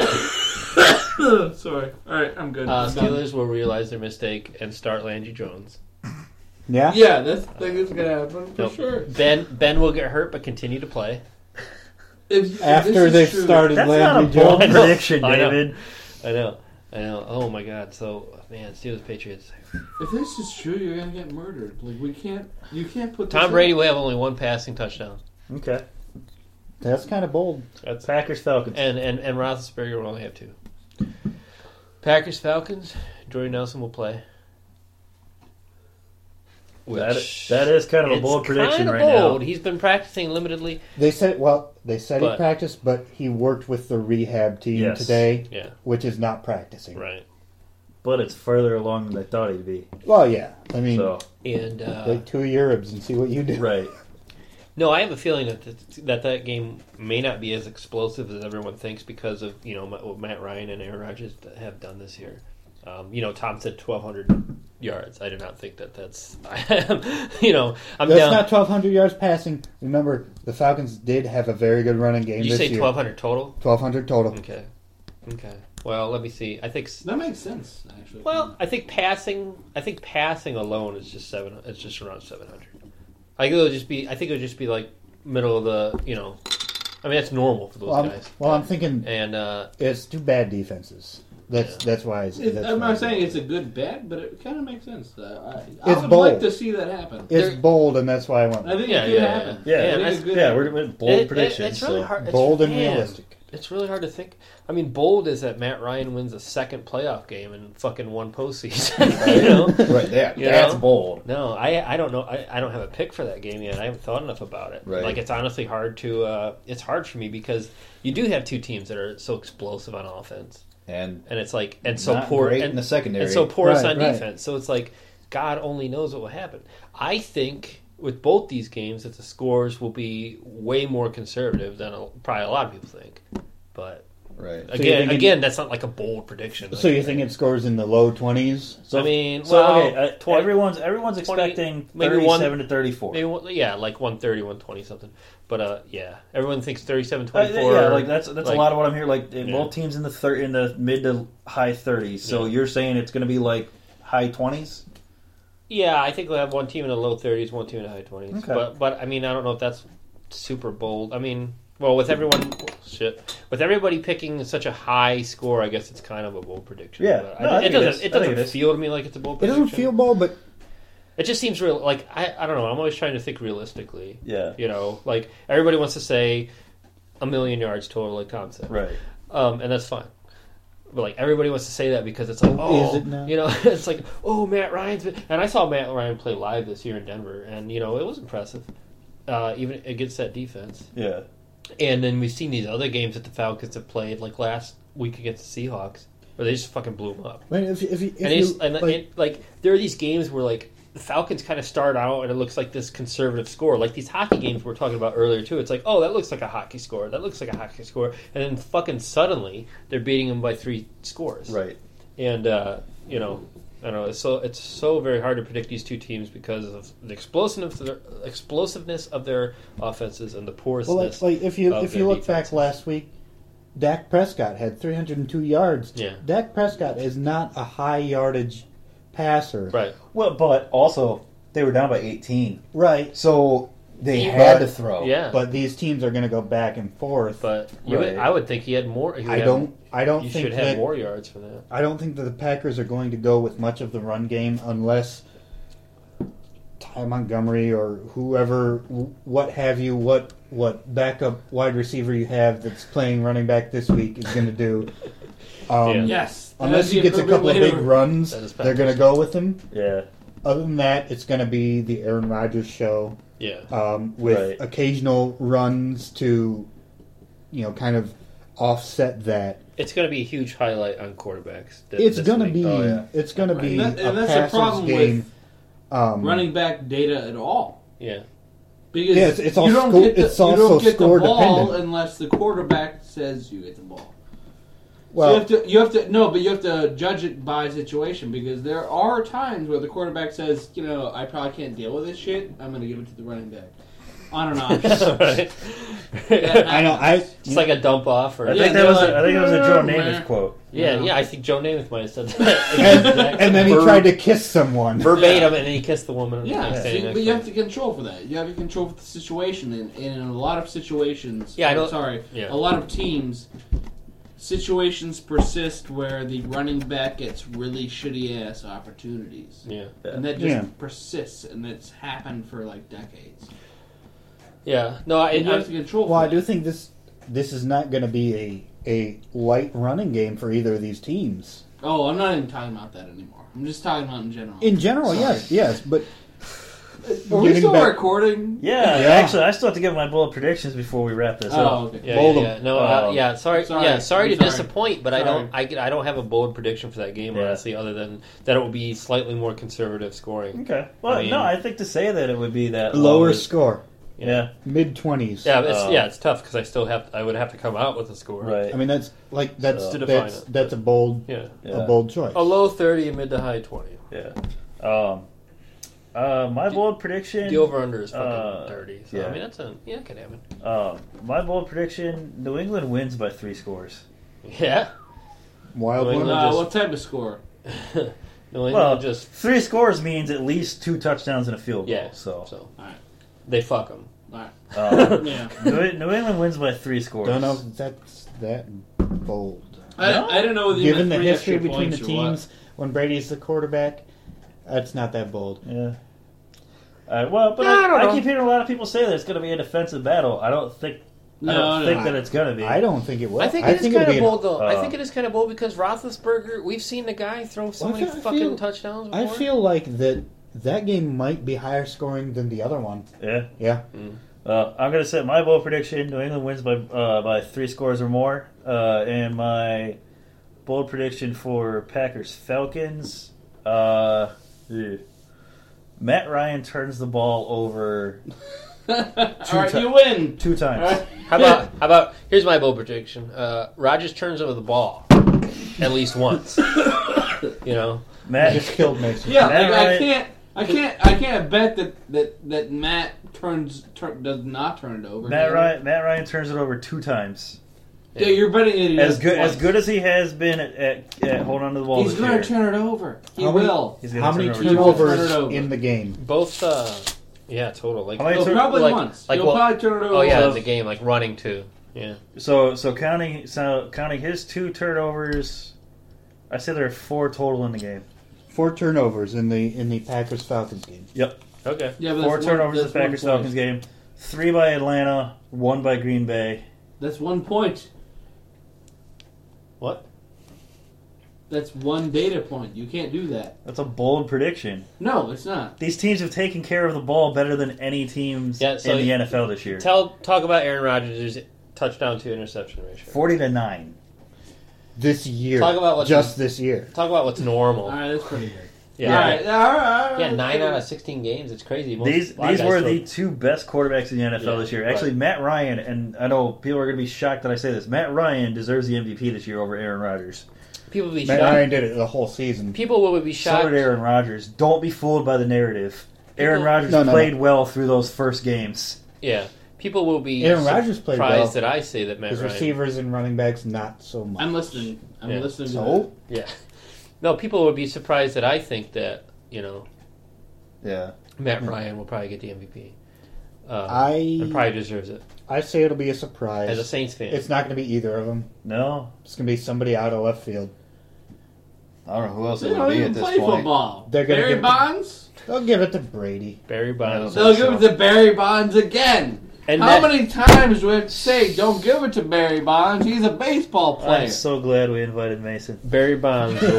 Speaker 6: Sorry. All right, I'm good.
Speaker 8: Uh,
Speaker 6: I'm done.
Speaker 8: Steelers will realize their mistake and start Landry Jones.
Speaker 9: Yeah.
Speaker 6: Yeah, that's the thing that's gonna happen for
Speaker 8: Nope.
Speaker 6: sure.
Speaker 8: Ben Ben will get hurt but continue to play.
Speaker 6: If,
Speaker 9: After this is they've true- started That's not Landry a bold Jones. prediction,
Speaker 8: I know.
Speaker 9: David.
Speaker 8: I know. I know. Oh my God. So man, Steelers Patriots.
Speaker 6: If this is true, you're gonna get murdered. Like we can't. You can't put this
Speaker 8: Tom
Speaker 6: in.
Speaker 8: Brady will have only one passing touchdown.
Speaker 7: Okay.
Speaker 9: That's kind of bold.
Speaker 8: That's
Speaker 7: Packers Falcons.
Speaker 8: And and and Roethlisberger will only have two. Packers Falcons. Jordy Nelson will play.
Speaker 7: That, that is kind of a
Speaker 8: It's
Speaker 7: bold prediction
Speaker 8: kinda
Speaker 7: right
Speaker 8: bold.
Speaker 7: now.
Speaker 8: He's been practicing limitedly.
Speaker 9: They said, well, they said
Speaker 8: But-
Speaker 9: he practiced, but he worked with the rehab team
Speaker 7: Yes.
Speaker 9: today,
Speaker 8: Yeah.
Speaker 9: which is not practicing.
Speaker 8: Right.
Speaker 7: But it's further along than I thought he'd be.
Speaker 9: Well, yeah. I mean,
Speaker 7: So-
Speaker 8: And, uh,
Speaker 9: like two Europe's and see what you do.
Speaker 7: Right.
Speaker 8: No, I have a feeling that th- that that game may not be as explosive as everyone thinks because of you know Ma- what Matt Ryan and Aaron Rodgers have done this year. Um, you know, Tom said twelve hundred yards. I do not think that that's [laughs] you know I'm
Speaker 9: That's
Speaker 8: down.
Speaker 9: not 1,200 yards passing. Remember, the Falcons did have a very good running game
Speaker 8: Did you
Speaker 9: this
Speaker 8: say
Speaker 9: year.
Speaker 8: 1,200 total?
Speaker 9: 1,200 total.
Speaker 8: Okay. Okay. Well, let me see. I think s-
Speaker 6: That makes sense. Actually.
Speaker 8: well, I think passing. I think passing alone is just seven. It's just around seven hundred. I think it'll just be. I think it'll just be like middle of the. You know, I mean that's normal for those
Speaker 9: Well, I'm,
Speaker 8: guys.
Speaker 9: well, I'm thinking
Speaker 8: And uh,
Speaker 9: it's two bad defenses. That's that's why. I, that's
Speaker 6: It, I'm
Speaker 9: why I-
Speaker 6: not saying it's a good bet, but it kind of makes sense. Uh, I, I
Speaker 9: It's
Speaker 6: would
Speaker 9: bold.
Speaker 6: like to see that happen.
Speaker 9: It's bold, and that's why I want.
Speaker 6: I think
Speaker 8: Yeah,
Speaker 6: it could
Speaker 8: yeah,
Speaker 6: happen.
Speaker 8: yeah. Yeah,
Speaker 6: I think
Speaker 8: that's-
Speaker 6: it could
Speaker 8: yeah,
Speaker 6: happen.
Speaker 8: we're doing bold It- it- predictions, it's really so. hard- it's-
Speaker 9: bold and
Speaker 8: man.
Speaker 9: realistic.
Speaker 8: It's really hard to think. I mean, bold is that Matt Ryan wins a second playoff game in fucking one postseason. [laughs] you know,
Speaker 12: Right, that-
Speaker 8: You
Speaker 12: that's bold.
Speaker 8: No, I I don't know. I, I don't have a pick for that game yet. I haven't thought enough about it.
Speaker 12: Right.
Speaker 8: Like it's honestly hard to. Uh, it's hard for me because you do have two teams that are so explosive on offense.
Speaker 19: and
Speaker 8: and it's like and so
Speaker 19: not
Speaker 8: poor
Speaker 19: great
Speaker 8: and
Speaker 19: in the secondary.
Speaker 8: and so porous
Speaker 19: Right,
Speaker 8: on
Speaker 19: right.
Speaker 8: defense. So it's like God only knows what will happen. I think with both these games that the scores will be way more conservative than a, probably a lot of people think. But
Speaker 19: right
Speaker 9: So you're
Speaker 8: again,
Speaker 9: thinking-
Speaker 8: again, that's not like a bold prediction.
Speaker 9: So you think it scores in the low twenties?
Speaker 8: So, I mean,
Speaker 7: so,
Speaker 8: well,
Speaker 7: okay, uh, everyone's- everyone's expecting 37 to 34.
Speaker 8: Maybe one, yeah, like 130, 120 something. But uh, yeah, everyone thinks 37,
Speaker 7: Uh,
Speaker 8: 24.
Speaker 7: yeah, like that's that's
Speaker 8: like-
Speaker 7: a lot of what I'm hearing. Like
Speaker 8: Yeah.
Speaker 7: both teams in the thir- in the mid to high 30s. So
Speaker 8: Yeah.
Speaker 7: you're saying it's going to be like high 20s?
Speaker 8: Yeah, I think we'll have one team in the low 30s, one team in the high 20s.
Speaker 7: Okay.
Speaker 8: But but I mean, I don't know if that's super bold. I mean, well, with everyone shit, with everybody picking such a high score, I guess it's kind of a bold prediction.
Speaker 9: Yeah.
Speaker 8: But
Speaker 9: No,
Speaker 8: I,
Speaker 9: I
Speaker 8: it
Speaker 9: think it
Speaker 8: doesn't it
Speaker 9: is. I think
Speaker 8: doesn't
Speaker 9: it is.
Speaker 8: feel to me like it's a bold
Speaker 9: It
Speaker 8: prediction.
Speaker 9: doesn't feel bold, but
Speaker 8: It just seems real. Like I, I don't know. I'm always trying to think realistically.
Speaker 7: Yeah.
Speaker 8: You know, like everybody wants to say a million yards total at concept.
Speaker 7: Right.
Speaker 8: Um, and that's fine. But like everybody wants to say that because it's like, oh,
Speaker 7: it now?
Speaker 8: you know, [laughs] it's like, oh, Matt Ryan's. Been... And I saw Matt Ryan play live this year in Denver, and you know, it was impressive, uh, even against that defense.
Speaker 7: Yeah.
Speaker 8: And then we've seen these other games that the Falcons have played, like last week against the Seahawks, where they just fucking blew them up
Speaker 9: I mean, if, if, if
Speaker 8: and
Speaker 9: you-
Speaker 8: it's and,
Speaker 9: like-
Speaker 8: it- like there are these games where like the Falcons kind of start out and it looks like this conservative score, like these hockey games we were talking about earlier too. It's like, oh, that looks like a hockey score, that looks like a hockey score, and then fucking suddenly they're beating them by three scores,
Speaker 7: Right.
Speaker 8: And uh, you know, I don't know. It's so it's so very hard to predict these two teams because of the explosiveness of their, explosiveness of their offenses and the porousness.
Speaker 9: well, like, like if you
Speaker 8: of
Speaker 9: if
Speaker 8: their
Speaker 9: you look
Speaker 8: defense.
Speaker 9: back last week, Dak Prescott had 302 yards.
Speaker 8: Yeah.
Speaker 9: Dak Prescott is not a high yardage passer.
Speaker 8: Right.
Speaker 7: Well, but also they were down by 18.
Speaker 9: Right.
Speaker 19: So
Speaker 8: they had to throw. Yeah.
Speaker 9: But these teams are going to go back and forth.
Speaker 8: But You would- I would think he had more. he would
Speaker 9: I
Speaker 8: have-
Speaker 9: don't. I don't
Speaker 8: You
Speaker 9: think
Speaker 8: should have
Speaker 9: that-
Speaker 8: more yards for that.
Speaker 9: I don't think that the Packers are going to go with much of the run game unless Ty Montgomery or whoever, wh- what have you, what what backup wide receiver you have that's playing running back this week is going to do. Um,
Speaker 6: Yeah. Yes.
Speaker 9: Unless he gets a couple of big runs,
Speaker 6: That is
Speaker 9: they're going to go with him.
Speaker 7: Yeah.
Speaker 9: Other than that, it's going to be the Aaron Rodgers show.
Speaker 8: Yeah.
Speaker 9: Um, with
Speaker 7: Right.
Speaker 9: occasional runs to, you know, kind of offset that.
Speaker 8: It's going to be a huge highlight on quarterbacks. th-
Speaker 9: It's
Speaker 8: this Oh,
Speaker 9: gonna
Speaker 8: week.
Speaker 9: be
Speaker 6: Oh,
Speaker 9: it's gonna be
Speaker 6: And that- and
Speaker 9: a
Speaker 6: that's the
Speaker 9: passer's
Speaker 6: problem with
Speaker 9: game. um,
Speaker 6: [laughs] running back data at all.
Speaker 8: Yeah.
Speaker 6: Because
Speaker 9: Yeah, it's- it's all
Speaker 6: you don't
Speaker 9: sco-
Speaker 6: get the,
Speaker 9: it's
Speaker 6: you
Speaker 9: also
Speaker 6: don't get
Speaker 9: score
Speaker 6: the ball
Speaker 9: dependent.
Speaker 6: unless the quarterback says you get the ball. Well,
Speaker 9: Well-
Speaker 6: you have to you have to no, but you have to judge it by situation because there are times where the quarterback says, you know, I probably can't deal with this shit. I'm going to give it to the running back on an
Speaker 8: [laughs]
Speaker 6: option.
Speaker 8: Right.
Speaker 6: That happens.
Speaker 8: It's like a dump off,
Speaker 6: I
Speaker 8: or
Speaker 6: think Yeah, that they're was a- like,
Speaker 7: I think that was a Joe Namath quote.
Speaker 8: Yeah,
Speaker 7: Yeah.
Speaker 8: yeah, I think Joe Namath might have said [laughs]
Speaker 6: [laughs]
Speaker 8: that.
Speaker 9: and, and then he
Speaker 8: Verb-
Speaker 9: tried to kiss someone
Speaker 8: verbatim, and then he kissed the woman.
Speaker 6: Yeah,
Speaker 8: next day,
Speaker 6: see,
Speaker 8: next
Speaker 6: but you have to control for that. You have to control for the situation, and, and in a lot of situations,
Speaker 8: Yeah, I
Speaker 6: I'm
Speaker 8: know-
Speaker 6: sorry,
Speaker 8: yeah.
Speaker 6: a lot of teams situations persist where the running back gets really shitty ass opportunities.
Speaker 8: Yeah,
Speaker 6: and that just
Speaker 8: Yeah.
Speaker 6: persists, and it's happened for like decades.
Speaker 8: Yeah, no, I,
Speaker 6: And you have to control.
Speaker 9: Well,
Speaker 6: for
Speaker 9: I do think this this is not going to be a a light running game for either of these teams.
Speaker 6: that. Oh, I'm not even talking about that anymore. I'm just talking about in general.
Speaker 9: In general,
Speaker 6: Sorry.
Speaker 9: yes, yes, but
Speaker 6: Are we
Speaker 9: Getting
Speaker 6: still
Speaker 9: back-
Speaker 6: recording?
Speaker 7: Yeah,
Speaker 9: Yeah.
Speaker 7: actually, I still have to give my bullet predictions before we wrap this
Speaker 6: Oh,
Speaker 7: up.
Speaker 6: okay.
Speaker 8: Yeah, yeah, yeah. no, uh,
Speaker 6: Um,
Speaker 8: yeah. Sorry, yeah. Sorry to disappoint, but I
Speaker 7: Sorry.
Speaker 8: don't. I, get- I don't have a bold prediction for that game, honestly, other than that it will be slightly more conservative scoring.
Speaker 7: Okay. Well,
Speaker 8: mean,
Speaker 7: no, I think to say that it would be that
Speaker 9: lower
Speaker 7: low is-
Speaker 9: score,
Speaker 7: Yeah.
Speaker 9: mid twenties.
Speaker 8: yeah,
Speaker 6: Um,
Speaker 8: it's, yeah, it's tough because I still have. I would have to come out with a score.
Speaker 9: I mean that's like that's
Speaker 8: So- To define
Speaker 9: that's,
Speaker 8: it.
Speaker 9: that's a bold
Speaker 8: Yeah.
Speaker 9: a bold choice.
Speaker 8: A low thirty, a mid to high twenty.
Speaker 7: Yeah. Um, uh, my bold prediction.
Speaker 8: The over under is fucking
Speaker 7: uh,
Speaker 8: thirty. So
Speaker 7: yeah.
Speaker 8: I mean that's a yeah, it could happen.
Speaker 7: Um, my bold prediction: New England wins by three scores.
Speaker 8: [laughs] Yeah.
Speaker 9: Wild
Speaker 8: New
Speaker 6: Uh,
Speaker 8: England just-
Speaker 6: what type of score?
Speaker 8: New England
Speaker 7: Well,
Speaker 8: just
Speaker 7: three scores means at least two touchdowns and a field goal.
Speaker 8: yeah.
Speaker 7: So,
Speaker 8: they fuck them. [laughs]
Speaker 6: [laughs]
Speaker 7: um,
Speaker 6: Yeah.
Speaker 7: New, New England wins by three scores.
Speaker 9: Don't know if that's that bold.
Speaker 6: I- I didn't know whether you
Speaker 9: Given
Speaker 6: meant
Speaker 9: the
Speaker 6: three
Speaker 9: history
Speaker 6: extra
Speaker 9: between the
Speaker 6: points or what.
Speaker 9: teams, when Brady's the quarterback, that's not that bold.
Speaker 7: Yeah. All right, well, but
Speaker 9: No, I don't
Speaker 7: I, I,
Speaker 9: know.
Speaker 7: keep hearing a lot of people say that it's going to be a defensive battle. I don't think. I
Speaker 6: No,
Speaker 7: don't
Speaker 6: no,
Speaker 7: think
Speaker 6: I-
Speaker 7: that it's going to be.
Speaker 9: I don't think it will.
Speaker 7: I think
Speaker 8: it is
Speaker 9: it'll
Speaker 8: kind of
Speaker 9: be an-
Speaker 8: bold though. I
Speaker 7: uh,
Speaker 8: think it is kind of bold because Roethlisberger, we've seen the guy throw so
Speaker 9: Well, I
Speaker 8: many
Speaker 9: feel- I
Speaker 8: fucking
Speaker 9: feel-
Speaker 8: touchdowns.
Speaker 9: I
Speaker 8: Before.
Speaker 9: feel like that that game might be higher scoring than the other one.
Speaker 7: Yeah.
Speaker 9: Yeah.
Speaker 7: Uh, I'm going to set my bold prediction: New England wins by uh, by three scores or more, uh, and my bold prediction for Packers Falcons. Uh, ugh. Matt Ryan turns the ball over.
Speaker 6: [laughs] All right, you win
Speaker 7: two times.
Speaker 6: All right.
Speaker 8: How about how about here's my bold prediction. Uh, Rogers turns over the ball at least once. you know,
Speaker 7: Matt just
Speaker 20: killed Mason.
Speaker 6: Yeah, like, I can't. I can't. I can't bet that that that Matt turns tur does not turn it over.
Speaker 7: Matt Ryan. Matt Ryan turns it over two times.
Speaker 6: Yeah, you're betting that he
Speaker 7: as
Speaker 6: does
Speaker 7: good as
Speaker 6: twice.
Speaker 7: good as he has been at, at, at holding on to the ball.
Speaker 6: He's
Speaker 7: this
Speaker 6: gonna
Speaker 7: year.
Speaker 6: turn it over. He
Speaker 7: How many-
Speaker 6: will.
Speaker 7: He's gonna
Speaker 9: How
Speaker 7: turn
Speaker 9: many
Speaker 7: it over. He will turn
Speaker 9: turnovers
Speaker 7: it over.
Speaker 9: in the game?
Speaker 8: both. Uh, yeah, total. Like,
Speaker 7: How many
Speaker 6: Oh,
Speaker 8: both-
Speaker 7: turn- Probably
Speaker 8: like,
Speaker 7: once.
Speaker 8: Like,
Speaker 7: He'll
Speaker 8: well-
Speaker 7: probably turn it
Speaker 8: Oh
Speaker 7: over
Speaker 8: yeah, in
Speaker 7: once.
Speaker 8: the game, like running too. Yeah.
Speaker 7: So so counting so counting his two turnovers, I said there are four total in the game.
Speaker 9: Four turnovers in the in the Packers Falcons game.
Speaker 7: Yep.
Speaker 8: Okay.
Speaker 6: Yeah, but
Speaker 7: four
Speaker 6: that's one-
Speaker 7: turnovers in the
Speaker 6: that's one
Speaker 7: Packers
Speaker 6: point.
Speaker 7: Falcons game. Three by Atlanta, one by Green Bay.
Speaker 6: That's one point.
Speaker 8: What?
Speaker 6: That's one data point. You can't do that.
Speaker 7: That's a bold prediction.
Speaker 6: No, it's not.
Speaker 7: These teams have taken care of the ball better than any teams
Speaker 8: Yeah, so
Speaker 7: in the
Speaker 8: you-
Speaker 7: NFL this year.
Speaker 8: Tell talk about Aaron Rodgers' touchdown to interception ratio.
Speaker 7: Forty to nine.
Speaker 9: This year,
Speaker 8: Talk about what's-
Speaker 9: just this year.
Speaker 8: Talk about what's normal.
Speaker 6: All right, that's pretty good.
Speaker 8: Yeah.
Speaker 6: All right, all right, all right.
Speaker 8: Yeah, nine out of sixteen games. It's crazy. Most-
Speaker 7: These
Speaker 8: a lot of
Speaker 7: these
Speaker 8: guys
Speaker 7: were
Speaker 8: throw-
Speaker 7: the two best quarterbacks in the NFL
Speaker 8: Yeah,
Speaker 7: this year.
Speaker 8: right.
Speaker 7: Actually, Matt Ryan and I know people are going to be shocked that I say this. Matt Ryan deserves the MVP this year over Aaron Rodgers.
Speaker 8: people would be
Speaker 9: Matt
Speaker 8: shocked.
Speaker 9: Ryan did it the whole season.
Speaker 8: People would be
Speaker 7: So
Speaker 8: shocked.
Speaker 7: did Aaron Rodgers. Don't be fooled by the narrative. Aaron
Speaker 8: People-
Speaker 7: Rodgers
Speaker 9: No, no, no.
Speaker 7: played well through those first games.
Speaker 8: yeah, people will be
Speaker 9: Aaron Rodgers played well.
Speaker 8: surprised that I say that Matt
Speaker 9: His
Speaker 8: Ryan.
Speaker 9: receivers and running backs, not so much.
Speaker 6: I'm listening. I'm
Speaker 8: Yeah.
Speaker 6: listening. To that.
Speaker 9: So
Speaker 8: Yeah, no, people would be surprised that I think that you know
Speaker 12: Yeah.
Speaker 8: Matt Ryan will probably get the MVP. Uh,
Speaker 9: I-
Speaker 8: and probably deserves it
Speaker 9: I say it'll be a surprise.
Speaker 8: as a Saints fan.
Speaker 9: it's not going to be either of them.
Speaker 7: No,
Speaker 9: It's going to be somebody out of left field.
Speaker 12: I don't know who else
Speaker 6: They
Speaker 12: it would
Speaker 6: don't
Speaker 12: be
Speaker 6: even
Speaker 12: at this
Speaker 6: play
Speaker 12: point.
Speaker 6: football.
Speaker 9: They're gonna
Speaker 6: Barry
Speaker 9: give-
Speaker 6: Bonds.
Speaker 9: They'll give it
Speaker 8: [laughs]
Speaker 9: to Brady.
Speaker 8: Barry Bonds.
Speaker 12: No.
Speaker 6: They'll give it to Barry Bonds again.
Speaker 8: And
Speaker 6: How
Speaker 8: that-
Speaker 6: many times do we have to say, don't give it to Barry Bonds? He's a baseball player.
Speaker 7: I'm so glad we invited Mason.
Speaker 8: Barry Bonds will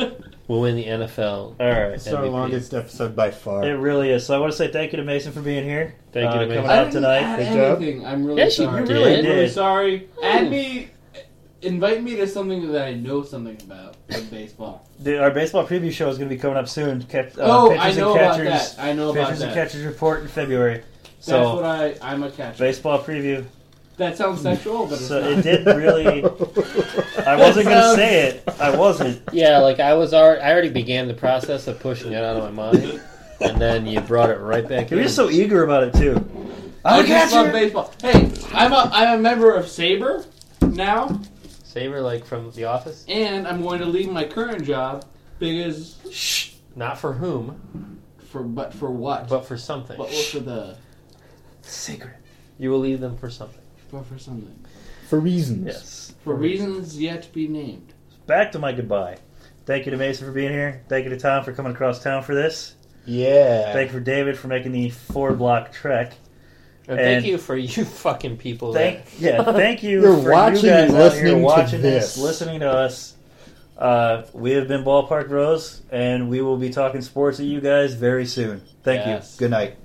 Speaker 8: win, will win the NFL.
Speaker 7: All right.
Speaker 9: It's our
Speaker 8: MVP.
Speaker 9: longest episode by far.
Speaker 7: It really is. So I want to say thank you to Mason for being here.
Speaker 8: Thank you to
Speaker 7: uh,
Speaker 8: Mason.
Speaker 7: coming
Speaker 6: I
Speaker 7: out
Speaker 6: didn't
Speaker 7: tonight.
Speaker 6: add
Speaker 9: Good job.
Speaker 6: anything. I'm really
Speaker 8: Yes, you
Speaker 6: sorry.
Speaker 8: did. Oh. You really
Speaker 6: I'm really
Speaker 7: did.
Speaker 6: sorry. Add me, invite me to something that I know something about, like baseball.
Speaker 7: The- our baseball preview show is going to be coming up soon. Catch, [laughs] uh,
Speaker 6: Oh, I
Speaker 7: pitchers
Speaker 6: know
Speaker 7: and
Speaker 6: about
Speaker 7: catchers,
Speaker 6: that. I know about
Speaker 7: pitchers and
Speaker 6: that.
Speaker 7: catchers report in February.
Speaker 6: That's
Speaker 7: So
Speaker 6: what I, I'm a catcher.
Speaker 7: baseball preview.
Speaker 6: That sounds sexual, but it's
Speaker 7: So
Speaker 6: not.
Speaker 7: it did
Speaker 9: [laughs]
Speaker 7: really. I wasn't going to say it. I wasn't.
Speaker 8: Yeah, like I was already, I already began the process of pushing it out of my mind, and then you brought it right back
Speaker 7: You're
Speaker 8: in.
Speaker 7: just so eager about it too.
Speaker 6: I
Speaker 7: I'm a
Speaker 6: just love
Speaker 7: catcher.
Speaker 6: baseball. Hey, I'm a, I'm a member of Sabre now,
Speaker 8: Saber like from The Office.
Speaker 6: and I'm going to leave my current job because
Speaker 8: Not for whom,
Speaker 6: for but for what?
Speaker 8: but for something.
Speaker 6: But what for the
Speaker 7: Secret.
Speaker 8: You will leave them for something.
Speaker 6: but for something
Speaker 9: For reasons.
Speaker 7: Yes.
Speaker 6: for reasons yet to be named.
Speaker 7: Back to my goodbye. Thank you to Mason for being here. Thank you to Tom for coming across town for this.
Speaker 9: Yeah.
Speaker 7: Thank you for David for making the four block trek.
Speaker 8: And thank
Speaker 7: And-
Speaker 8: you for you [laughs] fucking people.
Speaker 7: Thank
Speaker 8: that,
Speaker 7: yeah, thank you
Speaker 9: You're
Speaker 7: for
Speaker 9: watching
Speaker 7: you guys
Speaker 9: and
Speaker 7: out here
Speaker 9: listening to
Speaker 7: watching this.
Speaker 9: this.
Speaker 7: listening to us. Uh, we have been Ballpark Bros, and we will be talking sports to you guys very soon. Thank
Speaker 6: Yes.
Speaker 7: you. Good night.